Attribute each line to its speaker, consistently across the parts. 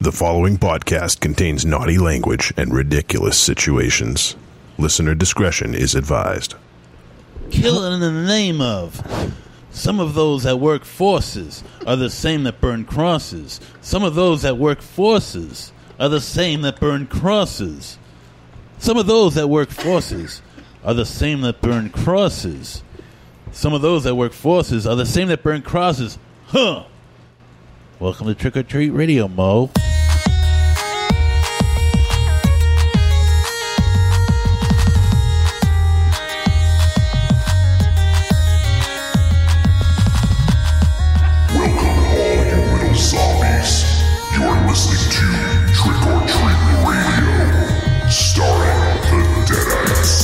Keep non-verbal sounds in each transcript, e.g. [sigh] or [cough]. Speaker 1: The following podcast contains naughty language and ridiculous situations. Listener discretion is advised.
Speaker 2: Killing in the name of. Some of those that work forces are the same that burn crosses. Some of those that work forces are the same that burn crosses. Some of those that work forces are the same that burn crosses. Some of those that work forces are the same that burn crosses. Huh! Welcome to Trick or Treat Radio, Mo.
Speaker 3: Zombies, you are listening to Trick or Treat Radio, starring the Deadites.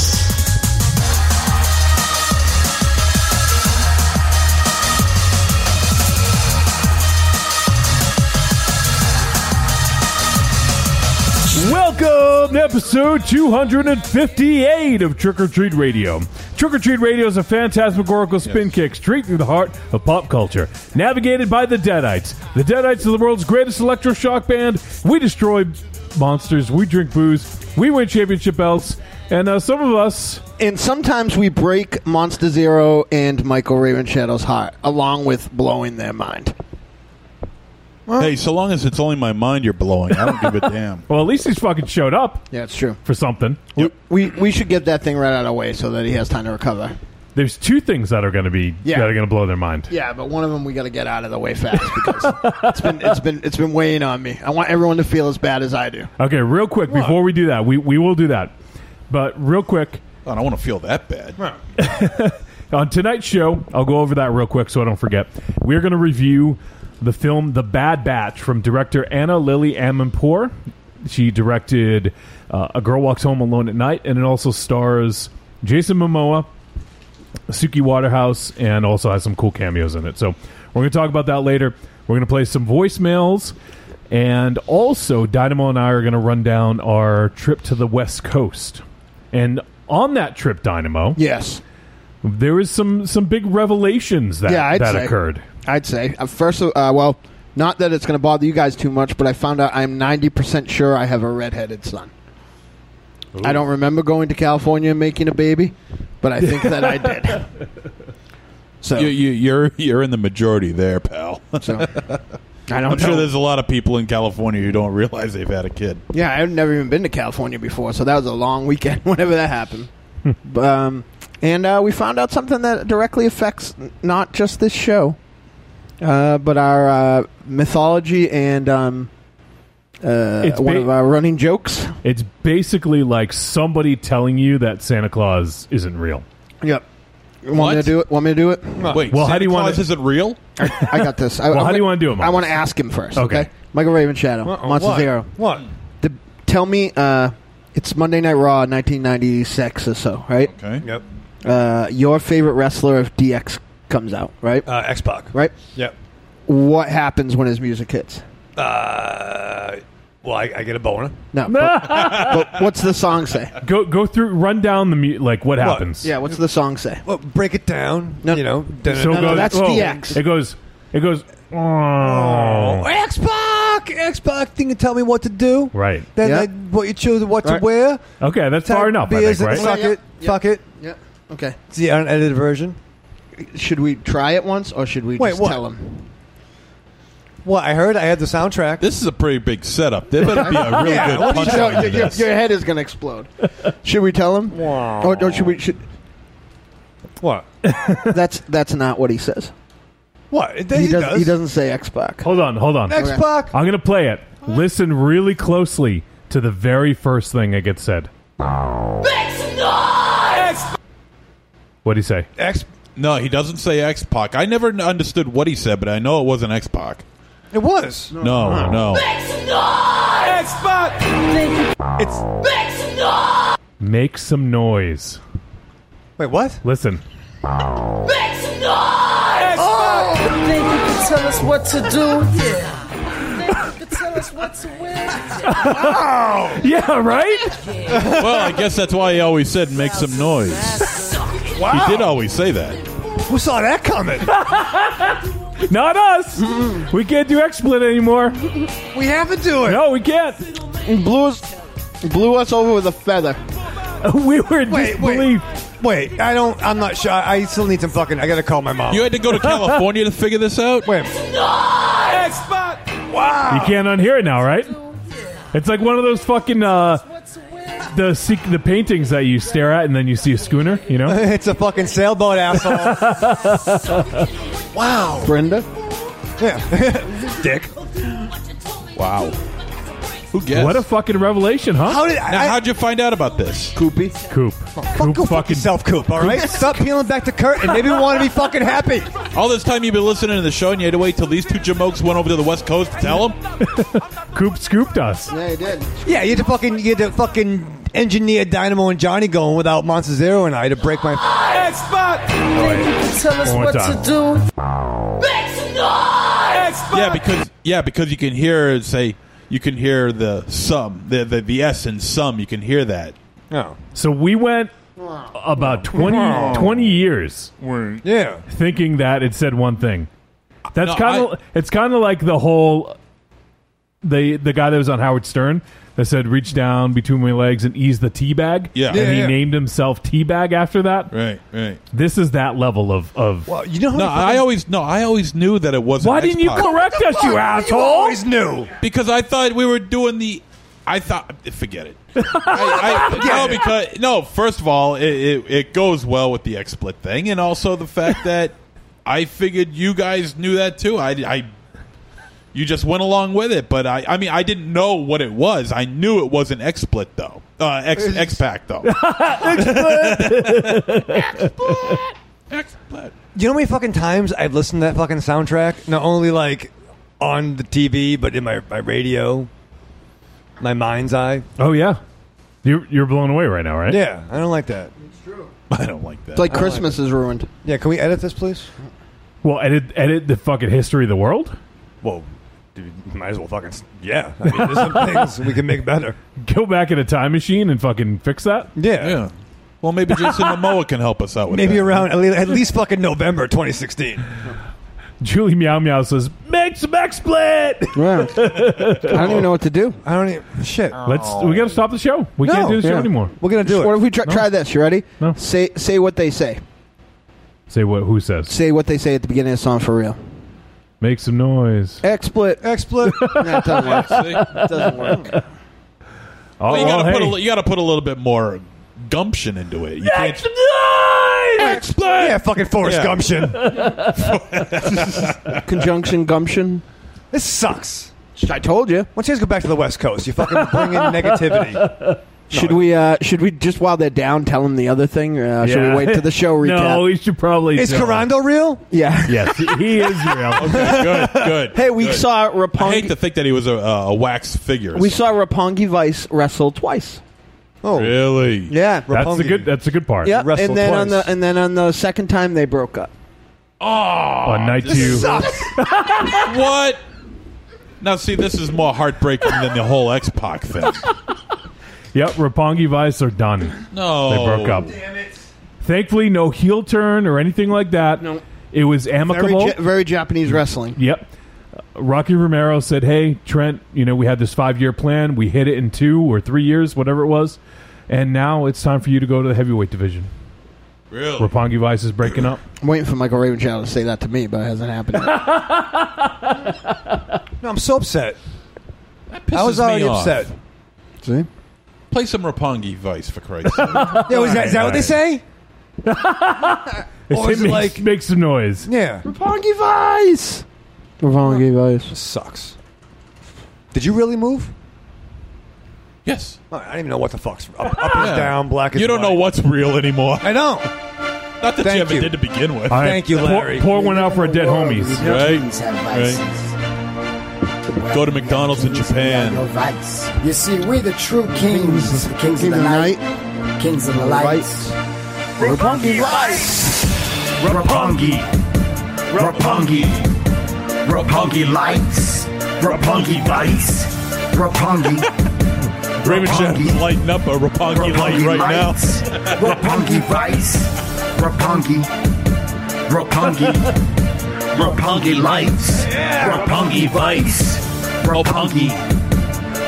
Speaker 4: Welcome to episode 258 of Trick or Treat Radio. Trick or Treat Radio is a phantasmagorical spin kick straight through the heart of pop culture, navigated by the Deadites. The Deadites are the world's greatest electroshock band. We destroy monsters, we drink booze, we win championship belts, and uh, some of us,
Speaker 5: And sometimes we break Monster Zero and Michael Raven Shadow's heart, along with blowing their mind.
Speaker 2: Hey, so long as it's only my mind you're blowing, I don't
Speaker 5: [laughs]
Speaker 2: give a damn.
Speaker 4: well, at least he's fucking showed up
Speaker 5: Yeah, it's true.
Speaker 4: for something.
Speaker 5: We we should get that thing right out of the way so that he has time to recover.
Speaker 4: There's two things that are going to be
Speaker 5: Yeah.
Speaker 4: that are going to blow their mind.
Speaker 5: Yeah, but one of them we got to get out of the way fast because [laughs] it's been it's been it's been weighing on me. I want everyone to feel as bad as I do.
Speaker 4: Okay, real quick before we do that, we we will do that, but real quick.
Speaker 2: I don't want to feel that bad.
Speaker 4: On tonight's show, I'll go over that real quick so I don't forget. We're going to review the film The Bad Batch from director Anna Lily Amanpour. She directed uh, A Girl Walks Home Alone at Night, and it also stars Jason Momoa, Suki Waterhouse, and also has some cool cameos in it. So we're going to talk about that later. We're going to play some voicemails, and also Dynamo and I are going to run down our trip to the West Coast. And on that trip, Dynamo,
Speaker 5: Yes,
Speaker 4: there was some some big revelations that
Speaker 5: Yeah, I'd
Speaker 4: that
Speaker 5: say.
Speaker 4: occurred.
Speaker 5: I'd say uh, first. Uh, well, not that it's going to bother you guys too much, but I found out I'm ninety percent sure I have a redheaded son. I don't remember going to California and making a baby, but I think that I
Speaker 4: [laughs]
Speaker 5: did. So
Speaker 2: You, you, you're you're in the majority there, pal. [laughs]
Speaker 5: So I don't
Speaker 2: I'm
Speaker 5: know.
Speaker 2: sure there's a lot of people in California who don't realize they've had a kid.
Speaker 5: yeah, I've never even been to California before, so that was a long weekend [laughs] whenever that
Speaker 4: [laughs]
Speaker 5: happened. B- um, and uh, we found out something that directly affects n- not just this show, uh, but our uh, mythology and um, uh,
Speaker 4: It's
Speaker 5: one
Speaker 4: ba-
Speaker 5: of our running jokes.
Speaker 4: It's basically like somebody telling you that Santa Claus isn't real.
Speaker 5: Yep. Want me
Speaker 2: What?
Speaker 5: to do it? Want me to do it?
Speaker 2: Wait,
Speaker 4: Well,
Speaker 2: Santa
Speaker 4: how do you
Speaker 2: Claus
Speaker 4: wanna-
Speaker 2: isn't real?
Speaker 5: I got this.
Speaker 4: [laughs]
Speaker 5: I,
Speaker 4: Well,
Speaker 5: I,
Speaker 4: how do you wanna do it,
Speaker 5: I
Speaker 4: Miles?
Speaker 5: want to ask him first. Okay.
Speaker 4: Okay.
Speaker 5: Michael Raven Shadow, Monster Zero.
Speaker 4: What?
Speaker 5: The, tell me, uh, it's Monday Night Raw, 1996 or so, right?
Speaker 2: Okay.
Speaker 6: Yep.
Speaker 5: uh, your favorite wrestler if DX comes out, right?
Speaker 6: Uh, X Pac.
Speaker 5: right?
Speaker 6: Yep.
Speaker 5: What happens when his music hits?
Speaker 6: Uh, well, I, I get a boner.
Speaker 4: [laughs]
Speaker 5: No. But, but what's the song say?
Speaker 4: Go go through run down the mu- like what happens.
Speaker 5: Yeah, what's the song say?
Speaker 6: Well, break it down.
Speaker 5: No.
Speaker 6: You know.
Speaker 4: So it
Speaker 5: No, no,
Speaker 4: goes-
Speaker 5: that's
Speaker 4: oh,
Speaker 5: DX.
Speaker 4: It goes it goes oh.
Speaker 6: X Pac. X Pac didn't tell me what to do.
Speaker 4: Right.
Speaker 6: Then
Speaker 5: Yeah.
Speaker 6: I, what you choose, what
Speaker 5: Right.
Speaker 6: to wear.
Speaker 4: Okay, that's
Speaker 6: Take
Speaker 4: far enough, I
Speaker 6: beers
Speaker 4: think, right?
Speaker 6: and Suck
Speaker 5: Yeah,
Speaker 6: it.
Speaker 5: yeah.
Speaker 6: Fuck it.
Speaker 5: Yeah. Okay.
Speaker 6: It's the unedited version.
Speaker 5: Should we try it once or should we
Speaker 6: Wait,
Speaker 5: just
Speaker 6: what?
Speaker 5: tell him?
Speaker 6: Well, I heard I had the soundtrack.
Speaker 2: This is a pretty big setup. There better
Speaker 6: [laughs]
Speaker 5: [laughs]
Speaker 2: be a really
Speaker 6: Yeah,
Speaker 2: good
Speaker 6: what do you-
Speaker 2: punch
Speaker 5: No, your,
Speaker 2: to
Speaker 5: your,
Speaker 2: this.
Speaker 5: your head is going to explode. Should we tell him?
Speaker 6: Wow.
Speaker 5: Or, or should we? Should,
Speaker 6: what?
Speaker 5: [laughs] that's that's not what he says.
Speaker 6: What? It,
Speaker 5: He,
Speaker 6: it
Speaker 5: does,
Speaker 6: does.
Speaker 5: he doesn't say X Pac.
Speaker 4: Hold on, hold on.
Speaker 6: X Pac.
Speaker 4: I'm going to play it. Listen really closely to the very first thing that gets said. What do you say?
Speaker 6: X.
Speaker 2: No, he doesn't say X Pac. I never n- understood what he said, but I know it wasn't X Pac.
Speaker 6: It was.
Speaker 2: No,
Speaker 5: [laughs]
Speaker 2: no.
Speaker 6: X Pac. It's.
Speaker 4: Make some noise.
Speaker 6: Wait, what?
Speaker 4: Listen. Oh!
Speaker 7: Think you can tell us what to do? Yeah. Think you can tell us what to wear?
Speaker 4: [laughs] Yeah, right?
Speaker 2: Well, I guess that's why he always said make some noise. He did always say that.
Speaker 4: [laughs]
Speaker 6: Who saw that coming?
Speaker 4: Not us. We can't do XSplit anymore.
Speaker 6: We have to do it.
Speaker 4: No, we can't.
Speaker 5: blew us, blew us over with a feather.
Speaker 4: [laughs] We were in
Speaker 6: Wait, wait.
Speaker 4: disbelief.
Speaker 6: Wait, I don't. I'm not sure. I I still need some fucking. I gotta call my mom.
Speaker 8: You had to
Speaker 6: [laughs]
Speaker 8: go to California to figure this
Speaker 4: [laughs]
Speaker 8: out?
Speaker 4: You
Speaker 6: wait.
Speaker 4: can't unhear it now, right? It's like one of those fucking uh,
Speaker 7: What's a win?
Speaker 4: the sec- the paintings that you stare at and then you see a schooner. You know,
Speaker 6: [laughs] It's a fucking sailboat, asshole.
Speaker 4: [laughs]
Speaker 5: Brenda,
Speaker 6: yeah. [laughs] Dick.
Speaker 8: Wow. Who guessed?
Speaker 4: what a fucking revelation, huh?
Speaker 6: How did
Speaker 8: now,
Speaker 6: I?
Speaker 8: how'd you find out about this?
Speaker 5: Koopy.
Speaker 4: Coop,
Speaker 6: fuck,
Speaker 4: Coop,
Speaker 6: go fuck
Speaker 4: fucking
Speaker 6: yourself, Coop. All right. Stop peeling back the curtain. Maybe we want to be fucking happy.
Speaker 8: All this time you've been listening to the show and you had to wait till these two jamokes went over to the West Coast to
Speaker 4: [laughs]
Speaker 8: tell them?
Speaker 4: Coop scooped us.
Speaker 5: Yeah, he did.
Speaker 6: Yeah, you had to fucking. You had to fucking engineer Dynamo and Johnny going without Monster Zero and I to break my.
Speaker 7: Tell us
Speaker 4: One more
Speaker 7: what
Speaker 4: time.
Speaker 7: to do.
Speaker 8: Yeah, because yeah, because you can hear say you can hear the sum, the the, the S in sum, you can hear that.
Speaker 6: No.
Speaker 4: So we went about 20, 20 years
Speaker 6: Yeah.
Speaker 4: thinking that it said one thing. That's
Speaker 8: No,
Speaker 4: kind of it's kind of like the whole the the guy that was on Howard Stern that said reach down between my legs and ease the tea bag.
Speaker 8: Yeah.
Speaker 4: and
Speaker 8: Yeah,
Speaker 4: he
Speaker 6: yeah.
Speaker 4: named himself Teabag after that.
Speaker 8: Right, right.
Speaker 4: This is that level of of.
Speaker 6: Well, you know how
Speaker 8: No,
Speaker 6: many fucking-
Speaker 8: I always no, I always knew that it wasn't.
Speaker 4: Why didn't you
Speaker 8: X-Pod.
Speaker 4: correct us, you
Speaker 6: You
Speaker 4: asshole?
Speaker 6: always knew.
Speaker 8: Because I thought we were doing the. I thought forget it. I, I, no, because no. First of all, it, it it goes well with the X split thing, and also
Speaker 4: [laughs]
Speaker 8: the fact that I figured you guys knew that too. I, I you just went along with it, but I I mean I didn't know what it was. I knew it wasn't X split though. Uh, X X pack though.
Speaker 4: [laughs]
Speaker 8: X split.
Speaker 6: You know how many fucking times I've listened to that fucking soundtrack? Not only like on the TV, but in my, my radio, my mind's eye.
Speaker 4: Oh yeah, you're you're blown away right now, right?
Speaker 6: Yeah, I don't like that. [laughs]
Speaker 8: I don't like that.
Speaker 5: It's like Christmas is ruined.
Speaker 6: Yeah, can we edit this, please?
Speaker 4: Well, edit edit the fucking history of the world. [laughs]
Speaker 6: Well, dude, might as well fucking. s- Yeah, I mean, [laughs] there's some things we can make better.
Speaker 4: Go back in a time machine and fucking fix that.
Speaker 6: Yeah.
Speaker 8: yeah. Well, maybe Jason [laughs] Momoa can help us out with
Speaker 6: Maybe
Speaker 8: that.
Speaker 6: around at least, at least fucking November 2016.
Speaker 4: [laughs] Julie Meow Meow says, "Make some X split." [laughs]
Speaker 5: Wow. I don't even know what to do.
Speaker 6: I don't even. Shit.
Speaker 4: Let's.
Speaker 8: Oh.
Speaker 4: We gotta stop the show. We
Speaker 6: No.
Speaker 4: can't do the show
Speaker 5: Yeah.
Speaker 4: anymore.
Speaker 6: We're going to do
Speaker 5: What
Speaker 6: it.
Speaker 5: if we try, try this? You ready?
Speaker 4: No.
Speaker 5: Say say what they say.
Speaker 4: Say what? Who says?
Speaker 5: Say what they say at the beginning of the song for real.
Speaker 4: Make some noise.
Speaker 5: Exploit.
Speaker 6: Exploit.
Speaker 5: [laughs] Nah, it doesn't work.
Speaker 8: See?
Speaker 5: It doesn't work.
Speaker 4: Oh,
Speaker 8: Well, you
Speaker 4: well,
Speaker 8: gotta put a,
Speaker 4: hey.
Speaker 8: li- you gotta put a little bit more gumption into it. You can't,
Speaker 6: Yeah, fucking Forrest
Speaker 8: Yeah.
Speaker 6: Gumption.
Speaker 5: Conjunction gumption.
Speaker 6: This sucks.
Speaker 5: I told you.
Speaker 6: Why don't you guys go back to the West Coast? You fucking bring
Speaker 4: [laughs]
Speaker 6: in negativity.
Speaker 5: [laughs] Should we? Uh, should we just while they're down tell them the other thing? Or, uh, Should we
Speaker 4: Yeah.
Speaker 5: wait till the show
Speaker 4: [laughs]
Speaker 5: recap?
Speaker 4: No, we should probably.
Speaker 6: Is
Speaker 4: do it.
Speaker 6: Carando real?
Speaker 5: yeah.
Speaker 6: [laughs]
Speaker 4: Yes, he is real.
Speaker 8: good, good.
Speaker 5: Hey, we
Speaker 8: good.
Speaker 5: saw
Speaker 8: I hate
Speaker 5: Rapongi.
Speaker 8: to think that he was a, uh, a wax figure. or
Speaker 5: we
Speaker 8: something.
Speaker 5: saw Rapongi Vice wrestle twice.
Speaker 6: Oh,
Speaker 8: really.
Speaker 5: Yeah.
Speaker 4: That's the good. That's the good part.
Speaker 5: Yeah.
Speaker 6: wrestled
Speaker 5: And then on
Speaker 6: twice.
Speaker 5: the and then on the second time they broke up.
Speaker 4: On night two.
Speaker 8: This [laughs] What? Now, see, this is more heartbreaking than the whole X Pac thing.
Speaker 4: Yep. Rapongi Vice are done.
Speaker 8: No,
Speaker 4: They broke up. Thankfully, no heel turn or anything like that.
Speaker 5: Nope.
Speaker 4: It was
Speaker 5: Very,
Speaker 4: amicable.
Speaker 5: Ja- very Japanese wrestling.
Speaker 4: Yep. Rocky Romero said, "Hey Trent, you know we had this five-year plan. We hit it in two or three years, whatever it was, and now it's time for you to go to the heavyweight division.
Speaker 8: Really?
Speaker 4: Rapongi Vice is breaking up.
Speaker 5: I'm waiting for Michael Ravenchild to say that to me, but it hasn't happened. Yet.
Speaker 4: [laughs]
Speaker 6: No, I'm so upset.
Speaker 8: Pisses
Speaker 6: I was
Speaker 8: me
Speaker 6: already
Speaker 8: off.
Speaker 6: upset.
Speaker 4: [laughs]
Speaker 5: See?
Speaker 8: Play some Rapongi Vice for Christ's sake.
Speaker 6: [laughs] Yeah, was that, is that what they say?
Speaker 4: [laughs] It's
Speaker 6: Or is
Speaker 4: it [laughs]
Speaker 6: it
Speaker 4: makes,
Speaker 6: like-
Speaker 4: make some noise.
Speaker 6: Yeah.
Speaker 5: Rapongi Vice. Rapongi Vice.
Speaker 6: Sucks. Did you really move?
Speaker 8: Yes.
Speaker 6: I don't even know what the fuck's up, up and
Speaker 8: Yeah.
Speaker 6: down, black. and
Speaker 8: You don't
Speaker 6: white.
Speaker 8: know what's real anymore.
Speaker 6: I don't.
Speaker 8: Not that
Speaker 6: Thank
Speaker 8: you ever
Speaker 6: you.
Speaker 8: did to begin with.
Speaker 4: All
Speaker 6: Thank you,
Speaker 4: pour-
Speaker 6: Larry.
Speaker 4: Pour, one out for our dead homies.
Speaker 8: Right.
Speaker 9: Right.
Speaker 8: Go to McDonald's in Japan.
Speaker 9: You see, we the true kings. The kings of the night. Kings of the lights. Rapongi lights. Rapongi. Rapongi. Rapongi lights. Rapongi lights. Rapongi.
Speaker 8: Raymond Jack,
Speaker 9: Rapongi.
Speaker 8: lighten up a Rapongi light
Speaker 9: Rapongi
Speaker 8: right now.
Speaker 9: lights.
Speaker 1: [laughs]
Speaker 9: Rapongi vice. Rapongi. Rapongi.
Speaker 1: Rapungi lights. Rapungi vice. Rapungi.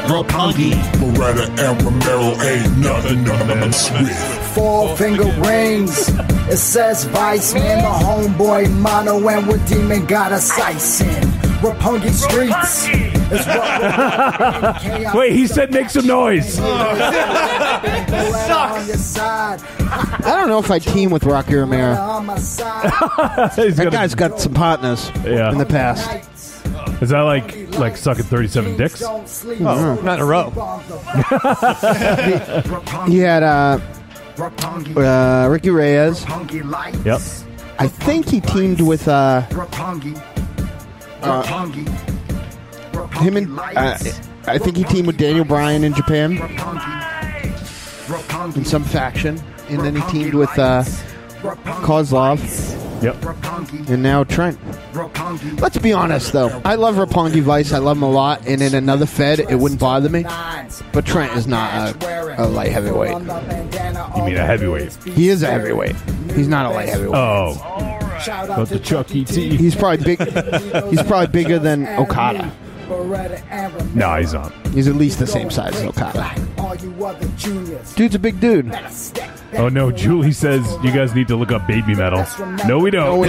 Speaker 1: Rapungi.
Speaker 10: Beretta and Romero ain't nothing, nothing but Smith.
Speaker 9: Four finger rings. It says Vice, man, the homeboy mono, and we're demon got a sights in. Rapungi streets. It's
Speaker 4: [laughs] [laughs]
Speaker 9: what
Speaker 4: Wait, he said make some noise.
Speaker 9: sucks.
Speaker 5: I don't know if I team with Rocky
Speaker 4: [laughs]
Speaker 5: Romero.
Speaker 9: On my side.
Speaker 4: He's
Speaker 5: That
Speaker 4: gonna-
Speaker 5: guy's got some partners
Speaker 4: Yeah.
Speaker 5: in the past.
Speaker 4: Is that like like sucking thirty seven dicks?
Speaker 9: Don't sleep.
Speaker 6: Not in a row.
Speaker 5: [laughs] He had uh,
Speaker 1: Rapungi.
Speaker 5: uh, Ricky Reyes.
Speaker 1: Rapungi lights.
Speaker 4: Yep.
Speaker 5: I think he teamed with uh,
Speaker 1: Rapungi. Rapungi. Rapungi
Speaker 5: him and uh,
Speaker 1: lights.
Speaker 5: I think he teamed with Daniel Bryan in Japan
Speaker 1: Rapungi. Rapungi.
Speaker 5: in some faction, and then he teamed with uh, Kozlov
Speaker 4: Yep.
Speaker 1: Rapungi.
Speaker 5: and now Trent.
Speaker 1: Rapungi.
Speaker 5: Let's be honest though, I love Rapongi Vice. I love him a lot, and in another Fed, it wouldn't bother me. But Trent is not a, a light heavyweight.
Speaker 9: You
Speaker 4: You mean a heavyweight?
Speaker 5: He is a heavyweight. He's not a light heavyweight.
Speaker 4: Oh,
Speaker 9: Shout out
Speaker 4: but the Chuck E. T.
Speaker 5: He's probably big. He's probably
Speaker 4: [laughs]
Speaker 5: bigger than Okada.
Speaker 4: No, he's not.
Speaker 5: He's at least the same size as Okada.
Speaker 9: Dude.
Speaker 5: Dude's a big dude.
Speaker 4: Oh no, Julie says you guys need to look up baby metal. No, we don't.
Speaker 5: we-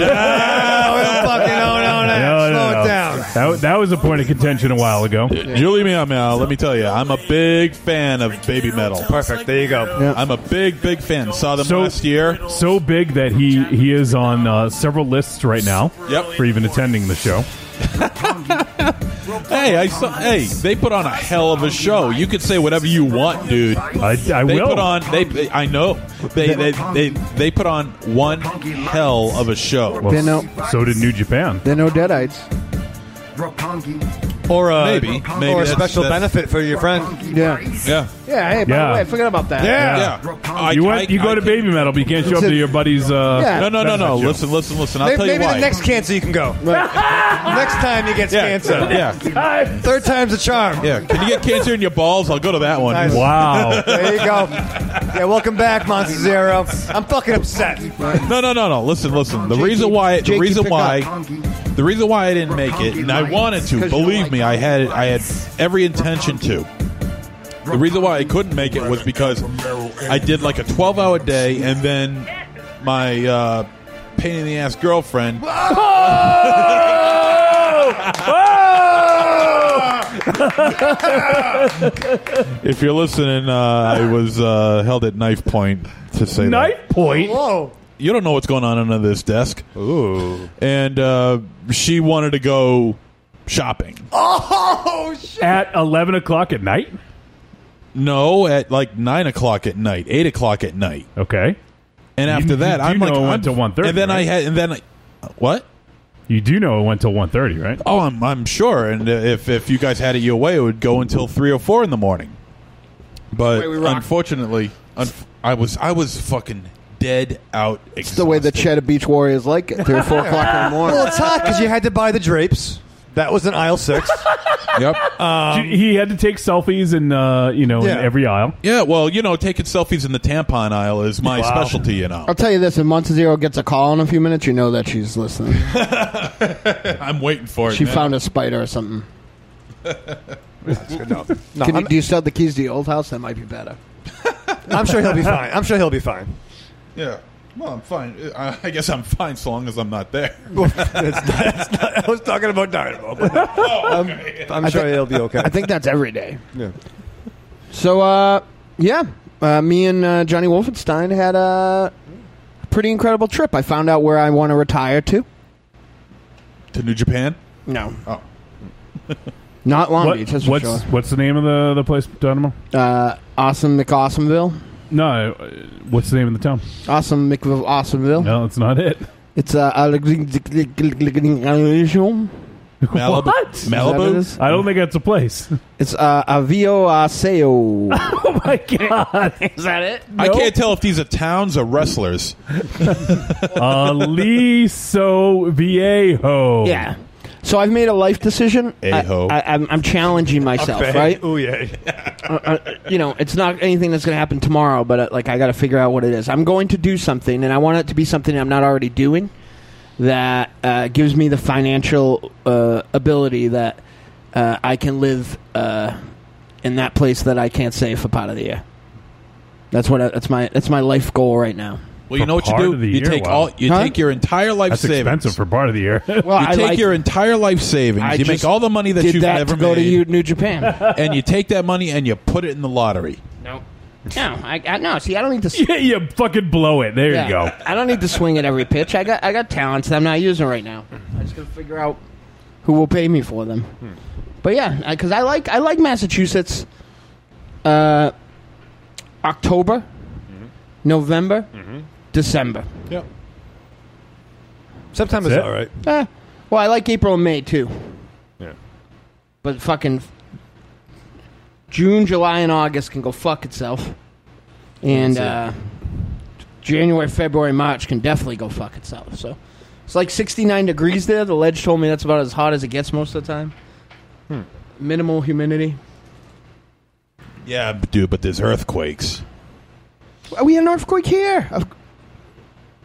Speaker 9: oh,
Speaker 6: fucking no, no, no.
Speaker 4: No, no,
Speaker 6: Slow
Speaker 4: no.
Speaker 6: it down.
Speaker 4: That, that was a point of contention a while ago.
Speaker 8: Julie Meow Meow, let me tell you, I'm a big fan of baby metal.
Speaker 6: Perfect. There you go.
Speaker 8: I'm a big, big fan. Saw them
Speaker 4: So-
Speaker 8: last year.
Speaker 4: So big that he he is on uh, several lists right now.
Speaker 8: Yep.
Speaker 4: For even attending the show.
Speaker 8: Hey, I saw. Hey, they put on a hell of a show. You could say whatever you want, dude.
Speaker 4: I, I
Speaker 8: They
Speaker 4: will.
Speaker 8: put on. They. I know. They. They. They. They put on one hell of a show.
Speaker 5: They're
Speaker 6: uh,
Speaker 5: no,
Speaker 4: so did New Japan.
Speaker 5: they're uh, no deadites.
Speaker 1: Rapungi.
Speaker 6: Or a,
Speaker 8: Maybe. Maybe
Speaker 6: or a
Speaker 8: that's-
Speaker 6: special
Speaker 8: that's-
Speaker 6: benefit for your friend.
Speaker 5: Yeah.
Speaker 8: Yeah.
Speaker 5: Yeah. Hey, by
Speaker 4: Yeah.
Speaker 5: the way, I forgot about that.
Speaker 8: Yeah. I-
Speaker 4: you
Speaker 8: I-
Speaker 4: went, you go
Speaker 8: I
Speaker 4: to
Speaker 8: could-
Speaker 4: baby metal, but you can't show up to your buddy's. Uh,
Speaker 5: Yeah.
Speaker 8: No, no, no, no.
Speaker 4: benefit show.
Speaker 8: Listen, listen, listen. I'll
Speaker 6: Maybe,
Speaker 8: tell you
Speaker 6: maybe
Speaker 8: why.
Speaker 6: the next cancer you can go. [laughs] next time he gets
Speaker 8: yeah.
Speaker 6: cancer.
Speaker 8: Yeah.
Speaker 4: Hi.
Speaker 6: Third time's a charm.
Speaker 8: Yeah. Can you get cancer in your balls? I'll go to that one.
Speaker 6: Nice.
Speaker 4: Wow.
Speaker 6: [laughs] There you go. Yeah, welcome back, Monster Zero. I'm fucking
Speaker 5: [laughs]
Speaker 6: upset.
Speaker 8: [laughs] No, no, no, no. Listen, listen. The reason why. The
Speaker 5: Jakey,
Speaker 8: reason
Speaker 5: pick
Speaker 8: why.
Speaker 1: Rapungi.
Speaker 8: The reason why I didn't make it, and I wanted to, believe me, I had I had every intention to. The reason why I couldn't make it was because I did like a 12 hour day, and then my uh, pain in the ass girlfriend.
Speaker 4: Oh!
Speaker 6: Ah,
Speaker 8: if you're listening, uh, I was uh, held at knife point to say that.
Speaker 4: Knife point.
Speaker 6: Whoa.
Speaker 8: You don't know what's going on under this desk. Ooh. And uh, she wanted to go shopping.
Speaker 6: Oh, shit.
Speaker 4: At eleven o'clock at night.
Speaker 8: No, at like nine o'clock at night, eight o'clock at night.
Speaker 4: Okay.
Speaker 8: And after
Speaker 4: you
Speaker 8: that,
Speaker 4: do
Speaker 8: I'm like,
Speaker 4: know it
Speaker 8: I'm,
Speaker 4: went to 1:30,
Speaker 8: and then I
Speaker 4: right?
Speaker 8: had, and then I, what?
Speaker 4: You do know it went till 1.30, right?
Speaker 8: Oh, I'm I'm sure. And uh, if if you guys had it your way, it would go until three or four in the morning. But unfortunately, unf- I was I was fucking dead out.
Speaker 5: It's the way the Cheddar Beach Warriors like it. Three or four
Speaker 8: [laughs]
Speaker 5: o'clock in the
Speaker 6: Well,
Speaker 5: morning.
Speaker 6: it's hot because you had to buy the drapes. That was in aisle six.
Speaker 8: [laughs] Yep.
Speaker 4: he had to take selfies in, uh, you know,
Speaker 6: Yeah.
Speaker 4: in every aisle.
Speaker 8: yeah. Well, you know, taking selfies in the tampon aisle is my
Speaker 4: Wow.
Speaker 8: specialty. You know,
Speaker 5: I'll tell you this: if Montezero gets a call in a few minutes, you know that she's listening.
Speaker 8: [laughs] I'm [laughs] waiting for it.
Speaker 5: She
Speaker 8: man.
Speaker 5: found a spider or something.
Speaker 8: [laughs]
Speaker 6: No,
Speaker 5: [laughs]
Speaker 6: no
Speaker 5: Can you,
Speaker 6: I'm,
Speaker 5: do you sell the keys to the old house? That might be better.
Speaker 6: [laughs] I'm sure he'll be fine. I'm sure he'll be fine.
Speaker 8: Yeah. Well, I'm fine. I I guess I'm fine so long as I'm not
Speaker 5: [laughs]
Speaker 8: there.
Speaker 6: It's not- it's not- I was talking about Dynamo. But
Speaker 8: [laughs] Oh,
Speaker 6: I'm, I'm sure he'll be okay.
Speaker 5: Oh, I think that's every day. So, uh, yeah, uh, me and uh, Johnny Wolfenstein had a pretty incredible trip. I found out where I want to retire to.
Speaker 8: to New Japan?
Speaker 5: No,
Speaker 8: Oh.
Speaker 5: [laughs] not Long
Speaker 4: What-
Speaker 5: Beach. That's for
Speaker 4: what's
Speaker 5: sure.
Speaker 4: what's the name of the, the place, Dynamo?
Speaker 5: Uh, awesome McAwesomeville.
Speaker 4: No, uh, [laughs] what's the name of the town?
Speaker 5: Awesome Mc Awesomeville.
Speaker 4: No, that's not it.
Speaker 5: It's uh, Alexandria.
Speaker 8: Malibu?
Speaker 4: What?
Speaker 5: Malibu?
Speaker 8: Malibu?
Speaker 4: I don't think that's a place.
Speaker 5: It's uh, Avio Aseo.
Speaker 4: [laughs] oh my
Speaker 5: [laughs]
Speaker 4: god, is that it?
Speaker 8: I can't tell if these are towns or
Speaker 5: [laughs]
Speaker 8: wrestlers.
Speaker 4: Aliso Viejo.
Speaker 5: yeah. So I've made a life decision. I,
Speaker 8: Aho.
Speaker 5: I, I'm, I'm challenging myself, right?
Speaker 6: Ooh, yeah.
Speaker 5: Uh, uh, you know, it's not anything that's going to happen tomorrow, but uh, like I got to figure out what it is. I'm going to do something, and I want it to be something I'm not already doing. that uh, gives me the financial uh, ability that uh, I can live uh, in that place that I can't save for part of the year. That's what I, that's my that's my life goal right now.
Speaker 8: Well, you
Speaker 4: For
Speaker 8: know what you
Speaker 4: part
Speaker 8: do?
Speaker 4: of the
Speaker 8: You
Speaker 4: year,
Speaker 8: take
Speaker 4: wow.
Speaker 8: all you
Speaker 5: Huh?
Speaker 8: take your entire life
Speaker 4: That's
Speaker 8: savings.
Speaker 4: expensive for part of the year.
Speaker 5: Well,
Speaker 8: [laughs] You
Speaker 5: I
Speaker 8: take
Speaker 5: like,
Speaker 8: your entire life savings.
Speaker 5: I
Speaker 8: you make
Speaker 5: just
Speaker 8: all the money that
Speaker 5: did
Speaker 8: you've
Speaker 5: that
Speaker 8: ever
Speaker 5: to go
Speaker 8: made,
Speaker 5: to U- New Japan.
Speaker 8: and you take that money and you put it in the lottery.
Speaker 5: no, no, I, I no. See, I
Speaker 4: [laughs]
Speaker 5: don't need to.
Speaker 4: yeah, you fucking blow it. There
Speaker 5: Yeah.
Speaker 4: you go.
Speaker 5: I don't need to swing at every pitch. I got I got talents that I'm not using right now. I just gotta figure out who will pay me for them.
Speaker 6: Hmm.
Speaker 5: But yeah, because I, like I like Massachusetts. Uh, October,
Speaker 6: Mm-hmm.
Speaker 5: November, December.
Speaker 8: Yep.
Speaker 6: Sometimes it's
Speaker 4: That's it?
Speaker 6: all right.
Speaker 5: Eh, well, I like April and May too.
Speaker 4: Yeah.
Speaker 5: But fucking June, July, and August can go fuck itself. And uh, January, February, March can definitely go fuck itself. So it's like 69 degrees there. The ledge told me that's about as hot as it gets most of the time.
Speaker 6: Hmm.
Speaker 5: Minimal humidity.
Speaker 8: Yeah, dude, but there's earthquakes.
Speaker 5: Well, We had an earthquake here. Of-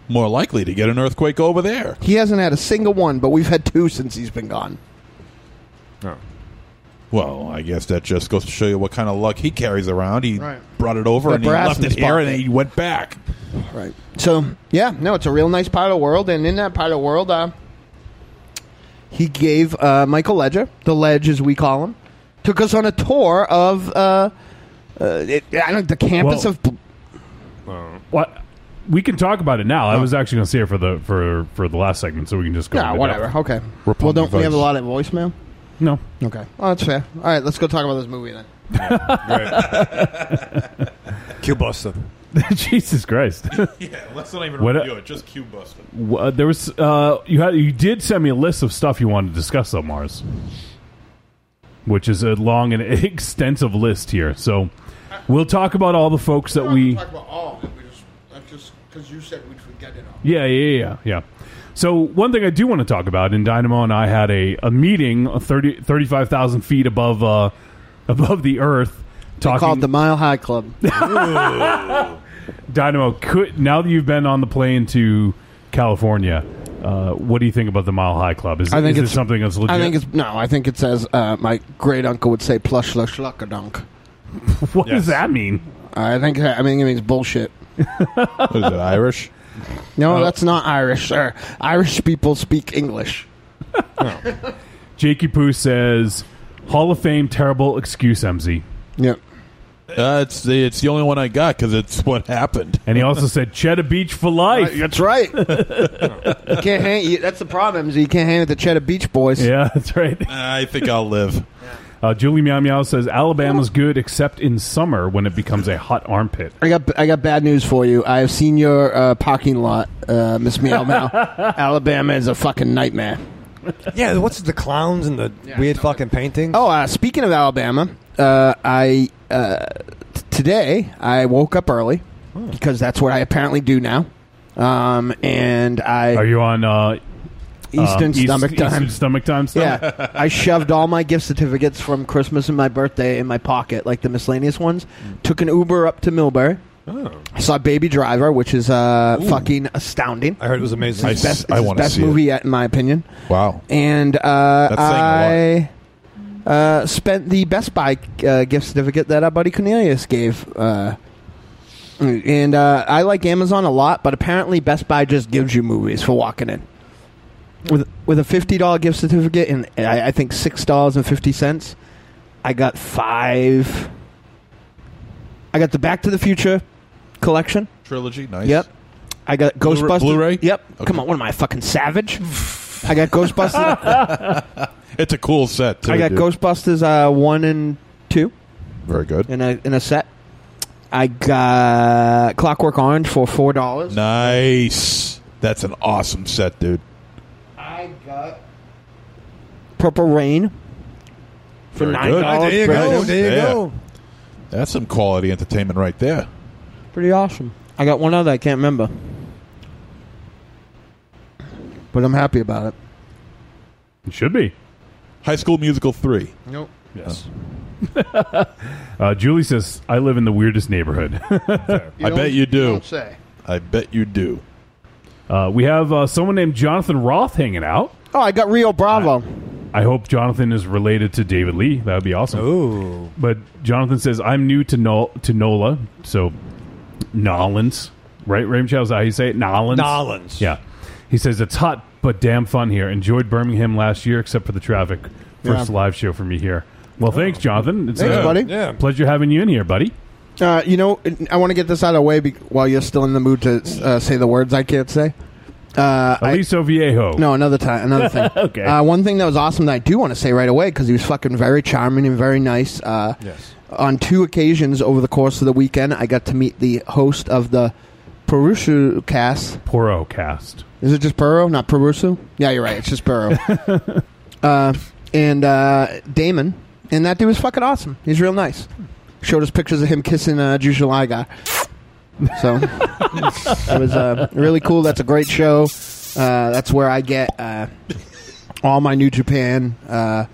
Speaker 8: More likely to get an earthquake over there.
Speaker 5: He hasn't had a single one, but we've had two since he's been gone.
Speaker 4: Oh.
Speaker 8: Well, I guess that just goes to show you what kind of luck he carries around. He
Speaker 5: Right.
Speaker 8: brought it over
Speaker 5: The
Speaker 8: and he
Speaker 5: brass
Speaker 8: left
Speaker 5: in
Speaker 8: it
Speaker 5: his
Speaker 8: here and
Speaker 5: pocket.
Speaker 8: he went back.
Speaker 5: Right. So yeah, no, it's a real nice part of the world, and in that part of the world, uh, he gave uh, Michael Ledger, the Ledge as we call him, took us on a tour of uh, uh, it, I don't the campus
Speaker 4: Whoa.
Speaker 5: of of.
Speaker 4: What? We can talk about it now. I was actually going to say it for the for for the last segment, so we can just go.
Speaker 5: Yeah,
Speaker 4: into
Speaker 5: whatever.
Speaker 4: depth.
Speaker 5: Okay.
Speaker 4: Repugnant
Speaker 5: well, don't we have a
Speaker 4: voice.
Speaker 5: lot of voicemail?
Speaker 4: No,
Speaker 5: Okay. Oh, that's fair. All right, let's go talk about this movie then. [laughs]
Speaker 8: [laughs]
Speaker 6: Killbuster.
Speaker 4: [laughs] Jesus Christ.
Speaker 8: Yeah, let's not even
Speaker 4: What a- review
Speaker 8: it. Just cue busting.
Speaker 4: Wha- there was uh, you had you did send me a list of stuff you wanted to discuss though, Mars, which is a long and [laughs] extensive list here. So we'll talk about all the folks that we.
Speaker 11: talk about all of it. We just, like, just because you said we'd forget it all.
Speaker 4: Yeah, yeah, yeah, yeah. So one thing I do want to talk about, and Dynamo and I had a, a meeting uh, 30, 35,000 feet above uh, above the Earth. Talking
Speaker 5: Called the Mile
Speaker 4: [laughs]
Speaker 5: High Club.
Speaker 4: Dynamo, could, now that you've been on the plane to California, uh, what do you think about the Mile High Club? Is,
Speaker 5: I think
Speaker 4: is it
Speaker 5: it's-
Speaker 4: something that's legit?
Speaker 5: I think it's no. I think it says uh, my great uncle would say plush lush luckadunk.
Speaker 4: [laughs] what does that mean?
Speaker 5: I think I mean it
Speaker 4: [laughs]
Speaker 5: means bullshit.
Speaker 8: What is it, Irish?
Speaker 5: No,
Speaker 4: Uh,
Speaker 5: that's not Irish, sir. Irish people speak English.
Speaker 4: Jakey Poo says, Hall of Fame, terrible excuse, MZ.
Speaker 5: Yep.
Speaker 8: Uh, it's, the, it's the only one I got because it's what happened.
Speaker 4: And he also said, Cheddar Beach for life.
Speaker 5: That's right.
Speaker 4: [laughs]
Speaker 5: you can't hang. You, that's the problem. Is you can't hang with the Cheddar Beach Boys.
Speaker 4: Yeah, [laughs] that's right.
Speaker 8: I think I'll live.
Speaker 4: Uh, Julie Meow Meow says, Alabama's good except in summer when it becomes a hot armpit.
Speaker 5: I got I got bad news for you. I have seen your uh, parking lot, uh, Miss Meow Meow.
Speaker 4: [laughs]
Speaker 8: [laughs]
Speaker 5: Alabama is a fucking nightmare.
Speaker 6: Yeah, what's the clowns and the weird fucking paintings?
Speaker 5: Oh, uh, speaking of Alabama, uh, I uh, t- today I woke up early
Speaker 6: Hmm.
Speaker 5: because that's what I apparently do now. Um, and I
Speaker 4: Are you on uh,
Speaker 5: Eastern
Speaker 4: uh, East-
Speaker 5: stomach time.
Speaker 4: Eastern stomach time stuff?
Speaker 5: Yeah, I shoved all my gift certificates from Christmas and my birthday in my pocket, like the miscellaneous ones.
Speaker 6: Hmm.
Speaker 5: Took an Uber up to Millbury.
Speaker 6: Oh.
Speaker 5: I saw Baby Driver, which is uh, fucking astounding.
Speaker 6: I heard it was amazing.
Speaker 8: I,
Speaker 5: Best, it's his
Speaker 8: want to
Speaker 5: best
Speaker 8: see
Speaker 5: movie yet, in my opinion.
Speaker 8: it. Wow.
Speaker 5: And uh,
Speaker 8: That's saying
Speaker 5: I uh, spent the Best Buy uh, gift certificate that our buddy Cornelius gave. Uh, and uh, I like Amazon a lot, but apparently Best Buy just gives you movies for walking in with with a fifty dollar gift certificate and I, I think six dollars and fifty cents. I got five. I got the Back to the Future collection.
Speaker 8: Trilogy, nice. [laughs]
Speaker 5: Yep. I got
Speaker 8: Blu-ray-
Speaker 5: Ghostbusters.
Speaker 8: Blu-ray?
Speaker 5: Yep.
Speaker 8: Okay.
Speaker 5: Come on, what am I, a
Speaker 8: [laughs]
Speaker 5: fucking savage? I got Ghostbusters.
Speaker 8: It's a cool set, too.
Speaker 5: I got
Speaker 8: dude.
Speaker 5: Ghostbusters uh, one and two
Speaker 8: Very good.
Speaker 5: in a in a set. I got Clockwork Orange for four dollars.
Speaker 8: Nice. That's an awesome set, dude.
Speaker 5: I got Purple Rain for
Speaker 8: Very
Speaker 5: nine
Speaker 8: good.
Speaker 5: dollars.
Speaker 6: there you go.
Speaker 8: Nice.
Speaker 6: There you
Speaker 8: Yeah.
Speaker 6: go.
Speaker 8: That's some quality entertainment right there.
Speaker 5: Pretty awesome. I got one other I can't remember. But I'm happy about it.
Speaker 4: It should be.
Speaker 8: High School Musical 3.
Speaker 4: Yes. [laughs] uh, Julie says, I [laughs] live in the weirdest neighborhood.
Speaker 8: I bet you do.
Speaker 11: Don't say.
Speaker 8: I bet you do.
Speaker 4: Uh, we have uh, someone named Jonathan Roth hanging out.
Speaker 5: Oh, I got Rio Bravo.
Speaker 4: I hope Jonathan is related to David Lee. That would be awesome.
Speaker 6: Ooh.
Speaker 4: But Jonathan says, I'm new to, Nol- to NOLA, so Nolans, right? Ramchow, is that how you say it? Nolans?
Speaker 6: Nolans.
Speaker 4: Yeah. He says, it's hot but damn fun here. Enjoyed Birmingham last year, except for the traffic. First
Speaker 5: Yeah.
Speaker 4: live show for me here. Well, thanks, Jonathan. It's
Speaker 5: Thanks,
Speaker 4: a
Speaker 5: buddy.
Speaker 6: Oh. Yeah.
Speaker 4: pleasure having you in here, buddy.
Speaker 5: Uh, you know, I want to get this out of the way be- while you're still in the mood to uh, say the words I can't say. Uh, I-
Speaker 4: Aliso Viejo.
Speaker 5: No, another time, another thing.
Speaker 4: [laughs] Okay.
Speaker 5: Uh, one thing that was awesome that I do want to say right away because he was fucking very charming and very nice. Uh,
Speaker 6: Yes.
Speaker 5: On two occasions over the course of the weekend, I got to meet the host of the Perusu cast.
Speaker 4: Poro cast.
Speaker 5: Is it just Burrow, not Perusu? Yeah, you're right. It's just Burrow.
Speaker 6: [laughs]
Speaker 5: uh, and uh, Damon, and that dude was fucking awesome. He's real nice. Showed us pictures of him kissing uh, Drew July guy. So it was uh, really cool. That's a great show. Uh, that's where I get uh, all my New Japan uh,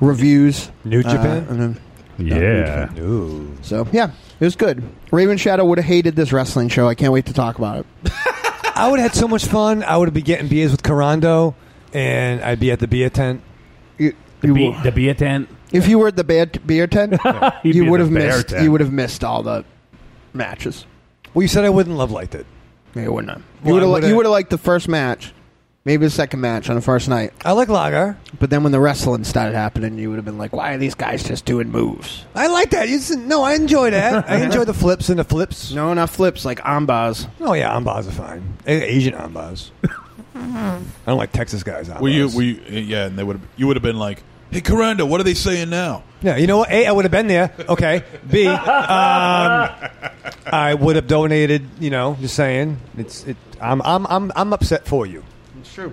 Speaker 5: reviews.
Speaker 6: New
Speaker 5: Uh,
Speaker 6: Japan?
Speaker 5: and then- uh,
Speaker 4: Yeah.
Speaker 6: Ooh.
Speaker 5: so yeah, it was good. Raven Shadow would have hated this wrestling show. I can't wait to talk about it.
Speaker 6: I would have had so much fun. I would have been getting beers with Carando, and I'd be at the beer tent.
Speaker 5: You- you will-
Speaker 4: the beer tent.
Speaker 5: If you were at the bear, beer tent,
Speaker 4: [laughs] He'd be
Speaker 5: you
Speaker 4: in
Speaker 5: would
Speaker 4: the
Speaker 5: have
Speaker 4: bear
Speaker 5: missed.
Speaker 4: tent.
Speaker 5: You would have missed all the matches.
Speaker 6: Well, you said I wouldn't love liked it.
Speaker 5: Maybe wouldn't have.
Speaker 6: Well,
Speaker 5: You
Speaker 6: I
Speaker 5: would have. li-
Speaker 6: would've-
Speaker 5: You would have liked the first match, maybe the second match on the first night.
Speaker 6: I like Lager.
Speaker 5: But then when the wrestling started happening, you would have been like, "Why are these guys just doing moves?"
Speaker 6: I like that. You said- no, I enjoy that.
Speaker 5: [laughs]
Speaker 6: I enjoy the flips and the flips.
Speaker 5: No, not flips like ambas.
Speaker 6: Oh yeah, ambas are fine. A- Asian ambas. I don't like Texas guys. Ambas.
Speaker 8: Were you? Were you? Yeah, and they would. You would have been like, "Hey, Corando, what are they saying now?"
Speaker 6: Yeah, you know what? A, I would have been there. Okay.
Speaker 5: [laughs]
Speaker 6: B, um, I would have donated. You know, just saying. It's. It, I'm. I'm. I'm. I'm upset for you.
Speaker 5: It's true.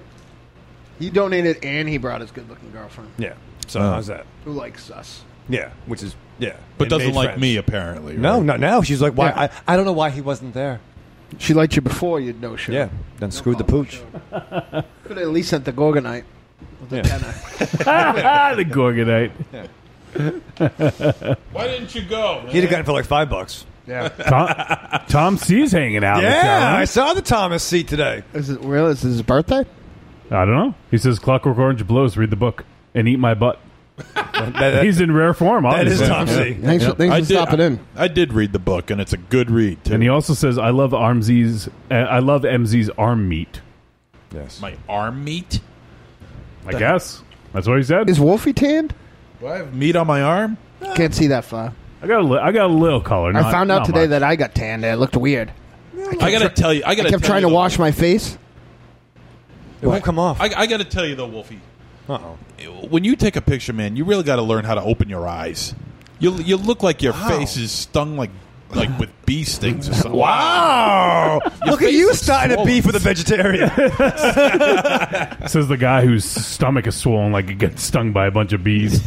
Speaker 5: He donated and he brought his good-looking girlfriend, Uh.
Speaker 6: Yeah. So
Speaker 8: Oh.
Speaker 6: how's that?
Speaker 5: who likes us.
Speaker 6: Yeah. Which is. Yeah.
Speaker 8: But
Speaker 6: And
Speaker 8: doesn't
Speaker 6: made
Speaker 8: like
Speaker 6: friends.
Speaker 8: me apparently.
Speaker 6: No,
Speaker 8: right?
Speaker 6: not now. She's like, why?
Speaker 5: Yeah.
Speaker 6: I, I don't know why he wasn't there.
Speaker 5: She liked you before, you'd know. Sure.
Speaker 6: Yeah, then screwed the pooch.
Speaker 5: Could have at least sent the Gorgonite. [laughs]
Speaker 6: Yeah.
Speaker 4: Ah, [laughs] the Gorgonite.
Speaker 8: Why didn't you go?
Speaker 6: He'd have gotten it for like five bucks. [laughs]
Speaker 4: Tom, Tom C's hanging out.
Speaker 6: Yeah, I saw the Thomas seat today.
Speaker 5: Is it real? Is this his birthday?
Speaker 4: I don't know. He says Clockwork Orange blows. Read the book and eat my butt.
Speaker 6: That, that-
Speaker 4: He's in rare form.
Speaker 6: that is
Speaker 4: Obviously.
Speaker 6: Tom C.
Speaker 5: Thanks for, thanks
Speaker 8: I
Speaker 5: for stopping
Speaker 8: I,
Speaker 5: in.
Speaker 8: I did read the book, and it's a good read too.
Speaker 4: And he also says, "I love Armz's. Uh, I love MZ's arm meat.
Speaker 6: Yes.
Speaker 8: My arm meat.
Speaker 4: I guess that's what he said.
Speaker 5: Is Wolfie tanned?
Speaker 8: Do I have meat on my arm?
Speaker 5: Can't see that far.
Speaker 4: I got a li- I got a little color.
Speaker 5: I found out today that I got tanned. and It looked weird.
Speaker 8: I, gotta tell you. I gotta.
Speaker 5: I kept
Speaker 8: tell
Speaker 5: trying
Speaker 8: you
Speaker 5: to
Speaker 8: though-
Speaker 5: wash my face.
Speaker 6: It won't come off.
Speaker 8: I, I gotta tell you though, Wolfie.
Speaker 6: Uh-oh.
Speaker 8: when you take a picture, man, you really got to learn how to open your eyes. You you look like your face is stung like like with bee stings or something.
Speaker 6: Wow! Look at
Speaker 8: face
Speaker 6: you
Speaker 8: is
Speaker 6: starting to
Speaker 8: swollen.
Speaker 6: be for
Speaker 4: [laughs]
Speaker 6: the vegetarian.
Speaker 4: says the guy whose stomach is swollen like it gets stung by a bunch of
Speaker 8: [laughs]
Speaker 4: bees.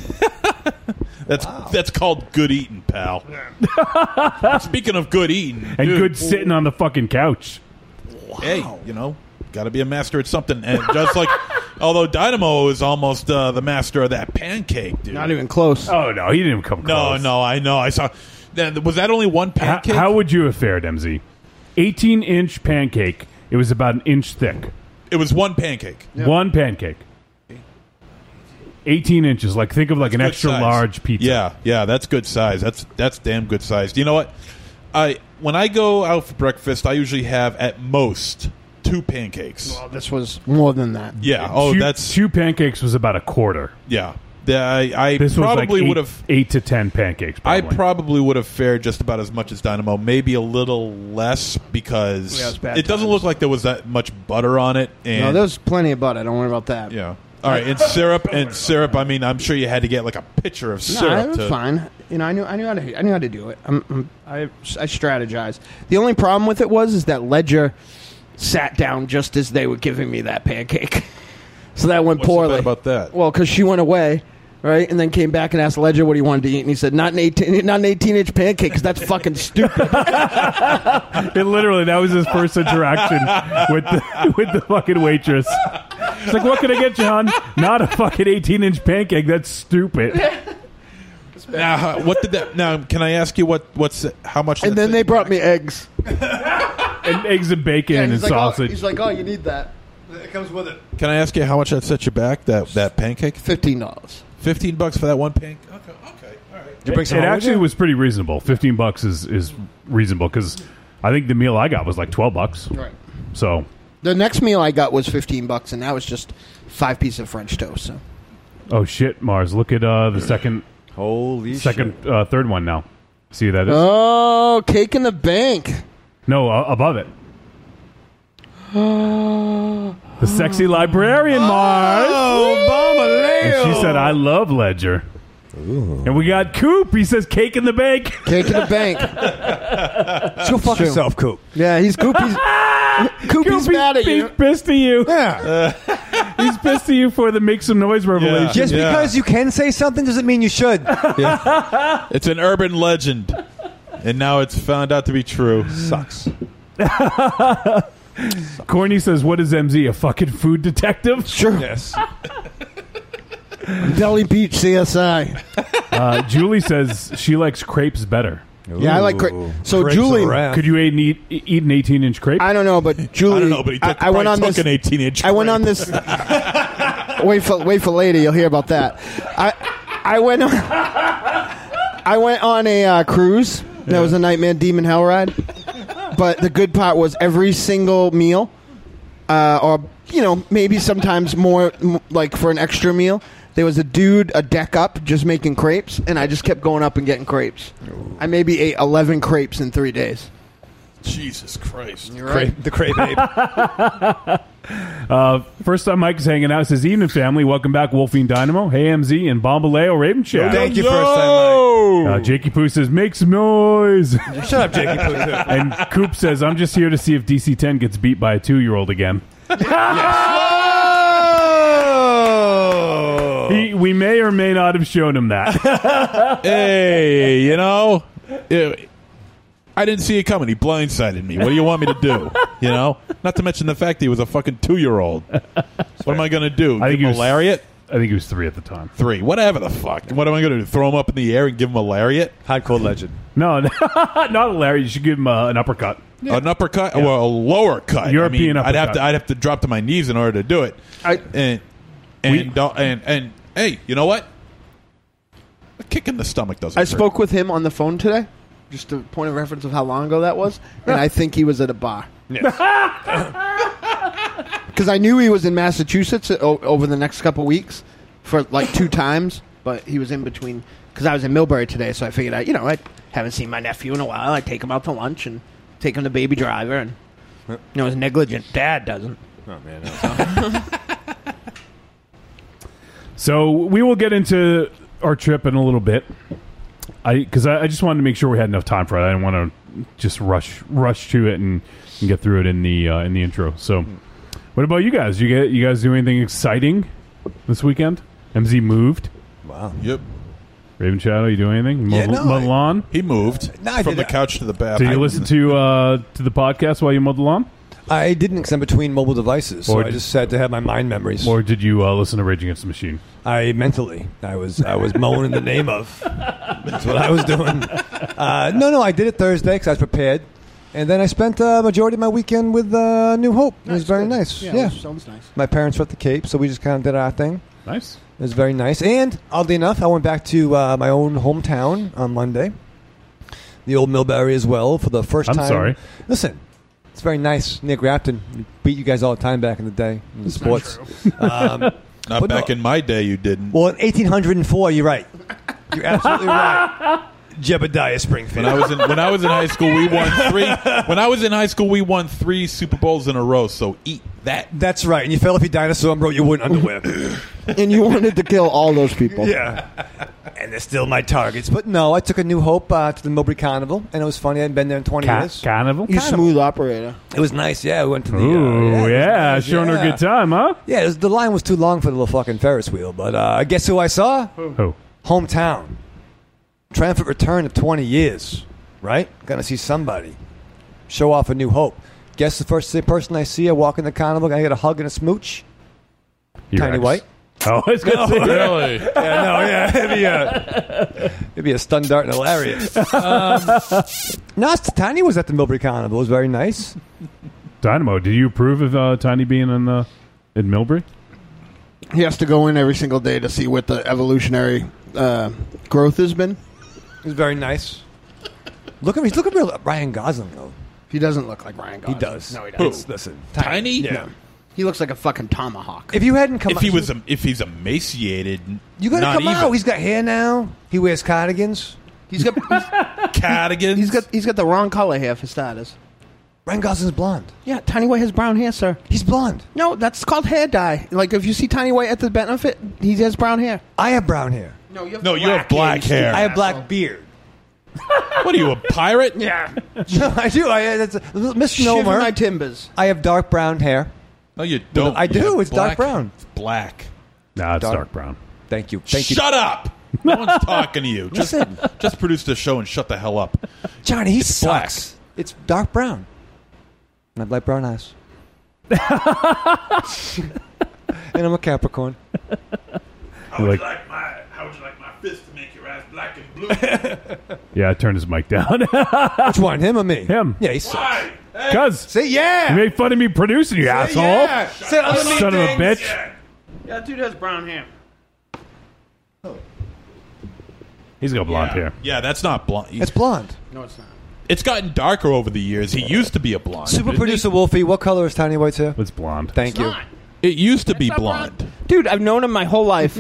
Speaker 8: That's that's called good eating,
Speaker 6: [laughs]
Speaker 8: pal. Speaking of good eating
Speaker 4: and
Speaker 8: dude,
Speaker 4: good sitting on the fucking couch.
Speaker 8: Hey, you know, got to be a master at something. And just
Speaker 6: [laughs]
Speaker 8: like, although Dynamo is almost uh, the master of that pancake, dude.
Speaker 5: Not even close.
Speaker 4: Oh no, he didn't come
Speaker 8: No,
Speaker 4: close.
Speaker 8: no, I know. I saw. That, was that only one
Speaker 4: How,
Speaker 8: pancake?
Speaker 4: how would you have fared, MZ? 18 inch pancake. It was about an inch thick.
Speaker 8: it was one pancake.
Speaker 4: One pancake. 18 inches. Like, think of like an
Speaker 8: Good
Speaker 4: extra
Speaker 8: size.
Speaker 4: large pizza.
Speaker 8: Yeah, yeah, that's good size. That's that's damn good size. You know what? I when I go out for breakfast, I usually have at most two pancakes.
Speaker 5: Oh, this was more than that.
Speaker 8: Yeah. Oh,
Speaker 4: two,
Speaker 8: that's
Speaker 4: Two pancakes was about a quarter.
Speaker 8: yeah. The- I, I
Speaker 4: This was
Speaker 8: probably
Speaker 4: like eight,
Speaker 8: would have.
Speaker 4: eight to 10 pancakes.
Speaker 8: I
Speaker 4: probably.
Speaker 8: probably would have fared just about as much as Dynamo, maybe a little less because
Speaker 5: Yeah, it was bad
Speaker 8: it doesn't
Speaker 5: times.
Speaker 8: look like there was that much butter on it. And
Speaker 5: No, there's plenty of butter. Don't worry about that.
Speaker 8: yeah. All right, and syrup and syrup. I mean, I'm sure you had to get like a pitcher of
Speaker 5: No,
Speaker 8: syrup.
Speaker 5: it was
Speaker 8: to,
Speaker 5: fine. You know, I knew, I knew how to, I knew how to do it. I'm, I'm, I, I strategized. The only problem with it was is that Ledger sat down just as they were giving me that pancake, [laughs] so that went
Speaker 8: What's so bad
Speaker 5: poorly.
Speaker 8: about that?
Speaker 5: Well, because she went away, right, and then came back and asked Ledger what he wanted to eat, and he said not an eighteen, not an eighteen inch pancake, 'cause that's
Speaker 8: [laughs]
Speaker 5: fucking stupid. [laughs]
Speaker 4: It literally, that was his first
Speaker 8: [laughs]
Speaker 4: interaction with the, with the fucking waitress. She's like, what can I get you, hon? Not a fucking 18 inch pancake. That's
Speaker 5: [laughs]
Speaker 4: stupid.
Speaker 8: Now, uh, how- what did that? Now, can I ask you what? What's how much?
Speaker 5: and
Speaker 8: that
Speaker 5: then
Speaker 8: thing-
Speaker 5: they brought me eggs.
Speaker 4: and eggs and bacon and
Speaker 5: he's like, Oh,
Speaker 4: sausage.
Speaker 5: he's like, oh, you need that. It comes with it.
Speaker 8: Can I ask you how much that set you back? That that pancake?
Speaker 5: Fifteen dollars.
Speaker 8: Fifteen bucks for that one pancake. Okay, okay, all right.
Speaker 4: it, it actually was pretty reasonable. Fifteen bucks is is reasonable because I think the meal I got was like twelve bucks.
Speaker 5: Right.
Speaker 4: So
Speaker 5: The next meal I got was fifteen bucks, and that was just five pieces of French toast. So
Speaker 4: oh shit, Mars, look at uh, the second
Speaker 6: holy
Speaker 4: second uh, third one now. See that? Is?
Speaker 5: oh, cake in the bank.
Speaker 4: no, uh, above it. The
Speaker 5: the
Speaker 4: sexy librarian, Mars.
Speaker 6: Oh,
Speaker 4: And she said, "I love Ledger." And we got Coop. He says, "Cake in the bank."
Speaker 5: [laughs] Cake in the
Speaker 4: [laughs]
Speaker 5: bank.
Speaker 6: Just go fuck
Speaker 5: True.
Speaker 6: yourself, Coop.
Speaker 5: Yeah,
Speaker 4: [laughs]
Speaker 5: he's Goopy's. Goopy's mad at
Speaker 4: He's
Speaker 5: you.
Speaker 4: pissed at you.
Speaker 6: Yeah.
Speaker 4: [laughs] He's pissed at you for the make some noise revelation.
Speaker 6: Just
Speaker 8: Yeah.
Speaker 6: because you can say something doesn't mean you should.
Speaker 8: [laughs] It's an urban legend, and now it's found out to be true.
Speaker 6: Sucks.
Speaker 4: Corny says, "What is MZ? A fucking food detective?"
Speaker 5: Sure. [laughs]
Speaker 6: Yes.
Speaker 5: Belly Beach CSI.
Speaker 4: Uh, Julie says she likes crepes better.
Speaker 5: Yeah, I like cra- so
Speaker 6: Crepes
Speaker 5: Julie-
Speaker 6: around.
Speaker 4: Could you eat, an eat, eat an eighteen-inch crepe?
Speaker 5: I don't know, but Julie.
Speaker 8: I don't know, but he took,
Speaker 5: I, I went on
Speaker 8: took
Speaker 5: this.
Speaker 8: an eighteen inch.
Speaker 5: I went on this.
Speaker 8: [laughs]
Speaker 5: [laughs] wait for wait for later. You'll hear about that. I I went on. I went on a uh, cruise. That was a nightmare demon hell ride. But the good part was every single meal, uh, or you know maybe sometimes more m- like for an extra meal. There was a dude a deck up just making crepes, and I just kept going up and getting crepes. I maybe ate eleven crepes in three days.
Speaker 8: [laughs] Jesus Christ!
Speaker 6: Cra- the Cray [laughs] Babe.
Speaker 4: Uh, First time Mike's hanging out says, "Evening, family. Welcome back, Wolfie and Dynamo. Hey, MZ and Bombaleo Raven Chat."
Speaker 6: Thank you, first time,
Speaker 4: Uh, Jakey Poo says, "Make some noise."
Speaker 6: Mike. [laughs] Shut up, Jakey Poo.
Speaker 4: [laughs] and Coop says, "I'm just here to see if DC10 gets beat by a two-year-old again."
Speaker 6: Oh!
Speaker 4: He, we may or may not have shown him that. [laughs]
Speaker 8: Hey, you know, it- I didn't see it coming. He blindsided me. What do you want me to
Speaker 4: [laughs]
Speaker 8: do? You know, not to mention the fact that he was a fucking two year old. What am I going to do?
Speaker 4: I think
Speaker 8: Give
Speaker 4: he
Speaker 8: him
Speaker 4: was
Speaker 8: a lariat?
Speaker 4: I think he was three at the time.
Speaker 8: Three, whatever the fuck. What am I going to do? Throw him up in the air and give him a lariat?
Speaker 6: Hardcore legend.
Speaker 4: No, [laughs] not a Larry. You should give him uh, an uppercut.
Speaker 8: An uppercut? Well, a lower cut. I
Speaker 4: European
Speaker 8: mean, I'd have
Speaker 4: uppercut.
Speaker 8: to. I'd have to drop to my knees in order to do it.
Speaker 5: I-
Speaker 8: and and don't- and and hey, you know what? A kick in the stomach doesn't.
Speaker 5: I
Speaker 8: hurt.
Speaker 5: spoke with him on the phone today, just a point of reference of how long ago that was, and I think he was at a bar. [laughs] Because I knew he was in Massachusetts uh, o- over the next couple weeks for like two times, but he was in between. Because I was in Millbury today, so I figured I, you know, I haven't seen my nephew in a while. I take him out to lunch and take him to Baby Driver, and you know, his negligent dad doesn't.
Speaker 6: Oh, man. no.
Speaker 4: [laughs]
Speaker 5: [laughs]
Speaker 4: So we will get into our trip in a little bit. I because I, I just wanted to make sure we had enough time for it. I didn't want to just rush rush to it and, and get through it in the uh, in the intro. So,
Speaker 5: Mm,
Speaker 4: what about you guys? You get you guys do anything exciting this weekend? MZ moved.
Speaker 8: Yep.
Speaker 4: Raven Shadow, you do anything? Mow
Speaker 6: Yeah,
Speaker 4: the-
Speaker 6: no,
Speaker 4: mow the
Speaker 6: I-
Speaker 4: lawn?
Speaker 8: He moved
Speaker 6: No, I
Speaker 8: from
Speaker 6: did
Speaker 8: the
Speaker 6: that.
Speaker 8: couch to the bath.
Speaker 4: Do you listen [laughs] to uh, to the podcast while you mow the lawn,
Speaker 6: I didn't because I'm between mobile devices, so
Speaker 4: Or
Speaker 6: I
Speaker 4: d-
Speaker 6: just had to have my mind memories.
Speaker 4: or did you uh, listen to Rage Against the Machine?
Speaker 6: I mentally, I was, I was mowing in the name of. That's what I was doing.
Speaker 4: [laughs]
Speaker 6: Uh, no, no, I did it Thursday because I was prepared, and then I spent uh, majority of my weekend with uh, New Hope. It was very nice. Yeah,
Speaker 5: sounds nice.
Speaker 6: my parents were at the Cape, so we just kind of did our thing.
Speaker 4: Nice.
Speaker 6: It was very nice. And oddly enough, I went back to uh, my own hometown on Monday, the old Millbury as well, for the 1st
Speaker 4: I'm
Speaker 6: time.
Speaker 4: sorry.
Speaker 6: Listen, it's very nice. Nick Rapton we beat you guys all the time back in the day in the sports. Um,
Speaker 8: Not
Speaker 6: But no-
Speaker 8: back in my day, you didn't.
Speaker 6: well, in 1804, you're right. You're absolutely right. Jebediah
Speaker 8: When
Speaker 6: Springfield.
Speaker 8: I was in when I was in high school, we won three. When I was in high school, we won three Super Bowls in a row. So eat that.
Speaker 6: That's right. And you fell off your dinosaur and broke your
Speaker 8: [coughs]
Speaker 6: wooden underwear.
Speaker 5: and you wanted to kill all those people.
Speaker 6: yeah. And they're still my targets. But no, I took a new hope uh, to the Mowbray Carnival, and it was funny. I hadn't been there in 20
Speaker 4: Ca-
Speaker 6: years.
Speaker 4: carnival.
Speaker 5: You smooth operator.
Speaker 6: It was nice. Yeah, we went to the. uh,
Speaker 4: Ooh,
Speaker 6: it
Speaker 4: Oh, yeah,
Speaker 6: was nice,
Speaker 4: showing her
Speaker 6: yeah.
Speaker 4: a good time, huh?
Speaker 6: Yeah, it was, the line was too long for the little fucking Ferris wheel. But uh, guess who I saw?
Speaker 4: Oh,
Speaker 6: Hometown. Triumphant return of 20 years, right? Gonna see somebody. Show off a new hope. Guess the first person I see, I walk in the carnival, I get a hug and a smooch.
Speaker 4: T-Rex.
Speaker 6: Tiny White.
Speaker 8: [laughs]
Speaker 4: Oh, I was gonna
Speaker 6: No,
Speaker 4: say
Speaker 6: really? Yeah, no, yeah, it'd be a- it'd be a stun dart and
Speaker 8: [laughs]
Speaker 6: a lariat. Um, no, it's- Tiny was at the Millbury Carnival. It was very nice.
Speaker 4: Dynamo, do you approve of uh, Tiny being in uh, in Millbury?
Speaker 5: He has to go in every single day to see what the evolutionary uh, growth has been.
Speaker 6: It was very nice. Look at him. He's looking real Ryan Gosling though.
Speaker 5: He doesn't look like Ryan Gosling.
Speaker 6: He does.
Speaker 5: No, he doesn't.
Speaker 6: It's- Listen,
Speaker 8: Tiny?
Speaker 6: Yeah.
Speaker 5: He looks like a fucking tomahawk.
Speaker 6: If you hadn't come,
Speaker 8: if
Speaker 6: out,
Speaker 8: he was, em- if he's emaciated,
Speaker 6: you gotta
Speaker 8: not
Speaker 6: come
Speaker 8: even.
Speaker 6: out. He's got hair now. He wears cardigans.
Speaker 5: He's got
Speaker 8: [laughs] cardigans.
Speaker 5: He's got he's got the wrong color hair for starters.
Speaker 6: Ryan Gosling's blonde.
Speaker 5: Yeah, Tiny White has brown hair, sir.
Speaker 6: He's blonde.
Speaker 5: No, that's called hair dye. Like if you see Tiny White at the benefit, he has brown hair.
Speaker 6: I have brown hair.
Speaker 5: No, you have
Speaker 8: No, you have black hair.
Speaker 6: I have black beard.
Speaker 8: [laughs] What are you, a pirate?
Speaker 5: Yeah,
Speaker 6: [laughs] No, I do. I, Eh, that's uh, a little
Speaker 5: Shiver
Speaker 6: misnomer.
Speaker 5: my timbers.
Speaker 6: I have dark brown hair.
Speaker 8: No, you don't.
Speaker 6: I
Speaker 8: You
Speaker 6: do.
Speaker 8: have
Speaker 6: It's dark brown.
Speaker 8: It's black.
Speaker 4: Nah, it's
Speaker 6: Dark.
Speaker 4: dark, brown.
Speaker 6: Thank you. Thank you.
Speaker 8: shut up. No one's talking to you. Just,
Speaker 6: Listen.
Speaker 8: just produce the show and shut the hell up.
Speaker 6: Johnny, he
Speaker 8: black.
Speaker 6: sucks. It's dark brown. And I have light brown eyes. and I'm a Capricorn.
Speaker 4: You're like-
Speaker 8: my, how would you like my fist to make your eyes black and blue?
Speaker 4: Yeah, I turned his mic down. [laughs]
Speaker 6: Which one, him or me?
Speaker 4: Him.
Speaker 6: Yeah, he sucks.
Speaker 4: Cuz
Speaker 6: Say
Speaker 4: you
Speaker 6: yeah.
Speaker 4: made fun of me producing, you asshole.
Speaker 6: Yeah. Say other mean
Speaker 4: Son of a
Speaker 6: things.
Speaker 4: bitch.
Speaker 12: Yeah, dude has brown hair.
Speaker 4: [laughs] He's got blonde hair.
Speaker 8: yeah, that's not blonde.
Speaker 6: It's blonde.
Speaker 12: No, it's not.
Speaker 8: it's gotten darker over the years. He used to be a blonde.
Speaker 6: Super
Speaker 8: didn't
Speaker 6: producer Wolfie, what color is Tiny White's hair?
Speaker 4: It's blonde.
Speaker 6: Thank you.
Speaker 8: he? It used to be blonde.
Speaker 12: Dude, I've known him my whole life.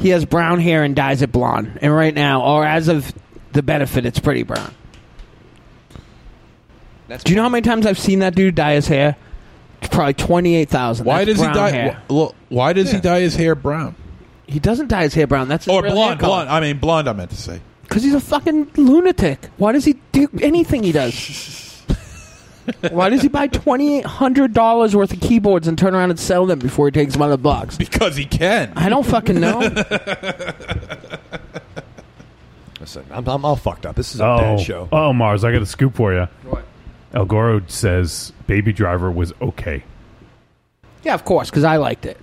Speaker 12: he has brown hair and dyes it blonde. And right now, or as of the benefit, it's pretty brown.
Speaker 6: That's
Speaker 12: Do you know how many times I've seen that dude dye his hair? It's probably 28,000.
Speaker 8: Why
Speaker 12: That's
Speaker 8: does he
Speaker 12: brown
Speaker 8: dye?
Speaker 12: hair.
Speaker 8: wh- look, Why does he dye his hair brown
Speaker 12: He doesn't dye his hair brown. That's his
Speaker 8: or
Speaker 12: real
Speaker 8: blonde? Blonde. I mean blonde. I meant to say.
Speaker 12: Because he's a fucking lunatic. Why does he do anything he does?
Speaker 8: [laughs]
Speaker 12: Why does he buy $2,800 worth of keyboards and turn around and sell them before he takes them out of the box?
Speaker 8: Because he can.
Speaker 12: I don't fucking know.
Speaker 6: [laughs] Listen, I'm, I'm all fucked up. This is a
Speaker 4: Oh,
Speaker 6: bad show.
Speaker 4: oh, Mars, I got a scoop for you. What? El Goro says Baby Driver was okay.
Speaker 12: [laughs] yeah, of course, because I liked it.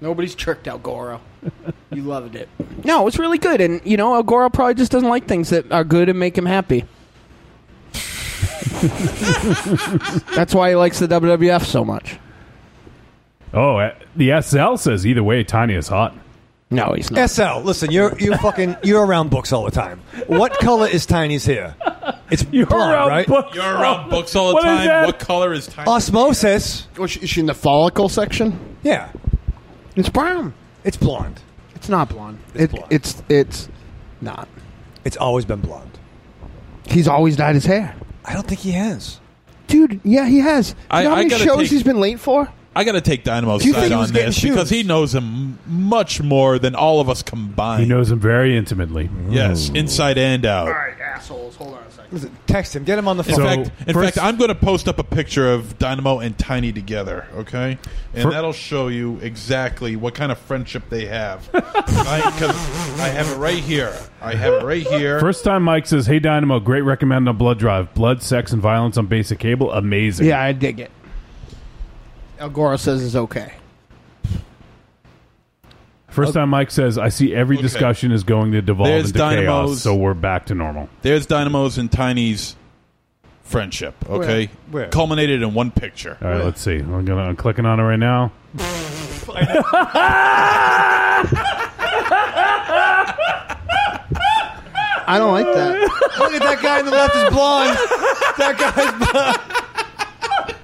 Speaker 5: Nobody's tricked out Goro. You loved
Speaker 4: [laughs]
Speaker 5: it.
Speaker 12: No, it's really good, and you know, Agora probably just doesn't like things that are good and make him happy. That's why he likes the WWF so much.
Speaker 4: Oh, uh, the SL says either way, Tiny is hot.
Speaker 12: No, he's not.
Speaker 6: SL, listen,
Speaker 4: [laughs]
Speaker 6: you're you fucking you're around books all the time. What color is Tiny's hair? It's
Speaker 4: You're
Speaker 6: blonde,
Speaker 4: around
Speaker 6: right?
Speaker 4: books.
Speaker 8: You're around books all the
Speaker 4: What is
Speaker 8: time.
Speaker 4: that?
Speaker 8: What color is time?
Speaker 6: Osmosis.
Speaker 5: Oh, she, is she in the follicle section?
Speaker 6: Yeah,
Speaker 5: It's brown.
Speaker 6: it's blonde.
Speaker 5: It's not blonde.
Speaker 6: It's
Speaker 5: It-
Speaker 6: blonde.
Speaker 5: It's it's not.
Speaker 6: It's always been blonde.
Speaker 5: He's always dyed his hair.
Speaker 6: I don't think he has.
Speaker 5: Dude, yeah, he has. Do you
Speaker 8: I-
Speaker 5: know how
Speaker 8: I
Speaker 5: many
Speaker 8: gotta
Speaker 5: shows
Speaker 8: take-
Speaker 5: he's been late for?
Speaker 8: I got to take Dynamo's
Speaker 6: Do you think
Speaker 8: side
Speaker 6: he
Speaker 8: on
Speaker 6: was getting
Speaker 8: this because
Speaker 6: shoes?
Speaker 8: he knows him much more than all of us combined.
Speaker 4: He knows him very intimately.
Speaker 8: Yes, inside and out.
Speaker 5: right, assholes. Hold on a second.
Speaker 6: Listen, text him. Get him on the
Speaker 8: In
Speaker 6: phone.
Speaker 8: fact, in
Speaker 4: first-
Speaker 8: fact, I'm going to post up a picture of Dynamo and Tiny together, okay? And
Speaker 4: Fir-
Speaker 8: that'll show you exactly what kind of friendship they have. [laughs] Because I have it right here. I have it right here.
Speaker 4: First time Mike says, "Hey Dynamo, great recommend on Blood Drive. Blood, sex, and violence on basic cable, amazing."
Speaker 5: Yeah, I dig it.
Speaker 12: El Goro says it's okay.
Speaker 4: First time Mike says, "I see every
Speaker 8: Okay.
Speaker 4: discussion is going to devolve
Speaker 8: There's
Speaker 4: into
Speaker 8: Dynamo's-
Speaker 4: chaos, so we're back to normal."
Speaker 8: There's Dynamo's and Tiny's friendship, okay?
Speaker 6: Where? Where?
Speaker 8: Culminated in one picture.
Speaker 4: All right, let's see. I'm gonna I'm clicking on it right now.
Speaker 5: I don't like that.
Speaker 6: [laughs] Look at that guy on the left is blonde. That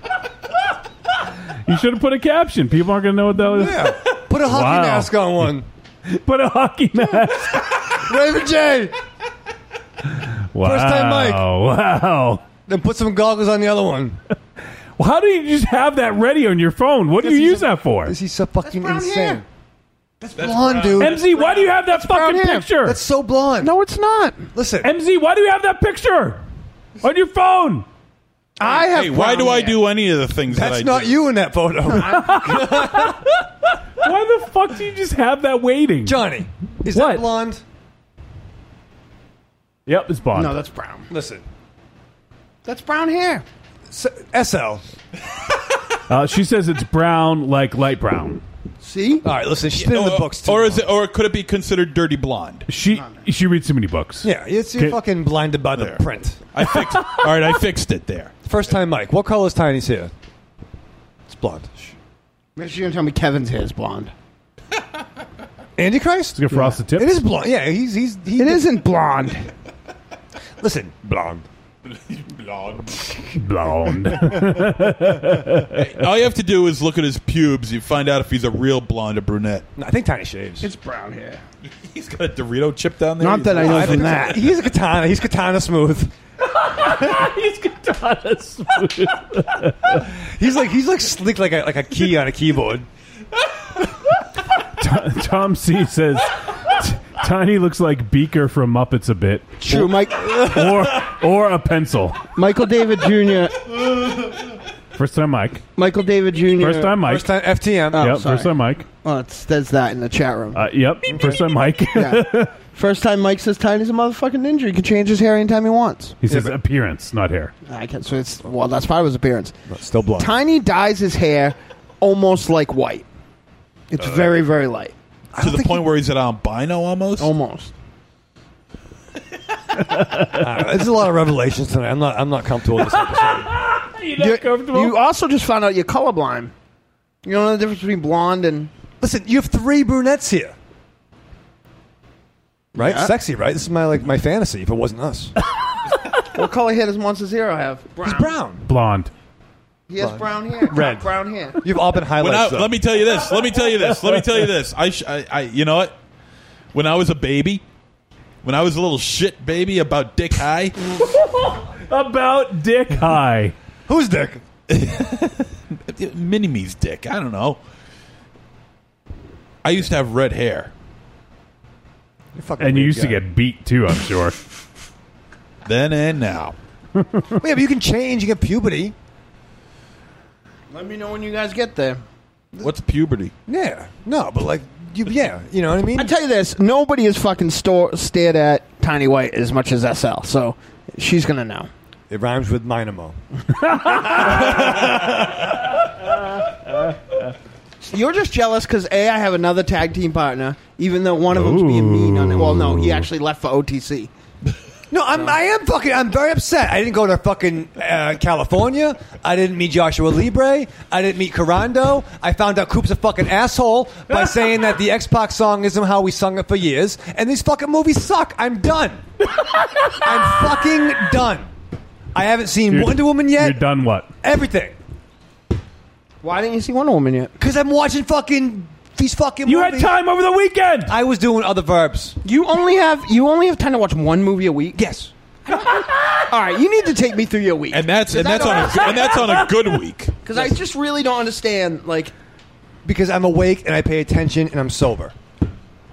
Speaker 6: guy's blonde.
Speaker 4: You should have put a caption. People aren't gonna know what that was.
Speaker 6: Yeah. Put a hockey
Speaker 4: Wow.
Speaker 6: mask on one.
Speaker 4: [laughs] Put a hockey mask.
Speaker 6: [laughs] Raven J.
Speaker 4: Wow.
Speaker 6: time Mike.
Speaker 4: Wow.
Speaker 6: Then put some goggles on the other one.
Speaker 4: Well, how do you just have that ready on your phone? What do you use that for?
Speaker 6: Is he so fucking
Speaker 5: brown
Speaker 6: insane?
Speaker 5: hair.
Speaker 6: That's, blonde, dude.
Speaker 4: MZ, why do you have that fucking
Speaker 5: hair.
Speaker 4: picture?
Speaker 6: That's so blonde.
Speaker 5: No, it's not.
Speaker 6: Listen.
Speaker 4: MZ, why do you have that picture on your phone?
Speaker 5: I have.
Speaker 8: Hey, why do I do any of the things that I
Speaker 6: that's
Speaker 8: do?
Speaker 6: not you in
Speaker 4: [laughs]
Speaker 6: that photo. [laughs]
Speaker 4: Why the fuck do you just have that waiting?
Speaker 6: Johnny. Is
Speaker 4: What?
Speaker 6: that blonde?
Speaker 4: Yep, it's Bond.
Speaker 5: No, that's brown.
Speaker 6: Listen.
Speaker 5: That's brown hair.
Speaker 6: S- SL.
Speaker 4: Uh, she says it's brown, like light brown.
Speaker 5: See?
Speaker 6: All right, listen. She's
Speaker 8: been in the books too. Or is it? Or could it be considered dirty blonde?
Speaker 4: She she reads too many books.
Speaker 6: Yeah, it's, you're
Speaker 4: Okay.
Speaker 6: fucking blinded by the print.
Speaker 8: I fixed. all right, I fixed it there.
Speaker 6: First time, Mike. What color is Tiny's hair? It's blonde.
Speaker 5: She's gonna tell me Kevin's hair is blonde.
Speaker 6: [laughs] Andy Christ.
Speaker 4: Let's get frosted tips.
Speaker 6: It is blonde. Yeah, he's he's. He
Speaker 5: It
Speaker 6: [laughs]
Speaker 5: isn't blonde.
Speaker 6: Listen, blonde.
Speaker 4: blonde.
Speaker 8: All you have to do is look at his pubes. You find out if he's a real blonde or brunette.
Speaker 6: No, I think Tiny shaves.
Speaker 5: It's brown hair.
Speaker 8: [laughs] He's got a Dorito chip down there.
Speaker 5: Not
Speaker 8: He's
Speaker 5: that I
Speaker 8: like,
Speaker 5: know
Speaker 8: "Oh,
Speaker 5: from
Speaker 8: think
Speaker 5: that.
Speaker 6: He's a katana. He's katana smooth.
Speaker 4: [laughs] He's katana smooth.
Speaker 6: He's like he's like slick like a like a key on a keyboard.
Speaker 4: Tom, Tom C says "T- Tiny looks like Beaker from Muppets a bit,
Speaker 5: True, Mike.
Speaker 4: or or a pencil.
Speaker 5: Michael David Jr.
Speaker 4: First time Mike.
Speaker 5: Michael David Jr.
Speaker 4: First time Mike.
Speaker 6: First time FTM.
Speaker 5: Oh,
Speaker 4: yep.
Speaker 5: sorry.
Speaker 4: First time Mike.
Speaker 5: Oh, it says that in the chat room.
Speaker 4: Uh, yep. First time Mike.
Speaker 5: Yeah. First time Mike says Tiny's a motherfucking ninja. He can change his hair anytime he wants.
Speaker 4: he says appearance, not hair.
Speaker 5: I can. So it's well, that's part of his appearance.
Speaker 6: Still blonde.
Speaker 5: Tiny dyes his hair almost like white. It's
Speaker 4: Uh,
Speaker 5: very, very light.
Speaker 8: To the point where he's an albino almost.
Speaker 5: Almost.
Speaker 6: There's Uh, a lot of revelations tonight. I'm not I'm not comfortable with this
Speaker 5: [laughs]
Speaker 6: episode.
Speaker 5: You're- You also just found out you're colorblind. You don't know the difference between blonde and
Speaker 6: Listen, you have three brunettes
Speaker 5: [laughs]
Speaker 6: here. Right? Sexy, right? This is my like my fantasy if it wasn't us.
Speaker 5: what color hair does Monster Zero have? Brown.
Speaker 6: He's brown. [laughs]
Speaker 4: Blonde.
Speaker 5: He has brown [laughs] hair.
Speaker 6: Red.
Speaker 5: Brown hair.
Speaker 6: You've all been
Speaker 8: When I,
Speaker 6: highlights. though.
Speaker 8: let me tell you this. Let me tell you this. Let me tell you this. I, sh- I, I, you know what? When I was a baby, when I was a little shit baby about dick high,
Speaker 4: [laughs] About dick high.
Speaker 8: [laughs]
Speaker 6: Who's Dick?
Speaker 8: mini me's dick. I don't know. I used to have red hair.
Speaker 6: You're fucking
Speaker 4: And you
Speaker 6: weird
Speaker 4: used to
Speaker 6: guy.
Speaker 4: get beat too, I'm sure.
Speaker 8: [laughs] Then and now. [laughs]
Speaker 6: Yeah, but you can change. You get puberty.
Speaker 5: Let me know when you guys get there.
Speaker 8: What's puberty?
Speaker 6: Yeah. No, but like you. Yeah. You know what I mean?
Speaker 5: I tell you this, nobody has fucking store, stared at Tiny White as much as SL, so she's gonna know.
Speaker 6: it rhymes with Minamo.
Speaker 5: You're just jealous because a I have another tag team partner, even though one of them's being mean on it. Well, no, he actually left for OTC.
Speaker 6: No, I'm, I am fucking. I'm very upset. I didn't go to fucking uh, California. I didn't meet Joshua Libre. I didn't meet Carando. I found out Coop's a fucking asshole
Speaker 4: [laughs]
Speaker 6: by saying that the X Pac song isn't how we sung it for years. And these fucking movies suck.
Speaker 4: [laughs]
Speaker 6: I'm done. I'm fucking done. I haven't seen
Speaker 4: You're-
Speaker 6: Wonder Woman yet.
Speaker 4: You're done what?
Speaker 6: Everything.
Speaker 5: Why didn't you see Wonder Woman yet?
Speaker 6: Because I'm watching fucking these fucking
Speaker 4: You
Speaker 6: movies.
Speaker 4: had time over the weekend.
Speaker 6: I was doing other verbs.
Speaker 5: You only have you only have time to watch one movie a week.
Speaker 6: Yes. [laughs]
Speaker 5: All right, you need to take me through your week
Speaker 8: And that's and
Speaker 5: I
Speaker 8: that's on a
Speaker 5: don't-
Speaker 8: and that's on a good week.
Speaker 5: because I just really don't understand. Like,
Speaker 6: Because I'm awake and I pay attention and I'm sober.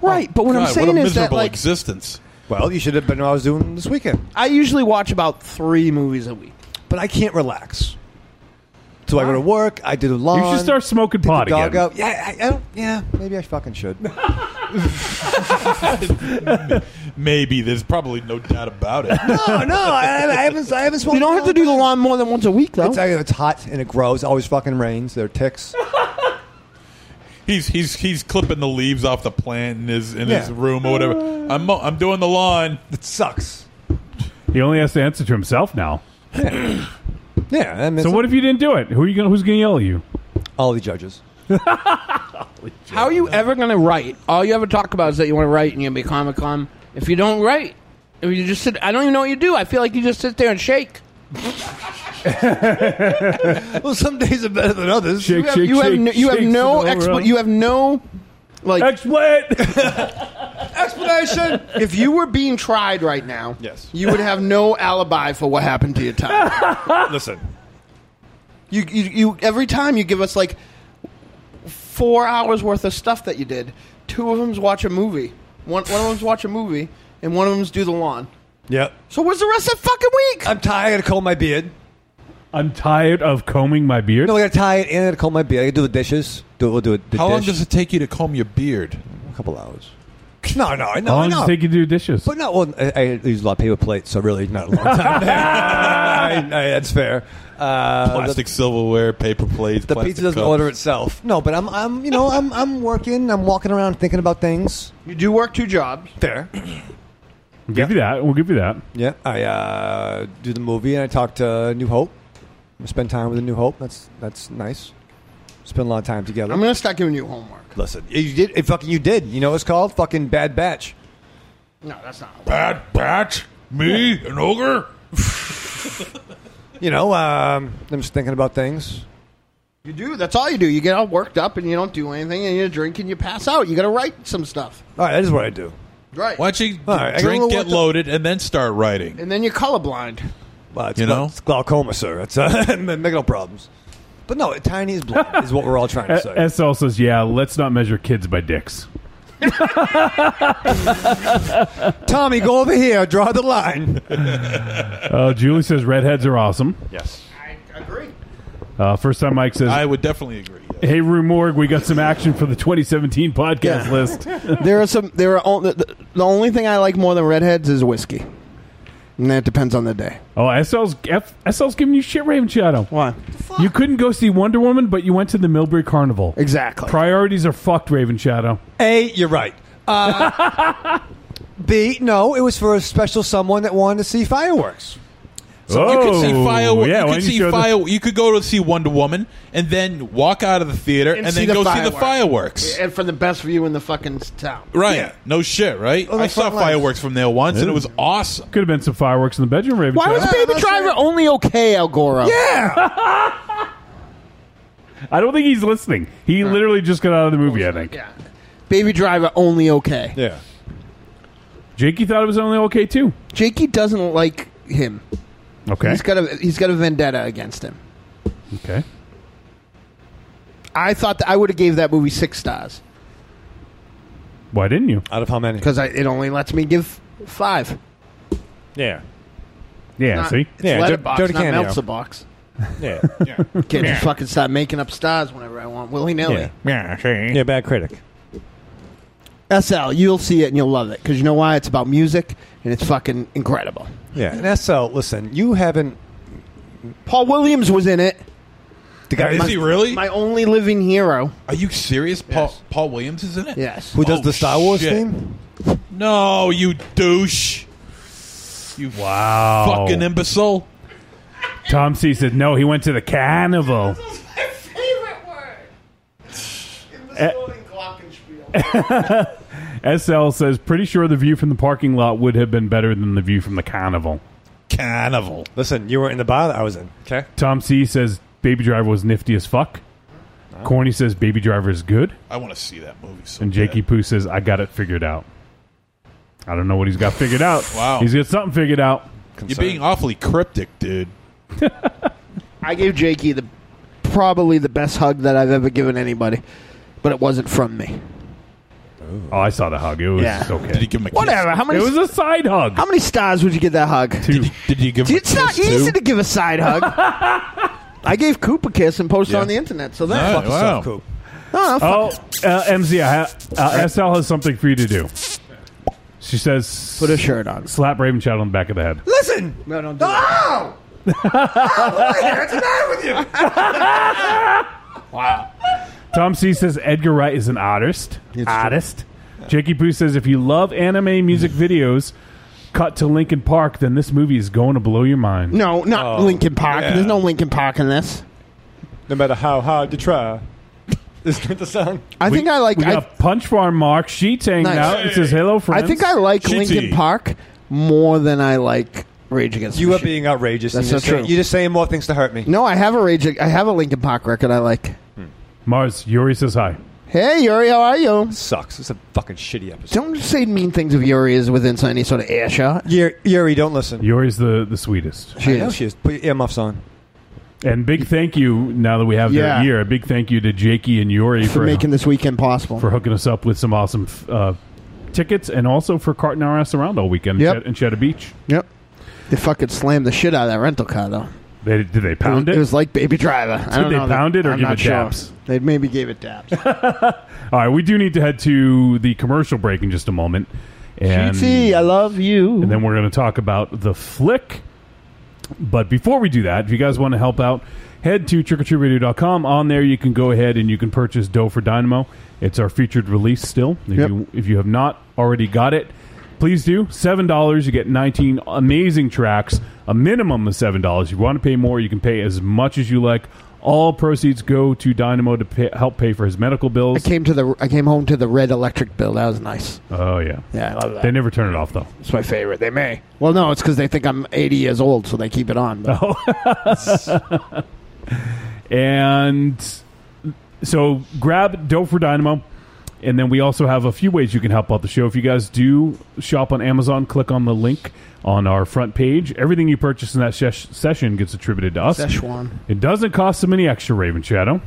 Speaker 5: right? But what
Speaker 8: God,
Speaker 5: I'm
Speaker 8: what
Speaker 5: saying
Speaker 8: a
Speaker 5: is that
Speaker 8: miserable
Speaker 5: like
Speaker 8: existence.
Speaker 6: Well, you should have been what I was doing this weekend.
Speaker 5: I usually watch about three movies a week.
Speaker 6: but I can't relax. So I go to work. I do the lawn.
Speaker 4: You should start smoking
Speaker 6: pick the
Speaker 4: pot
Speaker 6: dog
Speaker 4: Oh, again.
Speaker 6: up. Yeah, I, I don't. Yeah, maybe I fucking should.
Speaker 8: Maybe there's probably no doubt about
Speaker 6: [laughs]
Speaker 8: it.
Speaker 6: no, no, I, I haven't. I haven't smoked.
Speaker 5: [laughs] You don't have to do the lawn more than once a week, though.
Speaker 6: It's, it's hot and it grows. Always fucking rains. There are ticks.
Speaker 8: he's he's he's clipping the leaves off the plant in his in his
Speaker 6: Yeah. Uh.
Speaker 8: room or whatever. I'm mo- I'm doing the lawn.
Speaker 6: It [coughs] sucks.
Speaker 4: He only has to answer to himself now.
Speaker 6: Yeah. I mean,
Speaker 4: So what if you didn't do it? Who are you gonna, who's gonna yell at you?
Speaker 6: all the judges?
Speaker 5: How are you ever going to write? All you ever talk about is that you want to write and you're going to be Comic Con. If you don't write, if you just sit, I don't even know what you do. I feel like you just sit there and shake.
Speaker 6: [laughs] Well, some days are better than others.
Speaker 4: Shake,
Speaker 5: You have,
Speaker 4: shake,
Speaker 5: you have,
Speaker 4: shake,
Speaker 5: no, you have
Speaker 4: shakes
Speaker 5: no
Speaker 4: it all
Speaker 5: expl-
Speaker 4: around.
Speaker 5: You have no like.
Speaker 4: Exploit!
Speaker 5: [laughs] explanation. if you were being tried right now,
Speaker 6: Yes.
Speaker 5: you would have no alibi for what happened to your time.
Speaker 6: Listen.
Speaker 5: you, you, you, every time you give us like four hours worth of stuff that you did. Two of them's watch a movie. One, one of them's watch a movie, and one of them's do the lawn.
Speaker 6: Yep.
Speaker 5: So where's the rest of the fucking week?
Speaker 6: I'm tired. I gotta comb my beard.
Speaker 4: I'm tired of combing my beard.
Speaker 6: No, I gotta tie it and I gotta comb my beard. I gotta do the dishes. Do we'll do it. the
Speaker 8: How long
Speaker 6: dish.
Speaker 8: does it take you to comb your beard?
Speaker 6: A couple hours.
Speaker 4: back.
Speaker 6: No, no, I know.
Speaker 4: How
Speaker 6: I
Speaker 4: long
Speaker 6: know.
Speaker 4: does it take you to do dishes?
Speaker 6: But no, well, I, I use a lot of paper plates, so really not a long time. there. [laughs] I, I, that's fair. Uh,
Speaker 8: Plastic silverware, paper plates.
Speaker 6: The pizza doesn't order itself. No, but I'm, I'm, you know, I'm, I'm working. I'm walking around thinking about things.
Speaker 12: You do work two jobs.
Speaker 6: Fair.
Speaker 4: We'll give you that. We'll give you that.
Speaker 6: Yeah, I uh, do the movie and I talk to New Hope. I spend time with New Hope. That's that's nice. Spend a lot of time together.
Speaker 5: I'm gonna start giving you homework.
Speaker 6: Listen, you did. It fucking you did. You know what it's called? Fucking Bad Batch.
Speaker 5: No, that's not.
Speaker 8: Bad batch? Me? An
Speaker 5: [laughs]
Speaker 8: ogre?
Speaker 6: You know, um, I'm just thinking about things.
Speaker 5: You do. That's all you do. You get all worked up and you don't do anything and you drink and you pass out. You got to write some stuff.
Speaker 6: All right, that is what I do.
Speaker 5: Right.
Speaker 8: Why don't you
Speaker 6: All right, I got a little
Speaker 8: drink, get
Speaker 6: worked up.
Speaker 8: loaded, and then start [laughs] writing?
Speaker 5: And then you're colorblind.
Speaker 6: Well, it's
Speaker 8: You
Speaker 6: gla-
Speaker 8: know?
Speaker 6: it's glaucoma, sir. It's uh, [laughs] medical problems. But no, tiny is blind is what we're all trying to
Speaker 4: E, S-
Speaker 6: say.
Speaker 4: SL says, yeah, let's not measure kids by dicks. [laughs]
Speaker 6: Tommy, go over here. Draw the line.
Speaker 4: Uh, Julie says, redheads are awesome.
Speaker 6: [laughs] Yes.
Speaker 4: Uh, first time Mike says,
Speaker 8: I would definitely agree. yeah.
Speaker 4: hey, Room Org, we got some action for the 2017 podcast
Speaker 5: Yeah.
Speaker 4: list.
Speaker 5: [laughs] there are some. There are on, the, the only thing I like more than redheads is whiskey, and that depends on the day.
Speaker 4: Oh, SL's, F, SL's giving you shit, Raven Shadow.
Speaker 5: Why?
Speaker 4: You couldn't go see Wonder Woman, but you went to the Millbury Carnival.
Speaker 5: Exactly.
Speaker 4: Priorities are fucked, Raven Shadow.
Speaker 6: A, you're right. Uh, B, no, it was for a special someone that wanted to see fireworks.
Speaker 4: oh,
Speaker 8: you could see fireworks.
Speaker 4: Yeah,
Speaker 8: you
Speaker 4: why
Speaker 8: could
Speaker 4: didn't
Speaker 8: see
Speaker 4: show the-
Speaker 8: fire. you could go to see Wonder Woman and then walk out of the theater and,
Speaker 5: And see
Speaker 8: then
Speaker 5: the
Speaker 8: go see the
Speaker 5: fireworks.
Speaker 8: fireworks.
Speaker 5: And for the best view in the fucking town.
Speaker 8: Right? No shit. Right?
Speaker 6: the
Speaker 8: I saw
Speaker 6: front lines.
Speaker 8: fireworks from there once, and it was awesome.
Speaker 4: Could have been some fireworks in the bedroom, Raven
Speaker 5: Why
Speaker 4: Shadow.
Speaker 5: was Baby Driver only okay, Al Goro? Yeah.
Speaker 4: [laughs] I don't think he's listening. He literally just got out of the movie, I think.
Speaker 5: Baby Driver only okay.
Speaker 6: Yeah.
Speaker 4: Jakey thought it was only okay, too.
Speaker 5: Jakey doesn't like him.
Speaker 4: Okay.
Speaker 5: He's got a he's got a vendetta against him.
Speaker 4: Okay.
Speaker 5: I thought that I would have gave that movie six stars
Speaker 4: Why didn't you?
Speaker 6: Out of how many?
Speaker 5: because it only lets me give five.
Speaker 6: Yeah.
Speaker 4: Yeah,
Speaker 5: Not-
Speaker 4: see?
Speaker 5: It's
Speaker 6: Yeah,
Speaker 5: letterbox,
Speaker 6: Dirty
Speaker 5: not
Speaker 6: Cameo.
Speaker 5: Meltzer box.
Speaker 6: [laughs] Yeah.
Speaker 5: Can't just fucking start making up stars whenever I want, willy nilly.
Speaker 4: Yeah, see?
Speaker 6: yeah, bad critic.
Speaker 5: SL, you'll see it and you'll love it because you know why? It's about music and it's fucking incredible.
Speaker 6: Yeah. And SL, listen, you haven't.
Speaker 5: Paul Williams was in it.
Speaker 6: The guy
Speaker 8: Is he really?
Speaker 5: My only living hero.
Speaker 8: Are you serious? Paul Paul Williams is in it.
Speaker 5: Yes.
Speaker 6: who does
Speaker 8: Oh,
Speaker 6: the Star Wars
Speaker 8: shit.
Speaker 6: theme?
Speaker 8: No, you douche. You
Speaker 4: Wow.
Speaker 8: fucking imbecile.
Speaker 4: Tom C said no. He went to the carnival. [laughs] SL says pretty sure the view from the parking lot would have been better than the view from the carnival.
Speaker 8: Carnival.
Speaker 6: Listen, you were in the bar that I was in. Okay.
Speaker 4: Tom C says Baby Driver was nifty as fuck. Corny says Baby Driver is good,
Speaker 8: I want to see that movie. So
Speaker 4: and Jakey Poo says I got it figured out. I don't know what he's got figured out.
Speaker 8: [laughs] Wow.
Speaker 4: he's got something figured out.
Speaker 8: bad. you're being awfully cryptic,
Speaker 4: [laughs]
Speaker 8: dude.
Speaker 5: I gave Jakey the probably the best hug that I've ever given anybody, but it wasn't from me.
Speaker 4: Oh, I saw the hug. It was
Speaker 5: Yeah.
Speaker 4: okay.
Speaker 8: Did you give him a kiss?
Speaker 5: Whatever. How many?
Speaker 4: it was a side hug.
Speaker 5: how many stars would you give that hug?
Speaker 4: Two.
Speaker 8: Did you give him
Speaker 5: Dude,
Speaker 8: a
Speaker 5: it's not
Speaker 8: kiss, too?
Speaker 5: easy to give a
Speaker 4: [laughs]
Speaker 5: side hug. I gave Coop a kiss and posted
Speaker 8: Yeah.
Speaker 5: on the internet, so
Speaker 8: All
Speaker 5: that.
Speaker 8: right, wow.
Speaker 6: Cool.
Speaker 5: Oh, fuck.
Speaker 4: Oh, uh, MZ, I ha- uh, SL has something for you to do. She says,
Speaker 5: Put a shirt on.
Speaker 4: slap Raven Shadow on the back of the head.
Speaker 6: Listen! Oh!
Speaker 5: No, don't do that.
Speaker 4: [laughs] [laughs]
Speaker 6: [laughs]
Speaker 4: Tom C says Edgar Wright is an artist. artist. Jakey Poo says if you love anime music
Speaker 5: Mm-hmm.
Speaker 4: videos, cut to Linkin Park, then this movie is going to blow your mind.
Speaker 5: No,
Speaker 4: Oh.
Speaker 5: not Lincoln Park. There's no Lincoln Park in this.
Speaker 6: No matter how hard you try. [laughs] Isn't that the song?
Speaker 5: I think I like.
Speaker 4: We
Speaker 5: I,
Speaker 4: got Punch Farm Mark. Sheets hanging
Speaker 5: Nice.
Speaker 4: out. It says hello
Speaker 5: I
Speaker 4: friends.
Speaker 5: think I like
Speaker 8: Cheaty.
Speaker 5: Lincoln Park more than I like Rage Against.
Speaker 6: You
Speaker 5: the
Speaker 6: are
Speaker 5: Machine.
Speaker 6: being outrageous.
Speaker 5: That's
Speaker 6: you're
Speaker 5: not
Speaker 6: just saying-
Speaker 5: true.
Speaker 6: You're just saying more things to hurt me.
Speaker 5: No, I have a Rage. I have a Lincoln Park record. I like.
Speaker 4: Hmm. Mars Yuri says hi.
Speaker 5: Hey Yuri, how are you?
Speaker 6: Sucks. It's a fucking shitty episode.
Speaker 5: Don't say mean things of Yuri is within any sort of earshot.
Speaker 6: Yuri, Yuri, don't listen.
Speaker 4: Yuri's the the sweetest.
Speaker 5: She
Speaker 6: I know
Speaker 5: is.
Speaker 6: she is. Put your earmuffs on.
Speaker 4: And big thank you. Now that we have
Speaker 5: Yeah.
Speaker 4: their year, a big thank you to Jakey and Yuri
Speaker 5: for making this weekend possible.
Speaker 4: for hooking us up with some awesome f- uh, tickets, and also for carting our ass around all weekend in
Speaker 5: Yep.
Speaker 4: Chat- in Chatter Beach.
Speaker 5: yep. They fucking slammed the shit out of that rental car though.
Speaker 4: They did they pound it?
Speaker 5: It was like Baby Driver. I
Speaker 4: Did
Speaker 5: don't
Speaker 4: they
Speaker 5: know that-
Speaker 4: pound it or
Speaker 5: I'm
Speaker 4: give
Speaker 5: not
Speaker 4: it
Speaker 5: sure.
Speaker 4: daps?
Speaker 5: They maybe gave it daps.
Speaker 4: All right, we do need to head to the commercial break in just a moment. And,
Speaker 5: QT,
Speaker 4: I
Speaker 5: love you.
Speaker 4: And then we're going to talk about the flick. But before we do that, if you guys want to help out, head to trickortreatradio.com. On there, you can go ahead and you can purchase Dough for Dynamo. It's our featured release still. If, you, if you have not already got it, please do. $7, you get 19 amazing tracks, a minimum of $7. If you want to pay more, you can pay as much as you like. All proceeds go to Dynamo to pay, help pay for his medical bills.
Speaker 5: I came to the I came home to the red electric bill. That was nice.
Speaker 4: Oh yeah,
Speaker 5: yeah, I love that.
Speaker 4: They never turn it off though.
Speaker 5: It's my favorite. They may. Well, no, it's because they think I'm 80 years old, so they keep it on. but-
Speaker 4: Oh. [laughs] And so grab Dough for Dynamo. And then we also have a few ways you can help out the show. If you guys do shop on Amazon, click on the link on our front page. Everything you purchase in that sesh- session gets attributed to us.
Speaker 5: Szechuan.
Speaker 4: It doesn't cost them any extra, Raven Shadow.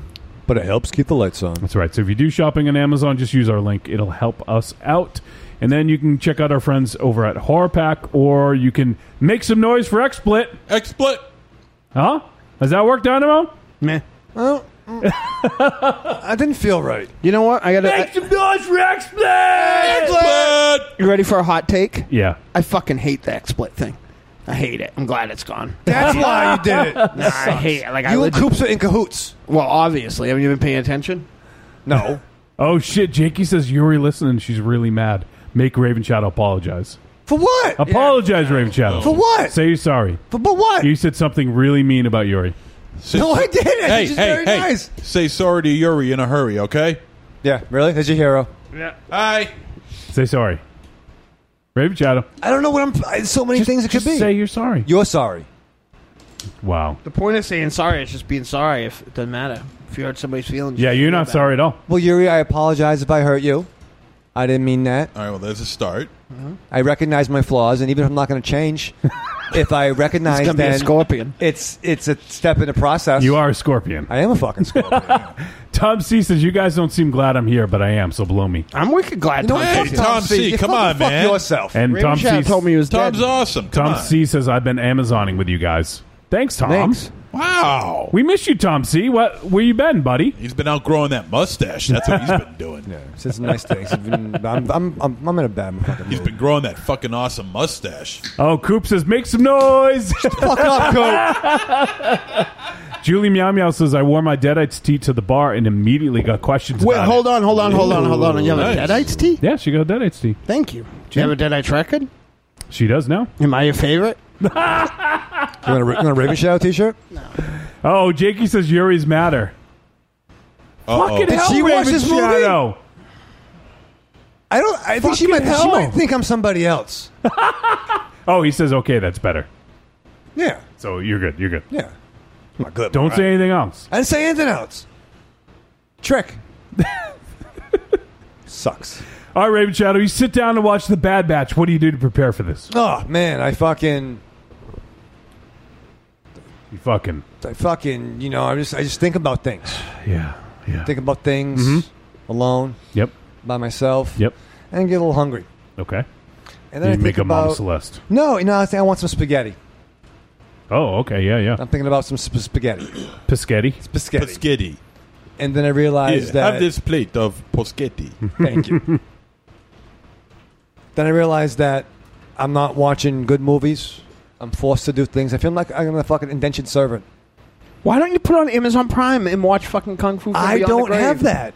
Speaker 6: But it helps keep the lights on.
Speaker 4: That's right. So if you do shopping on Amazon, just use our link. It'll help us out. And then you can check out our friends over at Horror Pack, or you can make some noise for XSplit.
Speaker 8: XSplit!
Speaker 4: Huh? Has that worked, Dynamo?
Speaker 5: Meh.
Speaker 6: Well, I didn't feel right.
Speaker 5: You know what? I got
Speaker 4: Make some noise for
Speaker 5: You ready for a hot take?
Speaker 4: Yeah.
Speaker 5: I fucking hate the XSplit thing. I hate it. I'm glad it's gone.
Speaker 6: That's why you
Speaker 5: [laughs]
Speaker 6: did it.
Speaker 5: Nah, I hate it. Like I
Speaker 6: you and
Speaker 5: legit-
Speaker 6: Coops are in cahoots.
Speaker 5: Well, obviously, haven't you been paying attention?
Speaker 6: No.
Speaker 4: [laughs] Oh shit! Jakey says Yuri listening. She's really mad. Make Raven Shadow apologize.
Speaker 6: For what?
Speaker 4: Apologize, Raven Shadow.
Speaker 6: For what?
Speaker 4: Say you're sorry.
Speaker 6: For, but what?
Speaker 4: You said something really mean about Yuri.
Speaker 6: no, I didn't.
Speaker 8: Hey,
Speaker 6: She's
Speaker 8: hey,
Speaker 6: very
Speaker 8: hey.
Speaker 6: nice.
Speaker 8: Say sorry to Yuri in a hurry, okay?
Speaker 6: Yeah, really? As your hero.
Speaker 8: Hi.
Speaker 4: Say sorry. Raven Shadow.
Speaker 6: I don't know what I'm. I- So many things it could
Speaker 4: Just
Speaker 6: be.
Speaker 4: say you're sorry.
Speaker 6: You're sorry.
Speaker 4: Wow.
Speaker 5: The point of saying sorry is just being sorry. If it doesn't matter, if you hurt somebody's feelings,
Speaker 4: Yeah, you're not sorry at all.
Speaker 6: Well, Yuri, I apologize if I hurt you. I didn't mean that. Mm-hmm.
Speaker 8: All right, well, there's a start.
Speaker 6: I recognize my flaws, and even if I'm not going to
Speaker 4: [laughs]
Speaker 6: change, if I recognize
Speaker 5: It's gonna be a
Speaker 6: then
Speaker 5: scorpion.
Speaker 6: it's it's a step in the process.
Speaker 4: You are a scorpion.
Speaker 6: I am a fucking scorpion.
Speaker 4: [laughs] Tom C says you guys don't seem glad I'm here, but I am. So blow me.
Speaker 5: I'm wicked glad.
Speaker 6: You know
Speaker 5: Tom
Speaker 6: what?
Speaker 8: Hey,
Speaker 6: Fuck
Speaker 5: did.
Speaker 8: Tom C,
Speaker 6: You
Speaker 8: come
Speaker 6: fucking
Speaker 8: on,
Speaker 6: fuck
Speaker 8: man.
Speaker 6: yourself.
Speaker 4: And
Speaker 5: Raven
Speaker 4: Tom
Speaker 5: Shaw
Speaker 4: C.
Speaker 5: told me he was
Speaker 8: Tom's
Speaker 5: dead.
Speaker 8: awesome. Come
Speaker 4: Tom
Speaker 8: on.
Speaker 4: C says I've been Amazoning with you guys. Thanks, Tom.
Speaker 5: Thanks.
Speaker 8: Wow.
Speaker 4: We miss you, Tom C. What? Where you been, buddy?
Speaker 8: He's been outgrowing that mustache. That's what he's
Speaker 6: [laughs]
Speaker 8: been doing.
Speaker 6: Yeah, said some nice things. I'm, I'm, I'm, I'm in a bad fucking
Speaker 8: He's
Speaker 6: mood.
Speaker 8: been growing that fucking awesome mustache.
Speaker 4: Oh, Coop says make some noise.
Speaker 6: Fuck off, Coop.
Speaker 4: [laughs]
Speaker 8: [laughs]
Speaker 4: Julie Meow Meow says, I wore my Deadites tee to the bar and immediately got questions
Speaker 5: Wait,
Speaker 4: about
Speaker 5: hold
Speaker 4: it.
Speaker 5: on, hold on, hold on, hold on. You have
Speaker 8: Nice.
Speaker 5: a Deadites tea?
Speaker 4: Yeah, she got a Deadites tee.
Speaker 5: Thank you. Do you have a Deadite record?
Speaker 4: She does now.
Speaker 5: Am I your favorite?
Speaker 6: You want a, Ra- you want a Raven Shadow T-shirt?
Speaker 4: Oh, Jakey says Yuri's madder.
Speaker 8: Uh-oh.
Speaker 4: Fucking
Speaker 6: Did
Speaker 4: hell,
Speaker 6: she watch
Speaker 4: Raven
Speaker 6: this movie?
Speaker 4: Shadow.
Speaker 6: I don't. I think she might.
Speaker 4: Fucking
Speaker 6: She
Speaker 4: hell.
Speaker 6: might think I'm somebody else.
Speaker 4: Oh, he says, okay, that's better.
Speaker 6: Yeah.
Speaker 4: So you're good, you're good.
Speaker 6: Yeah. I'm not good.
Speaker 4: Don't say anything else.
Speaker 6: I didn't say anything else.
Speaker 4: [laughs]
Speaker 6: Trick. Sucks.
Speaker 4: All right, Raven Shadow, you sit down and watch The Bad Batch. What do you do to prepare for this?
Speaker 6: Oh man, I fucking,
Speaker 4: You fucking.
Speaker 6: I fucking, you know, I just, I just think about things.
Speaker 4: [sighs] Yeah, yeah. Mm-hmm.
Speaker 6: Think about things alone,
Speaker 4: Yep,
Speaker 6: by myself,
Speaker 4: yep.
Speaker 6: and get a little hungry.
Speaker 4: Okay.
Speaker 6: And then
Speaker 4: You
Speaker 6: I
Speaker 4: make
Speaker 6: think
Speaker 4: a mom
Speaker 6: about
Speaker 4: Celeste.
Speaker 6: no, you know, I think I want some spaghetti.
Speaker 4: Oh, okay, yeah, yeah.
Speaker 6: I'm thinking about some sp-
Speaker 4: [clears throat]
Speaker 6: spaghetti,
Speaker 4: Piscetti.
Speaker 6: spaghetti,
Speaker 8: Poschetti.
Speaker 6: and then I
Speaker 8: Yeah,
Speaker 6: realized that
Speaker 8: Have this plate of poschetti.
Speaker 6: Thank you. [laughs] then I realized that I'm not watching good movies. I'm forced to do things. I feel like I'm a fucking indentured servant.
Speaker 5: Why don't you put on Amazon Prime and watch fucking Kung Fu? From
Speaker 6: I
Speaker 5: Beyond the
Speaker 6: don't
Speaker 5: Grave?
Speaker 6: have that.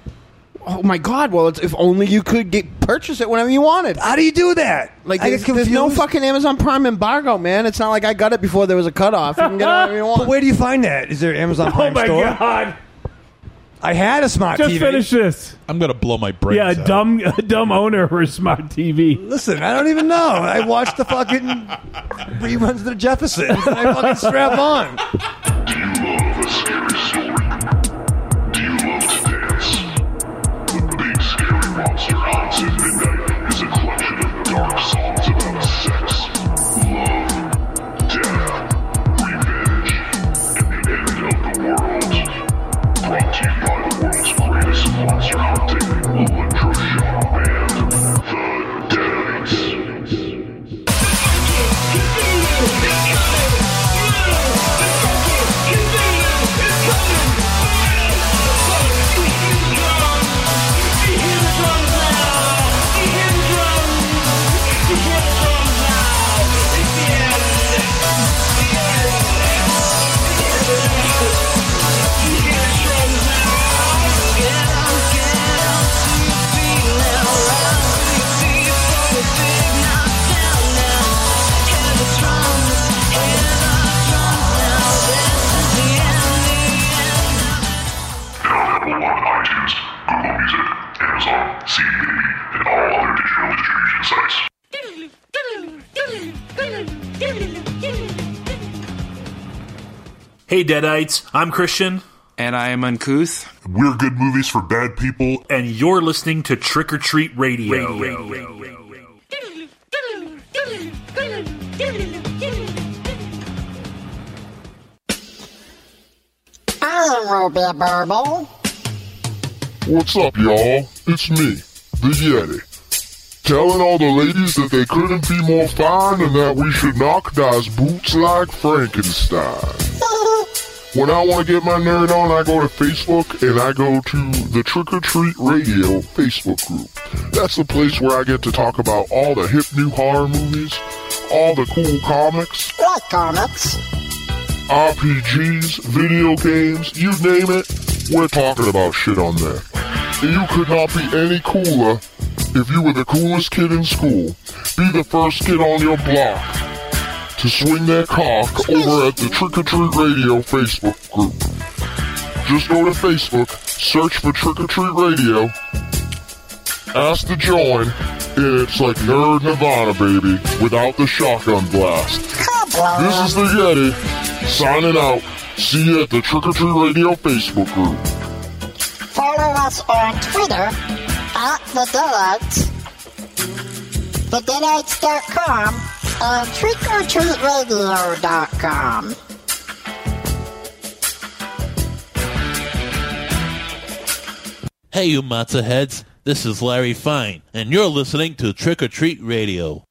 Speaker 5: Oh my god! Well, it's, if only you could get purchase it whenever you wanted.
Speaker 6: How do you do that?
Speaker 5: Like
Speaker 6: I
Speaker 5: there's, there's no fucking Amazon Prime embargo, man. It's not like I got it before there was a cutoff. You can get it whenever
Speaker 6: [laughs]
Speaker 5: you
Speaker 6: But
Speaker 5: want.
Speaker 6: where do you find that? Is there an
Speaker 4: [laughs]
Speaker 6: Amazon
Speaker 4: Oh
Speaker 6: Prime
Speaker 4: my
Speaker 6: store?
Speaker 4: god!
Speaker 6: I had a smart
Speaker 4: Just
Speaker 6: TV.
Speaker 4: finish this.
Speaker 8: I'm gonna blow my brains.
Speaker 4: Yeah, a
Speaker 8: out.
Speaker 4: dumb, [laughs] a dumb owner for a smart TV.
Speaker 6: Listen, I don't even know. I watched the fucking reruns of the Jeffersons. [laughs] And I fucking strap on.
Speaker 3: Do you love a scary story? Do you love to dance? The Big Scary Monster Haunts at Midnight is a collection of dark songs about sex, love, death, revenge, and the end of the world. Brought to you by the world's greatest monster hunting electroshock band, The Deadites.
Speaker 13: Keep it, keep it, keep it.
Speaker 14: Hey, Deadites, I'm Christian. And I am Uncouth. We're good movies for bad people. And you're listening to Trick or Treat Radio.
Speaker 3: Radio.
Speaker 15: I'll be a bubble.
Speaker 3: What's up, y'all? It's me, the Yeti, telling all the ladies that they couldn't be more fine and that we should knock those boots like Frankenstein. When I want to get my nerd on, I go to Facebook and I go to the Trick or Treat Radio Facebook group. That's the place where I get to talk about all the hip new horror movies, all the cool comics,
Speaker 15: Like comics.
Speaker 3: RPGs, video games, you name it, we're talking about shit on there. And you could not be any cooler if you were the coolest kid in school. Be the first kid on your block to swing that cock over at the Trick or Treat Radio Facebook group. Just go to Facebook, search for Trick or Treat Radio, ask to join, and it's like Nerd Nirvana, baby, without the shotgun blast. This is the Yeti signing out. See you at the Trick or Treat Radio Facebook group.
Speaker 15: Follow us on Twitter at the Deadites, thedeadites.com, and trickortreatradio.com.
Speaker 2: Hey, you matzo heads. This is Larry Fine, and you're listening to Trick or Treat Radio.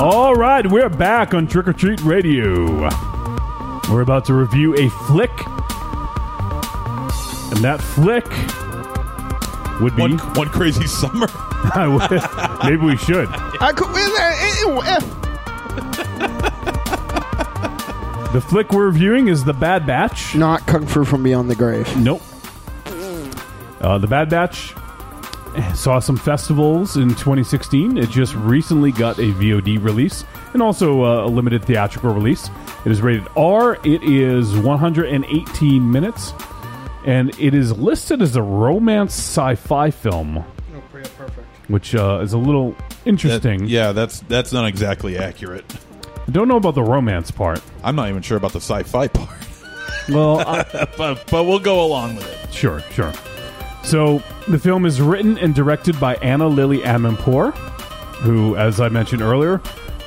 Speaker 4: All right, we're back on Trick or Treat Radio. We're about to review a flick, and that flick would be one,
Speaker 8: one
Speaker 4: [laughs]
Speaker 8: crazy [laughs] summer.
Speaker 4: Maybe we should.
Speaker 8: [laughs]
Speaker 12: I could, eh, eh, eh,
Speaker 4: The flick we're reviewing is The Bad Batch.
Speaker 5: Not Kung Fu from Beyond the Grave.
Speaker 4: Nope. Uh, the Bad Batch saw some festivals in 2016. It just recently got a VOD release and also uh, a limited theatrical release. It is rated R. It is 118 minutes, and it is listed as a romance sci-fi film, which uh, is a little interesting.
Speaker 8: yeah, that's that's not exactly accurate.
Speaker 4: I don't know about the romance part.
Speaker 8: I'm not even sure about the sci-fi part. [laughs]
Speaker 4: Well,
Speaker 8: but, but we'll go along with it.
Speaker 4: Sure, sure. So the film is written and directed by Anna Lily Amanpour, who, as I mentioned earlier,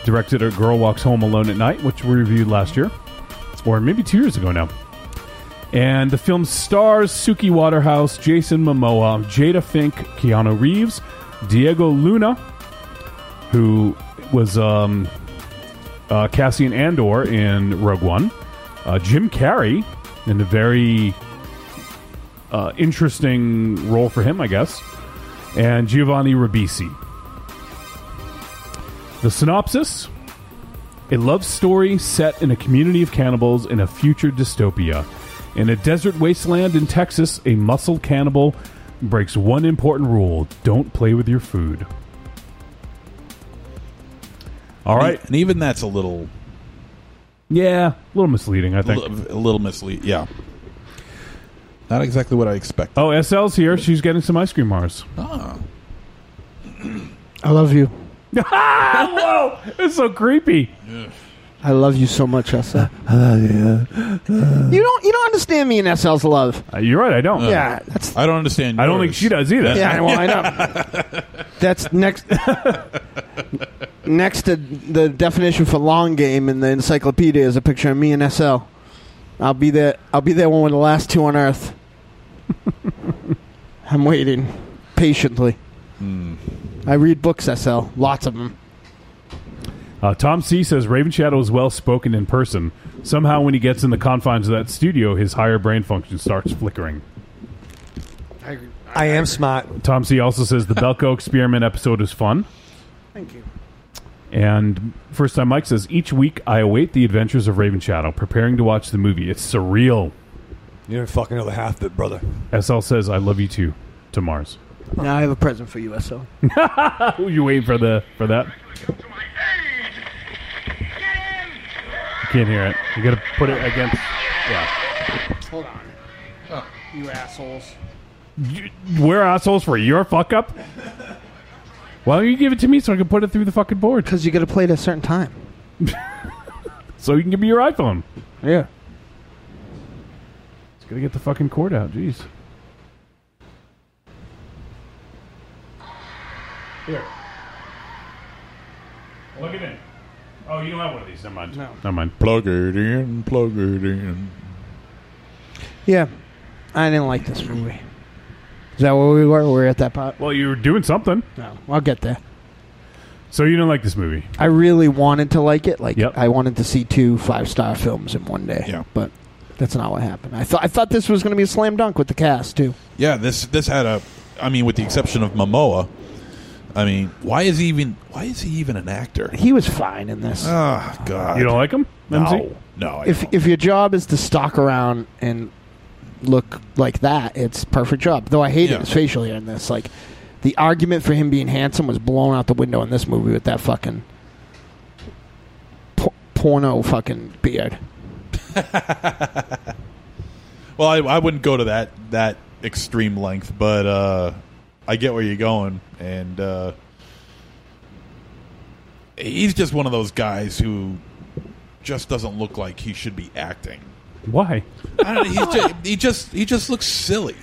Speaker 4: directed A Girl Walks Home Alone at Night, which we reviewed last year, or maybe two years ago now. And the film stars Suki Waterhouse, Jason Momoa, Jada Fink, Keanu Reeves, Diego Luna, who was um, uh, Cassian Andor in Rogue One, uh, Jim Carrey in a very uh, interesting role for him, I guess, and Giovanni Ribisi. The synopsis a love story set in a community of cannibals in a future dystopia. In a desert wasteland in Texas, a muscle cannibal breaks one important rule don't play with your food. All right.
Speaker 8: and even that's a little,
Speaker 4: Yeah, a little misleading, I
Speaker 8: a
Speaker 4: think.
Speaker 8: little, a little misleading. Yeah, not exactly what I expect.
Speaker 4: Oh, SL's here. She's getting some ice cream bars.
Speaker 8: Ah.
Speaker 5: I love you.
Speaker 4: [laughs] Whoa! It's so creepy.
Speaker 5: I love you so much, Essa.
Speaker 12: you don't you don't understand me and SL's love.
Speaker 4: Uh, you're right. I
Speaker 6: Oh.
Speaker 4: don't.
Speaker 12: Yeah,
Speaker 8: that's. I don't understand.
Speaker 4: I don't think she does e- either.
Speaker 12: Yeah, well, I know.
Speaker 5: That's next.
Speaker 12: next to
Speaker 5: the definition for long game in the encyclopedia is a picture of me and SL. I'll be there. I'll be there when we're the last two on Earth. I'm waiting patiently. I read books. SL, lots of them.
Speaker 4: Uh, Tom C says Raven Shadow is well spoken in person. Somehow, when he gets in the confines of that studio, his higher brain function starts flickering.
Speaker 6: I am smart.
Speaker 4: Tom C also says the
Speaker 6: [laughs]
Speaker 4: Belko experiment episode is fun.
Speaker 5: Thank you.
Speaker 4: And first time Mike says each week I await the adventures of Raven Shadow, preparing to watch the movie. It's surreal.
Speaker 6: You don't fucking know the half of it, brother.
Speaker 4: SL says I love you too to Mars.
Speaker 5: Now I have a present for you, SL.
Speaker 4: [laughs] you wait for the for that. You can't hear it. You gotta put it against. Yeah.
Speaker 5: Hold on. You assholes. [laughs]
Speaker 4: We're assholes for your fuck up. Why don't you give it to me so I can put it through the fucking board?
Speaker 5: Because you got to play it at a certain time.
Speaker 4: [laughs] so you can give me your iPhone.
Speaker 5: Yeah.
Speaker 4: It's gonna get the fucking cord out. Jeez. Here. Plug it in. Oh, you don't have one of these. Never mind. No. [laughs] Never mind.
Speaker 8: Plug it in, plug it in.
Speaker 5: Yeah. I didn't like this movie. Is that where we were? We were at that part.
Speaker 4: Well, you were doing something.
Speaker 5: No, I'll get there.
Speaker 4: So you didn't like this movie?
Speaker 5: I really wanted to like it. Like I wanted to see two five star films in one day. Yeah. But that's not what happened. I thought I thought this was going to be a slam dunk with the cast too.
Speaker 8: Yeah, this this had a. I mean, with the exception of Momoa, I mean, why is he even? Why is he even an actor?
Speaker 5: He was fine in this.
Speaker 8: Oh God!
Speaker 4: You don't like him?
Speaker 8: No,
Speaker 5: MZ?
Speaker 8: no. I
Speaker 5: if if your job is to stalk around and look like that, it's perfect job. Though I hated
Speaker 9: Yeah.
Speaker 5: his facial hair in this. Like the argument for him being handsome was blown out the window in this movie with that fucking por- porno fucking
Speaker 8: [laughs]
Speaker 5: beard.
Speaker 8: Well, I, I wouldn't go to that that extreme length, but uh, I get where you're going, and uh, he's just one of those guys who just doesn't look like he should be acting.
Speaker 4: Why?
Speaker 8: I don't know, he's just, he just he just looks silly.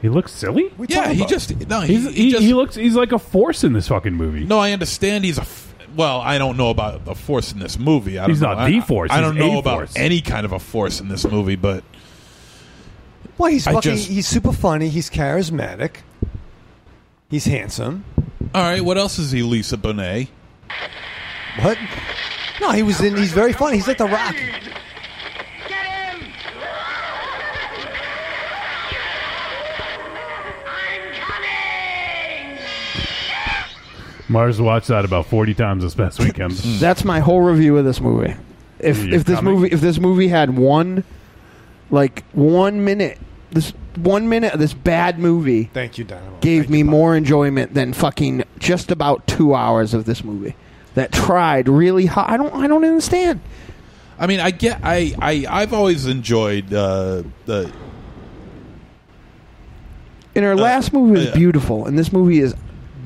Speaker 4: He looks silly.
Speaker 8: you Yeah, talking he about? just- no, he-
Speaker 4: He's- he, he, looks. He's like a force in this fucking movie.
Speaker 8: No, I understand he's a. F- well, I don't know about the force in this movie. I don't
Speaker 4: He's
Speaker 8: know.
Speaker 4: not
Speaker 8: I-
Speaker 4: the force,
Speaker 8: I, don't
Speaker 4: he's
Speaker 8: know
Speaker 4: a
Speaker 8: about
Speaker 4: force.
Speaker 8: any kind of a force in this movie, but
Speaker 6: Well, he's
Speaker 8: I
Speaker 6: fucking.
Speaker 8: just-
Speaker 6: he's super funny. He's charismatic. He's handsome.
Speaker 8: all right. What else is he, Lisa Bonet?
Speaker 6: What? No, he was in. He's very funny. He's like the Rock.
Speaker 4: Mars watched that about forty times this past weekend.
Speaker 5: [laughs] That's my whole review of this movie. If
Speaker 4: You're
Speaker 5: if this
Speaker 4: coming.
Speaker 5: movie if this movie had one like one minute this one minute of this bad movie
Speaker 6: Thank you, Dynamo.
Speaker 5: gave me more enjoyment than fucking just about two hours of this movie that tried really hard. I don't I don't understand.
Speaker 8: I mean, I get. I I I've always enjoyed uh, the.
Speaker 5: And her last movie was beautiful, and this movie is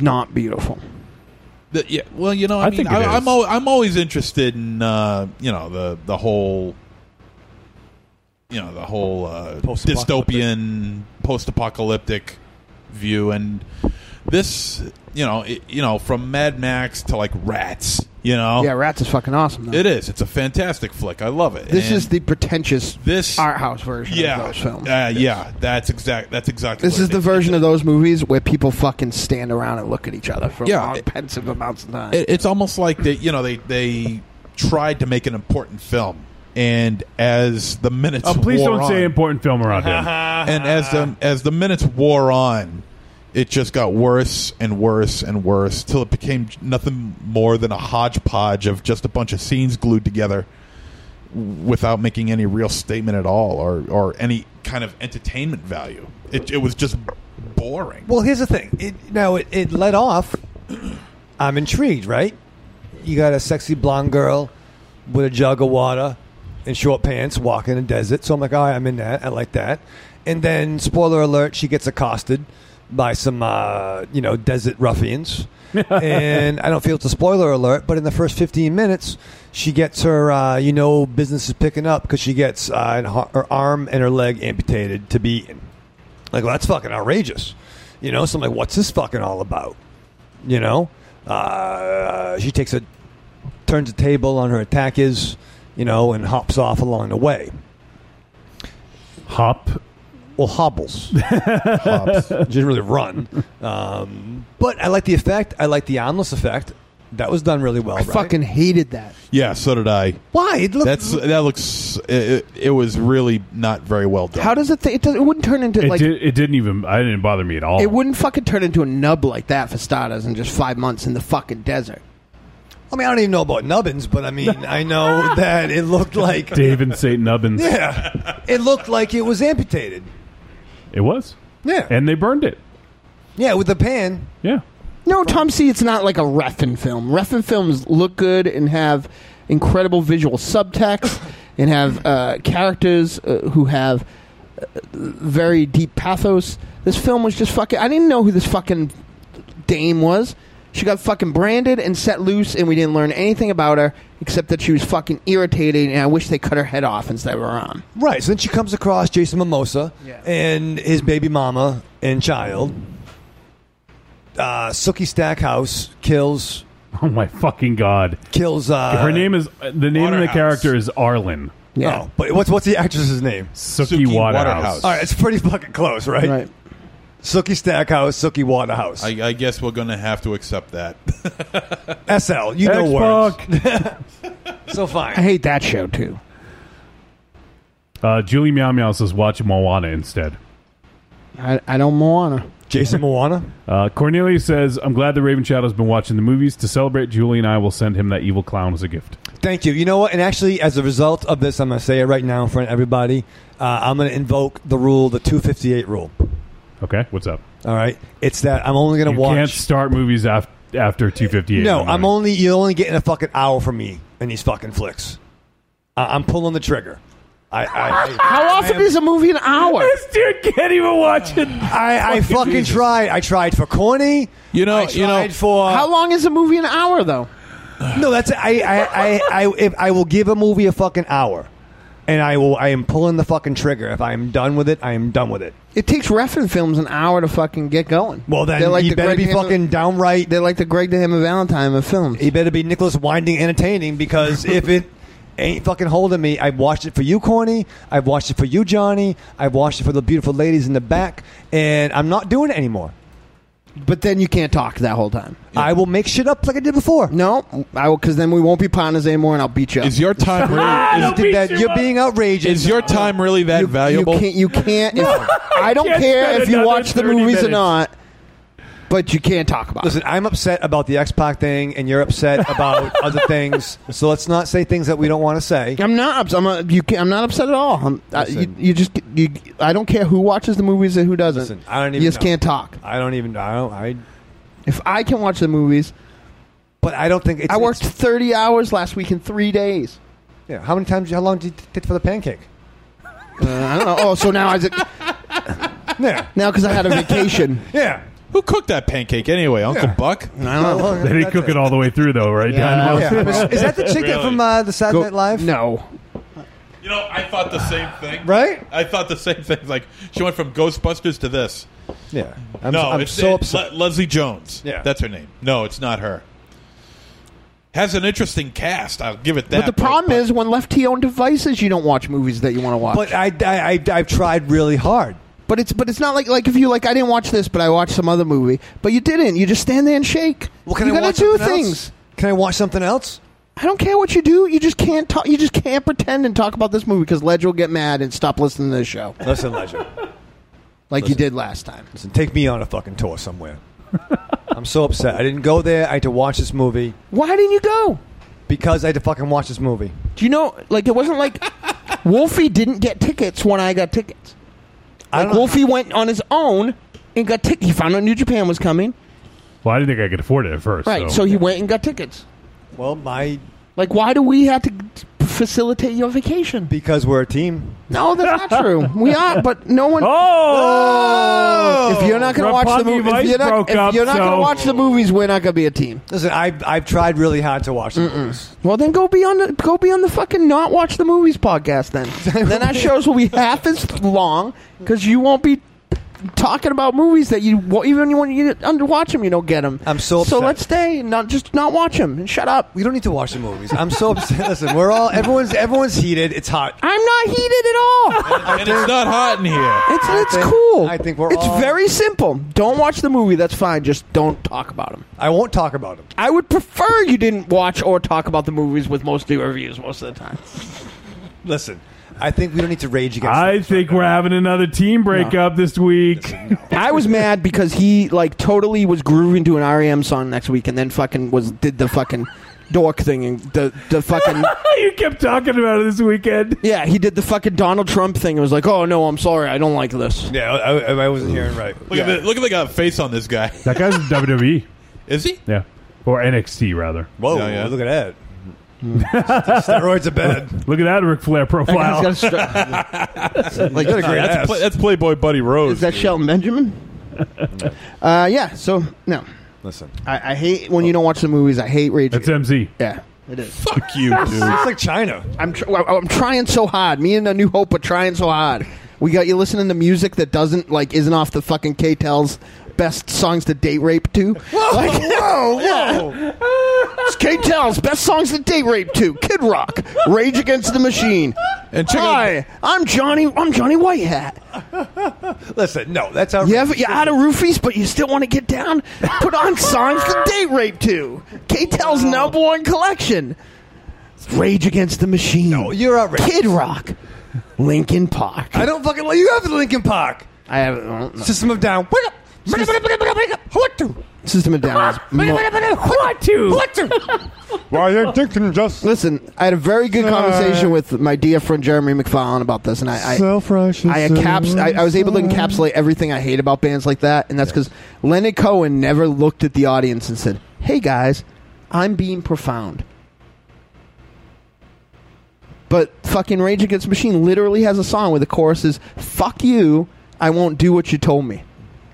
Speaker 5: not beautiful.
Speaker 8: the yeah. Well, you know, I,
Speaker 5: I
Speaker 8: mean,
Speaker 5: think it
Speaker 8: I,
Speaker 5: is.
Speaker 8: I'm al- I'm always interested in uh, you know the the whole. You know the whole uh, dystopian, post-apocalyptic view, and this, you know, it, you know, from Mad Max to like Rats, you know,
Speaker 5: Yeah, Rats is fucking awesome. Though.
Speaker 8: it is. It's a fantastic flick. I love it.
Speaker 5: This
Speaker 8: And-
Speaker 5: is the pretentious
Speaker 8: this
Speaker 5: art house version
Speaker 8: yeah,
Speaker 5: of those films.
Speaker 8: Uh, yeah, that's exact. That's exactly.
Speaker 5: This
Speaker 8: what
Speaker 5: is
Speaker 8: it
Speaker 5: the version of those movies where people fucking stand around and look at each other for
Speaker 8: Yeah,
Speaker 5: long,
Speaker 8: it-
Speaker 5: pensive amounts of time.
Speaker 8: It, it's almost like they, you know, they they tried to make an important film, and as the minutes,
Speaker 4: Oh, please
Speaker 8: wore
Speaker 4: don't
Speaker 8: on-
Speaker 4: say important film around [laughs] him.
Speaker 8: [laughs] and as the as the minutes wore on, it just got worse and worse and worse till it became nothing more than a hodgepodge of just a bunch of scenes glued together without making any real statement at all or or any kind of entertainment value. It it was just boring.
Speaker 6: Well, here's the thing. It, now it, it let off. I'm intrigued, right? You got a sexy blonde girl with a jug of water and short pants walking in the desert. So I'm like, all right, I'm in that. I like that. And then, spoiler alert, she gets accosted by some, uh, you know, desert ruffians. and I don't feel it's a spoiler alert, but in the first 15 minutes, she gets her, uh, you know, business is picking up because she gets uh, an har- her arm and her leg amputated to be eaten. Like, well, that's fucking outrageous. You know, so I'm like, what's this fucking all about? You know, uh, she takes a turns the table on her attack is, you know, and hops off along the way.
Speaker 4: Hop. [laughs]
Speaker 6: Well, hobbles. Hops. She didn't really run. Um, but I like the effect. I like the ominous effect. That was done really well.
Speaker 5: I fucking hated that.
Speaker 8: Yeah, so did I.
Speaker 5: Why? It looked-
Speaker 8: That's that looks. It, it was really not very well done.
Speaker 5: How does it? Th- it, does, it wouldn't turn into
Speaker 4: It,
Speaker 5: like
Speaker 4: did, it didn't even. I didn't bother me at all.
Speaker 5: it wouldn't fucking turn into a nub like that for starters in just five months in the fucking desert.
Speaker 6: I mean, I don't even know about nubbins, but I mean, I [laughs]
Speaker 5: [laughs]
Speaker 6: know that it looked like
Speaker 4: Dave and St. Nubbins.
Speaker 6: Yeah, it looked like it was amputated.
Speaker 4: It was.
Speaker 6: Yeah,
Speaker 4: and they burned it.
Speaker 6: Yeah, with the pan.
Speaker 4: Yeah.
Speaker 5: No, Tom C. It's not like a Refn film. Refn films look good and have incredible
Speaker 6: [coughs]
Speaker 5: visual subtext and have uh, characters uh, who have uh, very deep pathos. This film was just fucking. I didn't know who this fucking dame was. She got fucking branded and set loose, and we didn't learn anything about her except that she was fucking irritating, and I wish they cut her head off instead of her arm.
Speaker 6: Right. So then she comes across Jason Mimosa and his baby mama and child. Uh, Sookie Stackhouse kills.
Speaker 4: [laughs] Oh my fucking god!
Speaker 6: Kills. Uh,
Speaker 4: Her name is the name of the character is Arlen.
Speaker 6: Yeah. Oh, but what's what's the actress's name?
Speaker 4: Sookie, Waterhouse.
Speaker 6: All right, it's pretty fucking close, right?
Speaker 5: Right.
Speaker 6: Sookie Stackhouse, Sookie Waterhouse.
Speaker 8: I, I guess we're going to have to accept that.
Speaker 6: SL, you know words. [laughs] so fine.
Speaker 5: [laughs] I hate that show too.
Speaker 4: Uh, Julie Meow Meow says watch Moana instead.
Speaker 5: I, I don't Moana. [laughs]
Speaker 6: Jason Moana.
Speaker 4: Uh, Cornelia says I'm glad the Raven Shadow's been watching the movies. To celebrate, Julie and I will send him that evil clown as a gift.
Speaker 6: Thank you. You know what? And actually, as a result of this, I'm going to say it right now in front of everybody. Uh, I'm going to invoke the rule, the 258 rule.
Speaker 4: Okay, what's up?
Speaker 6: All right, it's that I'm only going
Speaker 4: you
Speaker 6: to watch.
Speaker 4: can't start movies af- after 258.
Speaker 6: No, I'm only you're only getting a fucking hour from me in these fucking flicks. I, I'm pulling the trigger. I, I, I
Speaker 5: How often is a movie an hour?
Speaker 4: This dude can't even watch it.
Speaker 6: I, I
Speaker 5: Fucking
Speaker 6: fucking
Speaker 5: Jesus.
Speaker 6: tried. I tried for corny.
Speaker 8: You know,
Speaker 6: I
Speaker 8: you know-
Speaker 6: tried for
Speaker 5: How long is a movie an hour though?
Speaker 6: no. That's I I I I, if I will give a movie a fucking hour, and I will. I am pulling the fucking trigger. If I am done with it, I am done with it.
Speaker 5: It takes Refn films an hour to fucking get going.
Speaker 6: Well, then
Speaker 5: They're
Speaker 6: you better
Speaker 5: Greg
Speaker 6: be
Speaker 5: Hammer-
Speaker 6: fucking downright.
Speaker 5: They're like the Greg the Hammer Valentine of films.
Speaker 6: He better be Nicholas Winding entertaining because if it ain't fucking holding me, I've watched it for you, Corny. I've watched it for you, Johnny. I've watched it for the beautiful ladies in the back, and I'm not doing it anymore.
Speaker 5: But then you can't talk that whole time.
Speaker 6: I will make shit up like I did before.
Speaker 5: No, I will because then we won't be partners anymore, and I'll beat you. Up.
Speaker 8: Is your
Speaker 6: [laughs]
Speaker 8: time
Speaker 6: Ah, You
Speaker 8: really?
Speaker 6: did that. You're being outrageous.
Speaker 8: Is, is your time really that
Speaker 6: [laughs]
Speaker 5: you
Speaker 8: valuable?
Speaker 5: can't. You can't. if- I don't
Speaker 4: can't
Speaker 5: care
Speaker 4: spend
Speaker 5: if you
Speaker 4: another
Speaker 5: watch the
Speaker 4: 30
Speaker 5: movies or
Speaker 4: minutes.
Speaker 5: not, but you can't talk about it.
Speaker 6: Listen, I'm upset about the X Pac thing, and you're
Speaker 5: [laughs]
Speaker 6: upset about other things. So let's not say things that we don't want to say.
Speaker 5: I'm not. ups- I'm. A, you can, I'm not upset at all. I'm, I, you,
Speaker 6: Listen.
Speaker 5: you just. You, I don't care who watches the movies and who doesn't.
Speaker 6: Listen, I don't even.
Speaker 5: you just
Speaker 6: know.
Speaker 5: can't talk.
Speaker 6: I don't even. I don't. I.
Speaker 5: If I can watch the movies,
Speaker 6: But I don't think it's.
Speaker 5: I worked
Speaker 6: it's-
Speaker 5: 30 hours last week in three days.
Speaker 6: yeah. How many times? How long did you take for the pancake?
Speaker 5: Uh, I don't know. Oh, so now I
Speaker 6: [laughs] Yeah.
Speaker 5: now because I had a vacation.
Speaker 6: [laughs] Yeah.
Speaker 8: Who cooked that pancake anyway, Uncle
Speaker 6: Yeah.
Speaker 8: Buck?
Speaker 5: I don't know.
Speaker 4: They didn't cook it all the way through though, right? Dynamo?
Speaker 6: [laughs] Yeah. Is that the chick that from uh, the Saturday Night Live?
Speaker 5: No.
Speaker 8: You know, I thought the same thing.
Speaker 6: Right?
Speaker 8: I thought the same thing. Like she went from Ghostbusters to this.
Speaker 6: Yeah. I'm,
Speaker 8: no,
Speaker 6: I'm
Speaker 8: it's,
Speaker 6: so
Speaker 8: it-
Speaker 6: upset.
Speaker 8: Le- Leslie Jones.
Speaker 6: Yeah.
Speaker 8: that's her name. No, it's not her. Has an interesting cast. I'll give it that.
Speaker 5: But the problem is, when left to your own devices, you don't watch movies that you want to watch.
Speaker 6: But I, I, I, I've tried really hard.
Speaker 5: But it's but it's not like like if you like I didn't watch this, but I watched some other movie. But you didn't. You just stand there and shake.
Speaker 6: Well, can
Speaker 5: you
Speaker 6: I
Speaker 5: gotta
Speaker 6: watch
Speaker 5: do
Speaker 6: something
Speaker 5: things.
Speaker 6: Else? Can I watch something else?
Speaker 5: I don't care what you do. You just can't talk. You just can't pretend and talk about this movie because Ledger will get mad and stop listening to the show
Speaker 6: Listen, Ledger.
Speaker 5: like you [laughs] did last time.
Speaker 6: Listen, take me on a fucking tour somewhere. I'm so upset. I didn't go there. I had to watch this movie
Speaker 5: Why didn't you go?
Speaker 6: because I had to fucking watch this movie.
Speaker 5: Do you know? Like it
Speaker 6: [laughs]
Speaker 5: wasn't like Wolfie didn't get tickets when I got tickets.
Speaker 6: I
Speaker 5: Like
Speaker 6: don't know-
Speaker 5: Wolfie went on his own and got tickets. He found out New Japan was coming.
Speaker 4: Well, I didn't think I could afford it at first.
Speaker 5: Right. So, he went and got tickets.
Speaker 6: Well, my
Speaker 5: Like why do we have to facilitate your vacation?
Speaker 6: because we're a team.
Speaker 5: No,
Speaker 6: [laughs]
Speaker 5: that's not true. We are, but no one.
Speaker 4: Oh!
Speaker 5: If you're not going to watch the
Speaker 4: Roppongi
Speaker 5: movies, if
Speaker 4: Vice
Speaker 5: you're not,
Speaker 4: broke
Speaker 5: if
Speaker 4: up,
Speaker 5: you're not going to
Speaker 4: so-
Speaker 5: watch the movies, we're not going to be a team.
Speaker 6: Listen, I've I've tried really hard to watch the movies.
Speaker 5: Well, then go be on the go be on the fucking not
Speaker 6: [laughs]
Speaker 5: watch the movies podcast. Then then our shows will be half as long because you won't be talking about movies that you well, even when you under watch them, you don't get them.
Speaker 6: I'm so
Speaker 5: so
Speaker 6: upset.
Speaker 5: let's stay and not just not watch them and shut up.
Speaker 6: We don't need to watch the movies. I'm so upset. [laughs] Listen, we're all everyone's everyone's heated. It's hot.
Speaker 5: I'm not heated at all.
Speaker 6: And it's not hot in here.
Speaker 5: It's it's cool. I
Speaker 6: think we're
Speaker 5: It's
Speaker 6: all-
Speaker 5: very simple. Don't watch the movie. That's fine. Just don't talk about them.
Speaker 6: I won't talk about them.
Speaker 5: I would prefer you didn't watch or talk about the movies with most of your reviews most of the time.
Speaker 6: Listen, I think we don't need to rage against.
Speaker 4: I think we're having another team breakup this week.
Speaker 5: [laughs] I was mad because he like totally was grooving to an REM song next week, and then fucking was did the fucking dork thing and the the
Speaker 4: [laughs]
Speaker 5: fucking.
Speaker 4: you kept talking about it this weekend.
Speaker 5: Yeah, he did the fucking Donald Trump thing. It was like, oh no, I'm sorry, I don't like this.
Speaker 6: Yeah, I, I wasn't hearing right.
Speaker 8: Look at the look at the guy face on this
Speaker 5: [laughs]
Speaker 8: guy.
Speaker 4: That guy's in WWE.
Speaker 8: Is he?
Speaker 4: Yeah, or NXT rather.
Speaker 6: Whoa,
Speaker 8: [laughs]
Speaker 6: look at that. Steroids are bad.
Speaker 4: Look at that Ric Flair profile.
Speaker 5: That guy's
Speaker 8: [laughs]
Speaker 5: Like- Got a great
Speaker 8: that's,
Speaker 5: ass.
Speaker 8: play, that's Playboy Buddy Rose.
Speaker 5: Is that
Speaker 8: [laughs]
Speaker 5: Shelton Benjamin? uh, yeah. So no,
Speaker 6: Listen,
Speaker 5: I, I hate when you don't watch the movies. I hate rage. It's
Speaker 4: MZ.
Speaker 5: Yeah, it is.
Speaker 8: Fuck you, dude.
Speaker 6: It's like China.
Speaker 5: I'm tr- I- I'm trying so hard. Me and the New Hope are trying so hard. We got you listening to music that doesn't like isn't off the fucking KTEL's best songs to date rape to. Whoa, like, whoa, whoa! it's KTEL's best songs to date rape to. Kid Rock, Rage Against the Machine. And Hi, I'm Johnny. I'm Johnny Whitehat.
Speaker 6: Listen, no, that's how.
Speaker 5: You have, you're out of roofies, but you still want to get down? Put on songs to date rape to. KTEL's number one collection. Rage Against the Machine. No,
Speaker 6: you're outrageous.
Speaker 5: Kid Rock. Linkin Park.
Speaker 6: I don't fucking. You have the Linkin Park.
Speaker 5: I uh, haven't. I don't know.
Speaker 6: System of Down. Wake up. Wake up, wake up, wake up, wake up, wake up. What to?
Speaker 5: System of Down.
Speaker 6: Wake up, wake up, wake up. What
Speaker 4: to?
Speaker 6: What to?
Speaker 1: Why you're thinking just Uh,
Speaker 5: listen. I had a very good conversation with my dear friend Jeremy McFarlane about this, and I, I
Speaker 1: Self-righteous
Speaker 5: I, encaps- I, I was able to encapsulate everything I hate about bands like that, and that's because Leonard Cohen never looked at the audience and said, "Hey guys, I'm being profound." But fucking Rage Against the Machine literally has a song where the chorus is "Fuck you, I won't do what you told me."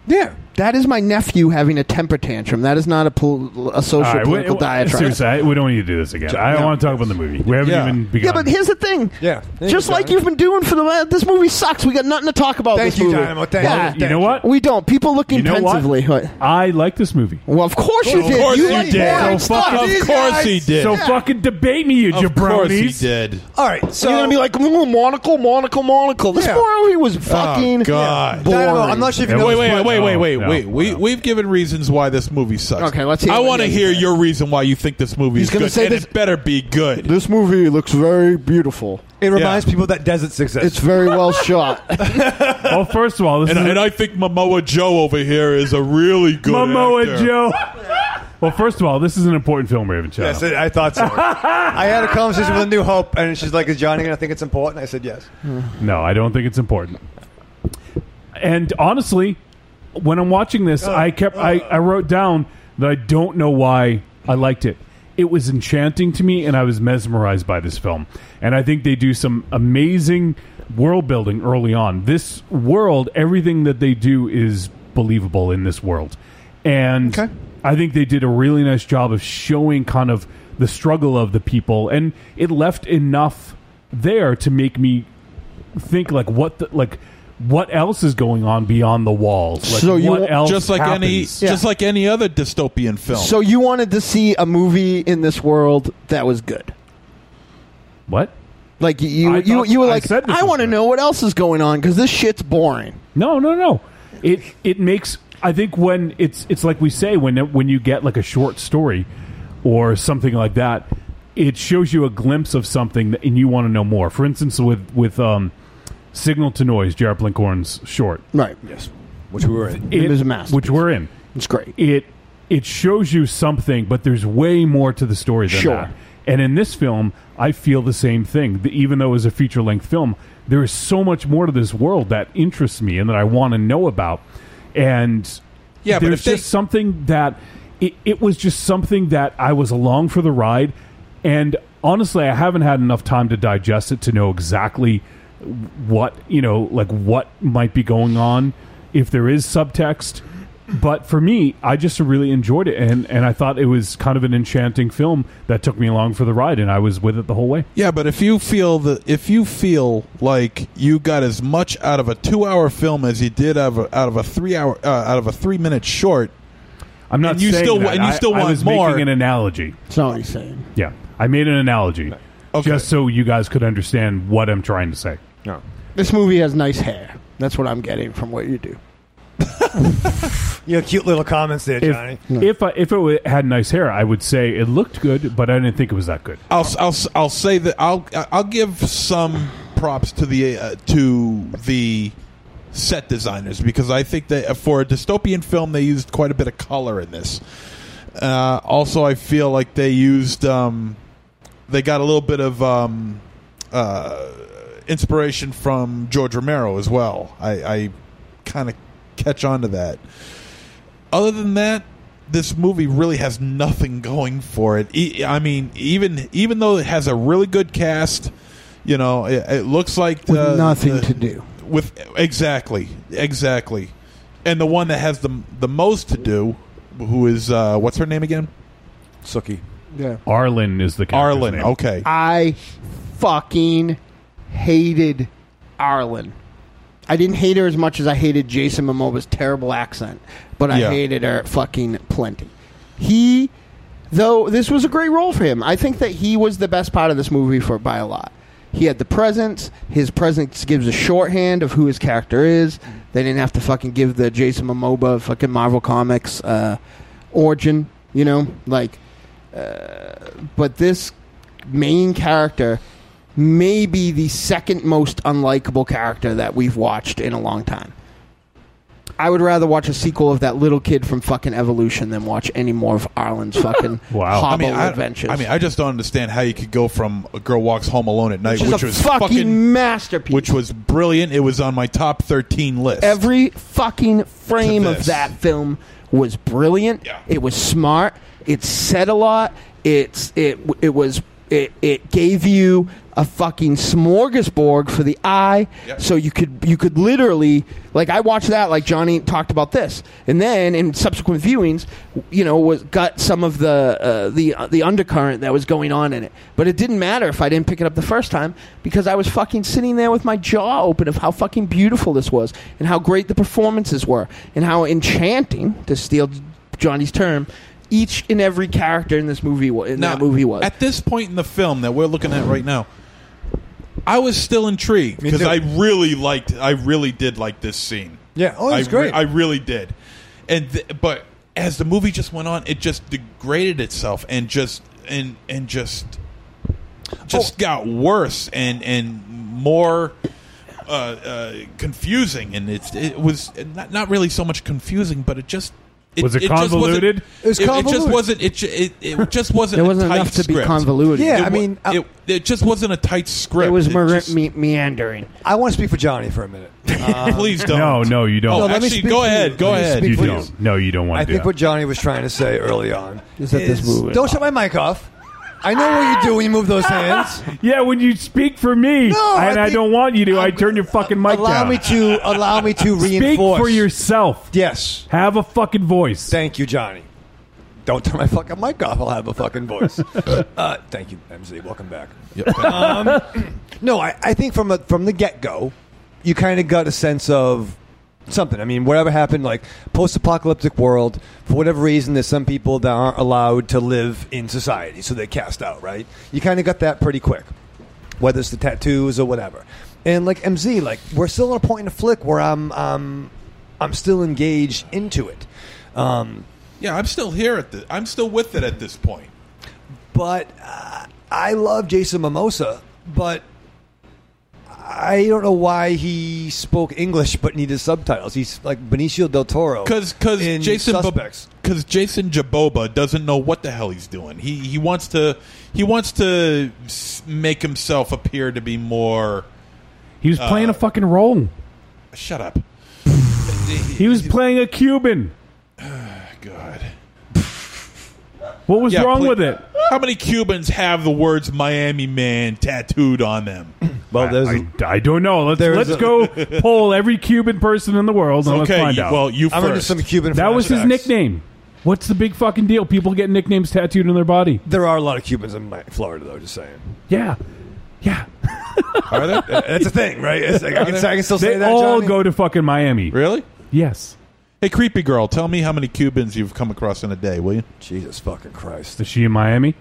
Speaker 6: Yeah.
Speaker 5: That is my nephew having a temper tantrum. That is not a, pol- a social
Speaker 4: All right,
Speaker 5: political
Speaker 4: we,
Speaker 5: diatribe.
Speaker 4: seriously, I, we don't need to do this again. I
Speaker 5: No.
Speaker 4: want to talk about the movie. We haven't
Speaker 5: Yeah.
Speaker 4: even begun.
Speaker 5: Yeah, but here's the thing.
Speaker 6: Yeah.
Speaker 5: Just like you've been doing for the la- this movie sucks. We got nothing to talk about.
Speaker 6: Thank
Speaker 5: this
Speaker 6: you,
Speaker 5: movie.
Speaker 6: Dynamo. Thank you.
Speaker 5: yeah.
Speaker 4: You know what?
Speaker 5: We don't. People look
Speaker 4: You know what?
Speaker 5: intensively.
Speaker 4: I like this movie.
Speaker 5: Well, of course you did.
Speaker 8: course
Speaker 5: you
Speaker 8: he
Speaker 5: like
Speaker 8: did.
Speaker 5: boring
Speaker 8: So
Speaker 5: stuff.
Speaker 8: fucking-
Speaker 5: These
Speaker 8: of course
Speaker 5: guys-
Speaker 8: he did.
Speaker 4: So
Speaker 5: Yeah.
Speaker 4: fucking debate me, you
Speaker 8: of course he
Speaker 4: jabronis.
Speaker 8: did.
Speaker 6: All right, so
Speaker 5: You're gonna be like, "Ooh, monocle, monocle, monocle. This
Speaker 6: Yeah.
Speaker 5: movie was fucking
Speaker 8: oh, God.
Speaker 5: boring.
Speaker 6: Dynamo, I'm not sure if you
Speaker 4: Yeah,
Speaker 6: know
Speaker 8: Wait,
Speaker 6: this,
Speaker 8: wait,
Speaker 6: but-
Speaker 8: wait, wait,
Speaker 4: No,
Speaker 8: wait,
Speaker 4: no,
Speaker 8: wait. We we've given reasons why this movie sucks.
Speaker 5: Okay, let's hear
Speaker 8: I
Speaker 5: what
Speaker 8: want to
Speaker 5: he
Speaker 8: hear
Speaker 5: has to
Speaker 8: your reason why you think this movie
Speaker 5: He's
Speaker 8: is
Speaker 5: gonna
Speaker 8: good,
Speaker 5: say
Speaker 8: and
Speaker 5: this-
Speaker 8: it better be good.
Speaker 5: This movie looks very beautiful.
Speaker 6: It reminds
Speaker 8: Yeah.
Speaker 6: people that Desert Success.
Speaker 5: It's very
Speaker 6: [laughs]
Speaker 5: well
Speaker 8: [laughs]
Speaker 5: shot.
Speaker 4: Well, first of all, this
Speaker 8: And,
Speaker 4: is
Speaker 8: and I think Momoa Joe over here is a really good
Speaker 4: Momoa
Speaker 8: actor.
Speaker 4: Joe. [laughs] Well, first of all, this is an important film, Raven Child.
Speaker 6: Yes, I I thought
Speaker 5: [laughs]
Speaker 6: so. I had a conversation with New Hope, and she's like, "Is Johnny going to think it's important?" I said, "Yes."
Speaker 4: No, I don't think it's important. And honestly, when I'm watching this, I kept I, I wrote down that I don't know why I liked it. It was enchanting to me, and I was mesmerized by this film. And I think they do some amazing world building early on. This world, everything that they do is believable in this world, and I think they did a really nice job of showing kind of the struggle of the people, and it left enough there to make me think like what the, like what else is going on beyond the walls? Like
Speaker 5: So you
Speaker 4: what
Speaker 5: won't-
Speaker 4: else
Speaker 8: Just like any,
Speaker 4: happens?
Speaker 8: just like any other dystopian film.
Speaker 5: so you wanted to see a movie in this world that was good.
Speaker 4: what?
Speaker 5: Like
Speaker 4: I
Speaker 5: you, you,
Speaker 4: thought-
Speaker 5: you were
Speaker 4: I
Speaker 5: like,
Speaker 4: said this
Speaker 5: I
Speaker 4: was
Speaker 5: want to
Speaker 4: good."
Speaker 5: know what else is going on because this shit's boring.
Speaker 4: No, no, no. It it makes I think when it's it's like we say when it- when you get like a short story or something like that, it shows you a glimpse of something that, and you want to know more. For instance, with with um, signal to noise, Jared Blinkhorn's short.
Speaker 5: Right.
Speaker 6: Which we were in.
Speaker 5: It is a masterpiece.
Speaker 4: which we're in.
Speaker 5: It's great.
Speaker 4: it it shows you something, but there's way more to the story than
Speaker 5: Sure.
Speaker 4: that. And in this film, I feel the same thing. The- Even though it was a feature length film, there is so much more to this world that interests me and that I want to know about. And
Speaker 8: Yeah, but
Speaker 4: there's
Speaker 8: if they-
Speaker 4: just something that it, it was just something that I was along for the ride. And honestly, I haven't had enough time to digest it to know exactly what you know, like what might be going on if there is subtext but for me, I just really enjoyed it, and and I thought it was kind of an enchanting film that took me along for the ride, and I was with it the whole way.
Speaker 8: Yeah, but if you feel that if you feel like you got as much out of a two-hour film as you did out of a, out of a three-hour uh, out of a three-minute short,
Speaker 4: I'm not
Speaker 8: And you
Speaker 4: saying
Speaker 8: still
Speaker 4: that.
Speaker 8: and you
Speaker 4: I-
Speaker 8: still
Speaker 4: I
Speaker 8: want
Speaker 4: was
Speaker 8: more.
Speaker 4: making an analogy.
Speaker 5: That's not what he's saying.
Speaker 4: Yeah, I made an analogy just so you guys could understand what I'm trying to say.
Speaker 5: No. This movie has nice hair. That's what I'm getting from what you do.
Speaker 6: Your cute little comments there, Johnny.
Speaker 4: If if, I, if it wa- had nice hair, I would say it looked good, but I didn't think it was that good.
Speaker 8: I'll I'll I'll say that I'll I'll give some props to the uh, to the set designers because I think that uh, for a dystopian film they used quite a bit of color in this. Uh, also, I feel like they used um, they got a little bit of um, uh, inspiration from George Romero as well. I, I kind of catch on to that. Other than that, this movie really has nothing going for it. E- I mean, even even though it has a really good cast, you know, it, it looks like
Speaker 5: With
Speaker 8: the-
Speaker 5: nothing
Speaker 8: the-
Speaker 5: to do.
Speaker 8: With exactly, exactly, and the one that has the the most to do, who is uh, what's her name again? Suki.
Speaker 5: Yeah.
Speaker 4: Arlen is the character's
Speaker 8: Arlen,
Speaker 4: name.
Speaker 8: okay.
Speaker 5: I fucking hated Arlen. I didn't hate her as much as I hated Jason Momoa's terrible accent, but I
Speaker 12: Yeah.
Speaker 5: hated her fucking plenty. He, though, this was a great role for him. I think that he was the best part of this movie for by a lot. He had the presence. His presence gives a shorthand of who his character is. They didn't have to fucking give the Jason Momoa fucking Marvel Comics uh, origin, you know, like. Uh, but this main character may be the second most unlikable character that we've watched in a long time. I would rather watch a sequel of that little kid from fucking Evolution than watch any more of Arlen's
Speaker 8: [laughs]
Speaker 5: fucking wow.
Speaker 8: I mean, I,
Speaker 5: adventures.
Speaker 8: I mean, I just don't understand how you could go from a girl walks home alone at night,
Speaker 5: Which is
Speaker 8: which,
Speaker 5: a
Speaker 8: was
Speaker 5: fucking masterpiece,
Speaker 8: which was brilliant. It was on my top thirteen list.
Speaker 5: Every fucking frame
Speaker 8: To
Speaker 5: of
Speaker 8: this.
Speaker 5: that film was brilliant. It was smart. It said a lot. It's it it was it it gave you a fucking smorgasbord for the eye, so you could you could literally like I watched that like Johnny talked about this, and then in subsequent viewings, you know, was got some of the uh, the the undercurrent that was going on in it, but it didn't matter if I didn't pick it up the first time because I was fucking sitting there with my jaw open of how fucking beautiful this was and how great the performances were and how enchanting to steal Johnny's term. Each and every character in this movie, wa- in that movie, was
Speaker 8: At this point in the film that we're looking at right now, I was still intrigued because
Speaker 6: too.
Speaker 8: I really liked. I really did like this scene.
Speaker 6: Yeah, oh, it's
Speaker 8: I
Speaker 6: great.
Speaker 8: I really did. And th- but as the movie just went on, it just degraded itself and just and and just
Speaker 5: Oh.
Speaker 8: just got worse and and more. Uh, uh, confusing, and it, it was not, not really so much confusing, but it just it,
Speaker 4: Was it
Speaker 8: just wasn't-
Speaker 4: convoluted?
Speaker 8: It, was
Speaker 6: It was
Speaker 8: it just
Speaker 6: convoluted.
Speaker 8: wasn't. It, ju- it,
Speaker 5: [laughs]
Speaker 8: it just wasn't.
Speaker 5: There
Speaker 8: a
Speaker 5: wasn't
Speaker 8: tight
Speaker 5: enough to be
Speaker 8: script.
Speaker 5: convoluted.
Speaker 6: Yeah,
Speaker 8: It
Speaker 6: I
Speaker 8: wa-
Speaker 6: mean,
Speaker 4: uh,
Speaker 8: it, it just wasn't a tight script.
Speaker 5: it was
Speaker 8: It
Speaker 5: mer-
Speaker 8: just-
Speaker 5: me- meandering.
Speaker 6: I want to speak for Johnny for a minute.
Speaker 8: Uh, please don't.
Speaker 4: No, no, you don't.
Speaker 8: Oh,
Speaker 6: No, let me
Speaker 8: actually,
Speaker 6: speak
Speaker 8: go
Speaker 6: for you.
Speaker 8: ahead. Go
Speaker 6: Let me
Speaker 8: ahead.
Speaker 6: speak
Speaker 4: you
Speaker 6: for you.
Speaker 4: don't. No, you don't want
Speaker 6: I
Speaker 4: to do
Speaker 6: think
Speaker 4: that.
Speaker 6: what Johnny was trying to say early on
Speaker 5: Is that this movie-
Speaker 6: Don't shut my mic off. I know what you do when you move those hands.
Speaker 4: [laughs] Yeah, when you speak for me,
Speaker 6: No, I
Speaker 4: and I,
Speaker 6: think-
Speaker 4: don't want you to, I turn your fucking mic
Speaker 6: allow
Speaker 4: down.
Speaker 6: me to allow me to
Speaker 4: Speak
Speaker 6: reinforce
Speaker 4: for yourself.
Speaker 6: Yes.
Speaker 4: Have a fucking voice.
Speaker 6: Thank you, Johnny. Don't turn my fucking mic off. I'll have a fucking voice. [laughs]
Speaker 4: [laughs]
Speaker 6: uh, thank you, MZ. Welcome back. [laughs]
Speaker 12: [laughs]
Speaker 6: um, [clears throat] no, I, I think from a, from the get go, you kind of got a sense of something. I mean, whatever happened, like post apocalyptic world. For whatever reason, there's some people that aren't allowed to live in society, so they cast out. Right? You kind of got that pretty quick, whether it's the tattoos or whatever. And like MZ, like we're still at a point in the flick where I'm um, I'm still engaged into it. Um,
Speaker 8: Yeah, I'm still here at the. I'm still with it at this point.
Speaker 6: but uh, I love Jason Mimosa, but I don't know why he spoke English but needed subtitles. He's like Benicio del Toro.
Speaker 8: Because because
Speaker 6: in
Speaker 8: Jason
Speaker 6: Suspects.
Speaker 8: because Jason Jaboba doesn't know what the hell he's doing. He he wants to he wants to s- make himself appear to be more.
Speaker 4: He
Speaker 8: Uh,
Speaker 4: was playing a fucking role.
Speaker 8: Shut up.
Speaker 4: He
Speaker 8: [laughs]
Speaker 4: was playing a Cuban.
Speaker 8: [sighs] God.
Speaker 4: What was
Speaker 8: Yeah,
Speaker 4: wrong
Speaker 8: please-
Speaker 4: with it?
Speaker 8: How many Cubans have the words Miami Man tattooed on them?
Speaker 6: [clears throat] Well,
Speaker 4: there's I, I don't know. Let's
Speaker 8: There is
Speaker 4: let's
Speaker 8: a-
Speaker 4: go
Speaker 8: [laughs]
Speaker 4: poll every Cuban person in the world and
Speaker 8: Okay,
Speaker 4: let's find
Speaker 8: you-
Speaker 4: out.
Speaker 8: well, you I'm into first. some Cuban
Speaker 4: That was his
Speaker 6: flashbacks.
Speaker 4: nickname. What's the big fucking deal? People get nicknames tattooed on their body.
Speaker 6: There are a lot of Cubans in my- Florida, though. Just saying.
Speaker 4: Yeah.
Speaker 8: Are there?
Speaker 6: [laughs] That's a thing, right? It's like, [laughs] I, can, I can still
Speaker 4: they
Speaker 6: say that.
Speaker 4: all
Speaker 6: Johnny?
Speaker 4: go to fucking Miami.
Speaker 8: Really?
Speaker 4: Yes.
Speaker 8: Hey, creepy girl, tell me how many Cubans you've come across in a day, will you?
Speaker 6: Jesus fucking Christ.
Speaker 4: Is she in Miami?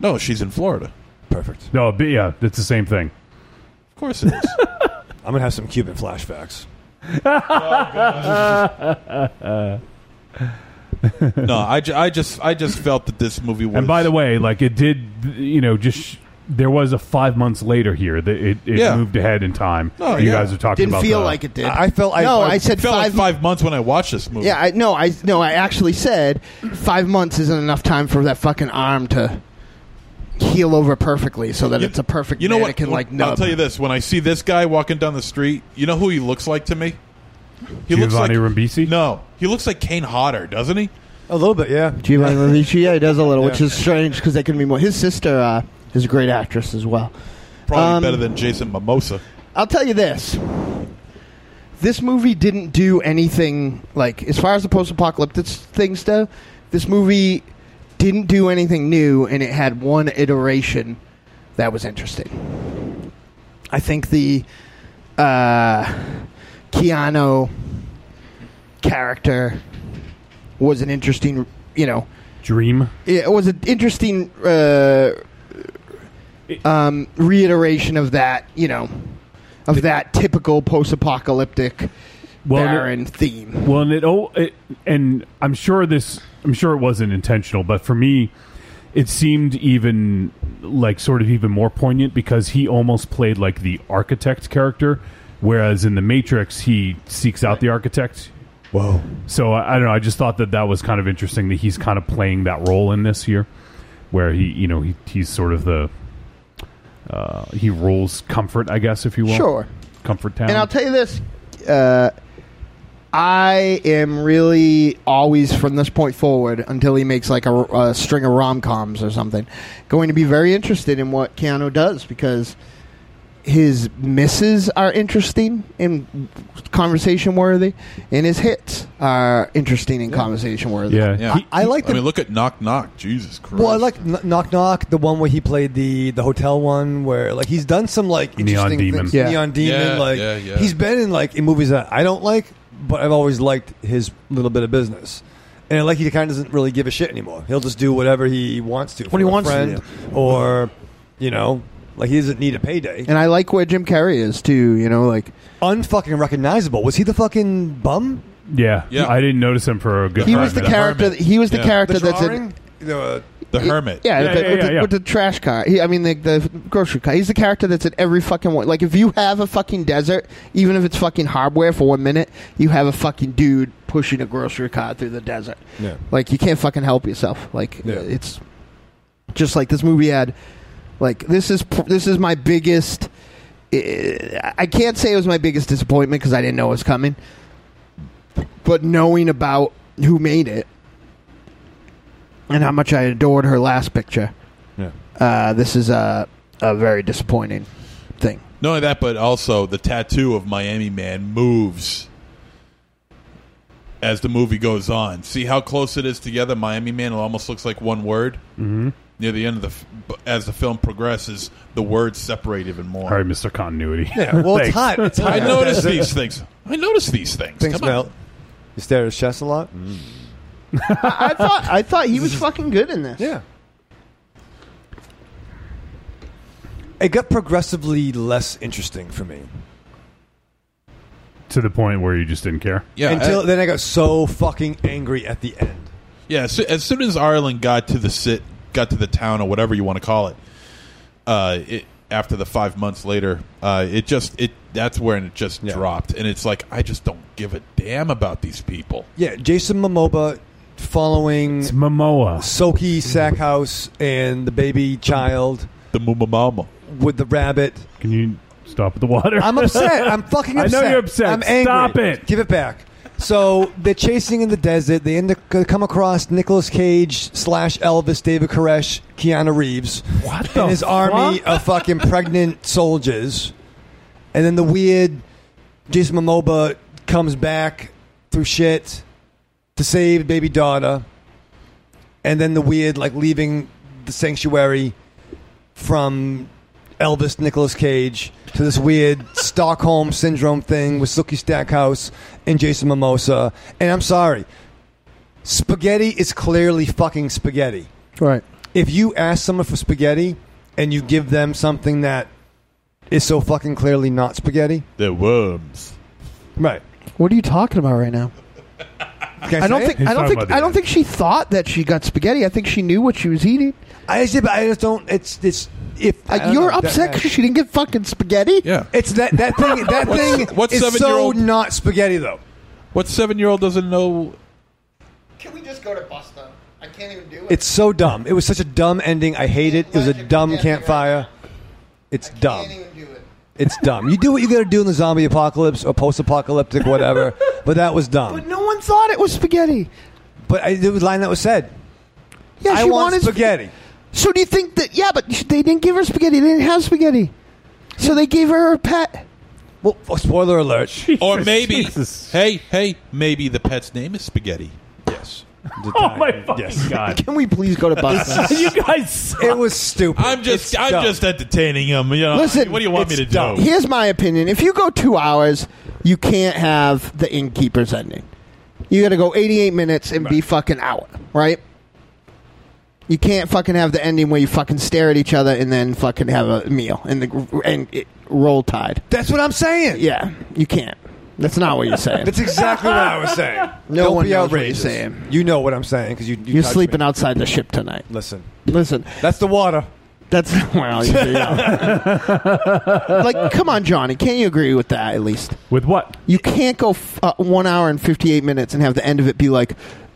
Speaker 8: No, she's in Florida.
Speaker 6: Perfect.
Speaker 4: No, but yeah, it's the same thing.
Speaker 8: Of
Speaker 4: [laughs]
Speaker 8: course it is.
Speaker 6: I'm gonna have some Cuban flashbacks.
Speaker 8: no, I, ju- I just I just felt that this movie was
Speaker 4: And by the way, like it did, you know, just there was a five months later here that it, it
Speaker 8: Yeah. Oh,
Speaker 4: moved ahead in time. you guys are talking about the-
Speaker 8: I felt
Speaker 5: I- No, I I said
Speaker 8: felt like
Speaker 5: five-
Speaker 8: five months when I watched this movie.
Speaker 5: Yeah, I no, I no, I actually said five months isn't enough time for that fucking arm to heal over perfectly, so that it's a perfect
Speaker 8: You know what?
Speaker 5: mannequin like
Speaker 8: I'll
Speaker 5: nub.
Speaker 8: tell you this: when I see this guy walking down the street, you know who he looks like to me? He looks like
Speaker 4: Giovanni Ribisi.
Speaker 8: no, he looks like Kane Hodder, doesn't he?
Speaker 6: A little bit, yeah.
Speaker 5: Giovanni Ribisi, yeah, he does a little, which
Speaker 8: Yeah.
Speaker 5: is strange because they couldn't be more. His sister uh, is a great actress as well.
Speaker 8: Probably
Speaker 5: Um,
Speaker 8: better than Jason Mimosa.
Speaker 5: I'll tell you this. This movie didn't do anything like as far as the post-apocalyptic thing stuff. This movie didn't do anything new, and it had one iteration that was interesting. I think the uh, Keanu character was an interesting, you know,
Speaker 4: dream.
Speaker 5: It was an interesting uh, um, reiteration of that, you know, of that typical post-apocalyptic
Speaker 4: Well,
Speaker 5: barren
Speaker 4: it-
Speaker 5: theme.
Speaker 4: Well, and it, oh, it, and I'm sure this, I'm sure it wasn't intentional, but for me, it seemed even like sort of even more poignant because he almost played like the architect character, whereas in the Matrix he seeks out the architect.
Speaker 6: Whoa!
Speaker 4: So I, I don't know. I just thought that that was kind of interesting that he's kind of playing that role in this here, where he, you know, he, he's sort of the. Uh, he rules comfort, I guess, if you will.
Speaker 5: Sure.
Speaker 4: Comfort town.
Speaker 5: And I'll tell you this: uh, I am really always from this point forward until he makes like a, a string of rom coms or something, going to be very interested in what Keanu does because his misses are interesting and conversation worthy, and his hits are interesting and conversation worthy.
Speaker 6: I, I like. The,
Speaker 8: I mean, look at Knock Knock. Jesus Christ.
Speaker 6: well, I like Kn- Knock Knock, the one where he played the the hotel one, where like he's done some like
Speaker 4: Neon
Speaker 6: interesting
Speaker 4: Demon.
Speaker 6: things.
Speaker 4: Yeah.
Speaker 6: Neon Demon,
Speaker 4: Yeah,
Speaker 6: like
Speaker 4: yeah, yeah.
Speaker 6: he's been in like in movies that I don't like, but I've always liked his little bit of business. And I like he kind of doesn't really give a shit anymore. He'll just do whatever he wants to. for
Speaker 5: he
Speaker 6: a
Speaker 5: wants to,
Speaker 6: friend, or you know, like he doesn't need a payday.
Speaker 5: And I like where Jim Carrey is too. You know, like
Speaker 6: unfucking recognizable. Was he the fucking bum?
Speaker 4: Yeah. I didn't notice him for a good
Speaker 5: He was the character. He was the character that's in,
Speaker 6: drawing? the,
Speaker 8: uh, the hermit.
Speaker 5: Yeah,
Speaker 4: Yeah,
Speaker 5: the,
Speaker 4: yeah,
Speaker 5: with,
Speaker 4: yeah,
Speaker 5: the,
Speaker 4: yeah.
Speaker 5: with the trash car. He, I mean, the, the grocery car. He's the character that's in every fucking one. Like, if you have a fucking desert, even if it's fucking hardware for one minute, you have a fucking dude pushing a grocery car through the desert.
Speaker 6: Yeah.
Speaker 5: Like, you can't fucking help yourself. Like, it's just like this movie had. Like, this is pr- this is my biggest. eh, I I can't say it was my biggest disappointment because I didn't know it was coming. But knowing about who made it and how much I adored her last picture,
Speaker 6: Yeah.
Speaker 5: uh, this is a, a very disappointing thing.
Speaker 8: Not only that, but also the tattoo of Miami Man moves as the movie goes on. See how close it is together. Miami Man it almost looks like one word.
Speaker 4: Mm-hmm.
Speaker 8: Near the end of the, f- b- as the film progresses, the words separate even more.
Speaker 4: All right, Mr. Continuity. [laughs] Thanks.
Speaker 8: I notice these things. I notice these things.
Speaker 6: Things
Speaker 8: Come on.
Speaker 6: melt. You stare at his chest a lot.
Speaker 8: Mm.
Speaker 6: [laughs]
Speaker 5: I, I thought I thought he was fucking good in this.
Speaker 6: Yeah. It got progressively less interesting for me
Speaker 4: To the point where you just didn't care.
Speaker 6: until then I got so fucking angry at the end.
Speaker 8: Yeah, so, as soon as Ireland got to the sit, got to the town or whatever you want to call it, uh, it after the five months later, uh, it just it that's when it just dropped, and it's like I just don't give a damn about these people.
Speaker 6: Yeah, Jason Momoa following
Speaker 4: Momoa,
Speaker 6: Soki Sackhouse, and the baby child,
Speaker 8: the Mumamama
Speaker 6: with the rabbit.
Speaker 4: Can you stop at the water? [laughs]
Speaker 6: I'm upset. I'm fucking
Speaker 4: I know
Speaker 6: upset.
Speaker 4: you're upset.
Speaker 6: I'm angry.
Speaker 4: Stop it.
Speaker 6: Give it back. So they're chasing in the desert. They end up, come across Nicolas Cage slash Elvis, David Koresh, Keanu Reeves, what
Speaker 4: the
Speaker 6: and his
Speaker 4: fuck?
Speaker 6: army of fucking pregnant soldiers. And then the weird Jason Momoa comes back through shit to save baby daughter, and then the weird like leaving the sanctuary from Elvis Nicolas Cage to this weird Stockholm syndrome thing with Silky Stackhouse and Jason Mimosa. And I'm sorry, spaghetti is clearly fucking spaghetti.
Speaker 5: Right.
Speaker 6: If you ask someone for spaghetti and you give them something that is so fucking clearly not spaghetti,
Speaker 8: They're worms.
Speaker 6: right?
Speaker 5: What are you talking about right now?
Speaker 6: Can
Speaker 5: I don't
Speaker 6: say it?
Speaker 5: think I don't think I don't think she thought that she got spaghetti. I think she knew what she was eating.
Speaker 6: I just, I just don't. It's it's if I don't
Speaker 5: you're
Speaker 6: know, that
Speaker 5: upset
Speaker 6: bad.
Speaker 5: because she didn't get fucking spaghetti.
Speaker 8: Yeah,
Speaker 6: It's that that
Speaker 5: [laughs]
Speaker 6: thing. That
Speaker 8: What's-
Speaker 6: thing.
Speaker 8: what's
Speaker 6: is so
Speaker 8: seven-year-old-
Speaker 6: not spaghetti though.
Speaker 8: What seven year old doesn't know?
Speaker 5: Can we just go to Busta? I can't even do
Speaker 6: It's so dumb. It was such a dumb ending. I hate it. It was a dumb campfire. It's dumb. It's dumb. You do what you got to do in the zombie apocalypse or post-apocalyptic,
Speaker 5: [laughs]
Speaker 6: whatever. but that was dumb.
Speaker 5: No one thought it was spaghetti.
Speaker 6: But I, there was a line that was said.
Speaker 5: Yeah,
Speaker 6: I
Speaker 5: she
Speaker 6: want
Speaker 5: wanted sp- [laughs]
Speaker 6: spaghetti.
Speaker 5: So do you think that? Yeah, but sh- they didn't give her spaghetti. They didn't have spaghetti. So they gave her
Speaker 6: [laughs]
Speaker 5: a pet.
Speaker 6: Well, oh,
Speaker 4: [laughs]
Speaker 6: spoiler alert.
Speaker 8: or maybe, hey, hey, maybe the pet's name is Spaghetti.
Speaker 6: Yes.
Speaker 4: [laughs] Oh my fucking god!
Speaker 6: [laughs]
Speaker 5: Can we please go to Busta?
Speaker 4: [laughs] you guys,
Speaker 6: it was stupid.
Speaker 8: I'm just, I'm
Speaker 5: dumb.
Speaker 8: just entertaining him. You know, [laughs]
Speaker 5: Listen,
Speaker 8: what do you want me to do?
Speaker 5: Here's my opinion. If you go two hours, you can't have the innkeeper's ending. You got to go 88 minutes and be fucking out, right? You can't fucking have the ending where you fucking stare at each other and then fucking have a meal and the and it, roll tide.
Speaker 6: That's what I'm saying.
Speaker 5: Yeah, you can't. That's not
Speaker 6: [laughs]
Speaker 5: what you're saying.
Speaker 6: That's exactly what I was saying.
Speaker 5: [laughs] No
Speaker 6: Don't
Speaker 5: one
Speaker 6: be
Speaker 5: knows what
Speaker 6: outrageous.
Speaker 5: you're saying.
Speaker 6: You know what I'm saying because you, you
Speaker 5: You're
Speaker 6: touched
Speaker 5: sleeping
Speaker 6: me.
Speaker 5: outside the ship tonight.
Speaker 6: Listen,
Speaker 5: Listen,
Speaker 6: that's the water.
Speaker 5: that's [laughs] well. You see, yeah. [laughs] like, come on, Johnny. Can you agree with that at least?
Speaker 4: With what?
Speaker 5: You can't go f- uh, one hour and fifty-eight minutes and have the end of it be like,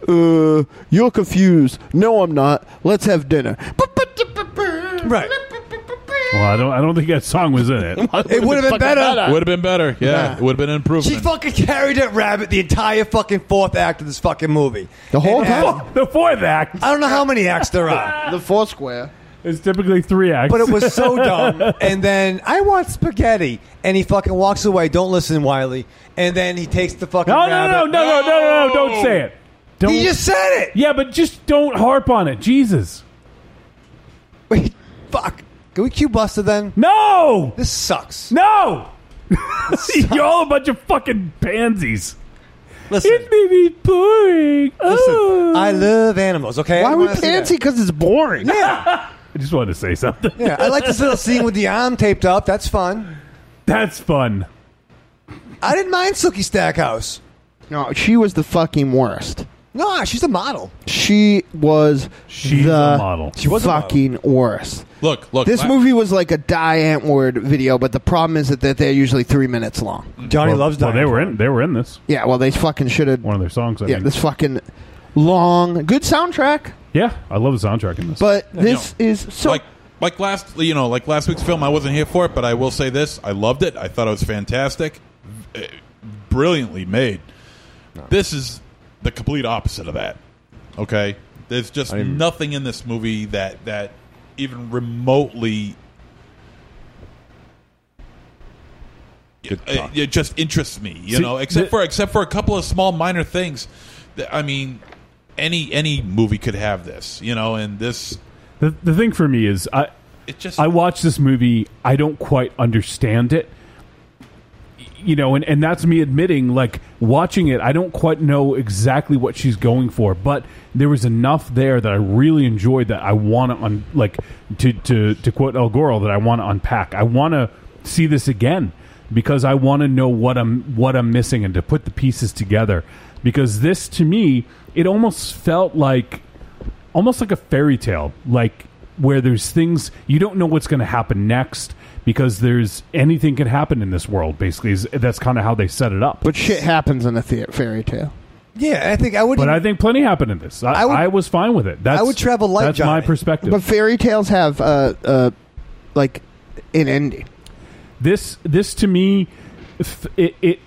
Speaker 5: "Uh, you're confused. No, I'm not. Let's have dinner."
Speaker 6: Right.
Speaker 4: Well, I don't. I don't think that song was in
Speaker 8: [laughs]
Speaker 4: it.
Speaker 6: It would have been better.
Speaker 8: Would have been better. Yeah, it would have been an
Speaker 6: She
Speaker 8: improvement.
Speaker 6: fucking carried that rabbit the entire fucking fourth act of this fucking movie.
Speaker 5: The whole
Speaker 6: And
Speaker 5: time?
Speaker 6: had-
Speaker 4: the fourth act
Speaker 6: I don't know how many acts there
Speaker 5: [laughs]
Speaker 6: are,
Speaker 5: The four square.
Speaker 4: is typically three acts.
Speaker 6: but it was
Speaker 4: [laughs]
Speaker 6: so dumb. And then I want spaghetti, and he fucking walks away. Don't listen, Wiley. And then he takes the fucking.
Speaker 4: No, no,
Speaker 6: rabbit.
Speaker 4: no, no, no, no, no, no! Don't say it. Don't.
Speaker 6: He just said it.
Speaker 4: yeah, but just don't harp on it. Jesus.
Speaker 6: Wait, fuck. Can we cue Buster then?
Speaker 4: No.
Speaker 6: This sucks.
Speaker 4: No. [laughs] You're all a bunch of fucking pansies.
Speaker 6: Listen,
Speaker 4: It may be boring. Oh.
Speaker 6: I love animals. Okay.
Speaker 5: Why
Speaker 6: I
Speaker 5: are we
Speaker 6: wanna see
Speaker 5: fancy?
Speaker 6: that.
Speaker 5: Because it's boring.
Speaker 6: Yeah,
Speaker 4: I just wanted to say something.
Speaker 6: yeah. I like this little scene with the arm taped up. That's fun.
Speaker 4: That's fun.
Speaker 6: I didn't mind Sookie Stackhouse.
Speaker 5: No, she was the fucking worst.
Speaker 6: Nah, she's a model.
Speaker 5: She was
Speaker 4: She's
Speaker 5: the
Speaker 4: a model.
Speaker 5: She
Speaker 6: was
Speaker 5: was
Speaker 6: a model.
Speaker 5: fucking worst.
Speaker 8: look, look.
Speaker 5: This
Speaker 8: la-
Speaker 5: movie was like a Diane Ward video, but the problem is that that they're usually three minutes long.
Speaker 6: Johnny
Speaker 4: well,
Speaker 6: loves.
Speaker 4: well,
Speaker 6: Diane.
Speaker 4: they were in. They were in this.
Speaker 5: Yeah, well, they fucking should have.
Speaker 4: One of their songs. I
Speaker 5: Yeah,
Speaker 4: mean.
Speaker 5: this fucking long, good soundtrack,
Speaker 4: yeah. I love the soundtrack in this.
Speaker 5: but this is so.
Speaker 8: like like last you know like last week's film i wasn't here for it but i will say this i loved it i thought it was fantastic Eh, brilliantly made this is the complete opposite of that okay there's just nothing in this movie that that even remotely it, eh, it just interests me you
Speaker 4: See,
Speaker 8: know except
Speaker 4: the-
Speaker 8: for except for a couple of small minor things that, i mean any any movie could have this you know and this
Speaker 4: the, the thing for me is, I
Speaker 8: it just
Speaker 4: I watch this movie. I don't quite understand it. You know, and, and that's me admitting, like, watching it, I don't quite know exactly what she's going for, but there was enough there that I really enjoyed that I want to, un- like, to, to, to quote El Goro, that I want to unpack. I want to see this again because I want to know what I'm, what I'm missing and to put the pieces together. Because this, to me, it almost felt like almost like a fairy tale, like where there's things you don't know what's going to happen next because there's anything can happen in this world. Basically, is, that's kind of how they set it up.
Speaker 5: but shit happens in a the- fairy tale.
Speaker 6: Yeah, I think I would.
Speaker 4: But I think plenty happened in this. I,
Speaker 6: I
Speaker 4: I,
Speaker 6: would-
Speaker 4: was fine with it. That's,
Speaker 6: I would travel light,
Speaker 4: That's my
Speaker 6: Johnny.
Speaker 4: perspective.
Speaker 5: But fairy tales have uh, uh, like an ending.
Speaker 4: this this to me, f- it, it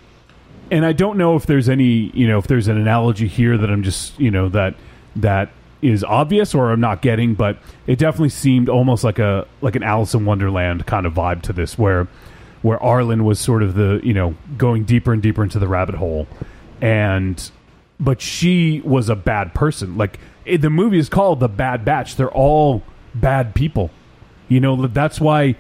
Speaker 4: and I don't know if there's any, you know, if there's an analogy here that I'm just, you know, that that is obvious or I'm not getting, but it definitely seemed almost like a like an Alice in Wonderland kind of vibe to this, where where Arlen was sort of the, you know, going deeper and deeper into the rabbit hole, and but she was a bad person. Like it, the movie is called The Bad Batch. They're all bad people. You know, that's why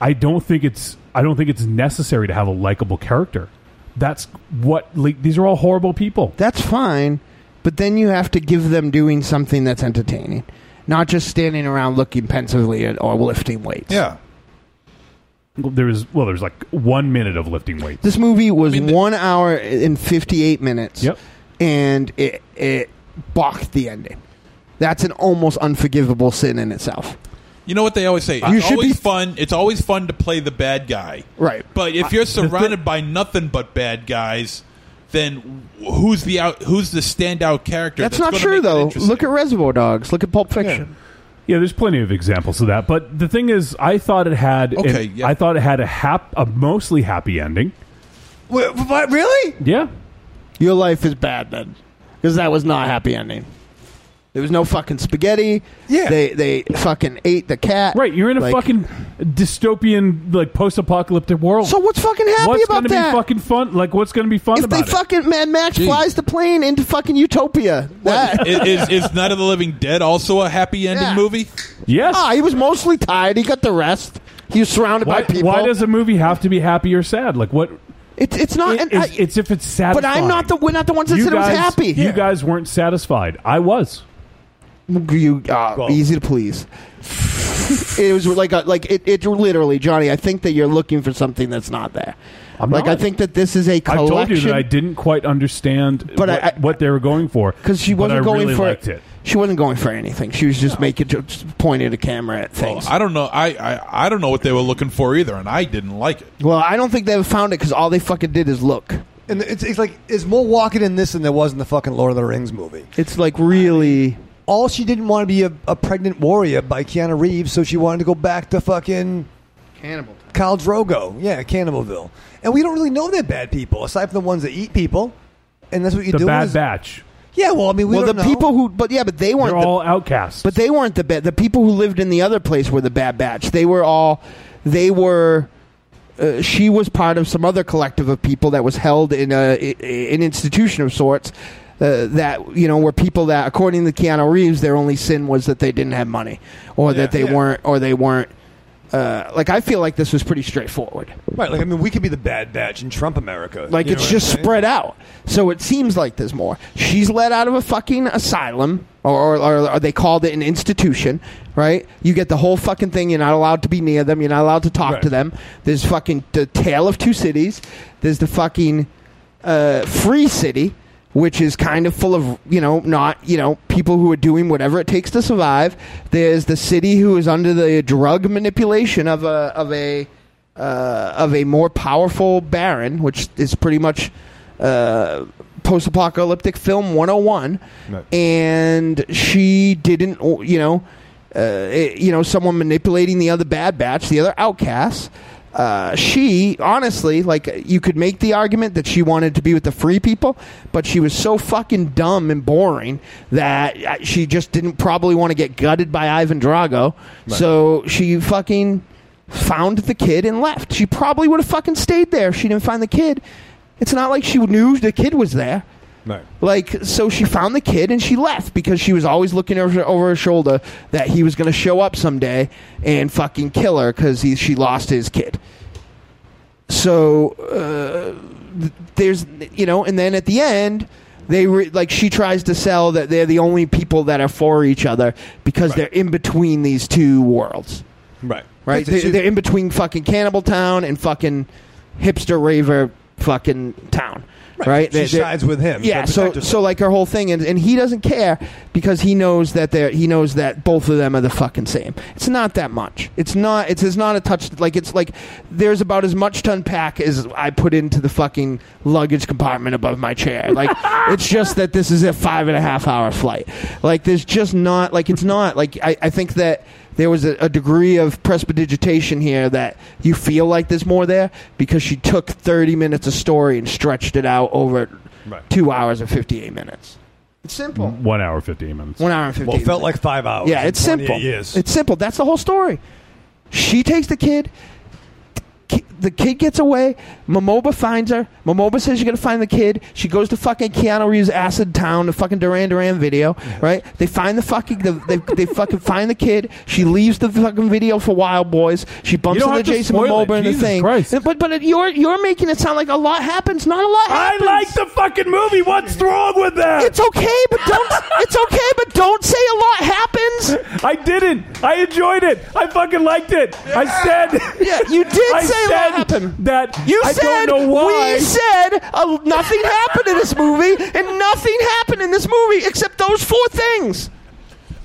Speaker 4: I don't think it's I don't think it's necessary to have a likable character. That's what like, these are all horrible people.
Speaker 5: That's fine,
Speaker 12: but then you have to give them doing something that's entertaining, not just standing around looking pensively at, or lifting weights.
Speaker 8: Yeah.
Speaker 4: There was well, there's like one minute of lifting weights.
Speaker 5: This movie was one hour and fifty eight minutes. Yep. And it it balked the ending. That's an almost unforgivable sin in itself.
Speaker 8: You know what they always say?
Speaker 5: You
Speaker 8: It's
Speaker 5: should
Speaker 8: always fun. It's always fun to play the bad guy.
Speaker 5: Right.
Speaker 8: But if you're surrounded by nothing but bad guys, then who's the out, who's the standout character?
Speaker 5: That's not
Speaker 8: gonna
Speaker 5: true
Speaker 8: make it
Speaker 5: though.
Speaker 8: interesting?
Speaker 5: Look at Reservoir Dogs. Look at Pulp Fiction.
Speaker 4: Yeah, there's plenty of examples of that. But the thing is, I thought it had.
Speaker 5: Okay,
Speaker 4: an- I thought it had a hap- a mostly happy ending.
Speaker 5: Wait, what? Really?
Speaker 4: Yeah.
Speaker 5: Your life is bad then, because that was not a happy ending. There was no fucking spaghetti. Yeah. They they fucking ate the cat.
Speaker 4: Right. You're in a fucking dystopian, like post-apocalyptic world.
Speaker 5: So what's fucking happy
Speaker 4: what's
Speaker 5: about
Speaker 4: gonna
Speaker 5: that?
Speaker 4: Be fucking fun. Like what's going to be fun
Speaker 5: If
Speaker 4: about
Speaker 5: they
Speaker 4: it?
Speaker 5: fucking Mad Max
Speaker 4: Gee.
Speaker 5: flies the plane into fucking Utopia, that
Speaker 8: is, is, is Night of the Living Dead also a happy ending movie?
Speaker 4: Yes.
Speaker 5: Ah, he was mostly tired. He got the rest. He was surrounded
Speaker 4: why,
Speaker 5: by people.
Speaker 4: why does a movie have to be happy or sad? Like what?
Speaker 5: It, it's not. and
Speaker 4: it's,
Speaker 5: I-
Speaker 4: it's if it's sad.
Speaker 5: But I'm not the. We're not the ones that
Speaker 4: you
Speaker 5: said
Speaker 4: guys,
Speaker 5: it was happy.
Speaker 4: You guys weren't satisfied. I was.
Speaker 5: You uh, easy to please. it was like a, like it, it literally Johnny. I think that you're looking for something that's not there.
Speaker 4: I'm
Speaker 5: like
Speaker 4: not.
Speaker 5: I think that this is a
Speaker 4: I
Speaker 5: collection.
Speaker 4: told you that I didn't quite understand
Speaker 5: But I-
Speaker 4: what, what they were going for because
Speaker 5: she wasn't going
Speaker 4: really
Speaker 5: for
Speaker 4: liked it.
Speaker 5: She wasn't going for anything. She was just making just pointing a camera at things.
Speaker 8: I don't know. I, I I don't know what they were looking for either, and I didn't like it.
Speaker 5: Well, I don't think they ever found it because all they fucking did is look.
Speaker 6: And it's, it's like there's more walking in this than there was in the fucking Lord of the Rings movie.
Speaker 5: It's like really.
Speaker 6: All she didn't want to be a, a pregnant warrior by Keanu Reeves, so she wanted to go back to fucking
Speaker 5: Cannibal.
Speaker 6: Khal Drogo, yeah, Cannibalville. And we don't really know they're bad people aside from the ones that eat people. And that's what you
Speaker 4: The
Speaker 6: do.
Speaker 4: Bad
Speaker 6: is,
Speaker 4: Batch.
Speaker 6: Yeah, well, I mean, we
Speaker 5: well,
Speaker 6: don't
Speaker 5: the
Speaker 6: know.
Speaker 5: people who, but yeah, but they weren't
Speaker 6: They're
Speaker 5: the,
Speaker 6: all
Speaker 4: outcasts.
Speaker 5: But they weren't the bad. The people who lived in the other place were the bad batch. They were all. They were. Uh, she was part of some other collective of people that was held in a i- i- an institution of sorts. Uh, that you know were people that, according to Keanu Reeves, their only sin was that they didn't have money, or that they weren't, or they weren't. Uh, like I feel like this was pretty straightforward.
Speaker 6: Right, like I mean, we could be the Bad Batch in Trump America.
Speaker 5: Like
Speaker 6: You know
Speaker 5: it's
Speaker 6: what I'm
Speaker 5: just
Speaker 6: saying?
Speaker 5: spread out. So it seems like there's more. She's let out of a fucking asylum, or, or, or they called it an institution, right? You get the whole fucking thing. You're not allowed to be near them. You're not allowed to talk to them. There's fucking the Tale of Two Cities. There's the fucking uh, Free City, which is kind of full of you know not you know people who are doing whatever it takes to survive. There's the city who is under the drug manipulation of a of a uh, of a more powerful baron, which is pretty much uh, post apocalyptic film 101. And she didn't, you know, uh, it- you know, someone manipulating the other Bad Batch, the other outcasts. Uh, she honestly, like, you could make the argument that she wanted to be with the free people, but she was so fucking dumb and boring that uh, she just didn't probably want to get gutted by Ivan Drago. So she fucking found the kid and left. She probably would have fucking stayed there if she didn't find the kid. It's not like she knew the kid was there.
Speaker 6: Right.
Speaker 5: Like, so she found the kid and she left because she was always looking over, over her shoulder that he was going to show up someday and fucking kill her because she lost his kid. So uh, th- there's, you know, and then at the end, they re- like she tries to sell that they're the only people that are for each other because they're in between these two worlds
Speaker 6: Right.
Speaker 5: right?
Speaker 6: That's
Speaker 5: They,
Speaker 6: it.
Speaker 5: they're in between fucking Cannibal Town and fucking hipster raver fucking town, right? They-
Speaker 6: She
Speaker 5: they-
Speaker 6: sides with him.
Speaker 5: Yeah.
Speaker 6: to
Speaker 5: So
Speaker 6: protect herself.
Speaker 5: so like her whole thing, and, and he doesn't care because he knows that they are he knows that both of them are the fucking same. It's not that much. It's not. It's, it's not a touch. Like it's like there's about as much to unpack as I put into the fucking luggage compartment above my chair. Like it's just that this is a five and a half hour flight. Like there's just not. Like it's not. Like I, I think that there was a, a degree of prestidigitation here that you feel like there's more there because she took 30 minutes of story and stretched it out over two hours and 58 minutes. It's simple.
Speaker 4: One hour, 15 minutes.
Speaker 5: One hour and 15
Speaker 6: Well, it felt
Speaker 5: minutes.
Speaker 6: like five hours.
Speaker 5: Yeah, it's
Speaker 6: in 28
Speaker 5: simple.
Speaker 6: Years.
Speaker 5: It's simple. That's the whole story. She takes the kid. ki- The kid gets away. Momoba finds her. Momoba says you're gonna find the kid. She goes to fucking Keanu Reeves' Acid Town, the fucking Duran Duran video, right? They find the fucking the, they they fucking find the kid. She leaves the fucking video for Wild Boys. She bumps
Speaker 4: don't
Speaker 5: into
Speaker 4: have to
Speaker 5: Jason
Speaker 4: spoil it.
Speaker 5: Momoba in the
Speaker 4: Jesus
Speaker 5: thing.
Speaker 4: Christ.
Speaker 5: But but it- you're you're making it sound like a lot happens. Not a lot happens. I like
Speaker 4: the fucking movie. What's wrong with that?
Speaker 5: It's okay, but don't. it's okay, but don't say a lot happens.
Speaker 4: I didn't. I enjoyed it. I fucking liked it. I said.
Speaker 5: Yeah, you did
Speaker 4: I
Speaker 5: say a
Speaker 4: said
Speaker 5: lot happened.
Speaker 4: That
Speaker 5: You
Speaker 4: I don't
Speaker 5: said
Speaker 4: know why.
Speaker 5: we said uh, nothing happened in this movie, and nothing happened in this movie except those four things.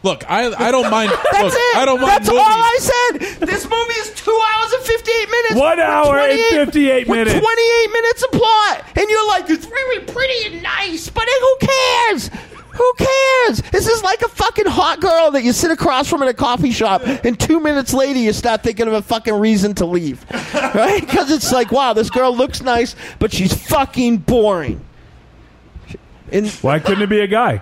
Speaker 8: Look, I I don't mind.
Speaker 5: [laughs] That's
Speaker 8: look,
Speaker 5: it.
Speaker 8: I don't mind
Speaker 5: That's
Speaker 8: movies.
Speaker 5: all I said. This movie is two hours and fifty-eight minutes.
Speaker 4: One
Speaker 5: with
Speaker 4: hour and
Speaker 5: 28
Speaker 4: 58
Speaker 5: with
Speaker 4: minutes.
Speaker 5: Twenty-eight minutes of plot, and you're like, it's really pretty and nice, but who cares? Who cares? This is like a fucking hot girl that you sit across from in a coffee shop, and two minutes later you start thinking of a fucking reason
Speaker 4: [laughs]
Speaker 5: to leave, right? Because it's like, wow, this girl looks nice, but she's fucking boring.
Speaker 4: Why couldn't it be a guy?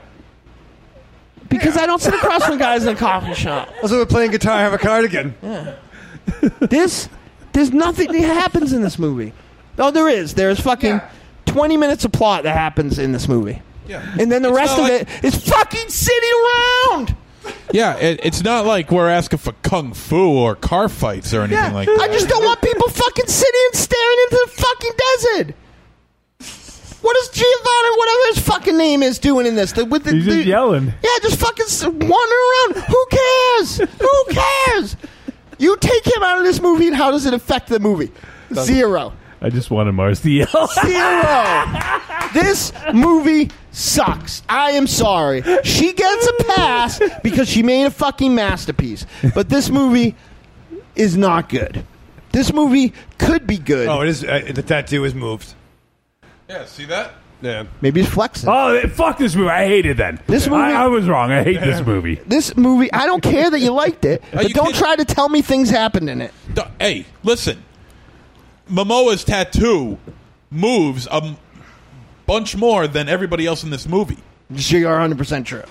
Speaker 5: Because I don't sit across from guys in a coffee shop.
Speaker 6: That's why we're playing guitar. Have a cardigan.
Speaker 5: this there's nothing that happens in this movie. No, there is. There's fucking twenty minutes of plot that happens in this movie. Yeah. And then the rest of it is fucking sitting around.
Speaker 8: Yeah, it, it's not like we're asking for kung fu or car fights or anything
Speaker 5: Yeah.
Speaker 8: like that.
Speaker 5: I just don't want people fucking sitting and staring into the fucking desert. What is Giovanni, whatever his fucking name is, doing in this? The, with the,
Speaker 4: He's just
Speaker 5: the-
Speaker 4: yelling.
Speaker 5: Yeah, just fucking s- wandering around. Who cares? Who cares? You take him out of this movie, and how does it affect the movie?
Speaker 4: Doesn't.
Speaker 5: Zero.
Speaker 4: I just wanted Mars to yell.
Speaker 5: [laughs] Zero. This movie sucks. I am sorry. She gets a pass because she made a fucking masterpiece. But this movie is not good. This movie could be good.
Speaker 6: Oh, it is. Uh, the tattoo is moved.
Speaker 8: Yeah, see that?
Speaker 6: Yeah.
Speaker 5: Maybe it's flexing.
Speaker 4: Oh, fuck this movie. I hate it then.
Speaker 5: This movie-
Speaker 4: I, I was wrong. I hate this movie.
Speaker 5: This movie, I don't care that you liked it, but don't try to tell me things happened in it.
Speaker 8: D- Hey, listen. Momoa's tattoo moves a m- bunch more than everybody else in this movie.
Speaker 5: You are
Speaker 4: [laughs]
Speaker 5: 100% true.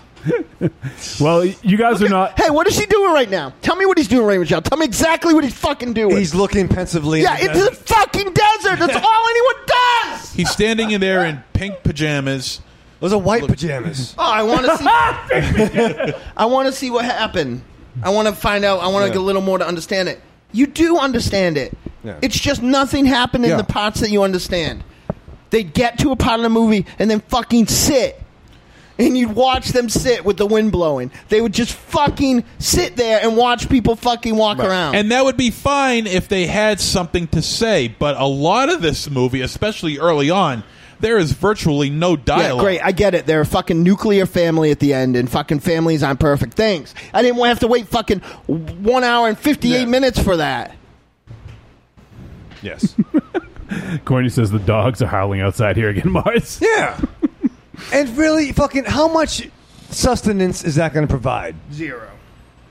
Speaker 4: Well, you guys are not.
Speaker 5: Hey, what is he doing right now? Tell me what he's doing right now. Tell me exactly what he's fucking doing. He's
Speaker 6: looking pensively.
Speaker 5: Yeah, into the fucking desert. That's all anyone does.
Speaker 8: He's standing in there in pink pajamas.
Speaker 6: Those are white pajamas.
Speaker 5: Oh, I want to
Speaker 6: [laughs]
Speaker 5: see. I want to see what happened. I want to find out. I want to
Speaker 6: Yeah.
Speaker 5: get a little more to understand it. You do understand it.
Speaker 6: Yeah.
Speaker 5: It's just nothing happened in
Speaker 6: Yeah.
Speaker 5: the parts that you understand. They get to a part of the movie and then fucking sit. And you'd watch them sit with the wind blowing. They would just fucking sit there and watch people fucking walk around.
Speaker 8: And that would be fine if they had something to say, but a lot of this movie, especially early on, there is virtually no dialogue.
Speaker 5: Yeah, great. I get it. They're a fucking nuclear family at the end, and fucking families aren't perfect. Thanks. I didn't have to wait fucking one hour and 58 minutes for that.
Speaker 6: Yes.
Speaker 4: [laughs] Corny says the dogs are howling outside here again, Mars.
Speaker 6: Yeah. and really, fucking, how much sustenance is that going to provide?
Speaker 5: Zero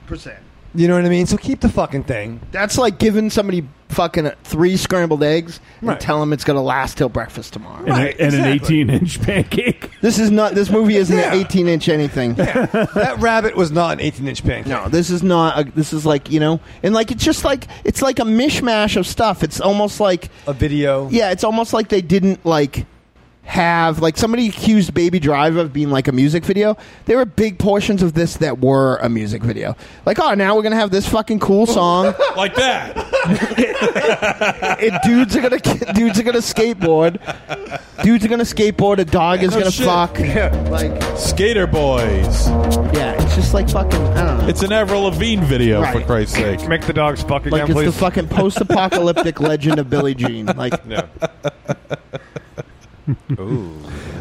Speaker 5: percent.
Speaker 6: You know what I
Speaker 4: [laughs]
Speaker 6: mean? So keep the fucking thing.
Speaker 5: That's like giving somebody fucking three scrambled eggs
Speaker 6: Right.
Speaker 5: and tell them it's going to last till breakfast tomorrow.
Speaker 4: And, a- and an 18 inch pancake.
Speaker 5: [laughs] This is not. This movie isn't
Speaker 6: Yeah.
Speaker 5: an 18 inch anything.
Speaker 6: that rabbit was not an 18 inch pancake.
Speaker 5: No, this is not. A, this is like you know, and like it's just like it's like a mishmash of stuff. It's almost like
Speaker 6: A video.
Speaker 5: Yeah, it's almost like they didn't like have like somebody accused Baby Driver of being like a music video. There were big portions of this that were a music video. Like, oh, now we're gonna have this fucking cool song.
Speaker 6: [laughs]
Speaker 8: Like
Speaker 5: [laughs]
Speaker 8: that.
Speaker 5: and dudes are gonna dudes are gonna skateboard. Dudes are gonna skateboard. A dog is
Speaker 8: Oh,
Speaker 5: gonna
Speaker 8: shit.
Speaker 5: fuck. Like
Speaker 8: Skater Boys.
Speaker 5: yeah, it's just like fucking. I don't know.
Speaker 8: It's an Avril Lavigne video, for
Speaker 5: Right.
Speaker 8: Christ's sake.
Speaker 6: Make the dogs fuck
Speaker 5: Like it's the
Speaker 8: [laughs]
Speaker 5: fucking post-apocalyptic legend of Billie Jean.
Speaker 6: [laughs]
Speaker 5: Like [laughs]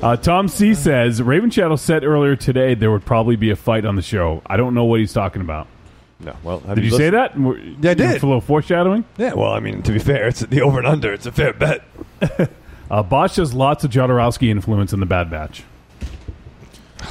Speaker 4: Uh, Tom C says Raven Shadow said earlier today there would probably be a fight on the show. I don't know what he's talking about.
Speaker 6: No. Well, have
Speaker 4: Did you,
Speaker 6: lis-
Speaker 4: say that? Yeah,
Speaker 6: I did.
Speaker 4: A little foreshadowing.
Speaker 6: Yeah. Well, I mean, to be fair, it's the over and under. It's a
Speaker 4: [laughs]
Speaker 6: fair bet.
Speaker 4: Uh, Bosch has lots of Jodorowsky influence in the Bad Batch.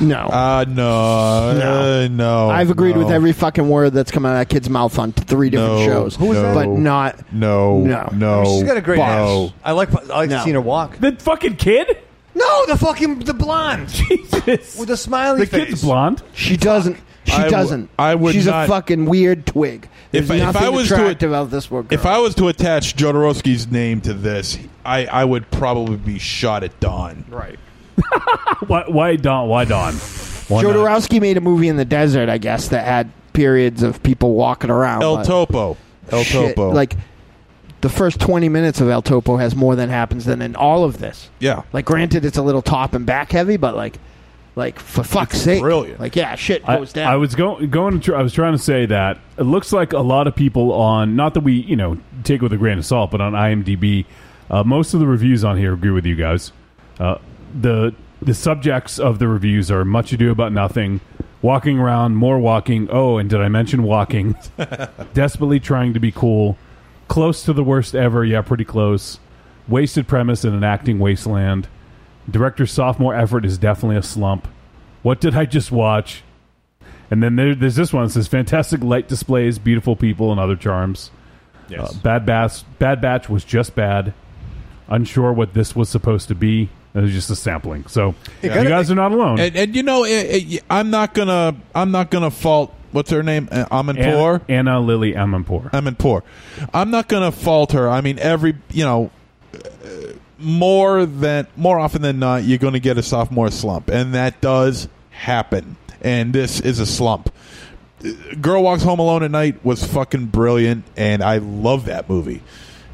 Speaker 5: No.
Speaker 8: Uh, no. No. Uh, no.
Speaker 5: I've agreed with
Speaker 8: no.
Speaker 5: every fucking word that's come out of that kid's mouth on three different
Speaker 8: No.
Speaker 5: shows.
Speaker 8: Who was that?
Speaker 5: But not.
Speaker 8: No.
Speaker 5: No.
Speaker 8: No.
Speaker 5: I mean, she's got a great
Speaker 8: Fuck.
Speaker 5: ass.
Speaker 8: No.
Speaker 6: I like I like
Speaker 5: No.
Speaker 6: seeing her walk.
Speaker 4: The fucking kid?
Speaker 6: No, the fucking the
Speaker 4: [laughs]
Speaker 6: blonde. Jesus, with the smiley
Speaker 5: The
Speaker 6: face.
Speaker 5: kid's
Speaker 4: blonde.
Speaker 5: She doesn't. She
Speaker 8: I w-
Speaker 5: doesn't.
Speaker 8: I would
Speaker 5: She's
Speaker 8: not-
Speaker 5: a fucking weird twig. There's
Speaker 8: If I- if
Speaker 5: nothing
Speaker 8: I was to-
Speaker 5: attractive about this world.
Speaker 8: If I was to attach Jodorowsky's name to this, I, I would probably be shot at dawn.
Speaker 5: Right.
Speaker 4: [laughs] why, why Don? Why Don? Why not?
Speaker 5: Jodorowsky made a movie in the desert, I guess, that had periods of people walking around.
Speaker 8: El
Speaker 5: but-
Speaker 8: Topo. El
Speaker 5: Shit,
Speaker 8: Topo.
Speaker 5: Like the first twenty minutes of El Topo has more than happens than in all of this.
Speaker 8: Yeah.
Speaker 5: Like, granted, it's a little top and back heavy, but like, like for fuck's sake, brilliant. Like, yeah, shit
Speaker 4: I,
Speaker 5: goes down.
Speaker 4: I was going going. To, I was trying to say that it looks like a lot of people on not that we you know take it with a grain of salt, but on IMDb, uh, most of the reviews on here agree with you guys. Uh, the the subjects of the reviews are much ado about nothing, walking around, more walking. Oh, and did I mention walking? Desperately trying to be cool, close to the worst ever. Yeah, pretty close. Wasted premise in an acting wasteland. Director's sophomore effort is definitely a slump. What did I just watch? And then there, there's this one. It says fantastic light displays, beautiful people, and other charms. Yes. Bad Batch, Bad Batch was just bad. Unsure what this was supposed to be. It was just a sampling. So you guys are not alone.
Speaker 8: And, and you know, it, it, I'm not gonna I'm not gonna fault what's her name uh, Amanpour.
Speaker 4: Anna, Anna Lily Amanpour.
Speaker 8: Amanpour. I'm not gonna fault her. I mean, every you know, uh, more than more often than not, you're gonna get a sophomore slump, and that does happen. And this is a slump. Uh, Girl Walks Home Alone at Night was fucking brilliant, and I love that movie.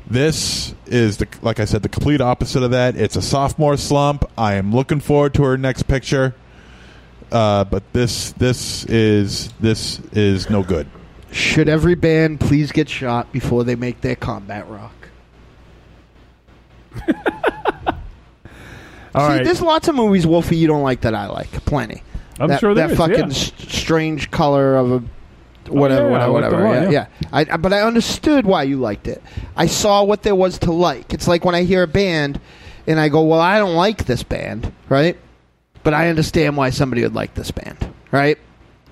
Speaker 8: This is the like I said, the complete opposite of that. It's a sophomore slump. I am looking forward to her next picture. Uh, but this this is this is no good.
Speaker 5: Should every band please get shot before they make their combat rock?
Speaker 4: [laughs] All
Speaker 5: See,
Speaker 4: right.
Speaker 5: there's lots of movies, Wolfie, you don't like that I like. Plenty.
Speaker 4: I'm
Speaker 5: that,
Speaker 4: sure there
Speaker 5: that
Speaker 4: is,
Speaker 5: fucking
Speaker 4: yeah.
Speaker 5: s- strange color of a whatever,
Speaker 4: Oh, yeah, I like that
Speaker 5: whatever, whatever.
Speaker 4: a lot,
Speaker 5: yeah,
Speaker 4: yeah.
Speaker 5: yeah. I, I- but I understood why you liked it. I saw what there was to like. It's like when I hear a band, and I go, "Well, I don't like this band," right? But I understand why somebody would like this band, right?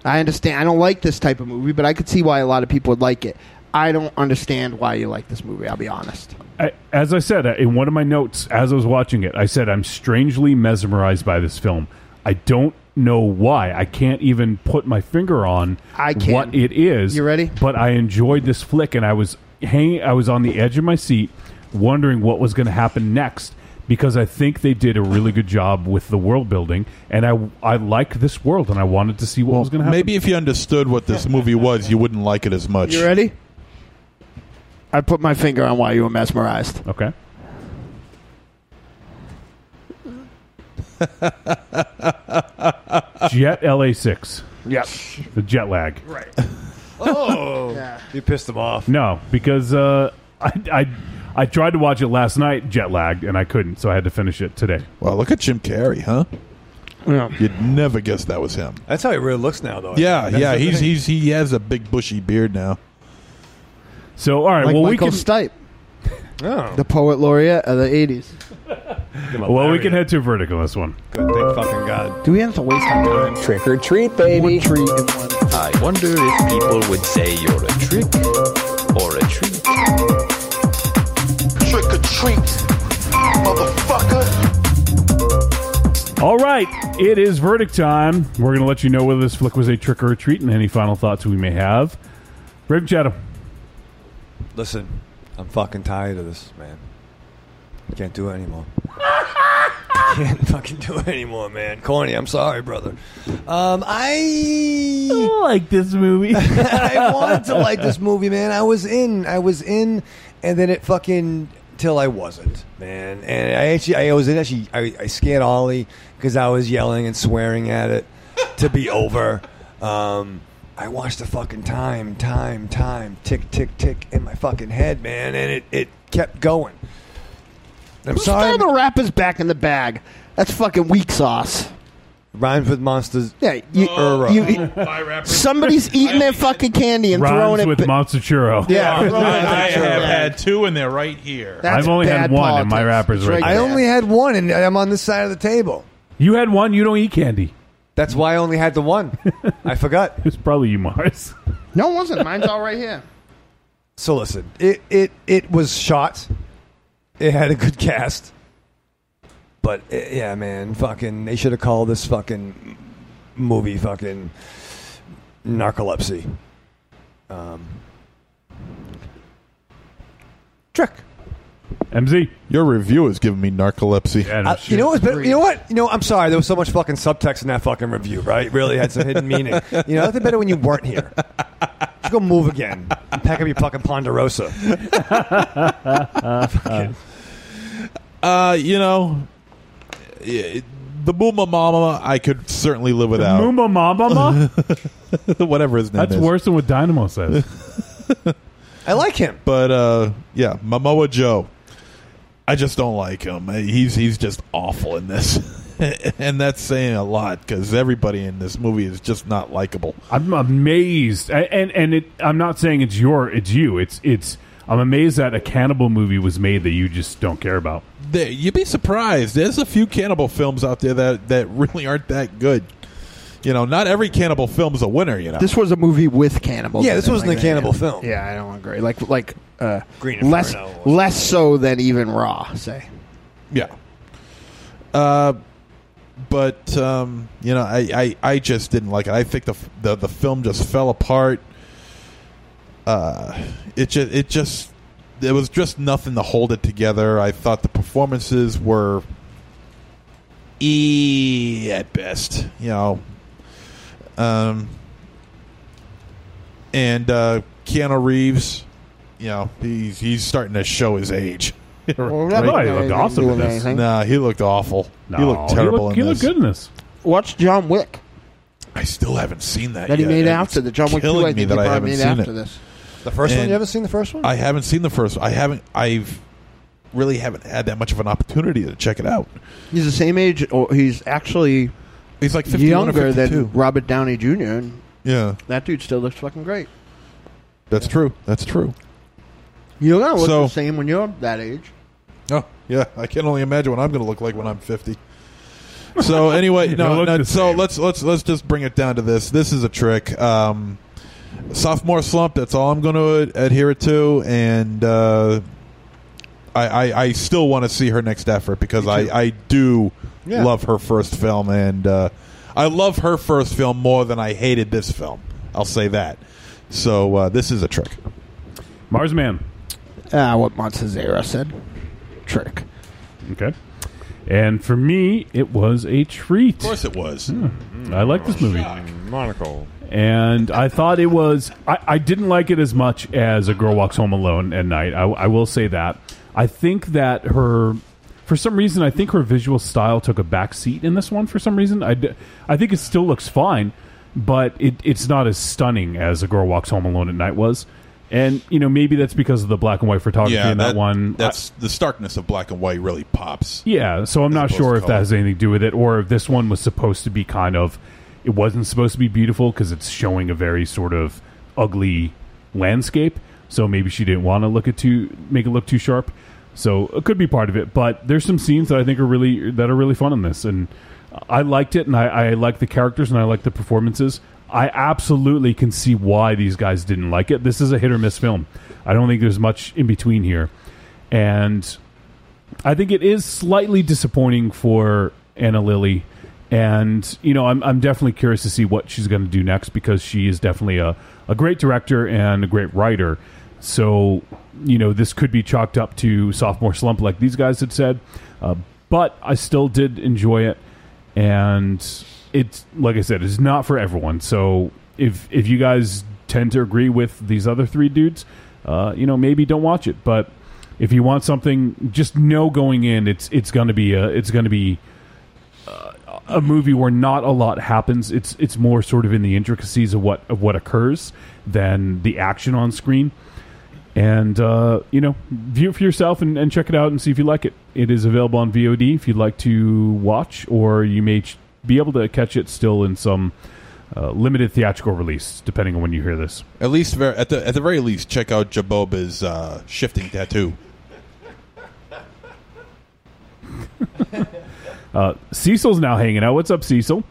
Speaker 5: I understand. I don't like this type of movie, but I could see why a lot of people would like it. I don't understand why you like this movie. I'll be honest.
Speaker 4: I, as I said uh, in one of my notes as I was watching it, I said I'm strangely mesmerized by this film. I don't know why. I can't even put my finger on
Speaker 5: I can.
Speaker 4: what it is.
Speaker 5: You ready?
Speaker 4: But I enjoyed this flick, and I was hanging. I was on the edge of my seat, wondering what was going to happen next because I think they did a really good job with the world building, and I I like this world, and I wanted to see what was going to happen.
Speaker 8: Maybe if you understood what this movie was, you wouldn't like it as much.
Speaker 5: You ready? I put my finger on why you were mesmerized.
Speaker 4: Okay. [laughs] Jet LA six.
Speaker 5: Yep.
Speaker 4: The jet lag.
Speaker 6: Right. [laughs] Oh, you pissed him off.
Speaker 4: No, because uh, I, I I tried to watch it last night, jet lagged, and I couldn't, so I had to finish it today.
Speaker 8: Well, look at Jim Carrey, huh? You'd never guess that was him.
Speaker 6: That's how he really looks now, though.
Speaker 8: Yeah,
Speaker 6: That's
Speaker 8: yeah.
Speaker 6: the
Speaker 8: He's
Speaker 6: thing.
Speaker 8: he's he has a big bushy beard now.
Speaker 4: So all right,
Speaker 5: like
Speaker 4: well
Speaker 5: Michael
Speaker 4: we can
Speaker 5: Stipe,
Speaker 6: Oh.
Speaker 5: the poet laureate of the '80s.
Speaker 4: [laughs] well we can head to a verdict on this one.
Speaker 6: Good, thank fucking God.
Speaker 5: Do we have to waste our time?
Speaker 16: Trick or treat, baby.
Speaker 5: treat.
Speaker 16: I wonder if people would say you're a trick or a treat.
Speaker 13: Trick or treat, motherfucker.
Speaker 4: All right, it is verdict time. We're going to let you know whether this flick was a trick or a treat, and any final thoughts we may have. Raven Chatham.
Speaker 6: Listen, I'm fucking tired of this, man. Can't do
Speaker 4: [laughs]
Speaker 6: it anymore. Can't fucking do it anymore, man. Corny. I'm sorry, brother. Um, I
Speaker 4: like this movie. [laughs]
Speaker 6: [laughs] I wanted to like this movie, man. I was in. I was in, and then it fucking till I wasn't, man. And I actually, I was in actually, I, I scared Ollie because I was yelling and swearing at it to
Speaker 5: [laughs]
Speaker 6: be over. Um, I watched the fucking time, time, time, tick, tick, tick in my fucking head, man, and it it kept going. I'm
Speaker 5: Who's
Speaker 6: sorry.
Speaker 5: throwing the rappers back in the bag? That's fucking weak sauce.
Speaker 6: Rhymes with monsters.
Speaker 5: Yeah, you,
Speaker 6: Era.
Speaker 5: you- somebody's eating their fucking candy and throwing
Speaker 4: Rhymes
Speaker 5: it.
Speaker 4: with
Speaker 5: ba-
Speaker 4: Monster Churro.
Speaker 5: yeah,
Speaker 8: I,
Speaker 5: throwing it back.
Speaker 8: have
Speaker 5: Yeah.
Speaker 8: had two, and they're right here.
Speaker 5: That's
Speaker 4: I've only had
Speaker 5: bad
Speaker 4: one,
Speaker 5: politics.
Speaker 4: and my rapper's
Speaker 5: It's
Speaker 4: right.
Speaker 5: right
Speaker 6: I
Speaker 5: there.
Speaker 6: only had one, and I'm on this side of the table.
Speaker 4: You had one. You don't eat candy.
Speaker 6: That's why I only had the one. I forgot.
Speaker 4: [laughs] It's probably you, Mars.
Speaker 5: No, it wasn't. Mine's all right here.
Speaker 6: [laughs] So listen, it it it was shot. It had a good cast. But eh, yeah, man, fucking, they should have called this fucking movie fucking narcolepsy. Um,
Speaker 4: MZ,
Speaker 8: your review is giving me narcolepsy.
Speaker 6: Uh, you know what's better? You know what? You know, I'm sorry. There was so much fucking subtext in that fucking review, right? It really had some hidden meaning. You know, that'd be better when you weren't here. Just go move again. Pack up your fucking Ponderosa. Fucking-
Speaker 8: [laughs] Uh, you know, eh, the Mooma Mama, I could certainly live [laughs] without.
Speaker 4: Mooma Mama,
Speaker 8: [laughs] whatever his name
Speaker 4: that's
Speaker 8: is.
Speaker 4: worse than what Dynamo
Speaker 8: [laughs]
Speaker 4: says.
Speaker 6: I like him,
Speaker 8: but uh, yeah, Momoa Joe. I just don't like him. He's he's just awful in this, [laughs] and that's saying a lot because everybody in this movie is just not likable.
Speaker 4: I'm amazed, A- and and it, I'm not saying it's your, it's you. It's it's. I'm amazed that a cannibal movie was made that you just don't care about.
Speaker 8: There, you'd be surprised. There's a few cannibal films out there that that really aren't that good. You know, not every cannibal film's a winner. You know,
Speaker 12: This was a movie with cannibals.
Speaker 8: Yeah,
Speaker 12: in
Speaker 8: this
Speaker 12: it,
Speaker 8: wasn't
Speaker 12: like
Speaker 8: a
Speaker 12: that,
Speaker 8: cannibal
Speaker 12: yeah.
Speaker 8: film.
Speaker 12: Yeah, I don't agree. Like like uh,
Speaker 6: Green
Speaker 12: less less so than even Raw. Say
Speaker 8: Yeah. Uh, but um, you know, I, I, I just didn't like it. I think the f- the, the film just fell apart. Uh, it just it just there was just nothing to hold it together. I thought the performances were e at best. You know, um, and uh, Keanu Reeves, you know, he's he's starting to show his age. [laughs]
Speaker 4: Well, that might have looked awesome in this.
Speaker 8: Nah, he looked awful. he
Speaker 4: No,
Speaker 8: looked terrible.
Speaker 4: He
Speaker 8: in
Speaker 4: looked,
Speaker 8: this.
Speaker 4: he looked good in this.
Speaker 12: Watch John Wick
Speaker 8: I still haven't seen that.
Speaker 12: that he
Speaker 8: yet.
Speaker 12: made
Speaker 8: It's
Speaker 12: after the John Wick two.
Speaker 8: killing
Speaker 12: I
Speaker 8: me
Speaker 12: think
Speaker 8: that
Speaker 12: he
Speaker 8: I
Speaker 12: probably
Speaker 8: haven't
Speaker 12: made
Speaker 8: seen
Speaker 12: after
Speaker 8: it.
Speaker 12: this.
Speaker 6: The first one.
Speaker 8: And-
Speaker 6: You haven't seen the first one?
Speaker 8: I haven't seen the first. one. I haven't. I've really haven't had that much of an opportunity to check it out.
Speaker 12: He's the same age. Or he's actually
Speaker 8: he's like 51 or
Speaker 12: younger
Speaker 8: 52.
Speaker 12: than Robert Downey Jr. And
Speaker 8: Yeah,
Speaker 12: that dude still looks fucking great.
Speaker 8: that's true. That's true.
Speaker 12: You're gonna look
Speaker 8: So-
Speaker 12: the same when you're that age.
Speaker 8: Oh yeah, I can only imagine what I'm going to look like when I'm 50. So anyway, no, no so let's let's let's just bring it down to this. This is a trick. Um, sophomore slump. That's all I'm going to adhere to, and uh, I, I I still want to see her next effort because I I do
Speaker 6: Yeah.
Speaker 8: love her first film, and uh, I love her first film more than I hated this film. I'll say that. So uh, this is a trick.
Speaker 4: Marsman. Uh,
Speaker 12: Ah, what Montezera said. Trick.
Speaker 4: Okay. And for me, it was a treat. Of
Speaker 8: course, it was.
Speaker 4: I like this movie.
Speaker 17: Monocle.
Speaker 4: and I thought it was. I, I didn't like it as much as a girl walks home alone at night. I, I will say that. I think that her, for some reason, I think her visual style took a back seat in this one. For some reason, I, d- I think it still looks fine, but it, it's not as stunning as a girl walks home alone at night was. And you know maybe that's because of the black and white photography in that, one.
Speaker 8: That's the starkness of black and white really pops.
Speaker 4: Yeah, so I'm not
Speaker 8: opposed
Speaker 4: sure
Speaker 8: to
Speaker 4: if that
Speaker 8: color.
Speaker 4: has anything to do with it, or if this one was supposed to be kind of. It wasn't supposed to be beautiful because it's showing a very sort of ugly landscape. So maybe she didn't want to look it too, make it look too sharp. So it could be part of it, but there's some scenes that I think are really that are really fun in this, and I liked it, and I, I like the characters, and I like the performances. I absolutely can see why these guys didn't like it. This is a hit or miss film. I don't think there's much in between here, and I think it is slightly disappointing for Anna Lily. And, you know, I'm, I'm definitely curious to see what she's going to do next because she is definitely a, a great director and a great writer. So, you know, this could be chalked up to sophomore slump, like these guys had said. Uh, but I still did enjoy it. And it's, like I said, it's not for everyone. So if, if you guys tend to agree with these other three dudes, uh, you know, maybe don't watch it. But if you want something, just know going in, it's it's going to be a it's going to be uh, a movie where not a lot happens. It's it's more sort of in the intricacies of what of what occurs than the action on screen. And uh, you know, view it for yourself and, and check it out and see if you like it. It is available on VOD if you'd like to watch, or you may ch- be able to catch it still in some uh, limited theatrical release, depending on when you hear this.
Speaker 8: At least, ver- at the at the very least, check out Jaboba's uh, shifting tattoo.
Speaker 4: Uh, Cecil's now hanging out. What's up, Cecil?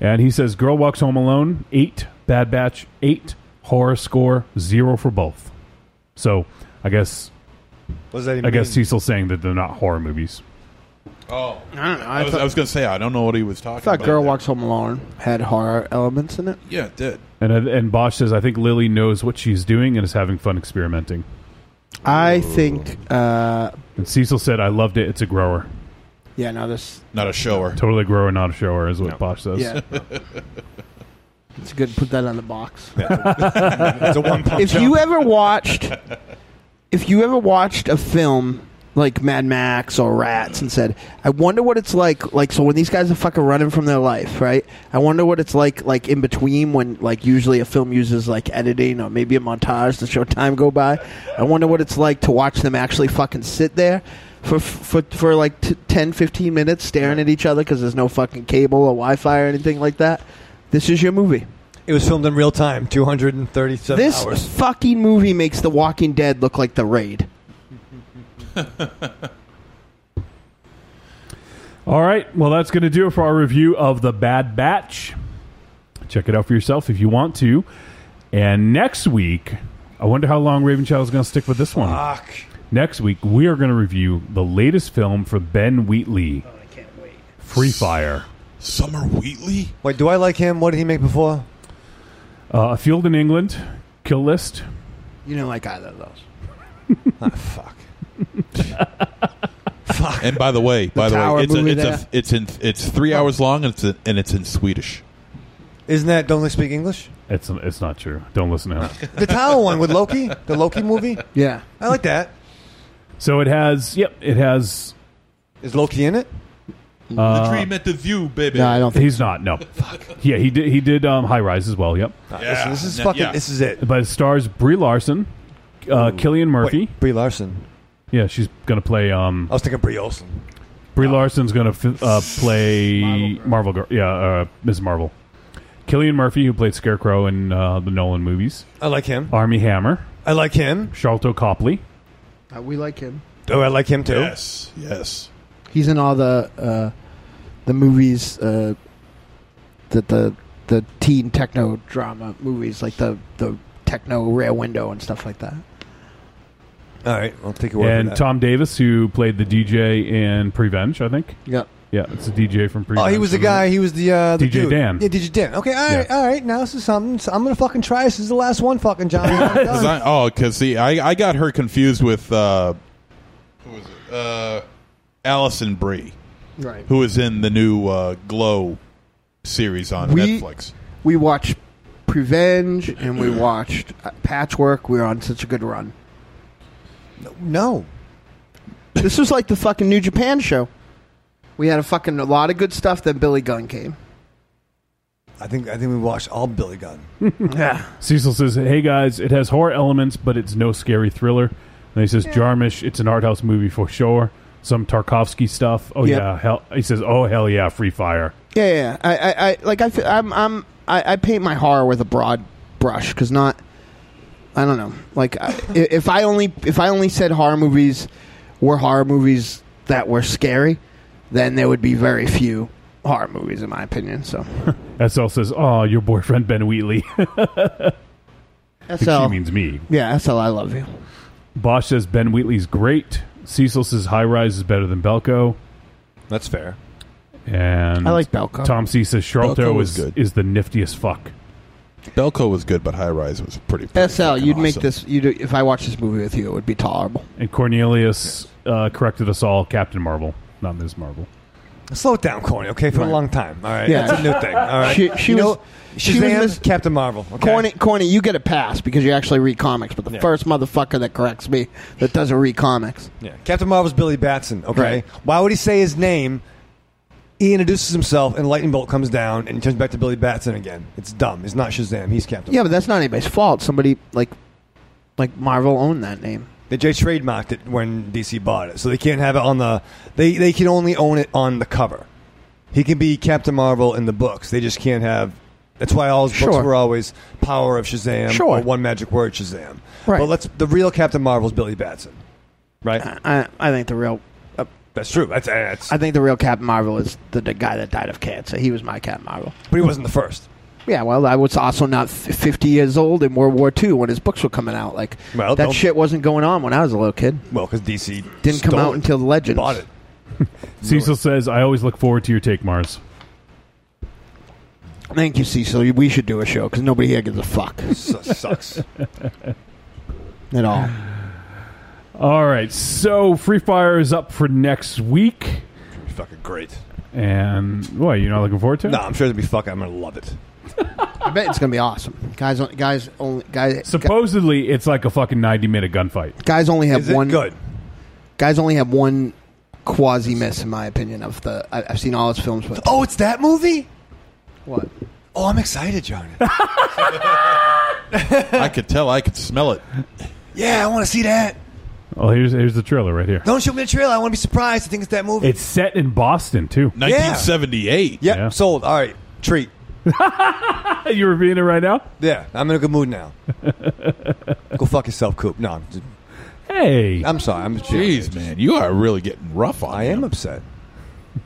Speaker 4: And he says, Girl Walks Home Alone, eight. Bad Batch, eight. Horror score, zero for both. So I guess.
Speaker 6: What does that
Speaker 4: I
Speaker 6: even
Speaker 4: guess
Speaker 6: mean?
Speaker 4: Cecil's saying that they're not horror movies.
Speaker 2: Oh,
Speaker 5: I don't know.
Speaker 8: I, was,
Speaker 5: thought-
Speaker 8: I was going to say I don't know what he was talking
Speaker 5: I thought
Speaker 8: about.
Speaker 5: Girl Walks Home Alone had horror elements in it.
Speaker 8: yeah, it did.
Speaker 4: And uh, and Bosch says, I think Lily knows what she's doing and is having fun experimenting.
Speaker 5: I think. Uh,
Speaker 4: And Cecil said, I loved it. It's a grower.
Speaker 5: yeah, no, this.
Speaker 8: Not a shower.
Speaker 4: Totally a grower, not a shower, is what Bosch says.
Speaker 5: Yeah. it's good. Put that on the box.
Speaker 8: [laughs]
Speaker 4: Yeah. It's a one-pump
Speaker 5: If
Speaker 4: job.
Speaker 5: you ever watched, if you ever watched a film like Mad Max or Rats and said, "I wonder what it's like," like so when these guys are fucking running from their life, right? I wonder what it's like, like in between when, like, usually a film uses like editing or maybe a montage to show [laughs] time go by. I wonder what it's like to watch them actually fucking sit there. For, for, for like t- 10, 15 minutes staring at each other because there's no fucking cable or Wi Fi or anything like that. This is your movie.
Speaker 6: It was filmed in real time, 237
Speaker 5: This
Speaker 6: hours.
Speaker 5: fucking movie makes The Walking Dead look like The Raid.
Speaker 4: All right. Well, that's going to do it for our review of The Bad Batch. Check it out for yourself if you want to. And next week, I wonder how long Raven Child is going to stick with this one.
Speaker 6: Fuck.
Speaker 4: Next week, we are going to review the latest film for Ben Wheatley. Oh, I can't wait. Free Fire.
Speaker 8: Summer Wheatley?
Speaker 6: Wait, do I like him? What did he make before?
Speaker 4: Uh, a Field in England. Kill List.
Speaker 5: You didn't like either of those.
Speaker 8: [laughs]
Speaker 6: Ah,
Speaker 8: [laughs] And by the way, by the,
Speaker 6: tower
Speaker 8: way, it's a,
Speaker 6: movie
Speaker 8: it's,
Speaker 6: there.
Speaker 8: a, it's in it's
Speaker 4: Oh.
Speaker 8: three hours long and it's a, and it's in Swedish.
Speaker 6: Isn't that Don't They Speak English?
Speaker 4: It's, it's not true. Don't listen to him.
Speaker 6: The Tower one with Loki? The Loki movie?
Speaker 5: Yeah.
Speaker 6: I like that.
Speaker 4: So it has. Yep. It has.
Speaker 6: Is Loki in it?
Speaker 4: Uh,
Speaker 8: the tree met the view, baby.
Speaker 4: he's not. No. Yeah, he did. He did um, High Rise as well. Yep.
Speaker 8: Yeah.
Speaker 6: this is
Speaker 8: Yeah.
Speaker 6: fucking.
Speaker 8: Yeah.
Speaker 6: This is it.
Speaker 4: But it stars Brie Larson, uh, Killian Murphy.
Speaker 6: Brie Larson.
Speaker 4: Yeah, she's gonna play. Um,
Speaker 6: I was thinking Brie Olson.
Speaker 4: Brie Larson's gonna f- uh, play Marvel Girl. Yeah, uh, Ms. Marvel. Killian Murphy, who played Scarecrow in uh, the Nolan movies.
Speaker 6: I like him.
Speaker 4: Army Hammer.
Speaker 6: I like him.
Speaker 4: Charlton Copley.
Speaker 5: Uh, we like him.
Speaker 6: Oh, I like him too.
Speaker 8: Yes. Yes.
Speaker 5: He's in all the uh, the movies uh, that the the teen techno drama movies, like the the techno rare window and stuff like that.
Speaker 6: All right, I'll take your word for
Speaker 4: And
Speaker 6: that.
Speaker 4: Tom Davis, who played the DJ in Prevenge, I think.
Speaker 5: Yeah.
Speaker 4: Yeah, it's a DJ from
Speaker 6: Oh,
Speaker 4: Prevenge.
Speaker 6: he was the
Speaker 4: isn't it?
Speaker 6: guy. He was the, uh, the
Speaker 4: DJ
Speaker 6: dude.
Speaker 4: Dan.
Speaker 6: Yeah, DJ Dan. Okay, all right, all right. Now this is something. So I'm gonna fucking try. This is the last one, fucking John. I'm
Speaker 8: [laughs] 'Cause
Speaker 6: done.
Speaker 8: I- oh, because see, I, I got her confused with uh, who was it? Uh, Allison Brie,
Speaker 5: Right.
Speaker 8: Who is in the new uh, Glow series on
Speaker 5: We-
Speaker 8: Netflix?
Speaker 5: We watched Prevenge and we watched uh, Patchwork. We were on such a good run.
Speaker 6: No.
Speaker 5: This was like the fucking New Japan show. We had a fucking a lot of good stuff. Then Billy Gunn came.
Speaker 6: I think I think we watched all Billy Gunn.
Speaker 5: yeah.
Speaker 4: Cecil says, "Hey guys, it has horror elements, but it's no scary thriller." And he says, "Jarmish, it's an art house movie for sure. Some Tarkovsky stuff. Oh
Speaker 5: Yep.
Speaker 4: yeah, hell." He says, "Oh hell yeah, Free Fire."
Speaker 5: Yeah, yeah, yeah. I, I, I like I, fe- I'm, I'm, I, I paint my horror with a broad brush because not, I don't know.
Speaker 6: [laughs]
Speaker 5: Like I, i- if I only, if I only said horror movies were horror movies that were scary, then there would be very few horror movies in my opinion. So
Speaker 4: SL says, "Oh, your boyfriend Ben Wheatley." [laughs] Which
Speaker 5: SL.
Speaker 4: she means me.
Speaker 5: yeah, SL, I love you.
Speaker 4: Bosch says Ben Wheatley's great. Cecil says High Rise is better than Belko.
Speaker 6: That's fair.
Speaker 4: And
Speaker 5: I like Belko.
Speaker 4: Tom C says
Speaker 8: Belko
Speaker 4: Charlto
Speaker 8: was
Speaker 4: is
Speaker 8: good.
Speaker 4: is the niftiest fuck.
Speaker 8: Belko was good, but High Rise was pretty. pretty
Speaker 5: SL,
Speaker 8: fucking
Speaker 5: you'd make
Speaker 8: awesome.
Speaker 5: this. You would if I watched this movie with you, it would be tolerable.
Speaker 4: And Cornelius uh, corrected us all. Captain Marvel, not Ms. Marvel.
Speaker 6: Slow it down, Corny. Okay, for
Speaker 4: Right.
Speaker 6: a long time. All right,
Speaker 4: Yeah.
Speaker 6: that's a new thing. All right,
Speaker 5: She- she
Speaker 6: You know,
Speaker 5: was- she was
Speaker 6: Shazam,
Speaker 5: Miss-
Speaker 6: Captain Marvel. [laughs] Okay?
Speaker 5: Corny, corny, you get a pass because you actually read comics. But the first motherfucker that corrects me that doesn't read comics.
Speaker 6: Yeah, Captain Marvel's Billy Batson. Okay,
Speaker 5: Right.
Speaker 6: why would he say his name? He introduces himself, and lightning bolt comes down, and he turns back to Billy Batson again. It's dumb. It's not Shazam. He's Captain.
Speaker 5: Yeah, but that's not anybody's fault. Somebody like like Marvel owned that name.
Speaker 6: They just trademarked it when DC bought it, so they can't have it on the. They they can only own it on the cover. He can be Captain Marvel in the books. They just can't have. That's why all his
Speaker 5: Sure.
Speaker 6: books were always Power of Shazam
Speaker 5: Sure.
Speaker 6: or One Magic Word Shazam.
Speaker 5: Right.
Speaker 6: But let's the real Captain Marvel's Billy Batson. Right.
Speaker 5: I I think the real uh,
Speaker 6: That's true. That's, that's
Speaker 12: I think the real Captain Marvel is the, the guy that died of cancer. He was my Captain Marvel.
Speaker 6: But he wasn't the first.
Speaker 12: Yeah, well, I was also not f- 50 years old in World War II when his books were coming out. Like
Speaker 6: Well,
Speaker 12: that
Speaker 6: don't-
Speaker 12: shit wasn't going on when I was a little kid.
Speaker 6: Well, because DC
Speaker 12: didn't come
Speaker 6: stole
Speaker 12: out
Speaker 6: it.
Speaker 12: until Legends.
Speaker 6: Bought it.
Speaker 4: [laughs] Cecil says, "I always look forward to your take, Mars."
Speaker 12: Thank you, Cecil. We should do a show because nobody here gives a fuck.
Speaker 6: [laughs] sucks.
Speaker 12: At all.
Speaker 4: [sighs] All right, so Free Fire is up for next week,
Speaker 6: Fucking great.
Speaker 4: and what you're not looking forward to?
Speaker 6: No, I'm sure it'll be fucking. I'm gonna love it.
Speaker 12: [laughs] I bet it's gonna be awesome. Guys, on- guys, only guys.
Speaker 4: Supposedly, it's like a fucking 90 minute gunfight.
Speaker 12: Guys only have
Speaker 4: Is it
Speaker 12: one.
Speaker 4: good?
Speaker 12: Guys only have one quasi miss, in my opinion. Of the, I, I've seen all his films with.
Speaker 6: Oh, it's that movie.
Speaker 12: What?
Speaker 6: Oh, I'm excited, Johnny.
Speaker 8: I could tell. I could smell it.
Speaker 6: yeah, I want to see that.
Speaker 4: Well, Oh, here's here's the trailer right here.
Speaker 6: Don't show me the trailer. I want to be surprised. I think it's
Speaker 4: [laughs]
Speaker 6: that movie.
Speaker 4: It's set in Boston too.
Speaker 6: 1978. Yeah. sold. All right, treat.
Speaker 4: [laughs] you were being it right now.
Speaker 6: Yeah, I'm in a good mood now. Go fuck yourself, Coop. No, I'm just,
Speaker 4: hey,
Speaker 6: I'm sorry. I'm
Speaker 8: Jeez, man, you are really getting rough on.
Speaker 6: I am upset.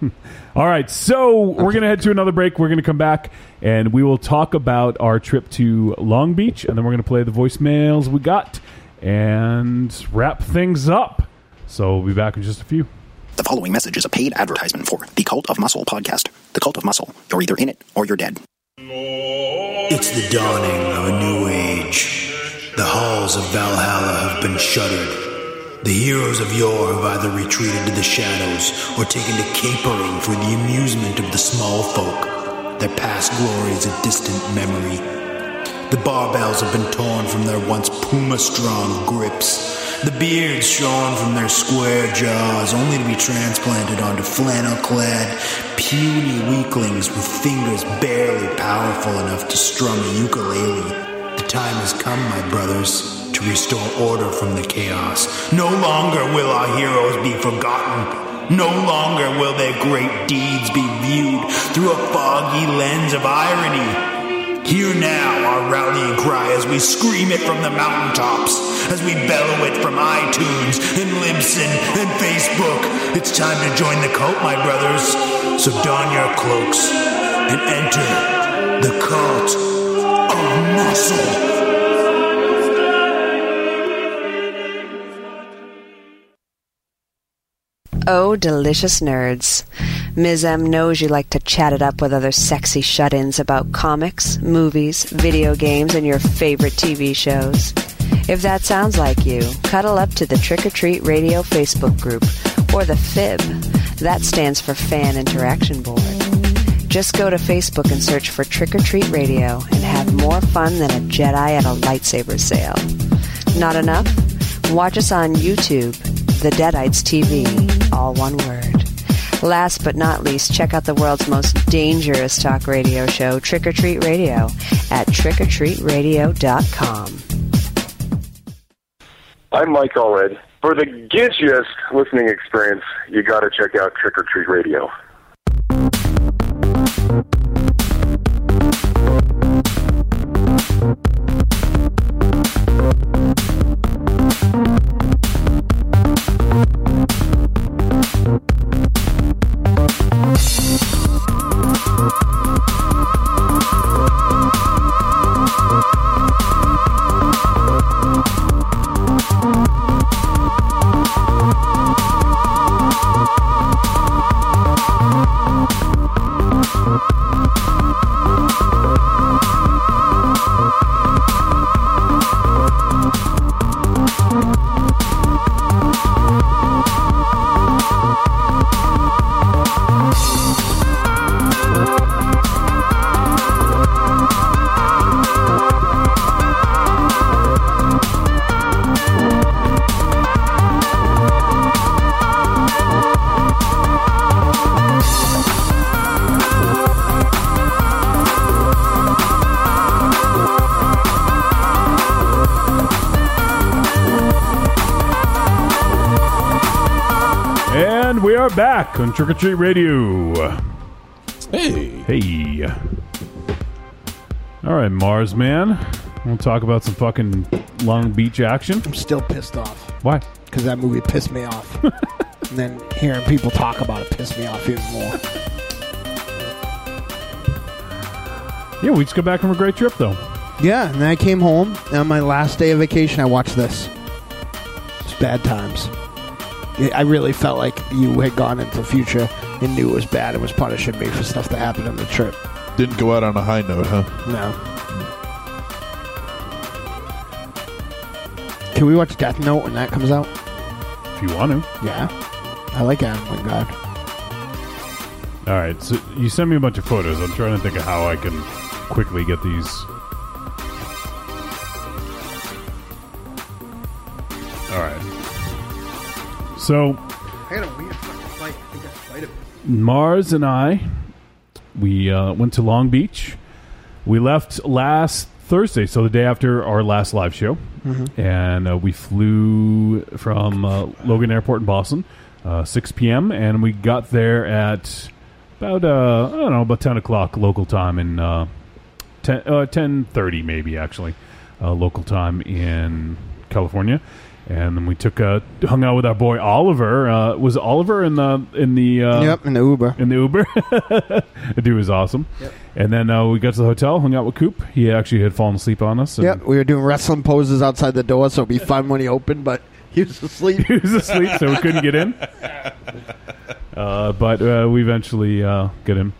Speaker 4: All right, so we're going to head to another break. We're going to come back and we will talk about our trip to Long Beach, and then we're going to play the voicemails we got and wrap things up. So we'll be back in just a few.
Speaker 17: The following message is a paid advertisement for the Cult of Muscle podcast. The Cult of Muscle. You're either in it or you're dead.
Speaker 9: It's the dawning of a new age. The halls of Valhalla have been shuttered. The heroes of yore have either retreated to the shadows or taken to capering for the amusement of the small folk. Their past glory is a distant memory. The barbells have been torn from their once puma strong grips. The beards shorn from their square jaws, only to be transplanted onto flannel clad, puny weaklings with fingers barely powerful enough to strum a ukulele. The time has come, my brothers, to restore order from the chaos. No longer will our heroes be forgotten. No longer will their great deeds be viewed through a foggy lens of irony. Hear now our rallying cry as we scream it from the mountaintops, as we bellow it from iTunes and Libsyn and Facebook. It's time to join the cult, my brothers. So don your cloaks and enter the cult of muscle.
Speaker 18: Oh, delicious nerds. Ms. M knows you like to chat it up with other sexy shut ins about comics, movies, video games, and your favorite TV shows. If that sounds like you, cuddle up to the Trick or Treat Radio Facebook group, or the FIB. That stands for Fan Interaction Board. Just go to Facebook and search for Trick or Treat Radio and have more fun than a Jedi at a lightsaber sale. Not enough? Watch us on YouTube, The Deadites TV, all one word. Last but not least, check out the world's most dangerous talk radio show, Trick or Treat Radio, at trickortreatradio.com.
Speaker 19: I'm Mike Allred. For the gidgiest listening experience, you got to check out Trick or Treat Radio.
Speaker 4: Uh, And we are back on Trick or Treat Radio. Hey. Hey. All right, Mars Man. We'll talk about some fucking Long Beach action. I'm
Speaker 12: still pissed off
Speaker 4: Why? [laughs]
Speaker 9: [laughs]
Speaker 12: because that movie pissed me off. And then hearing people talk about it pissed me off even more.
Speaker 4: [laughs] Yeah, we just go back from a great trip, though.
Speaker 5: Yeah, and then I came home, and on my last day of vacation, I watched this.
Speaker 12: It's bad times. I- I really felt like you had gone into the future and knew it was bad and was punishing me for stuff that happened on the trip.
Speaker 8: Didn't go out on a high note, huh?
Speaker 12: No.
Speaker 5: Can we watch Death Note when that comes out?
Speaker 4: If you want to.
Speaker 5: Yeah. I like Adam Wingard.
Speaker 4: All right, so you sent me a bunch of photos. I'm trying to think of how I can quickly get these. All right. So
Speaker 5: I got a weird fucking fight. I think I fighted.
Speaker 4: Mars and I, we uh, went to Long Beach. We left last Thursday, so the day after our last live show,
Speaker 5: Mhm.
Speaker 4: and uh, we flew from uh, Logan Airport in Boston, uh, 6 p.m., and we got there at about uh, I don't know about 10 o'clock local time in uh, 10 uh, 10:30 maybe actually uh, local time in California. And then we took uh, hung out with our boy Oliver. Uh, was Oliver in the in the uh,
Speaker 5: Yep, in the Uber.
Speaker 4: in the Uber. [laughs] the dude was awesome. And then uh, we got to the hotel, hung out with Coop. He actually had fallen asleep on us. and-
Speaker 5: Yep, we were doing wrestling poses outside the door, so it'd be fun when he opened, but [laughs] he was asleep.
Speaker 4: he was asleep, so we couldn't get in. Uh, but uh, we eventually uh, get him.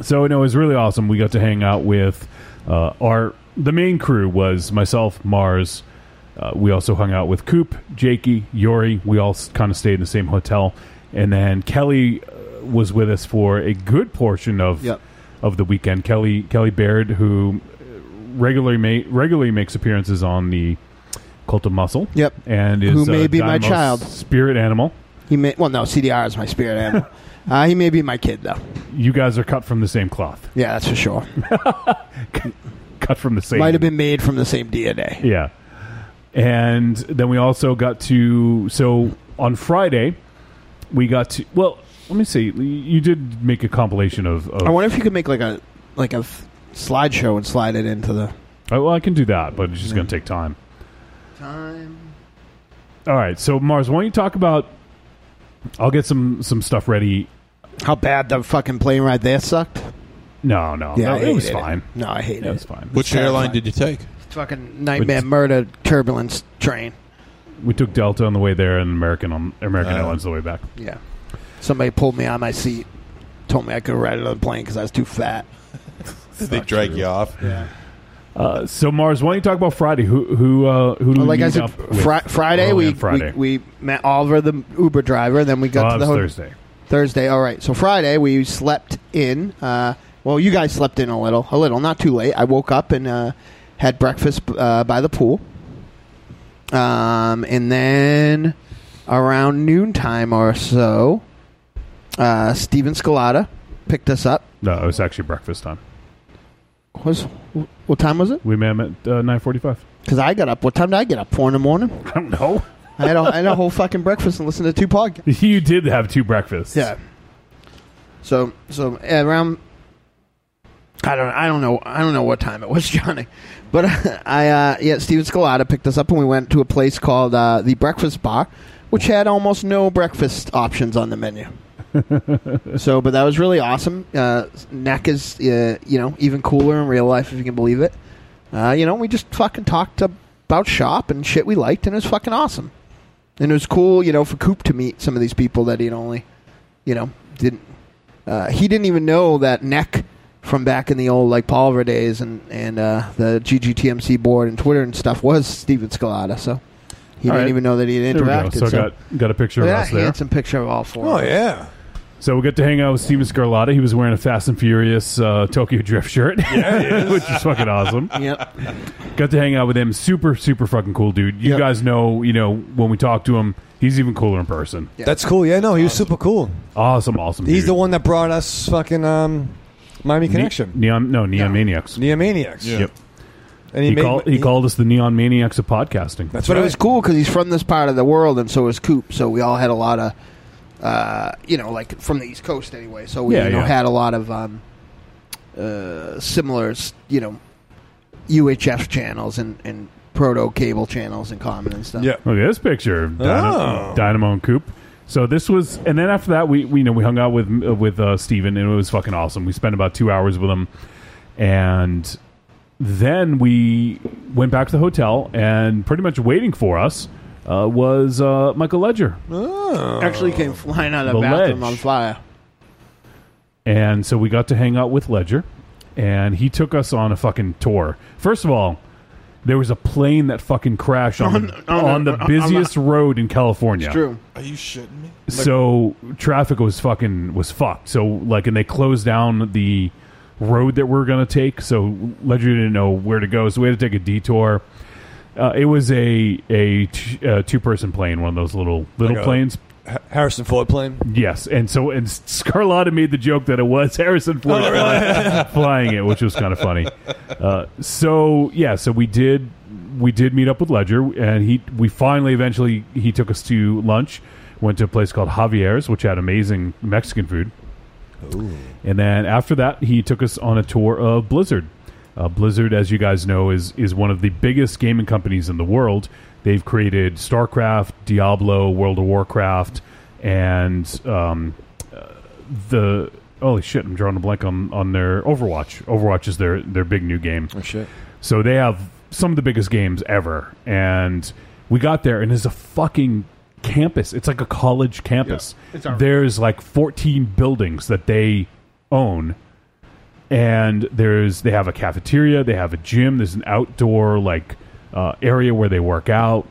Speaker 4: So no, it was really awesome. We got to hang out with uh, our the main crew was myself, Mars. Uh, we also hung out with Coop, Jakey, Yori. We all kind of stayed in the same hotel, and then Kelly uh, was with us for a good portion of of the weekend. Kelly Kelly Baird, who regularly ma- regularly makes appearances on the Cult of Muscle.
Speaker 5: Yep.
Speaker 4: and is
Speaker 5: Who
Speaker 4: uh,
Speaker 5: may be my
Speaker 4: Dynamo's
Speaker 5: child.
Speaker 4: spirit animal.
Speaker 5: He may well no CDR is my
Speaker 4: [laughs]
Speaker 5: spirit animal. uh, he may be my kid though.
Speaker 4: You guys are cut from the same cloth.
Speaker 5: Yeah, that's for sure.
Speaker 4: [laughs] cut from the same.
Speaker 5: Might have been made from the same DNA.
Speaker 4: Yeah. And then we also got to so on Friday we got to well let me see you did make a compilation of, of
Speaker 5: I wonder if you could make like a like a f- slideshow and slide it into the
Speaker 4: Oh, well I can do that but it's just going to take time.
Speaker 5: time.
Speaker 4: All right, so Mars, why don't you talk about? I'll get some some stuff ready.
Speaker 5: How bad the fucking plane ride there sucked?
Speaker 4: No, no,
Speaker 5: Yeah,
Speaker 4: no
Speaker 5: I
Speaker 4: it was
Speaker 5: hated it.
Speaker 4: fine.
Speaker 5: No, I hated
Speaker 4: it.
Speaker 5: it.
Speaker 4: was fine.
Speaker 5: Which It's airline terrifying.
Speaker 8: did you take?
Speaker 5: Fucking nightmare murder turbulence train.
Speaker 4: We took Delta on the way there and American on American
Speaker 5: Uh,
Speaker 4: Airlines on the way back.
Speaker 5: Yeah. Somebody pulled me out of my seat, told me I could ride another plane because I was too fat.
Speaker 8: they drag you off. Yeah.
Speaker 4: Uh, so Mars, why don't you talk about Friday? Who who uh, who? do
Speaker 5: Well,
Speaker 4: we
Speaker 5: like I
Speaker 4: meet
Speaker 5: said,
Speaker 4: up with?
Speaker 5: fri- Friday,
Speaker 4: Oh,
Speaker 5: we,
Speaker 4: yeah, Friday.
Speaker 5: we we met Oliver, the Uber driver. Then we got
Speaker 4: Oh,
Speaker 5: to
Speaker 4: it
Speaker 5: the
Speaker 4: was
Speaker 5: ho-
Speaker 4: Thursday.
Speaker 5: Thursday. All right. So Friday, we slept in. Uh, well, you guys slept in a little, a little, not too late. I woke up and uh, had breakfast uh, by the pool. Um, and then around noontime or so, uh, Steven Scalata picked us up.
Speaker 4: no, it was actually breakfast time.
Speaker 5: Was what time was it?
Speaker 4: We met him at uh, nine forty-five.
Speaker 5: Because I got up. What time did I get up? Four in the morning.
Speaker 4: [laughs] I don't know.
Speaker 5: I had a, I had a whole fucking breakfast and listened to two
Speaker 4: [laughs]
Speaker 5: podcasts.
Speaker 4: You did have two breakfasts. [laughs]
Speaker 5: Yeah. So so around. I don't I don't know I don't know what time it was, [laughs] Johnny, but I uh, yeah Steven Scalata picked us up and we went to a place called uh, the Breakfast Bar, which had almost no breakfast options on the menu. so, but that was really awesome. Uh, Neck is uh, you know even cooler in real life if you can believe it. Uh, you know we just fucking talked about shop and shit we liked and it was fucking awesome. And it was cool, you know, for Coop to meet some of these people that he'd only, you know, didn't. Uh, he didn't even know that Neck from back in the old like Palver days and and uh, the GGTMC board and Twitter and stuff was Steven Scalata. So he
Speaker 4: All
Speaker 5: didn't
Speaker 4: right.
Speaker 5: even know that he had
Speaker 4: There we go.
Speaker 5: interacted.
Speaker 4: So I got- got a picture of
Speaker 5: Look at
Speaker 4: us
Speaker 5: that
Speaker 4: there.
Speaker 5: Handsome picture of all
Speaker 4: Oh,
Speaker 5: four.
Speaker 6: Oh,
Speaker 5: of us.
Speaker 4: So we got to hang out with Steven Scarlatta. He was wearing a Fast and Furious uh, Tokyo Drift shirt, [laughs] which is fucking awesome.
Speaker 5: Yep.
Speaker 4: Got to hang out with him. Super, super fucking cool dude. You guys know, you know, when we talk to him, he's even cooler in person.
Speaker 6: That's cool. Yeah, no, he was super cool.
Speaker 4: Awesome, awesome.
Speaker 6: He's the
Speaker 4: dude.
Speaker 6: one that brought us fucking um, Miami
Speaker 4: Ne-
Speaker 6: Connection.
Speaker 4: Neon, no, Neon Maniacs.
Speaker 6: Neon Maniacs.
Speaker 4: Yep.
Speaker 6: And
Speaker 4: he
Speaker 6: he made-
Speaker 4: called, he,
Speaker 6: he-
Speaker 4: called us the Neon Maniacs of podcasting.
Speaker 5: but it was cool because he's from this part of the world, and so is Coop. So we all had a lot of, uh, you know, like from the East Coast anyway. So we
Speaker 4: Yeah,
Speaker 5: you know,
Speaker 4: yeah.
Speaker 5: had a lot of um, uh, similar, s- you know, UHF channels and, and proto cable channels in common and stuff.
Speaker 4: Look at this picture. of Dyna-
Speaker 5: Oh.
Speaker 4: Dynamo and Coop. So this was, and then after that, we, we you know we hung out with uh, with uh, Steven and it was fucking awesome. We spent about two hours with him, and then we went back to the hotel and pretty much waiting for us uh, was uh, Michael Ledger.
Speaker 5: Oh.
Speaker 12: Actually, came flying out of the
Speaker 4: The
Speaker 12: bathroom
Speaker 4: ledge.
Speaker 12: on fire.
Speaker 4: And so we got to hang out with Ledger, and he took us on a fucking tour. First of all, there was a plane that fucking
Speaker 12: [laughs]
Speaker 4: crashed on,
Speaker 12: On-
Speaker 4: on,
Speaker 12: on-
Speaker 4: the
Speaker 12: on- on-
Speaker 4: busiest road in California.
Speaker 8: It's
Speaker 12: true.
Speaker 8: Are you shitting me?
Speaker 4: So traffic was fucking was fucked. So like, and they closed down the road that we are gonna take. So Ledger didn't know where to go, so we had to take a detour. Uh, it was a a t- uh, two person plane, one of those little little
Speaker 6: Like a
Speaker 4: planes.
Speaker 6: Harrison
Speaker 4: [laughs]
Speaker 6: Ford plane.
Speaker 4: Yes, and so and Scarlotta made the joke that it was Harrison Ford fly- flying it, which was kind of funny. Uh, so yeah, so we did we did meet up with Ledger, and he we finally eventually he took us to lunch. Went to a place called Javier's, which had amazing Mexican food. And then after that, he took us on a tour of Blizzard. Uh, Blizzard, as you guys know, is is one of the biggest gaming companies in the world. They've created StarCraft, Diablo, World of Warcraft, and um, uh, the holy shit! I'm drawing a blank on on their Overwatch. Overwatch is their their big new game. Oh shit! So they have some of the biggest games ever, and we got there, and there's a fucking campus. It's like a college campus.
Speaker 8: Yeah, it's our-
Speaker 4: there's like 14 buildings that they own and there's they have a cafeteria, they have a gym, there's an outdoor like uh, area where they work out.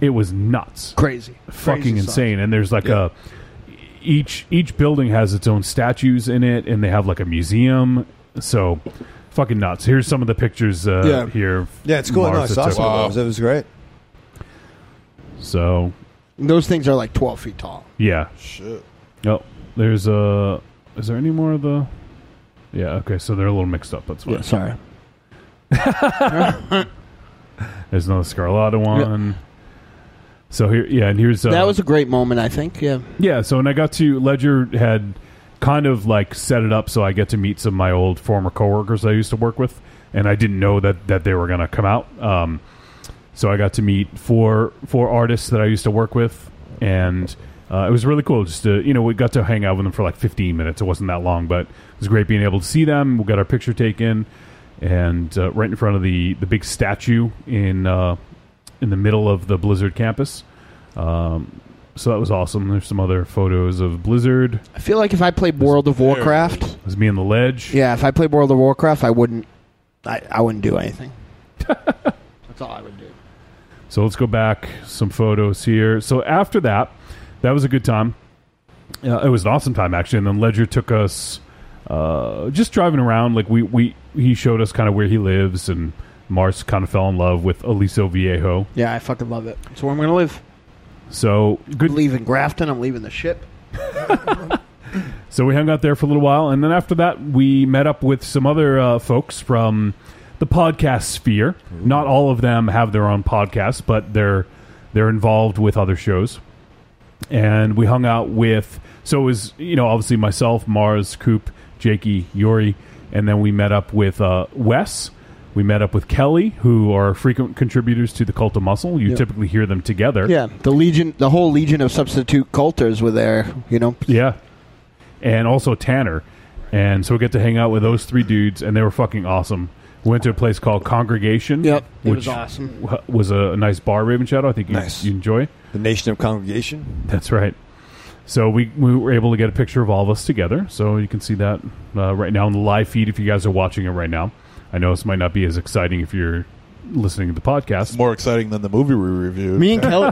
Speaker 4: It was nuts,
Speaker 12: crazy,
Speaker 4: fucking
Speaker 12: Crazy sauce.
Speaker 4: insane. And there's like a each each building has its own statues in it, and they have like a museum. So fucking nuts. Here's some of the pictures uh,
Speaker 6: Yeah.
Speaker 4: here.
Speaker 6: Yeah, it's cool. No, I
Speaker 4: Mars that
Speaker 6: saw
Speaker 4: took.
Speaker 6: some of those. It was great.
Speaker 4: So
Speaker 12: Those things are like twelve feet tall.
Speaker 4: yeah,
Speaker 12: Shit.
Speaker 4: Oh, there's a. Is there any more of the? Yeah. Okay. So they're a little mixed up. That's why.
Speaker 12: Yeah, sorry.
Speaker 4: [laughs] there's another Scarlatta one. So here, yeah, and here's uh,
Speaker 12: that was a great moment, I think. Yeah.
Speaker 4: yeah. So when I got to Ledger, had kind of like set it up so I get to meet some of my old former coworkers I used to work with, and I didn't know that that they were gonna come out. Um, so I got to meet four four artists that I used to work with, and uh, it was really cool. Just to, you know, we got to hang out with them for like 15 minutes. It wasn't that long, but it was great being able to see them. We got our picture taken, and uh, right in front of the the big statue in uh, in the middle of the Blizzard campus. Um, so that was awesome. There's some other photos of Blizzard.
Speaker 12: I feel like if I played World of
Speaker 4: [laughs]
Speaker 12: Warcraft,
Speaker 4: It was me and the ledge.
Speaker 12: yeah, if I played World of Warcraft, I wouldn't, I, I wouldn't do anything. That's all I would do.
Speaker 4: So let's go back some photos here. So after that, that was a good time. Uh, it was an awesome time actually. And then Ledger took us uh, just driving around. Like we we he showed us kind of where he lives, and Mars kind of fell in love with Aliso Viejo.
Speaker 12: Yeah, I fucking love it. It's where I'm gonna live.
Speaker 4: So good.
Speaker 12: I'm leaving Grafton. I'm leaving the ship.
Speaker 4: So we hung out there for a little while, and then after that, we met up with some other uh, folks from the podcast sphere. Not all of them have their own podcast, but they're they're involved with other shows. And we hung out with so it was you know obviously myself, Mars, Coop, Jakey, Yuri, and then we met up with uh, Wes. We met up with Kelly, who are frequent contributors to the Cult of Muscle. You
Speaker 12: Yeah.
Speaker 4: typically hear them together.
Speaker 12: Yeah, the legion, the whole legion of substitute culters were there. You know.
Speaker 4: Yeah. And also Tanner. And so we get to hang out with those three dudes, and they were fucking awesome. We went to a place called Congregation. Yep.
Speaker 12: it
Speaker 4: Which
Speaker 12: was awesome.
Speaker 4: wa- was a nice bar, Raven Shadow. I think you, you enjoy.
Speaker 6: The Nation of Congregation.
Speaker 4: That's right. So we, we were able to get a picture of all of us together. So you can see that uh, right now in the live feed if you guys are watching it right now. I know this might not be as exciting if you're listening to the podcast.
Speaker 8: more exciting than the movie we reviewed.
Speaker 12: Me and
Speaker 4: [laughs]
Speaker 12: Kelly.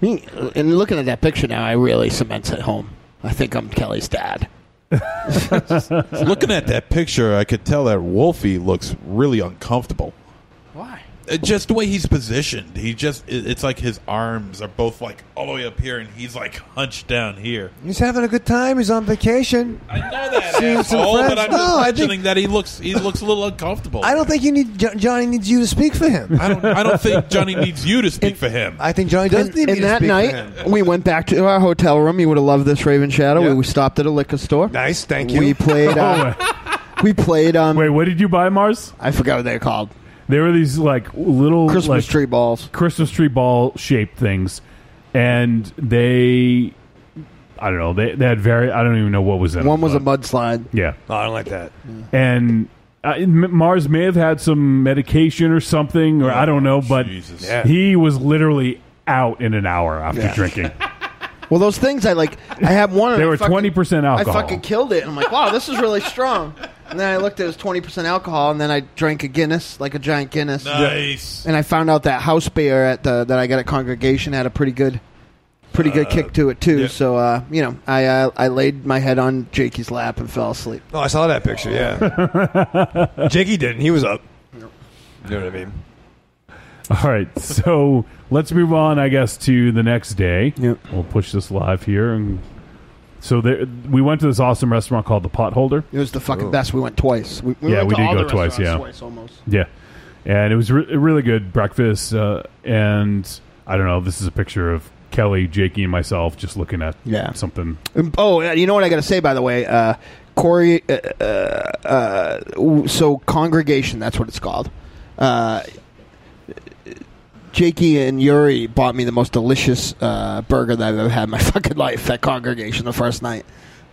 Speaker 12: me and looking at that picture now, I really cements it home. I think I'm Kelly's dad.
Speaker 8: [laughs] Looking at that picture, I could tell that Wolfie looks really uncomfortable.
Speaker 12: Why?
Speaker 8: Uh, Just the way he's positioned. He just, it- it's like his arms are both like all the way up here and he's like hunched down here.
Speaker 6: He's having a good time. He's on vacation.
Speaker 8: I know that.
Speaker 6: Seeing some
Speaker 8: asshole,
Speaker 6: friends.
Speaker 8: but I'm
Speaker 6: no,
Speaker 8: just
Speaker 6: I
Speaker 8: mentioning
Speaker 6: think
Speaker 8: that he looks, he looks a little uncomfortable.
Speaker 6: I don't think you need Jo- Johnny needs you to speak for [laughs] him.
Speaker 8: I don't, I don't think Johnny needs you to speak for him.
Speaker 6: I think Johnny does
Speaker 12: And,
Speaker 6: need me
Speaker 12: and
Speaker 6: to
Speaker 12: that
Speaker 6: speak
Speaker 12: night,
Speaker 6: for him.
Speaker 12: we went back to our hotel room. You would have loved this, Raven Shadow. We, we stopped at a liquor store.
Speaker 6: Nice, thank
Speaker 12: We
Speaker 6: [laughs]
Speaker 12: played. Uh, we played. Um,
Speaker 4: Wait, what did you buy, Mars?
Speaker 12: I forgot what they're called.
Speaker 4: They were these like little
Speaker 12: Christmas
Speaker 4: like,
Speaker 12: tree balls,
Speaker 4: Christmas tree ball shaped things, and they I don't know. They, they had very. I don't even know what was in.
Speaker 5: One was a mudslide.
Speaker 4: Yeah.
Speaker 6: Oh, I don't like that.
Speaker 4: and uh, M- Mars may have had some medication or something, or I don't know, but
Speaker 5: Yeah.
Speaker 4: he was literally out in an hour after
Speaker 5: Yeah.
Speaker 4: drinking.
Speaker 5: [laughs] Well, those things I like. I had one. and
Speaker 4: They
Speaker 5: I
Speaker 4: were
Speaker 5: fucking-
Speaker 4: 20% alcohol.
Speaker 5: I fucking killed it. And I'm like, wow, this is really strong. And then I looked at it was 20% alcohol, and then I drank a Guinness, like a giant Guinness.
Speaker 2: Nice.
Speaker 5: And I found out that house beer at the that I got at congregation had a pretty good, pretty good
Speaker 6: Uh,
Speaker 5: kick to it too.
Speaker 6: yeah.
Speaker 5: So uh, you know, I uh, I laid my head on Jakey's lap and fell asleep.
Speaker 6: Oh, I saw that picture. Yeah, [laughs] Jakey didn't. He was up. You know what I mean?
Speaker 4: [laughs] All right, so let's move on, I guess, to the next day. We'll push this live here, and so there, we went to this awesome restaurant called the Potholder.
Speaker 5: It was the fucking best. We went twice. We, we
Speaker 4: yeah,
Speaker 5: went
Speaker 4: we
Speaker 5: to
Speaker 4: did
Speaker 5: all
Speaker 4: go
Speaker 5: the
Speaker 4: twice. Yeah,
Speaker 5: restaurants twice almost.
Speaker 4: Yeah, and it was re- a really good breakfast. Uh, and I don't know. This is a picture of Kelly, Jakey, and myself just looking at
Speaker 5: Yeah.
Speaker 4: something.
Speaker 5: Um, Oh, yeah, you know what I got to say, by the way? Uh, Corey, uh, uh, uh, so congregation, that's what it's called. Uh, Jakey and Yuri bought me the most delicious uh, burger that I've ever had in my [laughs] fucking life at congregation the first night.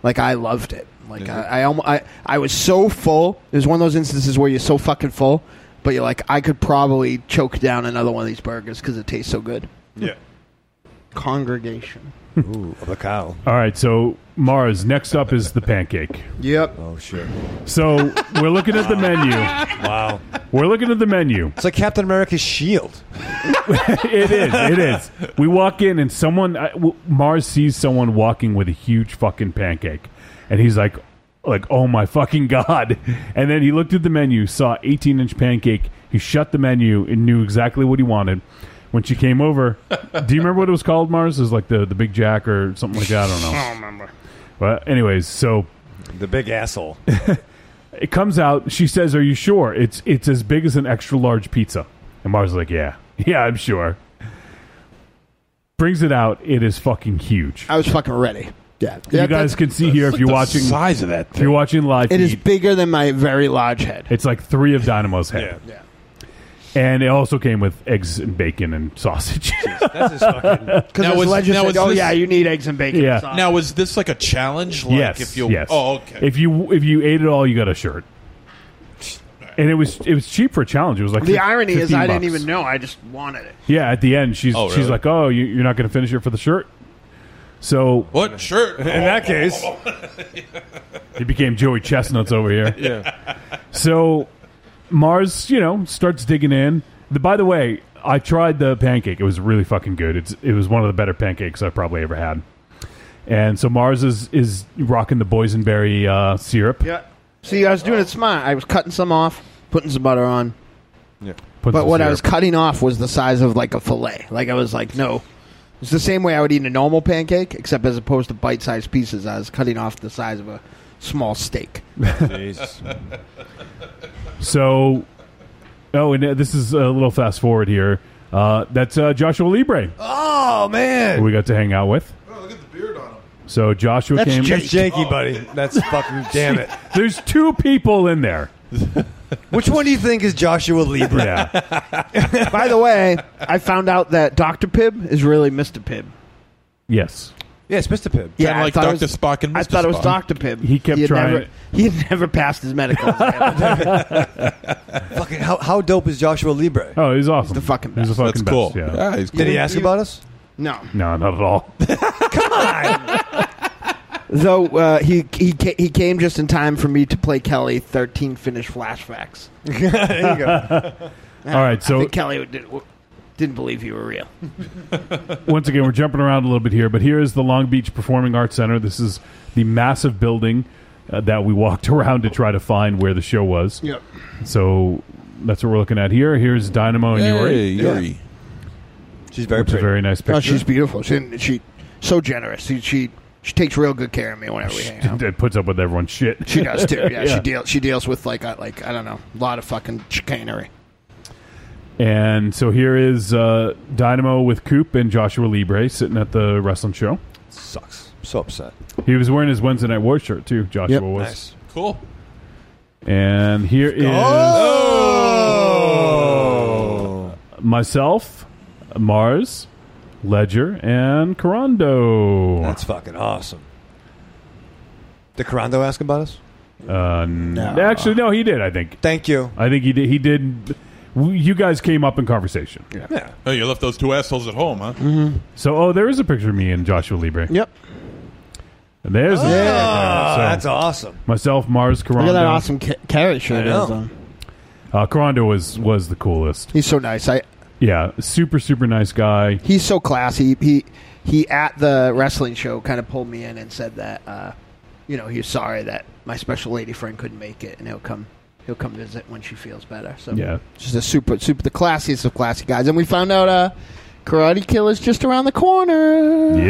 Speaker 5: Like, I loved it. Like, I, I, almost, I, I was so full. It was one of those instances where you're so fucking full, but you're like, I could probably choke down another one of these burgers because it tastes so good.
Speaker 6: Yeah.
Speaker 5: Congregation.
Speaker 6: Ooh, of the cow.
Speaker 4: [laughs] All right, so Mars. Next up is the pancake.
Speaker 5: Yep.
Speaker 6: Oh shit.
Speaker 4: So we're looking at the menu.
Speaker 5: [laughs]
Speaker 6: Wow.
Speaker 4: We're looking at the menu.
Speaker 6: It's like Captain America's shield.
Speaker 4: [laughs] it is. It is. We walk in and someone I- w- Mars sees someone walking with a huge fucking pancake, and he's like, like, oh my fucking god! And then he looked at the menu, saw eighteen inch pancake. He shut the menu and knew exactly what he wanted. When she came over, do you remember what it was called? Mars is like the the Big Jack or something like that. I don't
Speaker 2: [laughs]
Speaker 4: know.
Speaker 2: Oh
Speaker 6: I don't remember.
Speaker 4: Well, anyways, so
Speaker 6: the big asshole.
Speaker 4: [laughs] it comes out. She says, "Are you sure it's it's as big as an extra large pizza?" And Mars is like, "Yeah, [laughs] yeah, I'm sure." Brings it out. It is fucking huge.
Speaker 5: I was fucking ready. Yeah.
Speaker 4: you guys can see here if you're watching If you're watching live,
Speaker 5: It is
Speaker 4: feed,
Speaker 5: bigger than my very large head.
Speaker 4: It's like three of Dynamo's head.
Speaker 5: Yeah.
Speaker 4: And it also came with eggs and bacon and sausage. [laughs]
Speaker 6: That's his fucking.
Speaker 5: Because
Speaker 2: Now
Speaker 5: his
Speaker 2: was-
Speaker 5: legend
Speaker 2: now
Speaker 5: said,
Speaker 2: was
Speaker 5: "Oh
Speaker 2: this-
Speaker 5: yeah, you need eggs and bacon."
Speaker 4: Yeah.
Speaker 5: sauce."
Speaker 2: Now, is this like a challenge? Like
Speaker 4: yes.
Speaker 2: If you,
Speaker 4: yes.
Speaker 2: Oh,
Speaker 4: [laughs]
Speaker 2: okay.
Speaker 4: If you if you ate it all, you got a shirt. And it was it was cheap for a challenge. It was like
Speaker 5: the
Speaker 4: fif-
Speaker 5: irony is,
Speaker 4: 15
Speaker 5: I didn't
Speaker 4: bucks.
Speaker 5: even know. I just wanted it.
Speaker 4: Yeah, at the end, she's
Speaker 2: Oh,
Speaker 4: she's
Speaker 2: really?
Speaker 4: like, "Oh, you, you're not going to finish it for the shirt." So
Speaker 2: what
Speaker 4: [laughs]
Speaker 2: shirt?
Speaker 4: In that case, he became Joey Chestnuts over here.
Speaker 2: Yeah.
Speaker 4: So Mars, you know, starts digging in. The, by the way, I tried the pancake. It was really fucking good. It's it was one of the better pancakes I've probably ever had. And so Mars is is rocking the boysenberry uh, syrup.
Speaker 5: Yeah. See, I was doing it smart. I was cutting some off, putting some butter on.
Speaker 6: Yeah.
Speaker 5: but what I was cutting off was the size of like a fillet. Like I was like, no. It's the same way I would eat a normal pancake, except as opposed to bite-sized pieces, I was cutting off the size of a small steak.
Speaker 8: [laughs]
Speaker 4: So, oh, and uh, this is a little fast forward here. Uh, that's uh, Joshua Libre.
Speaker 6: Oh man.
Speaker 4: who we got to hang out with. Oh, look at the beard on him. So Joshua
Speaker 6: That's
Speaker 4: came.
Speaker 6: Jake. That's Jakey, buddy. That's [laughs] fucking- damn it.
Speaker 4: [laughs] There's two people in there.
Speaker 6: [laughs] Which one do you think is Joshua Libre?
Speaker 4: Yeah.
Speaker 5: [laughs] By the way, I found out that Doctor Pibb is really Mister Pibb.
Speaker 4: Yes.
Speaker 6: Yes, Mr. Pibb.
Speaker 5: Yeah,
Speaker 2: Kinda
Speaker 5: I
Speaker 2: like
Speaker 5: thought it
Speaker 2: Dr.
Speaker 5: was-
Speaker 2: Spock and
Speaker 5: I
Speaker 2: Mr.
Speaker 5: thought it was
Speaker 2: Spock.
Speaker 5: Doctor Pibb.
Speaker 2: He kept
Speaker 5: had
Speaker 2: trying-
Speaker 5: Never, [laughs] he had never passed his medical.
Speaker 2: [laughs]
Speaker 6: fucking how, how dope is Joshua Libre?
Speaker 4: Oh, he's awesome. He's the
Speaker 5: fucking best.
Speaker 4: He's the fucking
Speaker 6: That's cool.
Speaker 4: best. Yeah.
Speaker 6: Yeah, he's Did he cool. ask about us?
Speaker 5: No.
Speaker 4: No, not at all. [laughs]
Speaker 5: Though uh, he he ca- he came just in time for me to play Kelly thirteen finish [laughs] flashbacks.
Speaker 6: there you go.
Speaker 4: [laughs] All right, so-
Speaker 5: I think Kelly did, didn't believe you were real.
Speaker 4: Once again, we're jumping around a little bit here, but here is the Long Beach Performing Arts Center. This is the massive building uh, that we walked [laughs] around to try to find where the show was.
Speaker 5: Yep.
Speaker 4: So that's what we're looking at here. Here's Dynamo and Yuri.
Speaker 6: She's very
Speaker 4: Which is a
Speaker 6: pretty. Oh,
Speaker 4: very nice picture.
Speaker 5: No, Oh, she's beautiful. She she so generous. She she, she takes real good care of me whenever we hang out.
Speaker 4: [laughs] It puts up with everyone's shit.
Speaker 5: She
Speaker 4: [laughs]
Speaker 5: does too. Yeah, she deals she deals with like uh, like I don't know a lot of fucking chicanery.
Speaker 4: And so here is uh, Dynamo with Coop and Joshua Libre sitting at the wrestling show.
Speaker 6: Sucks. So upset.
Speaker 4: He was wearing his Wednesday Night War shirt too. Joshua was.
Speaker 6: Nice.
Speaker 2: Cool.
Speaker 4: And here is
Speaker 6: Oh!
Speaker 4: myself, Mars, Ledger, and Carondo. That's
Speaker 6: fucking awesome. Did Carando ask about us?
Speaker 4: Uh, no. Actually, no, he did. I think.
Speaker 6: Thank you.
Speaker 4: I think he did. He did. You guys came up in conversation.
Speaker 6: Yeah.
Speaker 8: Oh, you left those two assholes at home, huh?
Speaker 4: Mm-hmm. So, oh, there is a picture of me and Joshua Libre.
Speaker 5: Yep.
Speaker 4: And there's
Speaker 6: Oh,
Speaker 4: the-
Speaker 5: Ah,
Speaker 4: So,
Speaker 6: that's awesome.
Speaker 4: Myself, Mars, Carondo.
Speaker 5: Look at that awesome ca- carrot shirt.
Speaker 4: I
Speaker 5: he has
Speaker 4: know.
Speaker 5: on.
Speaker 4: Uh, Carondo was was the coolest.
Speaker 5: He's so nice. I
Speaker 4: yeah, super super nice guy.
Speaker 5: He's so classy. He he at the wrestling show kind of pulled me in and said that uh, you know he was sorry that my special lady friend couldn't make it, and he'll come he'll come visit when she feels better. So
Speaker 4: Yeah.
Speaker 5: just a super super the classiest of classy guys. And we found out uh, Karate Kill is just around the corner.
Speaker 4: Yeah,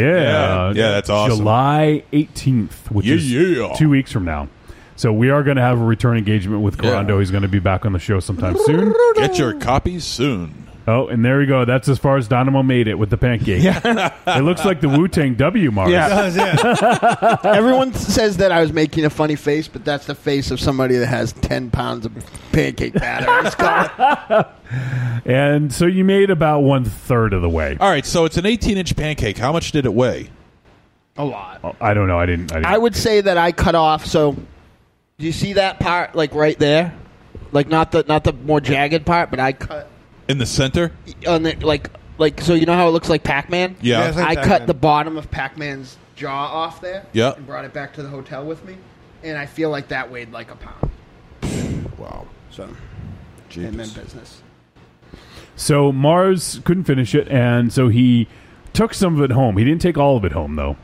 Speaker 8: Yeah. Yeah, that's awesome.
Speaker 4: July eighteenth, which
Speaker 8: Yeah,
Speaker 4: is
Speaker 8: yeah.
Speaker 4: two weeks from now. So we are going to have a return engagement with
Speaker 8: Yeah.
Speaker 4: Carando. He's going to be back on the show sometime soon.
Speaker 8: Get your copies soon.
Speaker 4: Oh, and there we go. That's as far as Dynamo made it with the pancake. it looks like the Wu Tang W Mars.
Speaker 5: [laughs] Everyone says that I was making a funny face, but that's the face of somebody that has ten pounds of pancake batter. It's gone.
Speaker 4: And so you made about one third of the way.
Speaker 8: All right, so it's an 18 inch pancake. How much did it weigh?
Speaker 5: a lot.
Speaker 4: Oh, I don't know. I didn't. I, didn't.
Speaker 5: I would say that I cut off. So, do you see that part, like right there, like not the not the more jagged part, but I cut
Speaker 8: In the center?
Speaker 5: on the like like so. You know how it looks like Pac Man?
Speaker 8: Yeah. Yeah, it's like
Speaker 5: I
Speaker 8: Pac-Man.
Speaker 5: cut the bottom of Pac Man's jaw off there.
Speaker 8: Yeah.
Speaker 5: and brought it back to the hotel with me, and I feel like that weighed like a pound.
Speaker 6: Wow.
Speaker 5: So,
Speaker 6: Jeepers.
Speaker 5: and then business.
Speaker 4: So Mars couldn't finish it, and so he took some of it home. He didn't take all of it home, though.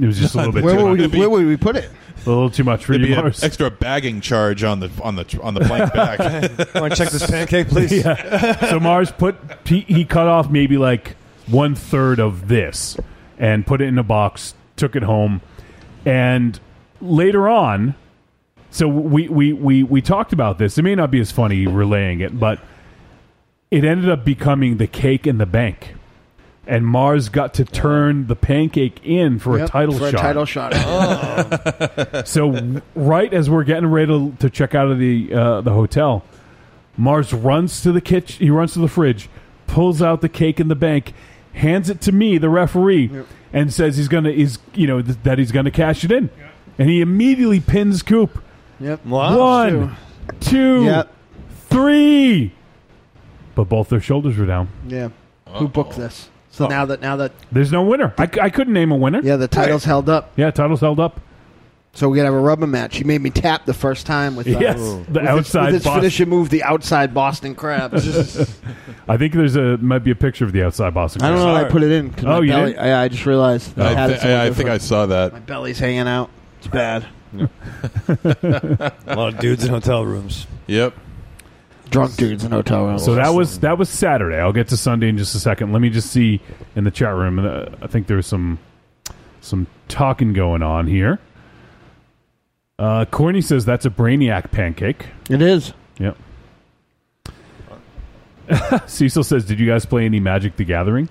Speaker 4: It was
Speaker 8: [laughs]
Speaker 4: just a little bit.
Speaker 5: Where
Speaker 4: too
Speaker 5: would
Speaker 4: much.
Speaker 5: we, where would we put it?
Speaker 4: A little too much for
Speaker 8: There'd
Speaker 4: you,
Speaker 8: be an
Speaker 4: Mars.
Speaker 8: extra bagging charge on the on the on the plank
Speaker 4: [laughs]
Speaker 8: back.
Speaker 6: [laughs]
Speaker 5: [laughs]
Speaker 6: Want to check this pancake, please?
Speaker 4: Yeah. So Mars put he, he cut off maybe like one third of this and put it in a box, took it home, and later on. So we we we we talked about this. It may not be as funny relaying it, but it ended up becoming the cake in the bank. And Mars got to turn the pancake in for a
Speaker 5: Yep,
Speaker 4: title
Speaker 5: for
Speaker 4: shot.
Speaker 5: A title shot. Um,
Speaker 4: so right as we're getting ready to, to check out of the uh, the hotel, Mars runs to the kitchen. He runs to the fridge, pulls out the cake in the bank, hands it to me, the referee, and says he's gonna is you know th- that he's gonna cash it in, and he immediately pins Coop.
Speaker 5: Yep.
Speaker 4: One, two,
Speaker 5: Yep.
Speaker 4: three. But both their shoulders were down.
Speaker 5: Yeah. Who booked this? So now that now that
Speaker 4: There's no winner. I, c- I couldn't name a winner.
Speaker 5: Yeah, the title's held up.
Speaker 4: Yeah, title's held up.
Speaker 5: So we gotta have a rubber match. He made me tap the first time with uh,
Speaker 4: Yes,
Speaker 5: with
Speaker 4: the
Speaker 5: his-
Speaker 4: outside
Speaker 5: with his
Speaker 4: Boston-
Speaker 5: finisher move, the outside Boston
Speaker 4: [laughs]
Speaker 5: crab.
Speaker 4: I think there's a might be a picture of the outside Boston.
Speaker 5: I don't know.
Speaker 4: Crab.
Speaker 5: how I put it in. 'cause
Speaker 4: Oh,
Speaker 5: my
Speaker 4: you
Speaker 5: belly,
Speaker 4: did?
Speaker 5: I, I just realized. I,
Speaker 8: I,
Speaker 5: had
Speaker 8: thi-
Speaker 5: it somewhere
Speaker 8: I think I
Speaker 5: different.
Speaker 8: saw that.
Speaker 5: My belly's hanging out. It's bad. [laughs]
Speaker 6: A lot of dudes in hotel rooms.
Speaker 8: Yep.
Speaker 5: Drunk dudes in hotel rooms.
Speaker 4: So that was that was Saturday. I'll get to Sunday in just a second. Let me just see in the chat room. Uh, I think there was some some talking going on here. Uh, Corny says that's a brainiac pancake.
Speaker 5: It is.
Speaker 4: Yep. [laughs] Cecil says, "Did you guys play any Magic the Gathering?"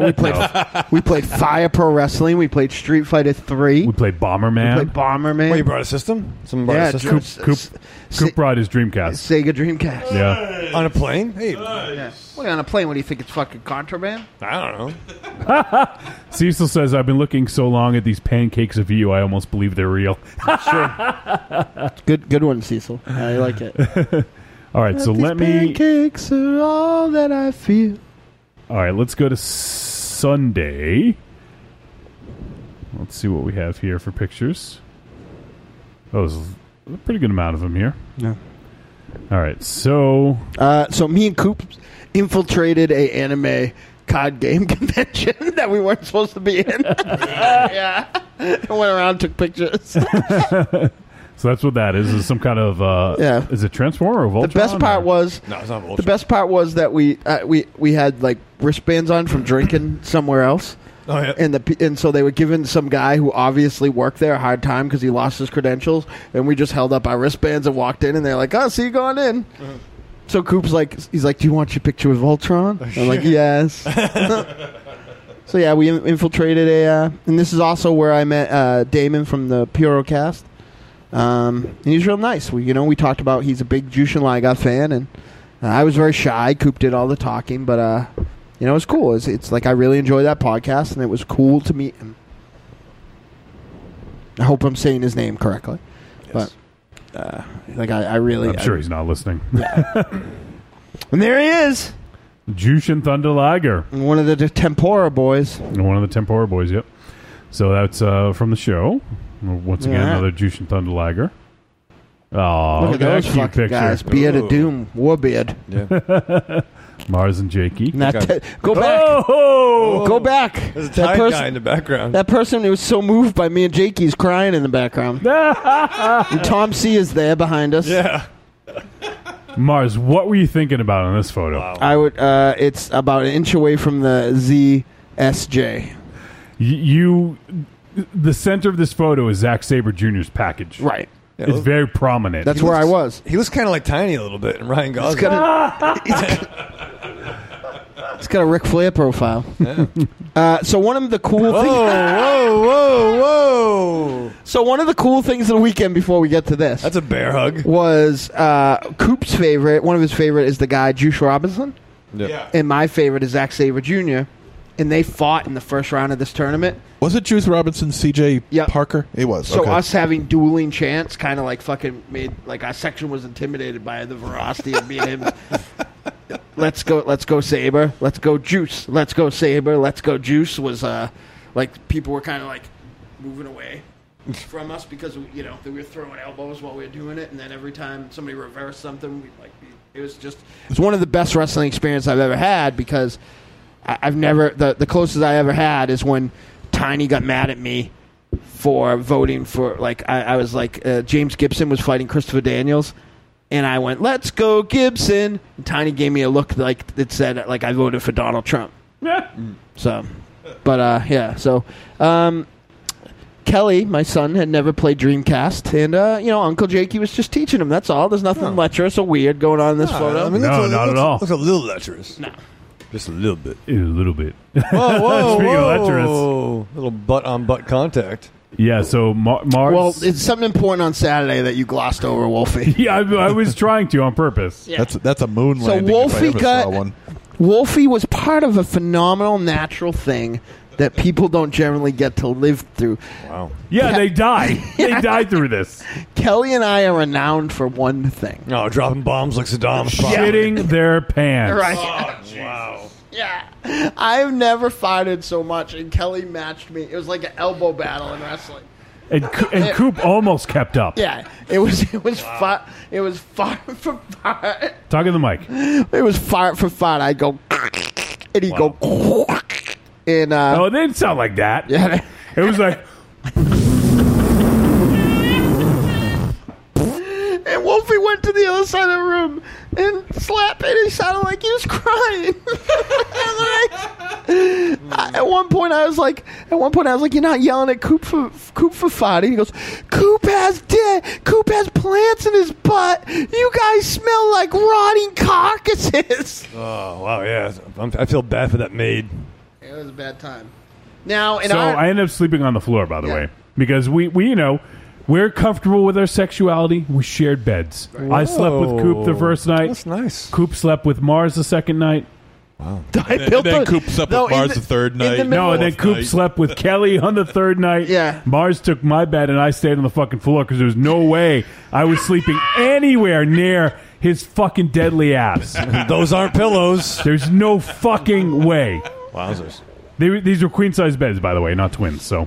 Speaker 4: [laughs]
Speaker 5: we played. [laughs] we played Fire Pro Wrestling. We played Street Fighter Three. We
Speaker 4: played Bomberman.
Speaker 5: We played Bomberman.
Speaker 6: Wait, you brought a system? Someone brought
Speaker 5: yeah,
Speaker 6: a system?
Speaker 5: Drew-
Speaker 4: Coop, Coop, Coop brought his Dreamcast.
Speaker 5: Sega Dreamcast.
Speaker 4: Yeah.
Speaker 6: On a plane? Hey,
Speaker 5: Yeah. Wait, on a plane? What do you think? It's fucking contraband.
Speaker 6: I
Speaker 5: [laughs]
Speaker 6: don't know.
Speaker 4: [laughs] Cecil says, "I've been looking so long at these pancakes of you, I almost believe they're real."
Speaker 5: [laughs] Good, good one, Cecil. I like it.
Speaker 4: [laughs]
Speaker 5: Uh,
Speaker 4: All right, so
Speaker 5: These
Speaker 4: let me
Speaker 5: Pancakes are all that I feel.
Speaker 4: All right, let's go to Sunday. Let's see what we have here for pictures. Oh, there's a pretty good amount of them here.
Speaker 5: Yeah.
Speaker 4: All right, so
Speaker 5: Uh, so me and Coop infiltrated a anime card game [laughs] convention that we weren't supposed to be
Speaker 6: [laughs]
Speaker 5: in. yeah, [laughs] went around took pictures.
Speaker 4: so that's what that is. Is some kind of uh,
Speaker 5: Yeah.
Speaker 4: Is it Transformer or
Speaker 5: The
Speaker 4: Voltron?
Speaker 5: best part was
Speaker 6: No, it's not Voltron.
Speaker 5: the best part was that we uh, we we had like wristbands on from drinking somewhere else.
Speaker 6: Oh, yeah.
Speaker 5: And the pe- and so they were giving some guy who obviously worked there a hard time because he lost his credentials, and we just held up our wristbands and walked in, and they're like, "Oh, see you going in."
Speaker 6: Uh-huh.
Speaker 5: So Coop's like, he's like, "Do you want your picture with Voltron?" I'm like, "Yes." so yeah, we in- infiltrated a, uh, and this is also where I met uh, Damon from the Purocast. Um, and he's real nice. We, you know, we talked about he's a big Jushin Liga fan, and uh, I was very shy. Coop did all the talking, but uh, you know, it's cool. It's, it's like I really enjoy that podcast, and it was cool to meet him. I hope I'm saying his name correctly, but uh, like I, I really,
Speaker 4: I'm sure he's not listening.
Speaker 5: and there he is,
Speaker 4: Jushin Thunder Liger,
Speaker 5: one of the Tempora boys,
Speaker 4: one of the Tempora boys. Yep. So that's uh, from the show. Once again,
Speaker 5: Yeah.
Speaker 4: another Jushin Thunder Liger. Oh,
Speaker 5: Look at those fucking guys. Beard of Doom, Warbeard.
Speaker 4: Yeah. Mars and Jakey.
Speaker 5: Not that- [laughs] go back. Go back.
Speaker 4: There's a
Speaker 5: That
Speaker 4: tired
Speaker 5: person-
Speaker 4: guy in the background.
Speaker 5: That person who was so moved by me and Jakey is crying in the background. and Tom C is there behind us.
Speaker 4: Yeah. Mars, what were you thinking about on this photo?
Speaker 5: I would. Uh, it's about an inch away from the ZSJ.
Speaker 4: Y- You, the center of this photo is Zack Saber Jr.'s package.
Speaker 5: Right.
Speaker 4: it's very prominent.
Speaker 5: That's where I was.
Speaker 6: He looks kind of like Tiny a little bit, and Ryan
Speaker 5: It's
Speaker 6: Gosling.
Speaker 5: got
Speaker 4: [laughs]
Speaker 5: a, it's got a Ric Flair profile. Uh, so one of the cool things. Whoa, whoa, whoa! So one of the cool things of the weekend before we get to this. That's
Speaker 6: a bear hug.
Speaker 5: Was uh, Coop's favorite? One of his favorite is the guy Juice Robinson.
Speaker 6: Yeah.
Speaker 5: And my favorite is Zack Saber Jr. And they fought in the first round of this tournament.
Speaker 8: [laughs] Was it Juice Robinson, C.J. Parker? It was.
Speaker 5: So
Speaker 8: okay.
Speaker 5: us having dueling chants kind of like fucking made like our section was intimidated by the veracity of
Speaker 8: [laughs]
Speaker 5: me and him. Let's go, let's go Saber, let's go Juice, let's go Saber, let's go Juice was uh like people were kind of like moving [laughs] away from us because we, you know we were throwing elbows while we were doing it, and then every time somebody reversed something, we like it was just it's one of the best wrestling experience I've ever had because I, I've never the the closest I ever had is when Tiny got mad at me for voting for like I, I was like uh, James Gibson was fighting Christopher Daniels. And I went, let's go Gibson. And Tiny gave me a look like that said, like I voted for Donald Trump.
Speaker 4: [laughs]
Speaker 5: So, but uh, yeah. So, um, Kelly, my son, had never played Dreamcast, and uh, you know, Uncle Jakey was just teaching him. That's all. There's nothing lecherous or weird going on in this
Speaker 6: No,
Speaker 5: photo.
Speaker 6: I mean, No, looks- not at looks- all.
Speaker 5: Looks
Speaker 6: a little lecherous.
Speaker 5: No.
Speaker 6: Just a little bit.
Speaker 4: A little bit.
Speaker 6: [laughs] Whoa, whoa,
Speaker 4: Speaking of
Speaker 6: whoa. Little butt on butt contact.
Speaker 4: Yeah. So Mar- Mars.
Speaker 5: Well, it's something important on Saturday that you glossed over, Wolfie.
Speaker 4: [laughs] yeah, I, I was trying to on purpose.
Speaker 5: Yeah. That's-
Speaker 4: that's a moon
Speaker 5: So Wolfie got Wolfie was part of a phenomenal natural thing that people don't generally get to live through. Wow.
Speaker 4: Yeah,
Speaker 5: [laughs]
Speaker 4: they die. They die through this.
Speaker 5: Kelly and I are renowned for one thing.
Speaker 6: No, dropping bombs like Saddam.
Speaker 4: Shitting their pants.
Speaker 5: [laughs] Right.
Speaker 6: wow.
Speaker 5: Yeah. I've never farted so much, and Kelly matched me. It was like an elbow battle in wrestling.
Speaker 4: And, Co- and Coop almost kept up.
Speaker 5: Yeah, it was it was fart it was [laughs] fart for fart.
Speaker 4: Talk in the mic.
Speaker 5: It was fart for fart. I go and he would go [laughs] and uh,
Speaker 4: oh, it didn't sound like that.
Speaker 5: Yeah,
Speaker 4: it was like
Speaker 5: and Wolfie went to the other side of the room and slapped it. He sounded like he was crying. [laughs] And I- at one point, I was like, at one point, I was like, you're not yelling at Coop for Coop for farting. He goes, Coop has dead. Coop has plants in his butt. You guys smell like rotting carcasses.
Speaker 6: Oh, wow, yeah. I'm, I feel bad for that maid.
Speaker 5: It was a bad time. Now, and
Speaker 4: so
Speaker 5: I,
Speaker 4: I, ended up sleeping on the floor, by the way, because we, we you know we're comfortable with our sexuality. We shared beds. I slept with Coop the
Speaker 6: Whoa.
Speaker 4: first night.
Speaker 6: That's nice.
Speaker 4: Coop slept with Mars the second night. Wow.
Speaker 8: [laughs]
Speaker 5: [laughs] I
Speaker 8: And built then a- Coop's up with no, in Mars the- the third in the night, middle-
Speaker 4: no, and then
Speaker 8: fourth
Speaker 4: Coop
Speaker 8: night.
Speaker 4: slept with Kelly on the
Speaker 8: [laughs]
Speaker 4: third night. Yeah. Mars took my bed and I stayed on the fucking floor because there was no way I was sleeping anywhere near his fucking deadly ass.
Speaker 6: [laughs] Those aren't pillows.
Speaker 4: There's no fucking way.
Speaker 6: Wowzers.
Speaker 4: They, were- these were queen size beds, by the way, not twins. So
Speaker 5: Yeah,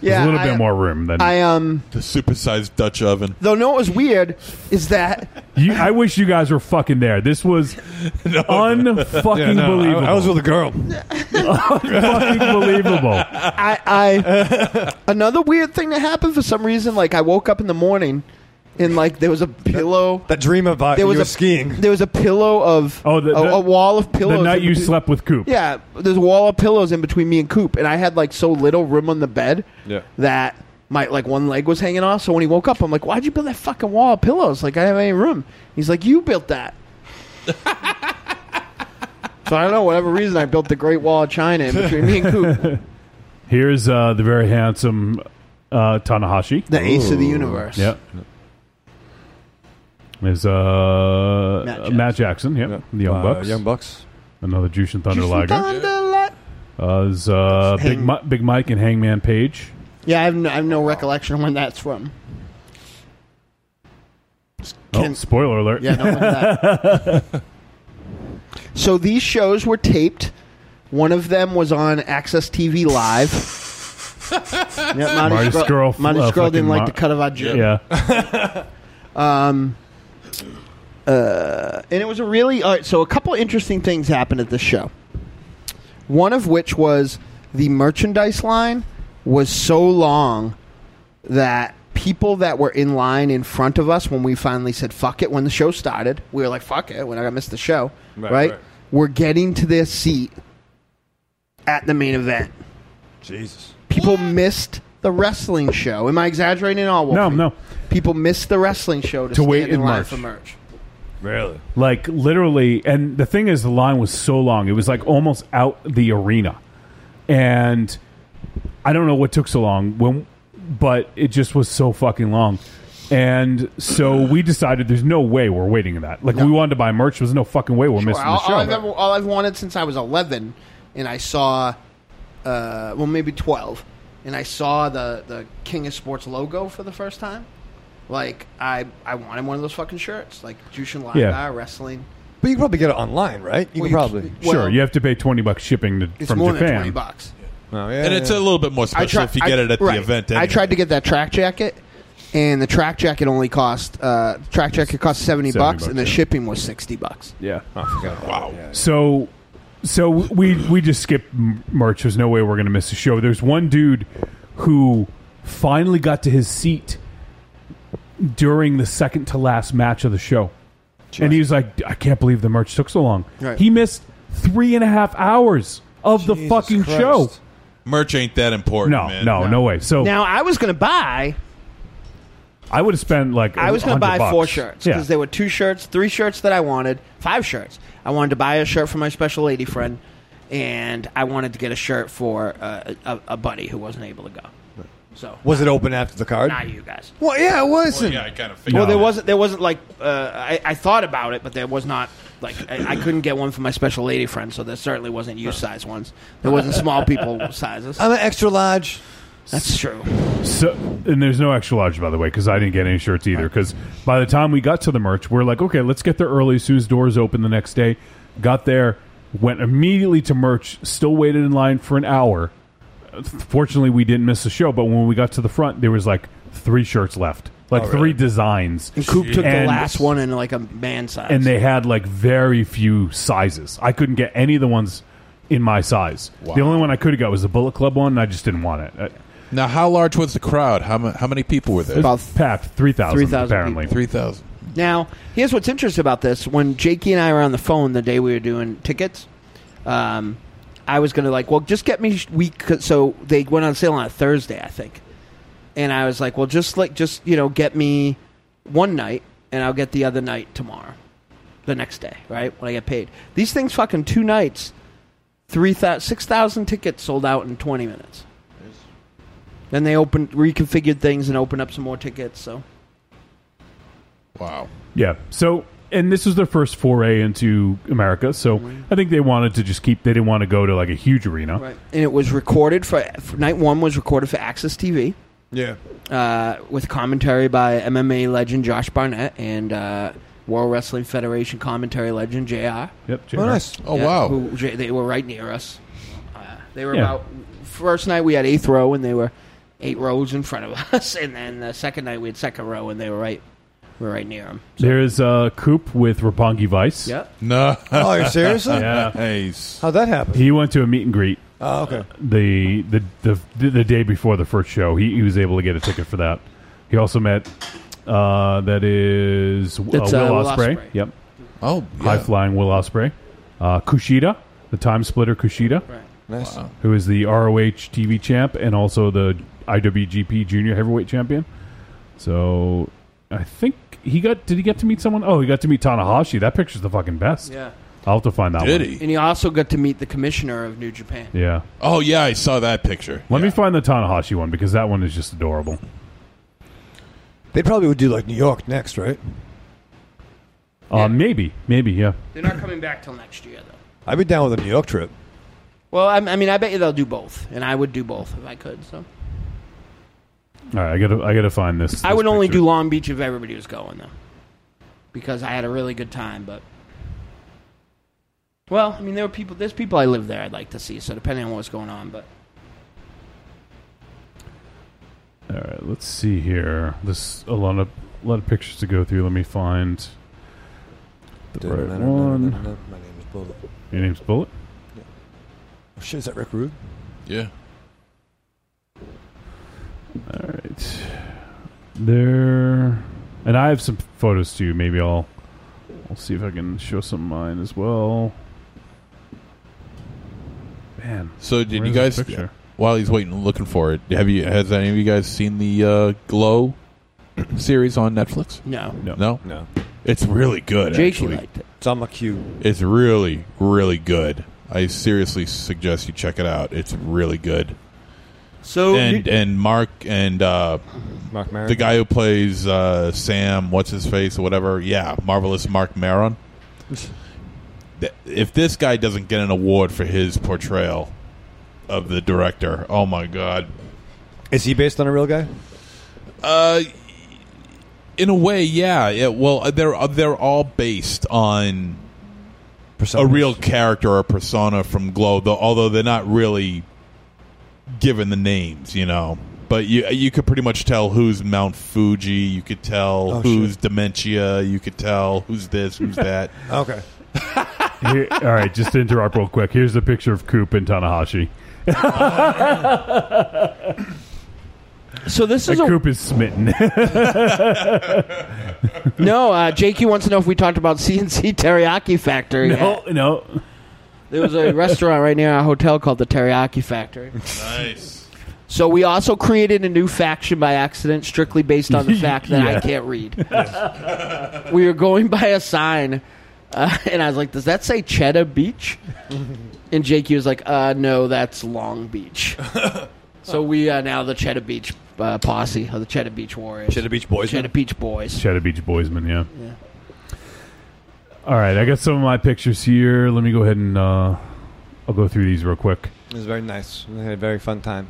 Speaker 4: there's a little
Speaker 5: I-
Speaker 4: bit more room than
Speaker 5: I um.
Speaker 8: the supersized Dutch oven.
Speaker 5: Though no, what was weird is that
Speaker 4: You, I wish you guys were fucking there. This
Speaker 5: [laughs]
Speaker 4: was unfucking
Speaker 6: Yeah, no, I-
Speaker 4: believable.
Speaker 6: I was with a
Speaker 4: [laughs]
Speaker 6: girl.
Speaker 4: unfucking believable.
Speaker 5: I, I another weird thing that happened for some reason. Like I woke up in the morning, and like there was a pillow. That,
Speaker 6: dream of uh,
Speaker 5: there was
Speaker 6: you were
Speaker 5: a
Speaker 6: skiing.
Speaker 5: There was a pillow of oh
Speaker 4: the-
Speaker 5: a,
Speaker 4: the-
Speaker 5: a wall of pillows.
Speaker 4: the night
Speaker 5: in
Speaker 4: you
Speaker 5: between-
Speaker 4: slept with Coop.
Speaker 5: Yeah, there's a wall of pillows in between me and Coop, and I had like so little room on the bed
Speaker 4: Yeah.
Speaker 5: that my like one leg was hanging off. So when he woke up, I'm like, "Why'd you build that fucking wall of pillows? Like I don't have any room." He's like, "You built that." so I don't know. Whatever reason, I built the Great Wall of China in between me
Speaker 4: [laughs]
Speaker 5: and Coop.
Speaker 4: Here's uh, the very handsome uh, Tanahashi,
Speaker 5: The ace of the Ooh. universe.
Speaker 4: Yep. There's uh, Matt Jackson, yep, the Young
Speaker 6: Uh,
Speaker 4: Bucks.
Speaker 6: Young Bucks.
Speaker 4: Another Juice and Thunder
Speaker 5: Juice and
Speaker 4: lager.
Speaker 5: Thunder la-
Speaker 4: Uh, is, uh, Big, Mi- Big Mike and Hangman Page.
Speaker 5: Yeah, I have no, I have no recollection when that's from.
Speaker 4: oh, spoiler alert.
Speaker 5: Yeah, no
Speaker 4: [laughs]
Speaker 5: one that. so these shows were taped. One of them was on Access TV Live.
Speaker 4: [laughs]
Speaker 5: yep, Marty,
Speaker 4: Marty
Speaker 5: Scro-
Speaker 4: Scurll,
Speaker 5: Marty
Speaker 4: uh,
Speaker 5: Scurll
Speaker 4: fucking
Speaker 5: didn't
Speaker 4: Mar-
Speaker 5: like the cut of our joke.
Speaker 4: Yeah.
Speaker 5: [laughs] um, uh, and it was a really all right. So a couple interesting things happened at this show. One of which was the merchandise line was so long that people that were in line in front of us when we finally said "fuck it" when the show started, we were like "fuck it" when I missed the show,
Speaker 6: Right,
Speaker 5: right?
Speaker 6: right.
Speaker 5: We're getting to their seat at the main event.
Speaker 6: Jesus.
Speaker 5: People missed the wrestling show. Am I exaggerating at all? Wolfie?
Speaker 4: No, no.
Speaker 5: People missed the wrestling show
Speaker 4: To
Speaker 5: to, stand
Speaker 4: wait
Speaker 5: in
Speaker 4: in
Speaker 5: line
Speaker 4: March.
Speaker 5: for merch.
Speaker 6: Really?
Speaker 4: Like literally, and the thing is, the line was so long; it was like almost out the arena, and I don't know what took so long when, but it just was so fucking long, and so we decided there's no way we're waiting in that. Like we wanted to buy merch, there's no fucking way we're missing
Speaker 5: all,
Speaker 4: the show.
Speaker 5: all I've ever, all I've wanted since I was 11, and I saw, uh, well, maybe 12, and I saw the, the King of Sports logo for the first time. Like, I, I wanted one of those fucking shirts, like Jushin Live
Speaker 4: Yeah.
Speaker 5: wrestling.
Speaker 6: But you can probably get it online, right? You
Speaker 5: Well,
Speaker 6: can
Speaker 5: you-
Speaker 6: probably.
Speaker 4: sure, you have to pay twenty bucks shipping to,
Speaker 5: It's
Speaker 4: from
Speaker 5: more
Speaker 4: Japan.
Speaker 5: than 20 bucks.
Speaker 6: Oh,
Speaker 8: and it's a little bit more
Speaker 5: I
Speaker 8: special
Speaker 5: try-
Speaker 8: if you
Speaker 5: I-
Speaker 8: get it at
Speaker 5: right.
Speaker 8: the event.
Speaker 5: I
Speaker 8: anyway.
Speaker 5: tried to get that track jacket, and the track jacket only cost, uh, the track jacket cost 70,
Speaker 4: 70
Speaker 5: bucks,
Speaker 4: bucks,
Speaker 5: and the
Speaker 4: yeah.
Speaker 5: shipping was 60 bucks.
Speaker 4: Yeah.
Speaker 6: wow.
Speaker 4: So, so we we just skipped m- merch. There's no way we're gonna miss the show. There's one dude who finally got to his seat during the second to last match of the show, and he was like, "I can't believe the merch took so long."
Speaker 8: Right.
Speaker 4: He missed three and a half hours of the fucking show.
Speaker 8: Merch ain't that important.
Speaker 4: No,
Speaker 8: man.
Speaker 4: no, no, way. So
Speaker 5: Now, I was going to buy
Speaker 4: I would have spent like
Speaker 5: I was going
Speaker 4: 100
Speaker 5: to buy
Speaker 4: bucks.
Speaker 5: four shirts
Speaker 4: Yeah.
Speaker 5: because there were two shirts, three shirts that I wanted, five shirts. I wanted to buy a shirt for my special lady friend, and I wanted to get a shirt for uh, a, a buddy who wasn't able to go. So
Speaker 6: Was it open after the card?
Speaker 5: Not you guys.
Speaker 6: Well, yeah, it wasn't.
Speaker 8: yeah, I kind of
Speaker 5: Well, there wasn't. There wasn't like uh, I, I thought about it, but there was not like I, I couldn't get one for my special lady friend, so there certainly wasn't you size ones. There wasn't
Speaker 4: [laughs]
Speaker 5: small people sizes.
Speaker 6: I'm an extra large.
Speaker 5: That's true.
Speaker 4: So, and there's no extra large, by the way, because I didn't get any shirts either. Because by the time we got to the merch, we're like, okay, let's get there early as soon as doors open the next day. Got there, went immediately to merch, still waited in line for an hour. Fortunately, we didn't miss the show, but when we got to the front, there was like three shirts left, like
Speaker 5: Oh,
Speaker 4: three
Speaker 5: really?
Speaker 4: designs.
Speaker 5: And Coop took the last one in like a man size.
Speaker 4: and they had like very few sizes. I couldn't get any of the ones in my size.
Speaker 8: Wow.
Speaker 4: The only one I could have got was the Bullet Club one, and I just didn't want it. Uh, I-
Speaker 8: Now, how large was the crowd? How, ma- how many people were there?
Speaker 4: About packed 3,000
Speaker 5: 3,000
Speaker 4: apparently.
Speaker 5: people.
Speaker 8: 3,000.
Speaker 5: Now, here's what's interesting about this. When Jakey and I were on the phone the day we were doing tickets, um, I was going to like, well, just get me sh- week. So they went on sale on a Thursday, I think, and I was like, well, just like just you know, get me one night, and I'll get the other night tomorrow, the next day, right when I get paid. These things, fucking two nights, three thousand, six thousand tickets sold out in twenty minutes. Then they opened, reconfigured things, and opened up some more tickets. So
Speaker 8: Wow.
Speaker 4: Yeah. So, and this was their first foray into America. So I think they wanted to just keep, they didn't want to go to like a huge arena.
Speaker 5: Mm-hmm. Right. and it was recorded for, for night one was recorded for Access TV
Speaker 6: Yeah.
Speaker 5: uh, with commentary by MMA legend Josh Barnett and uh, World Wrestling Federation commentary legend Jr.
Speaker 4: Yep.
Speaker 8: JR. Oh, nice. Oh, wow.
Speaker 5: who- J- they were right near us. Uh, they were
Speaker 8: Yeah.
Speaker 5: about first night we had eighth row and they were eight rows in front of [laughs] us, and then the second night we had second row and they were right, we were right near them.
Speaker 4: There's uh, Coop with Rapongi Vice.
Speaker 5: Yep.
Speaker 8: No.
Speaker 6: Oh, you're seriously?
Speaker 4: [laughs] Yeah.
Speaker 6: How'd that happen?
Speaker 4: He went to a meet and greet.
Speaker 6: Oh, okay.
Speaker 4: The the, the the day before the first show, he, he was able to get a ticket for that. He also met uh, that is uh,
Speaker 8: It's, uh,
Speaker 4: Will
Speaker 8: Will
Speaker 4: Osprey.
Speaker 8: Ospreay.
Speaker 4: Yep.
Speaker 8: Oh, yeah.
Speaker 4: high flying Will Osprey, uh, Kushida, the time splitter Kushida,
Speaker 6: Nice.
Speaker 4: who is the ROH TV champ and also the IWGP Junior Heavyweight Champion. So I think he got. Did he get to meet someone? Oh, he got to meet Tanahashi. That picture's the fucking best.
Speaker 5: Yeah.
Speaker 4: I'll have to find that one.
Speaker 5: And he also got to meet the commissioner of New Japan.
Speaker 4: Yeah.
Speaker 8: Oh, yeah, I saw that picture.
Speaker 4: Let me find the Tanahashi one because that one is just adorable.
Speaker 6: They probably would do like New York next, right?
Speaker 4: Uh, maybe, maybe, yeah.
Speaker 5: They're not coming back till next year though.
Speaker 6: I'd be down with a New York trip.
Speaker 2: Well, I, I mean, I bet you they'll do both, and I would do both if I could. So
Speaker 4: All right, I gotta I gotta find this.
Speaker 2: I would only do Long Beach if everybody was going though, because I had a really good time. But well, I mean, there were people. There's people I live there. I'd like to see. So depending on what's going on, but
Speaker 4: All right, let's see here. This a lot of a lot of pictures to go through. Let me find the right
Speaker 6: My
Speaker 4: one.
Speaker 6: name is Bullet.
Speaker 4: Your name's Bullet.
Speaker 6: Oh, shit, is that Rick Rude?
Speaker 8: Yeah.
Speaker 4: All right. There, and I have some photos too. Maybe I'll I'll see if I can show some of mine as well. Man.
Speaker 8: So did
Speaker 4: where's
Speaker 8: you
Speaker 4: the
Speaker 8: guys?
Speaker 4: picture?
Speaker 8: While he's waiting, and looking for it, have you? Has any of you guys seen the uh, Glow [clears throat] series on Netflix?
Speaker 2: No.
Speaker 8: no,
Speaker 2: No.
Speaker 8: no, It's really good.
Speaker 2: Jakey
Speaker 8: actually.
Speaker 2: liked it.
Speaker 6: It's on my queue.
Speaker 8: It's really, really good. I seriously suggest you check it out. It's really good.
Speaker 2: So
Speaker 8: and and Mark and uh,
Speaker 6: Mark Maron?
Speaker 8: the guy who plays uh, Sam, what's his face or whatever. Yeah, marvelous Mark Maron. Th- If this guy doesn't get an award for his portrayal of the director, oh my god!
Speaker 6: Is he based on a real guy?
Speaker 8: Uh, in a way, yeah. yeah well, uh, they're they're all based on a real character or persona from Glow, though. Although they're not really given the names, you know. But you uh, you could pretty much tell who's Mount Fuji. You could tell
Speaker 6: Oh,
Speaker 8: who's dementia. You could tell who's this,
Speaker 6: [laughs]
Speaker 8: who's that.
Speaker 6: Okay.
Speaker 4: Here, all right, just to interrupt real quick. Here's the picture of Coop and Tanahashi.
Speaker 2: [laughs] So this
Speaker 4: is Coop is smitten. [laughs]
Speaker 2: no, uh, Jakey wants to know if we talked about [laughs] CNC Teriyaki Factory.
Speaker 4: No, no.
Speaker 2: There was
Speaker 4: [laughs]
Speaker 2: a restaurant right near our hotel called the Teriyaki Factory.
Speaker 8: Nice.
Speaker 2: So we also created a new faction by accident, strictly based [laughs]
Speaker 8: [laughs]
Speaker 2: on the fact that I
Speaker 20: Yeah.
Speaker 2: can't read. we were going by a sign, uh, and I was like, "Does that say Cheddar Beach?" And Jakey was like, "Uh, no, that's Long
Speaker 6: [laughs]
Speaker 2: Beach." so we are now the Cheddar Beach uh, posse, or the Cheddar Beach Warriors,
Speaker 6: Cheddar Beach Boys,
Speaker 2: Cheddar Beach Boys.
Speaker 4: Shadow Beach Boysman, yeah. All right, I got some of my pictures here. Let me go ahead and uh, I'll go through these real quick.
Speaker 6: It was very nice. We had a very fun time.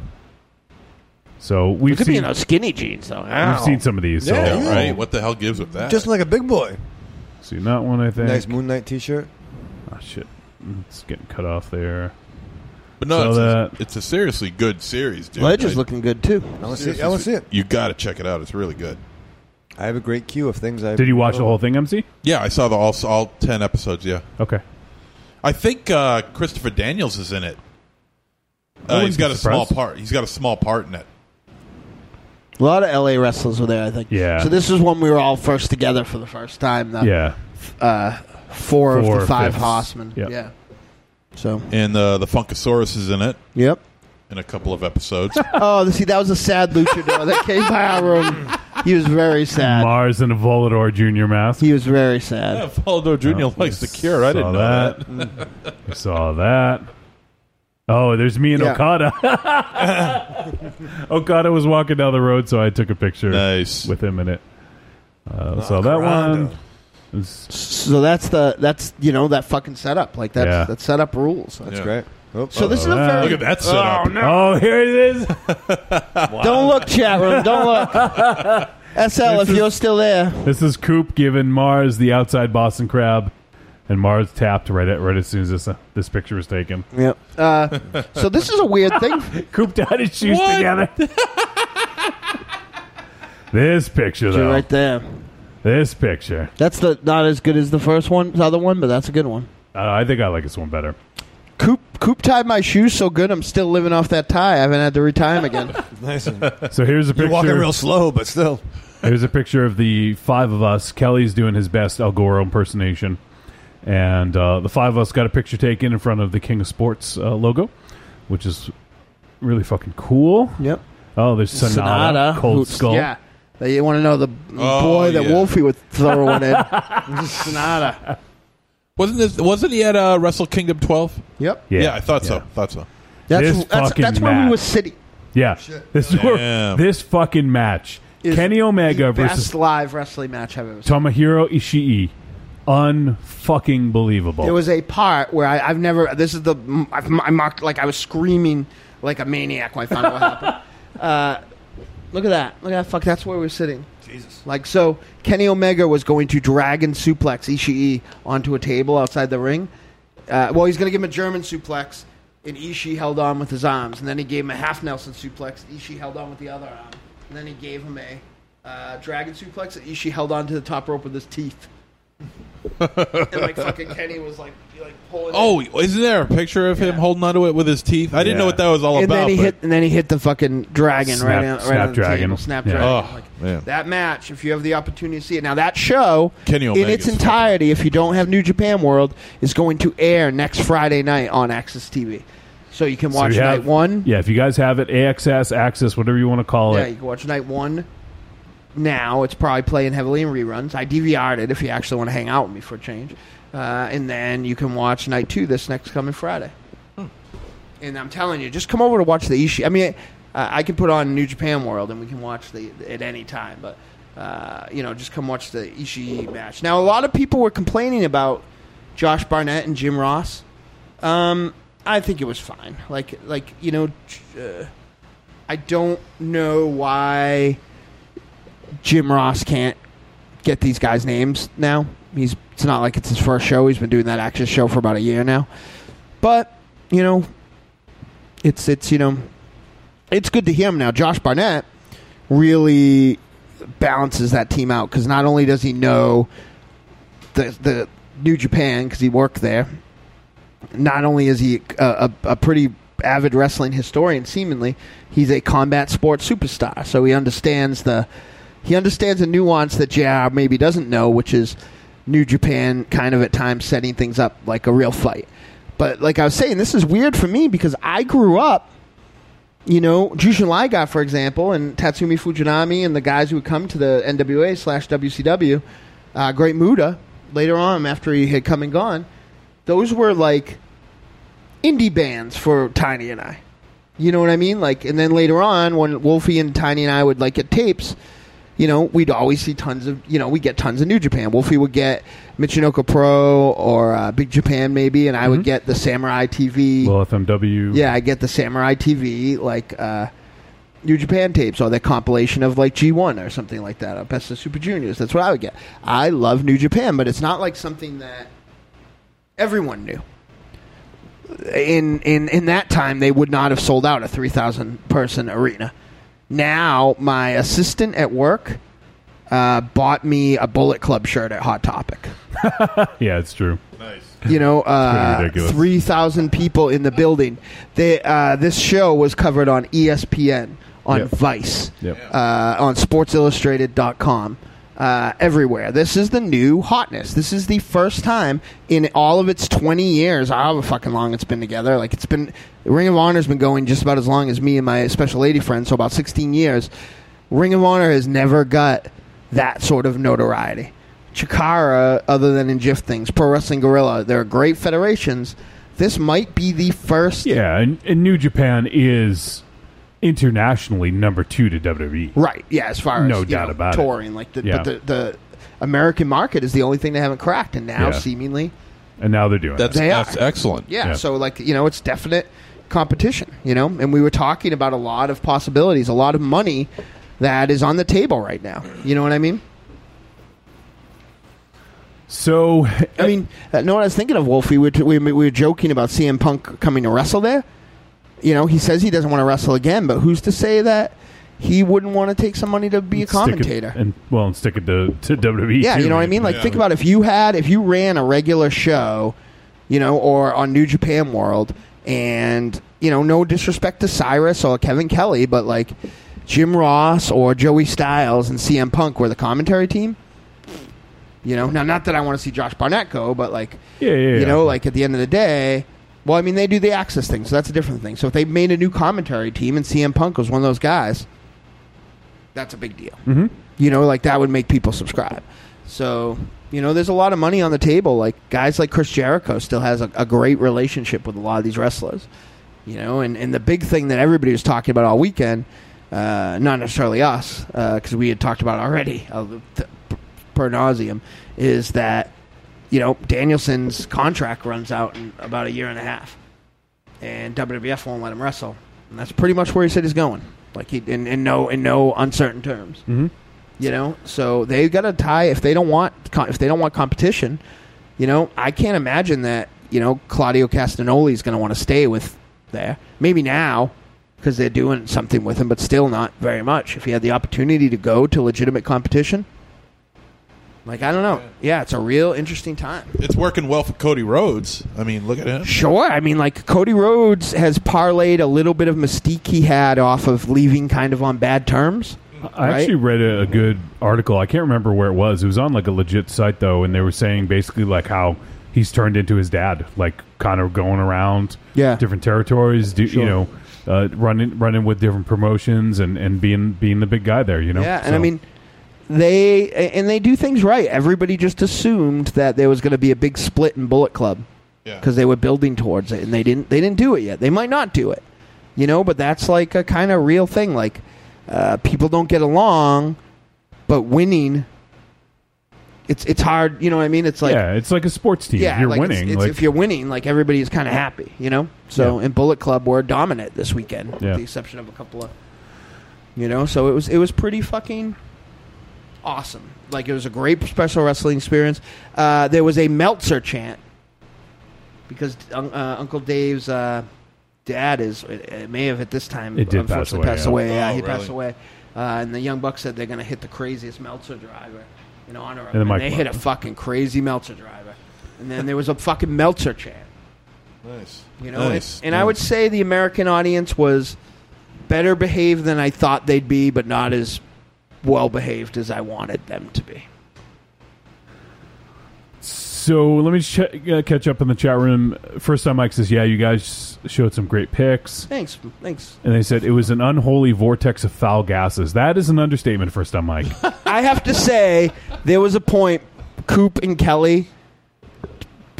Speaker 4: So we've
Speaker 6: It could be
Speaker 4: seen
Speaker 6: in those skinny jeans, though. Ow.
Speaker 4: We've seen some of these.
Speaker 6: Yeah,
Speaker 4: so
Speaker 8: right. What the hell gives with that?
Speaker 6: Just like a big boy.
Speaker 4: seen that one. I think.
Speaker 6: Nice Moon Knight T-shirt.
Speaker 4: Ah, shit, it's getting cut off there.
Speaker 8: But no,
Speaker 4: So
Speaker 8: it's,
Speaker 4: that-
Speaker 8: a, it's a seriously good series, dude.
Speaker 6: Ledger's
Speaker 8: looking
Speaker 5: good too.
Speaker 6: I wanna see it. I wanna see it.
Speaker 8: You got to check it out. It's really good.
Speaker 6: I have a great queue of things. Oh. I
Speaker 4: Did you watch the whole thing, MC?
Speaker 8: Yeah, I saw the all all ten episodes. Yeah.
Speaker 4: Okay.
Speaker 8: I think uh, Christopher Daniels is in it.
Speaker 5: I
Speaker 8: Uh,
Speaker 5: wouldn't
Speaker 8: he's got
Speaker 5: be
Speaker 8: a small
Speaker 5: surprised.
Speaker 8: part. He's got a small part in it.
Speaker 5: A lot of LA wrestlers were there, I think.
Speaker 8: Yeah.
Speaker 5: So this is when we were all first together for the first time. The,
Speaker 8: Yeah.
Speaker 5: Uh, four,
Speaker 8: Four
Speaker 5: of the five
Speaker 8: fifths.
Speaker 5: horsemen.
Speaker 8: Yep.
Speaker 5: Yeah. [laughs] So.
Speaker 8: And uh, the Funkasaurus is in it.
Speaker 5: Yep.
Speaker 8: In a couple
Speaker 4: [laughs]
Speaker 8: of episodes.
Speaker 5: oh, see, that was a sad luchador that came by our room. He
Speaker 4: [laughs]
Speaker 5: was very sad.
Speaker 4: Mars and a Volador Junior mask. Oh,
Speaker 5: He was very sad.
Speaker 8: Yeah, Volador Jr. likes the cure. I didn't know
Speaker 4: that. I saw that. Oh, there's me and
Speaker 8: Yeah.
Speaker 4: Okada. [laughs]
Speaker 8: [laughs]
Speaker 5: Mm.
Speaker 4: Okada Oh, was walking down the road, so I took a picture
Speaker 8: nice.
Speaker 4: with him in it. Uh, saw that
Speaker 5: Okada.
Speaker 4: one. It's-
Speaker 5: So that's the that's you know that fucking setup like that's
Speaker 4: Yeah.
Speaker 5: that's setup rules. That's
Speaker 4: Yeah.
Speaker 6: great.
Speaker 5: so this is a
Speaker 4: Wow.
Speaker 5: very
Speaker 4: Look at that setup. Oh, here it
Speaker 5: [laughs]
Speaker 4: is.
Speaker 5: Don't look, chat room.
Speaker 4: [laughs]
Speaker 5: Don't look. SL, if you're still there,
Speaker 4: This is Coop giving Mars the outside Boston crab, and Mars tapped right at right as soon as this uh, this picture was taken.
Speaker 5: Yep. Uh, so this is a weird thing.
Speaker 4: [laughs] Coop tied his shoes
Speaker 5: [laughs]
Speaker 4: together. This picture
Speaker 5: Picture
Speaker 4: though,
Speaker 5: right there.
Speaker 4: This picture.
Speaker 5: That's the not as good as the first one, the other one, but that's a good one.
Speaker 4: Uh, I think I like this one better.
Speaker 5: Coop Coop tied my shoes so good, I'm still living off that tie. I haven't had to retie 'em [laughs] again.
Speaker 6: Nice.
Speaker 4: So here's a picture.
Speaker 6: You're walking real slow, but still.
Speaker 4: Here's a picture of the five of us. Kelly's doing his best El Goro impersonation. And uh, the five of us got a picture taken in front of the King of Sports uh, logo, which is really fucking cool.
Speaker 5: Yep.
Speaker 4: Oh, there's Sonata, Cold
Speaker 5: who-
Speaker 4: Skull.
Speaker 5: Yeah. They want to know the
Speaker 8: Oh,
Speaker 5: boy that
Speaker 8: yeah.
Speaker 5: Wolfie would
Speaker 4: [laughs]
Speaker 5: throw
Speaker 8: [laughs]
Speaker 5: one in.
Speaker 8: Sonata. Wasn't this? Wasn't he at uh, Wrestle Kingdom 12?
Speaker 5: Yep.
Speaker 8: Yeah,
Speaker 4: Yeah.
Speaker 8: I thought so. Thought so. Oh,
Speaker 4: This
Speaker 5: That's that's,
Speaker 4: fucking
Speaker 5: that's where we
Speaker 4: match.
Speaker 5: were sitting.
Speaker 4: Yeah. This,
Speaker 8: Damn.
Speaker 4: this fucking match.
Speaker 5: Is
Speaker 4: Kenny Omega versus
Speaker 5: Best live wrestling match I've ever seen.
Speaker 4: Tomohiro Ishii unfucking believable.
Speaker 5: There was a part where I, I've never. This is the I've, I mocked like I was screaming like a maniac when I found out
Speaker 4: [laughs]
Speaker 5: what happened. Uh, look at that! Look at that! Fuck! That's where we're sitting. Jesus. Like so, Kenny Omega was going to dragon suplex Ishii onto a table outside the ring. Uh, well, he's going to give him a German suplex, and Ishii held on with his arms, and then he gave him a half Nelson suplex. Ishii held on with the other arm, and then he gave him a uh, dragon suplex, and Ishii held on to the top rope with his teeth. and like fucking Kenny was like, like pulling.
Speaker 8: [laughs] Oh, isn't there a picture of him holding onto it with his teeth? I didn't know what that was all
Speaker 5: and
Speaker 8: about.
Speaker 5: Then he
Speaker 8: but-
Speaker 5: hit, and then he hit the fucking dragon
Speaker 8: Snap-
Speaker 5: right, on, right
Speaker 8: snap
Speaker 5: on the
Speaker 8: dragon.
Speaker 5: table.
Speaker 8: Yeah.
Speaker 5: Snapdragon.
Speaker 8: Oh,
Speaker 5: Like,
Speaker 8: man.
Speaker 5: That match, if you have the opportunity to see it. Now that show,
Speaker 8: Kenny
Speaker 5: in
Speaker 8: Omega's
Speaker 5: its entirety, if you don't have New Japan World, is going to air next Friday night on Access TV, so you can
Speaker 4: So
Speaker 5: watch
Speaker 4: you
Speaker 5: night
Speaker 4: have-
Speaker 5: one.
Speaker 4: Yeah, if you guys have it, AXS, Access, whatever you want to call
Speaker 5: Yeah,
Speaker 4: it.
Speaker 5: you can watch night one. Now it's probably playing heavily in reruns. I DVR'd it if you actually want to hang out with me for a change, uh, and then you can watch night two this next coming Friday.
Speaker 4: Hmm.
Speaker 5: And I'm telling you, just come over to watch the Ishii. I mean, uh, I can put on New Japan World and we can watch the at any time, but uh, you know, just come watch the Ishii match. Now, a lot of people were complaining about Josh Barnett and Jim Ross. Um, I think it was fine. Like, like you know, uh, I don't know why Jim Ross can't get these guys' names now. He's it's not like it's his first show. He's been doing that action show for about a year now. But, you know, it's it's you know it's good to hear him now. Josh Barnett really balances that team out because not only does he know the the New Japan because he worked there, not only is he a, a, a pretty avid wrestling historian, seemingly he's a combat sports superstar. So he understands the he understands a nuance that JR maybe doesn't know, which is New Japan kind of at times setting things up like a real fight. But like I was saying, this is weird for me because I grew up you know, Jushin Liga, for example, and Tatsumi Fujinami and the guys who would come to the NWA slash WCW, uh, Great Muda, later on after he had come and gone, those were like indie bands for Tiny and I. You know what I mean? Like, and then later on, when Wolfie and Tiny and I would like get tapes, you know, we'd always see tons of, you know, we get tons of New Japan. Wolfie would get Michinoku Pro or uh, Big Japan maybe, and I would get the Samurai TV.
Speaker 4: Well, FMW.
Speaker 5: Yeah, I get the Samurai TV, like uh, New Japan tapes, or that compilation of like G1 or something like that, or Best of Super Juniors. That's what I would get. I love New Japan, but it's not like something that everyone knew. In in in that time, they would not have sold out a three thousand person arena. Now, my assistant at work uh, bought me a Bullet Club shirt at Hot Topic
Speaker 4: [laughs] Yeah, it's true.
Speaker 5: you know, uh,
Speaker 4: ridiculous.
Speaker 5: three thousand people in the building. They, uh, this show was covered on E ESPN, on
Speaker 4: Yep.
Speaker 5: Vice,
Speaker 4: Yep.
Speaker 5: uh, on SportsIllustrated.com, uh, everywhere. This is the new hotness. This is the first time in all of its twenty years, however fucking long it's been together. Like it's been, Ring of Honor's been going just about as long as me and my special lady friend, so about sixteen years. Ring of Honor has never got that sort of notoriety. Chikara, other than in GIF things, Pro Wrestling Gorilla, they're great federations. This might be the first.
Speaker 4: Yeah, and, and New Japan is internationally number two to WWE.
Speaker 5: Right. Yeah, as far as
Speaker 4: No
Speaker 5: you
Speaker 4: doubt
Speaker 5: know,
Speaker 4: about it.
Speaker 5: touring, like the,
Speaker 4: Yeah.
Speaker 5: but the the American market is the only thing they haven't cracked, and now
Speaker 4: Yeah.
Speaker 5: seemingly
Speaker 4: And now they're doing
Speaker 5: That's-
Speaker 4: it.
Speaker 5: They that's are.
Speaker 8: excellent.
Speaker 5: Yeah, So like you know, it's definite competition. You know, and we were talking about a lot of possibilities, a lot of money that is on the table right now. You know what I mean?
Speaker 4: So
Speaker 5: I mean, uh, know what I was thinking of, Wolfie? We were, t- we, we were joking about CM Punk coming to wrestle there. You know, he says he doesn't want to wrestle again, but who's to say that he wouldn't want to take some money to be a
Speaker 4: Stick it-
Speaker 5: commentator?
Speaker 4: and well, and stick it to, to WWE.
Speaker 5: Yeah,
Speaker 4: too.
Speaker 5: you know what I mean? Like, think about if you had, if you ran a regular show, you know, or on New Japan World, and, you know, no disrespect to Cyrus or Kevin Kelly, but like Jim Ross or Joey Styles and CM Punk were the commentary team. You know, now, not that I want to see Josh Barnett go, but like,
Speaker 4: Yeah, yeah,
Speaker 5: you
Speaker 4: yeah.
Speaker 5: know, like at the end of the day, well, I mean, they do the access thing, so that's a different thing. So if they made a new commentary team and CM Punk was one of those guys, that's a big deal.
Speaker 4: Mm-hmm.
Speaker 5: You know, like that would make people subscribe. So, you know, there's a lot of money on the table. Like guys like Chris Jericho still has a, a great relationship with a lot of these wrestlers. You know, and, and the big thing that everybody was talking about all weekend, uh, not necessarily us, uh, because we had talked about it already uh, th- per nauseum, is that you know, Danielson's contract runs out in about a year and a half, and WWF won't let him wrestle, and that's pretty much where he said he's going. Like he in, in no in no uncertain terms.
Speaker 21: Mm-hmm.
Speaker 5: You know, so they got to tie if they don't want co- if they don't want competition. You know, I can't imagine that. You know, Claudio Castagnoli is going to want to stay with there. Maybe now because they're doing something with him, but still not very much. If he had the opportunity to go to legitimate competition, like I don't know. Yeah, it's a real interesting time.
Speaker 8: It's working well for Cody Rhodes. I mean, look at him.
Speaker 5: Sure. I mean, like Cody Rhodes has parlayed a little bit of mystique he had off of leaving kind of on bad terms.
Speaker 4: I
Speaker 5: right?
Speaker 4: actually read a, a good article. I can't remember where it was. It was on like a legit site though, and they were saying basically like how he's turned into his dad, like kind of going around
Speaker 5: Yeah.
Speaker 4: different territories, do,
Speaker 5: Sure.
Speaker 4: you know, uh, running running with different promotions and, and being being the big guy there, you know.
Speaker 5: Yeah, and
Speaker 4: So-
Speaker 5: I mean, they and they do things right. Everybody just assumed that there was going to be a big split in Bullet Club because they were building towards it, and they didn't. They didn't do it yet. They might not do it, you know. But that's like a kind of real thing. Like uh, people don't get along, but winning. It's it's hard, you know what I mean? It's like
Speaker 4: yeah, it's like a sports team.
Speaker 5: yeah,
Speaker 4: You're
Speaker 5: like, it's-
Speaker 4: winning.
Speaker 5: it's-
Speaker 4: like,
Speaker 5: if you're winning, like everybody's kind of happy, you know. So in Bullet Club, we're dominant this weekend,
Speaker 4: Yeah.
Speaker 5: with the exception of a couple of, you know. So it was it was pretty fucking awesome. Like it was a great professional wrestling experience. Uh, there was a Meltzer chant because un- uh, Uncle Dave's uh, dad is it, it may have at this time
Speaker 4: It did pass away,
Speaker 5: unfortunately passed
Speaker 4: yeah.
Speaker 5: away.
Speaker 4: Oh,
Speaker 5: Yeah, he
Speaker 4: really?
Speaker 5: passed away. Uh, and the Young Bucks said they're going to hit the craziest Meltzer driver in honor of
Speaker 4: And the
Speaker 5: him.
Speaker 4: mic
Speaker 5: And they hit a
Speaker 4: button.
Speaker 5: fucking crazy Meltzer driver. And then there was a fucking Meltzer chant.
Speaker 8: Nice.
Speaker 5: You know,
Speaker 8: Nice,
Speaker 5: and, and I would say the American audience was better behaved than I thought they'd be, but not as well behaved as I wanted them to be.
Speaker 4: So let me ch- uh, catch up in the chat room. First time Mike says, "Yeah, you guys showed some great picks."
Speaker 5: Thanks, thanks.
Speaker 4: And they said it was an unholy vortex of foul gases. That is an understatement. First time Mike. [laughs]
Speaker 5: I have to say, there was a point Coop and Kelly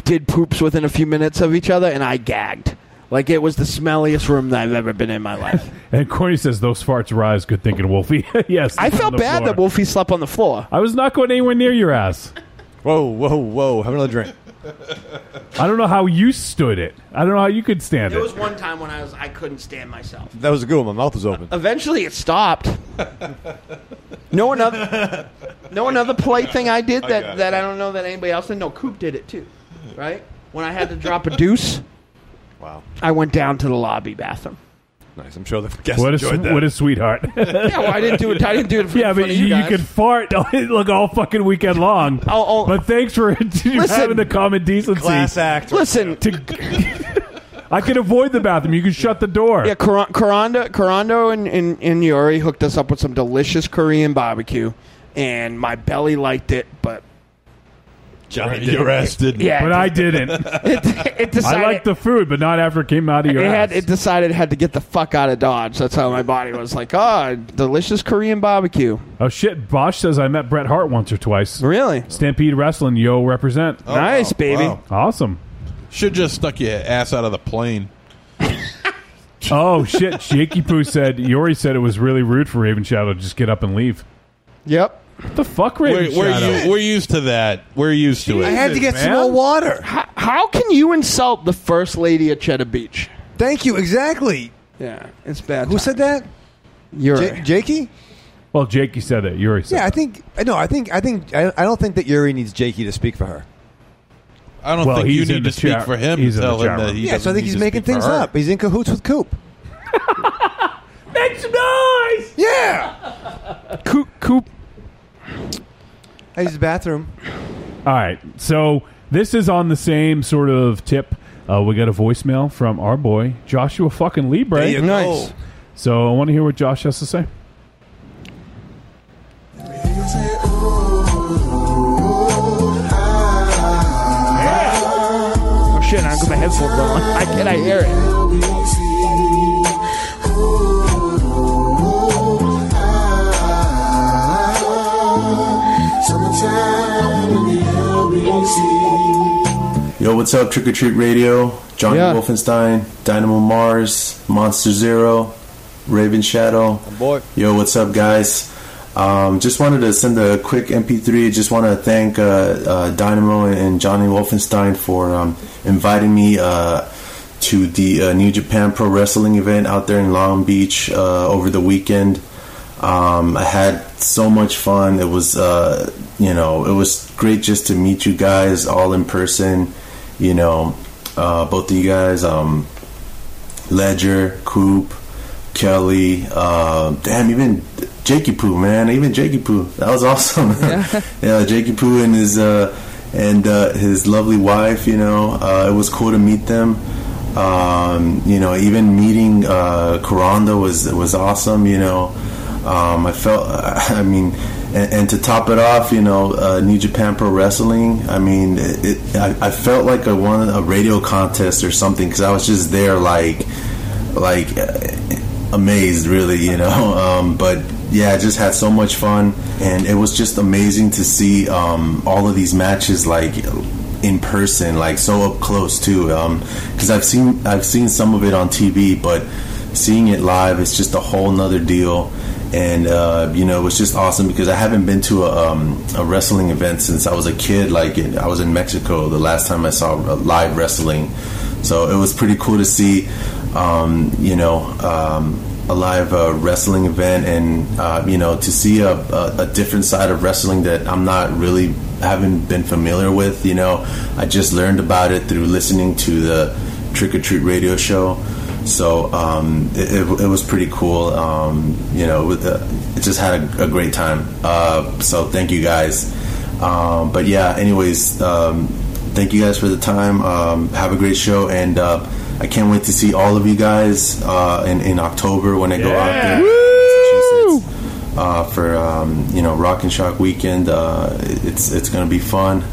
Speaker 5: did poops within a few minutes of each other, and I gagged. Like it was the smelliest room that I've ever been in my life.
Speaker 4: and Corny says those farts rise. Good thinking, Wolfie. [laughs] yes,
Speaker 5: I felt bad that Wolfie slept on the floor.
Speaker 4: I was not going anywhere near your ass.
Speaker 6: Whoa, whoa, whoa! Have another drink.
Speaker 4: I don't know how you stood it. I don't know how you could stand
Speaker 5: There was
Speaker 4: it.
Speaker 5: one time when I was I couldn't stand myself.
Speaker 6: That was a good one. My mouth was open.
Speaker 5: Eventually, it stopped. No another, no another polite thing I did
Speaker 6: I
Speaker 5: that
Speaker 6: got it.
Speaker 5: that I don't know that anybody else did. No, Coop did it too, right? When I had to drop a deuce,
Speaker 6: Wow,
Speaker 5: I went down to the lobby bathroom.
Speaker 6: nice. I'm sure the [laughs] guests
Speaker 4: What a
Speaker 6: enjoyed
Speaker 4: sw-
Speaker 6: that.
Speaker 4: what a sweetheart.
Speaker 5: [laughs]
Speaker 4: [laughs]
Speaker 5: yeah, well, I didn't do it. I didn't do it. For
Speaker 4: Yeah, but
Speaker 5: front of you,
Speaker 4: you,
Speaker 5: guys.
Speaker 4: could fart [laughs] like all fucking weekend
Speaker 5: [laughs]
Speaker 4: long.
Speaker 5: Oh,
Speaker 4: But thanks for [laughs] having the common decency.
Speaker 5: Class
Speaker 6: act.
Speaker 5: Listen,
Speaker 4: I could avoid the bathroom. You could shut the door.
Speaker 5: Yeah, Coron- Corondo, Corondo and, and, and Yori hooked us up with some delicious Korean barbecue, and my belly liked it, but
Speaker 8: John,
Speaker 5: did.
Speaker 8: your ass didn't.
Speaker 5: Yeah,
Speaker 4: but
Speaker 5: [laughs] it-
Speaker 4: I didn't.
Speaker 5: it, it
Speaker 4: I
Speaker 5: decided-
Speaker 4: liked the food, but not after it came out of
Speaker 5: it
Speaker 4: your ass.
Speaker 5: had it decided it had to get the fuck out of Dodge. That's how my body was like, oh, delicious Korean barbecue.
Speaker 4: oh shit! Bosch says I met Bret Hart once or twice.
Speaker 5: Really?
Speaker 4: Stampede Wrestling, yo, represent.
Speaker 8: Nice, wow, baby. wow.
Speaker 4: Awesome.
Speaker 8: Should just stuck your ass out of the plane.
Speaker 4: Oh shit! Shaky Poo said Yori said it was really rude for Raven Shadow to just get up and leave.
Speaker 5: Yep.
Speaker 4: What the fuck,
Speaker 8: We're,
Speaker 4: Raven
Speaker 8: we're
Speaker 4: Shadow?
Speaker 8: u- we're used to that. We're used to it.
Speaker 6: water.
Speaker 5: How, how can you insult the first lady at Cheddar Beach?
Speaker 6: Thank you. Exactly.
Speaker 5: Yeah, it's bad.
Speaker 6: Who said that?
Speaker 5: Yuri.
Speaker 6: Ja- Jakey?
Speaker 4: Well, Jakey said that. Yuri said.
Speaker 6: Yeah, I think. No, I think. I think. I, I don't think that Yuri needs Jakey to speak for her.
Speaker 8: I don't
Speaker 4: Well,
Speaker 8: think you
Speaker 4: he's in
Speaker 8: need
Speaker 4: the
Speaker 8: to speak
Speaker 4: chat-
Speaker 8: for him.
Speaker 4: he's in
Speaker 8: tell
Speaker 4: the
Speaker 8: him
Speaker 4: chat
Speaker 8: that
Speaker 4: room.
Speaker 8: he
Speaker 6: yeah, so I
Speaker 8: doesn't
Speaker 6: think
Speaker 8: need
Speaker 6: he's
Speaker 8: to
Speaker 6: making
Speaker 8: speak for
Speaker 6: things
Speaker 8: her.
Speaker 6: up. He's in cahoots with Coop.
Speaker 4: Make some noise.
Speaker 6: Yeah.
Speaker 5: Coop. Coop.
Speaker 6: I used the bathroom.
Speaker 4: All right. So this is on the same sort of tip. Uh, we got a voicemail from our boy Joshua fucking Libre.
Speaker 6: There you go. Nice.
Speaker 4: So I want to hear what Josh has to say.
Speaker 5: Oh shit! I got my headphones on. [laughs] I can I hear it?
Speaker 7: Yo, what's up, Trick or Treat Radio? Johnny Wolfenstein, Dynamo Mars, Monster Zero, Raven Shadow.
Speaker 6: Boy.
Speaker 7: Yo, what's up, guys? Um, just wanted to send a quick MP3. Just want to thank uh, uh, Dynamo and Johnny Wolfenstein for um, inviting me uh, to the uh, New Japan Pro Wrestling event out there in Long Beach uh, over the weekend. Um, I had so much fun. It was, uh, you know, it was great just to meet you guys all in person. You know, uh, both of you guys, um, Ledger, Coop, Kelly, uh, damn, even Jakey Poo, man, even Jakey Poo. That was [laughs] awesome. Yeah, Jakey Poo and his uh, and uh, his lovely wife. You know, uh, it was cool to meet them. Um, you know, even meeting uh, Karanda was was awesome. You know, um, I felt. [laughs] I mean, and, and to top it off, you know, uh, New Japan Pro Wrestling. I mean, it, it, I, I felt like I won a radio contest or something because I was just there, like, like uh, amazed, really. You know, [laughs] um, but yeah, I just had so much fun, and it was just amazing to see um, all of these matches, like in person, like so up close too. Because I've seen I've seen some of it on TV, but seeing it live is just a whole nother deal. And uh, you know, it was just awesome because I haven't been to a, um, a wrestling event since I was a kid. Like in, I was in Mexico the last time I saw uh, live wrestling, so it was pretty cool to see. Um, you know. Um, a live uh, wrestling event and uh, you know to see a, a, a different side of wrestling that I'm not really haven't been familiar with you know I just learned about it through listening to the Trick or Treat radio show so um, it, it, it was pretty cool um, you know with the, it just had a, a great time uh, so thank you guys um, but yeah anyways um, thank you guys for the time um, have a great show and uh, I can't wait to see all of you guys uh, in, in October when I go out there uh, for um, you know Rock and Shock weekend. Uh, it's it's gonna be fun,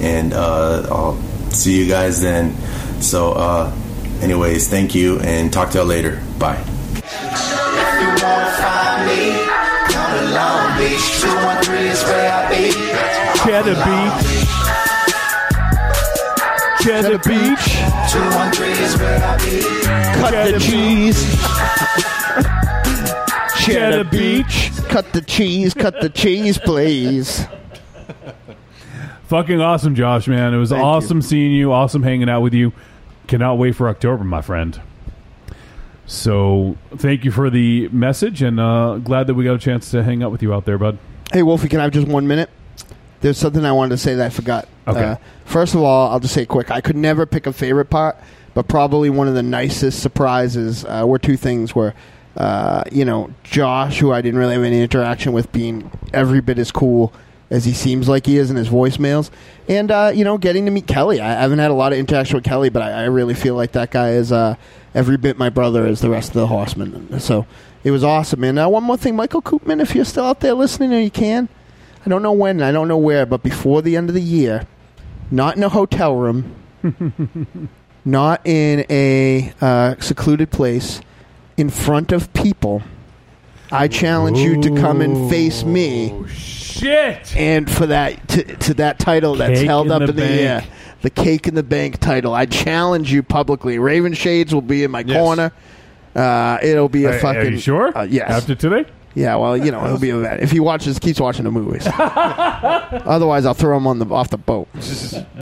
Speaker 7: and uh, I'll see you guys then. So, uh, anyways, thank you, and talk to y'all later. Bye.
Speaker 13: If you won't find me, come to Long Beach. 213 is where I be.
Speaker 4: Cheddar Beach. Cheddar Beach.
Speaker 13: 213 is where I be.
Speaker 4: Cut the cheese. [laughs]
Speaker 5: Cheddar Beach. Cut the cheese. Cut the cheese, please. [laughs]
Speaker 4: Fucking awesome, Josh, man. It was awesome seeing you. Awesome hanging out with you. Cannot wait for October, my friend. So, thank you for the message, and uh, glad that we got a chance to hang out with you out there, bud.
Speaker 5: Hey, Wolfie, can I have just one minute? There's something I wanted to say that I forgot. Uh,
Speaker 4: Okay.
Speaker 5: first of all, I'll just say quick. I could never pick a favorite part, but probably one of the nicest surprises uh, were two things. Were uh, you know Josh, who I didn't really have any interaction with, being every bit as cool as he seems like he is in his voicemails, and uh, you know getting to meet Kelly. I haven't had a lot of interaction with Kelly, but I, I really feel like that guy is uh, every bit my brother as the rest of the Horsemen. So it was awesome, man. Now one more thing, Michael Koopman, if you're still out there listening and you can. I don't know when, and I don't know where, but before the end of the year, not in a hotel room, not in a uh, secluded place, in front of people, I challenge you to come and face me.
Speaker 4: Shit!
Speaker 5: And for that, to, to that title that's
Speaker 4: Cake
Speaker 5: held
Speaker 4: in
Speaker 5: up
Speaker 4: the
Speaker 5: in the
Speaker 4: bank.
Speaker 5: air, the Cake in the Bank title, I challenge you publicly. Raven Shades will be in my corner. Uh, it'll be a
Speaker 4: Are- are
Speaker 5: fucking.
Speaker 4: you sure?
Speaker 5: Uh, yes.
Speaker 4: After today?
Speaker 5: Yeah, well, you know, it'll be a If he watches, keeps watching
Speaker 4: [laughs]
Speaker 5: the movies. Otherwise, I'll throw him on the off the boat.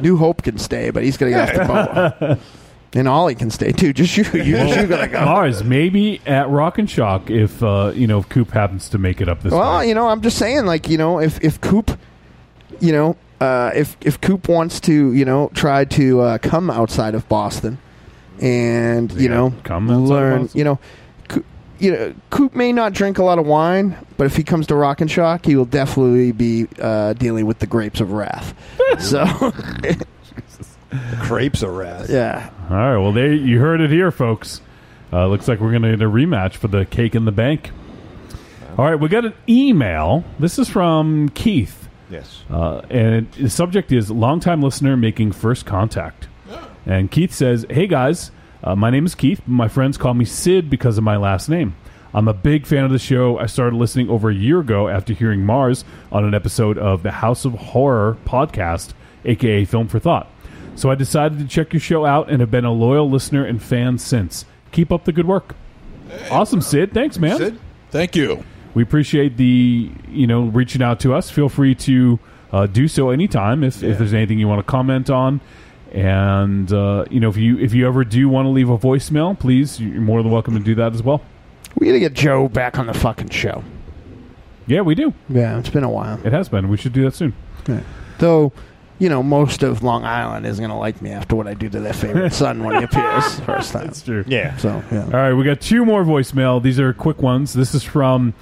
Speaker 5: New Hope can stay, but he's gonna get off the
Speaker 4: [laughs]
Speaker 5: boat. And Ollie can stay [laughs] too. Just you, you, you gotta go.
Speaker 4: Mars, maybe at Rock and Shock if uh, you know if Coop happens to make it up this.
Speaker 5: well, you know, I'm just saying, like, you know, if if Coop, you know, uh, if if Coop wants to, you know, try to uh, come outside of Boston, and you know,
Speaker 4: come
Speaker 5: learn, you know, Coop, you know, Coop may not drink a lot of wine, but if he comes to Rock and Shock, he will definitely be uh, dealing with the grapes of wrath. [laughs] so,
Speaker 6: [laughs] Crepes are rad.
Speaker 5: yeah.
Speaker 4: All right. Well, there you heard it here, folks. Uh, looks like we're going to get a rematch for the Cake in the Bank. All right, we got an email. This is from Keith.
Speaker 6: Yes.
Speaker 4: Uh, and the subject is longtime listener making first contact. And Keith says, Hey guys, uh, my name is Keith. My friends call me Sid because of my last name. I'm a big fan of the show. I started listening over a year ago after hearing Mars on an episode of the House of Horror podcast, aka Film for Thought. So I decided to check your show out and have been a loyal listener and fan since. Keep up the good work. Awesome, Sid. Thanks, man. Sid,
Speaker 8: uh, thank you.
Speaker 4: we appreciate the you know reaching out to us. Feel free to uh, do so anytime if, if there's anything you want to comment on. And uh, you know if you if you ever do want to leave a voicemail, please you're more than welcome to do that as well.
Speaker 5: We gotta get Joe back on the fucking show.
Speaker 4: Yeah, we do.
Speaker 5: Yeah, it's been a while.
Speaker 4: It has been. We should do that soon.
Speaker 5: Yeah. Though, you know, most of Long Island isn't going to like me after what I do to
Speaker 4: [laughs]
Speaker 5: their favorite son when he appears first time. That's
Speaker 4: true. Yeah.
Speaker 5: So, yeah.
Speaker 4: All right, we got two more voicemail. These are quick ones. This is from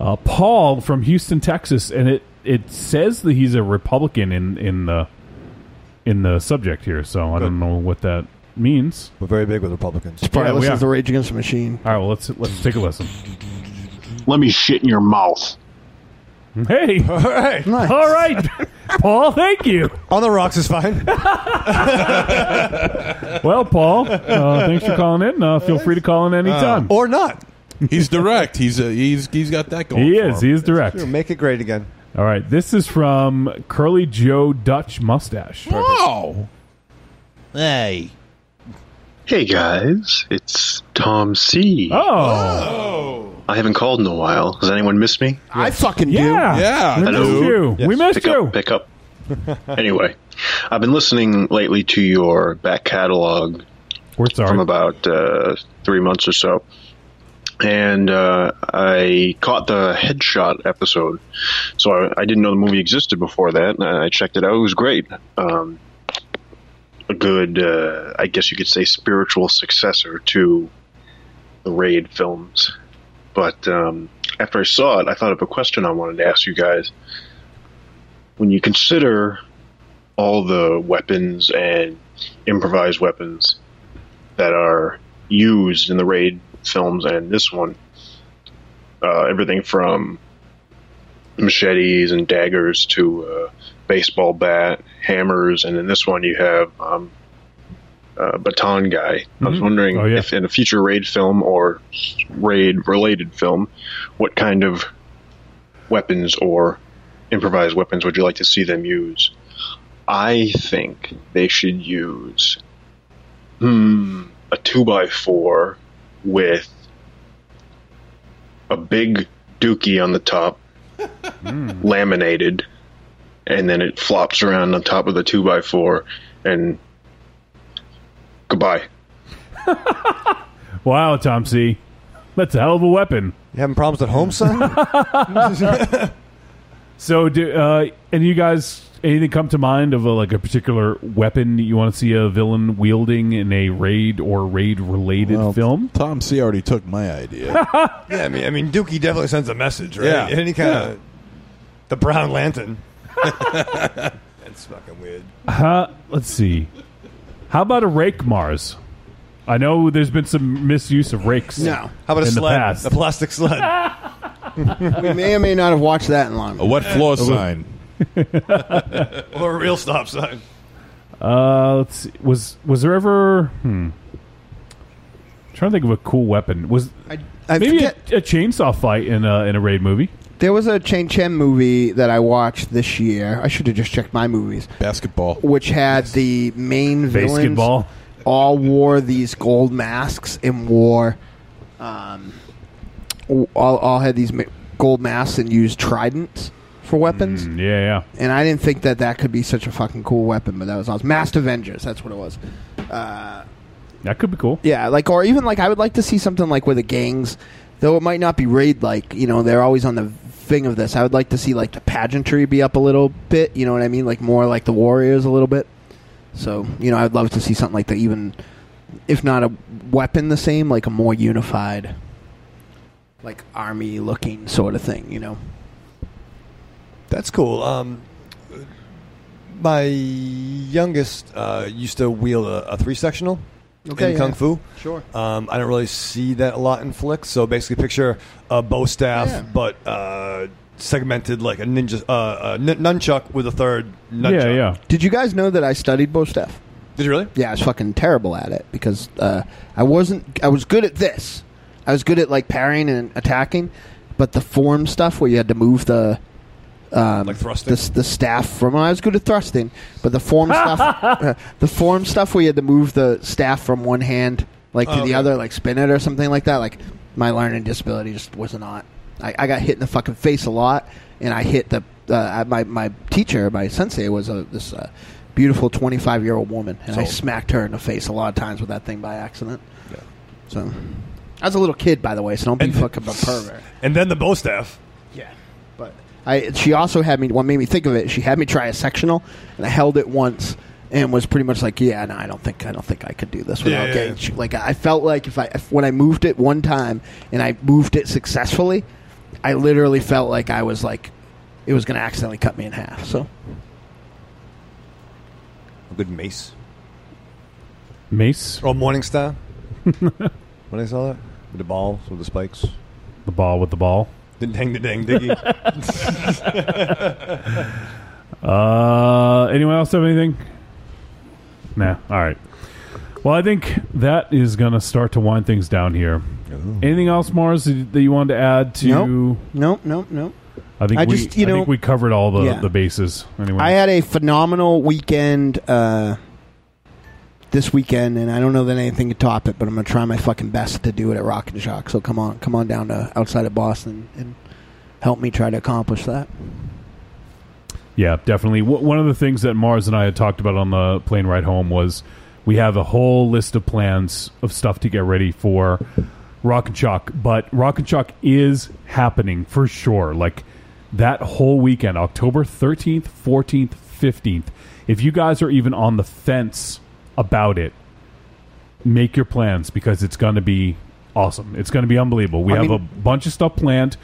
Speaker 4: uh, Paul from Houston, Texas, and it it says that he's a Republican in in the in the subject here. So I don't know what that means.
Speaker 6: We're very big with Republicans.
Speaker 5: Probably listens to Rage [laughs] Against the Machine.
Speaker 4: All right, well let's let's take a
Speaker 6: [laughs]
Speaker 4: listen.
Speaker 22: Let me shit in your mouth.
Speaker 4: Hey, all right, all right, Paul. Thank you.
Speaker 6: On the rocks
Speaker 4: [laughs]
Speaker 6: is fine.
Speaker 4: well, Paul, uh, thanks for calling in. Uh, feel free to call in anytime.
Speaker 6: Uh, or not.
Speaker 8: He's direct. He's a, he's he's got that going.
Speaker 4: He
Speaker 8: for
Speaker 4: is.
Speaker 8: him.
Speaker 4: He is direct.
Speaker 6: Sure, make it great again.
Speaker 4: All right. This is from Curly Joe Dutch Mustache.
Speaker 8: Wow.
Speaker 23: Hey.
Speaker 1: Hey guys, it's Tom C.
Speaker 4: Oh.
Speaker 1: I haven't called in a while. Has anyone missed me?
Speaker 5: I fucking
Speaker 4: Yeah.
Speaker 5: do.
Speaker 4: We
Speaker 1: Hello?
Speaker 4: missed you. We missed
Speaker 1: pick
Speaker 4: you.
Speaker 1: Up, pick
Speaker 4: [laughs]
Speaker 1: up. anyway, I've been listening lately to your back catalog
Speaker 4: We're sorry.
Speaker 1: from about uh, three months or so. And uh, I caught the headshot episode. So I, I didn't know the movie existed before that. And I checked it out. It was great. Um, a good, uh, I guess you could say, spiritual successor to the Raid films. But um, after I saw it, I thought of a question I wanted to ask you guys. When you consider all the weapons and improvised weapons that are used in the raid films and this one. Uh, everything from machetes and daggers to uh, baseball bat, hammers, and in this one you have um, uh, baton guy. I was wondering if in a future raid film or raid related film, what kind of weapons or improvised weapons would you like to see them use? I think they should use hmm, a two by four with a big dookie on the top,
Speaker 4: Mm.
Speaker 1: laminated, and then it flops around on top of the two by four, and goodbye.
Speaker 4: Wow, Tom C. That's a hell of a weapon.
Speaker 6: You having problems at home, son?
Speaker 4: [laughs] So, do uh, any of you guys anything come to mind of a, like a particular weapon you want to see a villain wielding in a raid or raid related film?
Speaker 8: Tom C already took my
Speaker 4: [laughs]
Speaker 8: idea.
Speaker 6: yeah, I mean, I mean, Dookie definitely sends a message, right?
Speaker 8: Yeah.
Speaker 6: Any kind of the brown [laughs] lantern.
Speaker 1: That's
Speaker 6: fucking weird.
Speaker 4: Huh? Uh, Let's see. How about a rake, Mars? I know there's been some misuse of rakes.
Speaker 5: No.
Speaker 6: How about a
Speaker 4: in the
Speaker 6: sled?
Speaker 4: past.
Speaker 6: A plastic sled?
Speaker 4: [laughs]
Speaker 5: [laughs] we may or may not have watched that in long.
Speaker 8: A wet Uh, floor
Speaker 4: A wet-
Speaker 8: sign.
Speaker 4: [laughs]
Speaker 6: or a real stop sign?
Speaker 4: Uh, let's see. was was there ever? Hmm. I'm trying to think of a cool weapon. Was
Speaker 5: I
Speaker 4: maybe a,
Speaker 5: forget-
Speaker 4: a chainsaw fight in a in a raid movie?
Speaker 5: There was a Chang Chen movie that I watched this year. I should have just checked my movies.
Speaker 8: Basketball.
Speaker 5: Which had the main villains
Speaker 4: Basketball.
Speaker 5: all wore these gold masks and wore, um, all, all had these ma- gold masks and used tridents for weapons.
Speaker 8: Mm.
Speaker 4: Yeah, yeah.
Speaker 5: And I didn't think that that could be such a fucking cool weapon, but that was awesome. Masked Avengers, that's what it was. Uh,
Speaker 4: That could be cool.
Speaker 5: yeah, like or even like I would like to see something like where the gangs, though it might not be raid like you know they're always on the thing of this. I would like to see like the pageantry be up a little bit. You know what I mean? Like more like the warriors a little bit. So you know I'd love to see something like that. Even if not a weapon the same, like a more unified, like army looking sort of thing. You know?
Speaker 6: That's cool. Um, my youngest uh, used to wield a, a three sectional
Speaker 5: Okay,
Speaker 6: in
Speaker 5: yeah.
Speaker 6: kung fu.
Speaker 5: Sure.
Speaker 6: Um, I don't really see that a lot in flicks. So basically, picture a bow staff, but uh, segmented like a ninja uh, a nun- nunchuck with a third. Nunchuck.
Speaker 5: Did you guys know that I studied bow staff?
Speaker 6: Did you really?
Speaker 5: Yeah, I was fucking terrible at it because uh, I wasn't. I was good at this. I was good at like parrying and attacking, but the form stuff where you had to move the um, like
Speaker 6: thrusting
Speaker 5: the, the staff from. I was good at thrusting, but the
Speaker 6: [laughs]
Speaker 5: form stuff, uh, the form stuff where you had to move the staff from one hand like to
Speaker 6: Oh,
Speaker 5: the
Speaker 6: okay.
Speaker 5: other, like spin it or something like that. Like my learning disability just was not
Speaker 12: I, I got hit in the fucking face a lot, and I hit the uh, my my teacher, my sensei was a this uh, beautiful twenty five year old woman, and I
Speaker 5: So-
Speaker 12: smacked her in the face a lot of times with that thing by accident. So I was a little kid, by the way, so don't be fucking a pervert.
Speaker 6: And then the bow staff.
Speaker 12: Yeah. But I she also had me. What made me think of it? She had me try a sectional, and I held it once. And was pretty much like, yeah, no, I don't think, I don't think I could do this without
Speaker 5: Yeah, yeah,
Speaker 12: getting.
Speaker 5: yeah.
Speaker 12: Like, I felt like if I, if, when I moved it one time and I moved it successfully, I literally felt like I was like, it was going to accidentally cut me in half. So
Speaker 6: A good mace.
Speaker 4: Mace? [laughs]
Speaker 6: Or Morningstar. when I saw that? With the balls, with the spikes.
Speaker 4: The ball with the ball.
Speaker 6: Didn't hang the [laughs] dang diggy.
Speaker 4: Uh, anyone else have anything? Nah. All right. Well, I think that is going to start to wind things down here. Anything else, Mars, that that you wanted to add to?
Speaker 12: Nope. nope, nope, nope.
Speaker 4: I think
Speaker 12: I
Speaker 4: we,
Speaker 12: just, you
Speaker 4: I
Speaker 12: know-
Speaker 4: think we covered all the,
Speaker 12: Yeah.
Speaker 4: the bases. Anyway,
Speaker 12: I had a phenomenal weekend uh, this weekend, and I don't know that anything could top it. But I'm gonna try my fucking best to do it at Rock and Shock. So come on, come on down to outside of Boston and help me try to accomplish that.
Speaker 4: Yeah, definitely. W- one of the things that Mars and I had talked about on the plane ride home was we have a whole list of plans of stuff to get ready for Rock and Chalk, but Rock and Chalk is happening for sure. Like that whole weekend, October 13th, 14th, 15th. If you guys are even on the fence about it, make your plans because it's going to be awesome. It's going to be unbelievable. We
Speaker 8: I
Speaker 4: have
Speaker 8: mean-
Speaker 4: a bunch of stuff planned.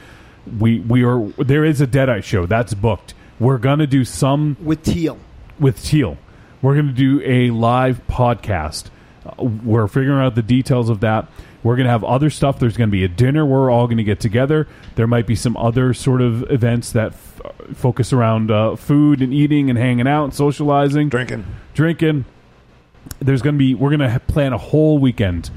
Speaker 4: We we are there is a Deadeye show that's booked. We're going to do some
Speaker 12: with Teal.
Speaker 4: With Teal, we're going to do a live podcast. Uh, We're figuring out the details of that. We're going to have other stuff. There's going to be a dinner. We're all going to get together. There might be some other sort of events that f- focus around uh, food and eating and hanging out, and socializing, drinking, drinking there's going to be we're going to plan a whole weekend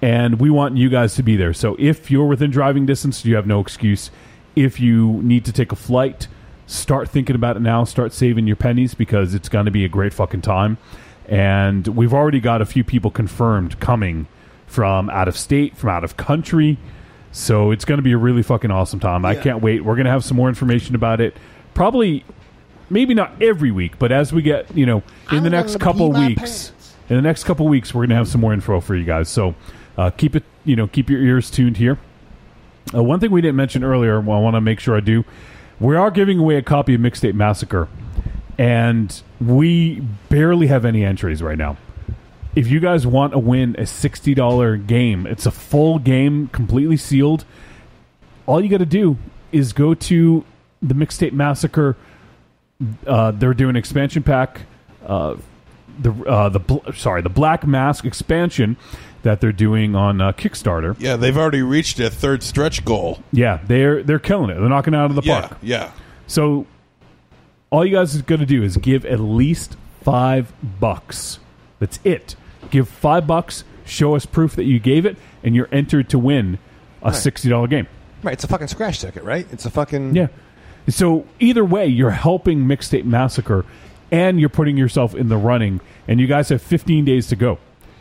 Speaker 4: and we want you guys to be there so if you're within driving distance you have no excuse if you need to take a flight start thinking about it now start saving your pennies because it's going to be a great fucking time and we've already got a few people confirmed coming from out of state from out of country so it's going to be a really fucking awesome time i can't wait we're going to have some more information about it probably maybe not every week, but as we get, you know, in the next couple weeks, in the next couple weeks, we're going to have some more info for you guys. So uh, keep it, you know, keep your ears tuned here. Uh, one thing we didn't mention earlier, well, I want to make sure I do. We are giving away a copy of Mixtape Massacre, and we barely have any entries right now. If you guys want to win a sixty dollar game, it's a full game, completely sealed all you got to do is go to the mixtape massacre. Uh, they're doing expansion pack. Uh, the uh, the bl- sorry the Black Mask expansion that they're doing on uh, Kickstarter.
Speaker 8: Yeah, they've already reached their third stretch goal.
Speaker 4: Yeah, they're they're killing it. They're knocking it out of the
Speaker 8: Yeah,
Speaker 4: park.
Speaker 8: yeah.
Speaker 4: So all you guys are going to do is give at least five bucks. That's it. Give five bucks. Show us proof that you gave it, and you're entered to win a
Speaker 6: Right.
Speaker 4: sixty dollar game.
Speaker 6: right, it's a fucking scratch ticket, right? It's a fucking
Speaker 4: Yeah. So either way, you're helping Mixtape Massacre, and you're putting yourself in the running. And you guys have 15 days to go.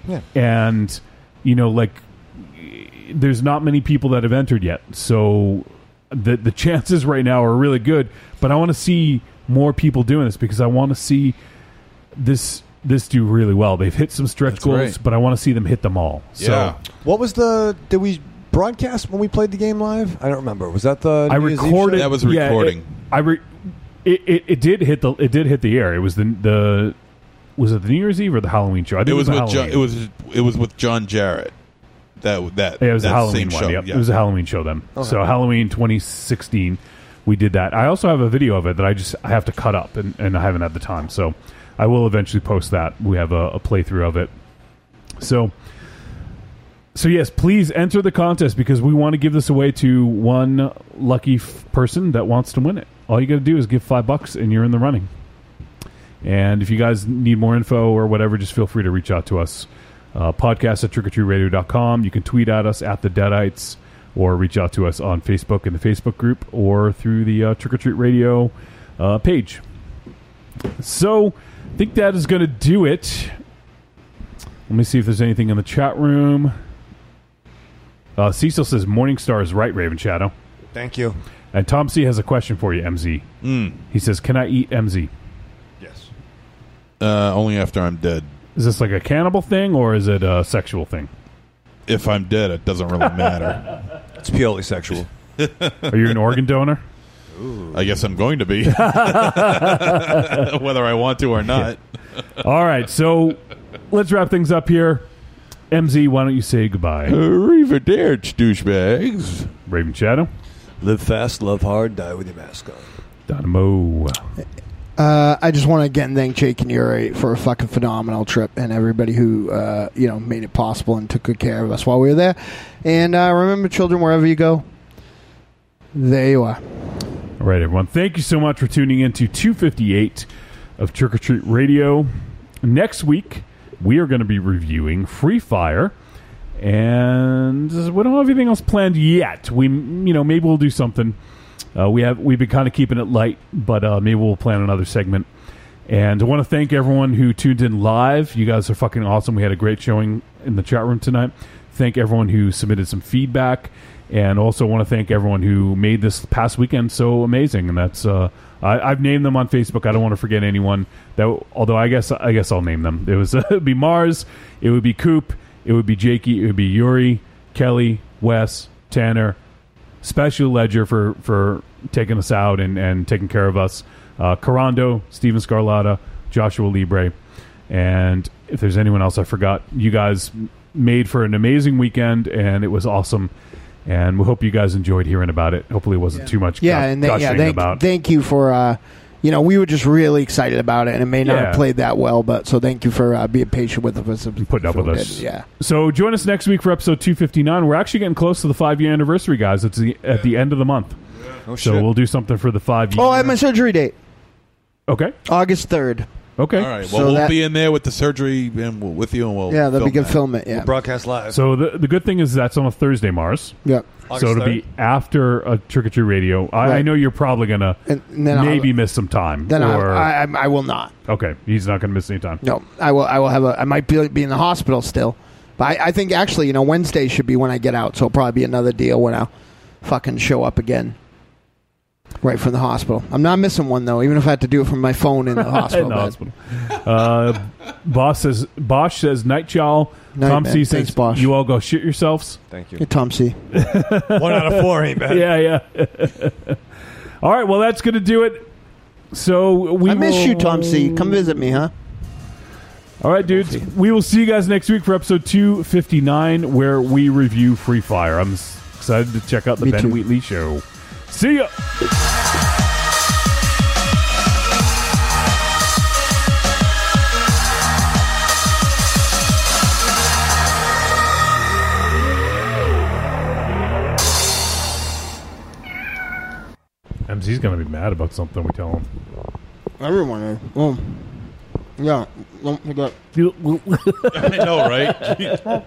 Speaker 6: Yeah.
Speaker 4: And you know, like, there's not many people that have entered yet. So the the chances right now are really good. But I want to see more people doing this because I want to see this this do really well. They've hit some stretch goals,
Speaker 6: right.
Speaker 4: but I want to see them hit them all. [laughs] So
Speaker 6: What was the? Did we broadcast when we played the game live? I don't remember. Was that the?
Speaker 4: I
Speaker 6: New Year's Eve
Speaker 4: recorded.
Speaker 6: show?
Speaker 4: yeah, it- I re, it, it it did hit the it did hit the air. It was the the was it the New Year's Eve or the Halloween show? I think
Speaker 8: It was
Speaker 4: the
Speaker 8: with John,
Speaker 4: Halloween.
Speaker 8: it was it was with John Jarrett. That that
Speaker 4: Yeah, it was
Speaker 8: that
Speaker 4: a Halloween
Speaker 8: same
Speaker 4: one.
Speaker 8: show.
Speaker 4: yep.
Speaker 8: Yeah.
Speaker 4: It was a Halloween show then.
Speaker 8: Okay.
Speaker 4: So Halloween 2016, we did that. I also have a video of it that I just I have to cut up, and, and I haven't had the time. So I will eventually post that. We have a, a playthrough of it. So. So yes, please enter the contest because we want to give this away to one lucky f- person that wants to win it. All you got to do is give five bucks, and you're in the running. And if you guys need more info or whatever, just feel free to reach out to us. Uh, podcast at trickortreatradio.com. You can tweet at us at the Deadites or reach out to us on Facebook in the Facebook group or through the uh, Trick or Treat Radio uh, page. So I think that is going to do it. Let me see if there's anything in the chat room. Uh, Cecil says Morningstar is right, Raven Shadow.
Speaker 6: Thank you. Hmm.
Speaker 4: And Tom C has a question for you, MZ.
Speaker 8: Mm.
Speaker 4: He says, "Can I eat MZ?
Speaker 8: Uh, only after I'm dead.
Speaker 4: Is this like a cannibal thing or is it a sexual thing?
Speaker 8: If I'm dead, it doesn't really matter.
Speaker 4: [laughs]
Speaker 6: it's purely sexual.
Speaker 4: Are you an organ donor?
Speaker 8: I guess I'm going
Speaker 4: [laughs]
Speaker 8: to be, [laughs] whether I want to or not.
Speaker 4: All right, so let's wrap things up here. MZ, why don't you say goodbye?
Speaker 8: Reaver dare, douchebags.
Speaker 4: Raven Shadow.
Speaker 6: Live fast, love hard, die with your mask on.
Speaker 4: Dynamo.
Speaker 5: Uh, I just want to again thank Jake and Yuri for a fucking phenomenal trip, and everybody who uh, you know made it possible and took good care of us while we were there. And uh, remember, children, wherever you go, there you are.
Speaker 4: All right, everyone. Thank you so much for tuning in to 258 of Trick or Treat Radio. Next week, we are going to be reviewing Free Fire. And we don't have anything else planned yet. We, you know, maybe we'll do something. Uh, we have we've been kind of keeping it light, but uh, maybe we'll plan another segment. And I want to thank everyone who tuned in live. You guys are fucking awesome. We had a great showing in the chat room tonight. Thank everyone who submitted some feedback, and also want to thank everyone who made this past weekend so amazing. And that's uh, I, I've named them on Facebook. I don't want to forget anyone. That although I guess I guess I'll name them. It was [laughs] it'd be Mars, it would be Coop, it would be Jakey, it would be Yuri, Kelly, Wes, Tanner, Special Ledger for for taking us out and, and taking care of us. Uh, Carando, Steven Scarlatta, Joshua Libre, and if there's anyone else I forgot, you guys made for an amazing weekend and it was awesome. And we hope you guys enjoyed hearing about it. Hopefully, it wasn't too much.
Speaker 5: Yeah,
Speaker 4: gu-
Speaker 5: and th- yeah,
Speaker 4: gushing
Speaker 5: thank,
Speaker 4: about.
Speaker 5: thank you for. Uh, you know, we were just really excited about it, and it may not have
Speaker 4: Yeah.
Speaker 5: played that well, but so thank you for uh, being patient with us and
Speaker 4: putting up with us.
Speaker 5: Yeah.
Speaker 4: So join us next week for episode 259. We're actually getting close to the five year anniversary, guys. It's the, at the end of the month. so
Speaker 6: Oh, shit.
Speaker 4: we'll do something for the five year.
Speaker 5: Oh, I have my surgery date.
Speaker 4: Okay.
Speaker 5: August third.
Speaker 4: Okay.
Speaker 8: All right. Well, we'll be in there with the surgery and we'll, with you, and we'll
Speaker 5: Yeah, that'd be good
Speaker 8: that.
Speaker 5: film it, yeah. We'll
Speaker 6: broadcast live.
Speaker 4: So the, the good thing is that's on a Thursday, Mars.
Speaker 5: Yep.
Speaker 4: so
Speaker 5: August
Speaker 4: it'll be after a Trick or Treat Radio. I, I
Speaker 5: Right.
Speaker 4: know you're probably going to
Speaker 5: and then I'll-
Speaker 4: maybe miss some time.
Speaker 5: Then I'll-
Speaker 4: or,
Speaker 5: I, I, I will not.
Speaker 4: okay. He's not going to miss any time.
Speaker 5: No, I will. I will have a. I might be, be in the hospital still, but I, I think actually, you know, Wednesday should be when I get out. So it'll probably be another deal when I fucking show up again, right from the hospital. I'm not missing one though, even if I had to do it from my phone in the
Speaker 4: [laughs]
Speaker 5: hospital.
Speaker 4: In the
Speaker 5: bed.
Speaker 4: hospital. Uh, Boss says, Bosch says, night, y'all.
Speaker 5: Night,
Speaker 4: Tom
Speaker 5: man.
Speaker 4: C
Speaker 5: Thanks,
Speaker 4: says,
Speaker 5: Bosch.
Speaker 4: you all go shit yourselves.
Speaker 6: Thank
Speaker 5: Hey, Tom C.
Speaker 6: One out of four ain't bad.
Speaker 4: Yeah, yeah. [laughs] All right, well, that's going to do it. So we
Speaker 5: I miss
Speaker 4: will-
Speaker 5: you, Tom C. Come visit me, huh?
Speaker 4: All right, dudes. We will see you guys next week for episode 259, where we review Free Fire. I'm s- excited to check out the
Speaker 5: Me
Speaker 4: Ben
Speaker 5: too.
Speaker 4: Wheatley show. See ya. MC's going to be mad about something we tell him.
Speaker 5: Everyone. eh? is. Oh. Yeah. Don't forget.
Speaker 4: I
Speaker 8: know, right?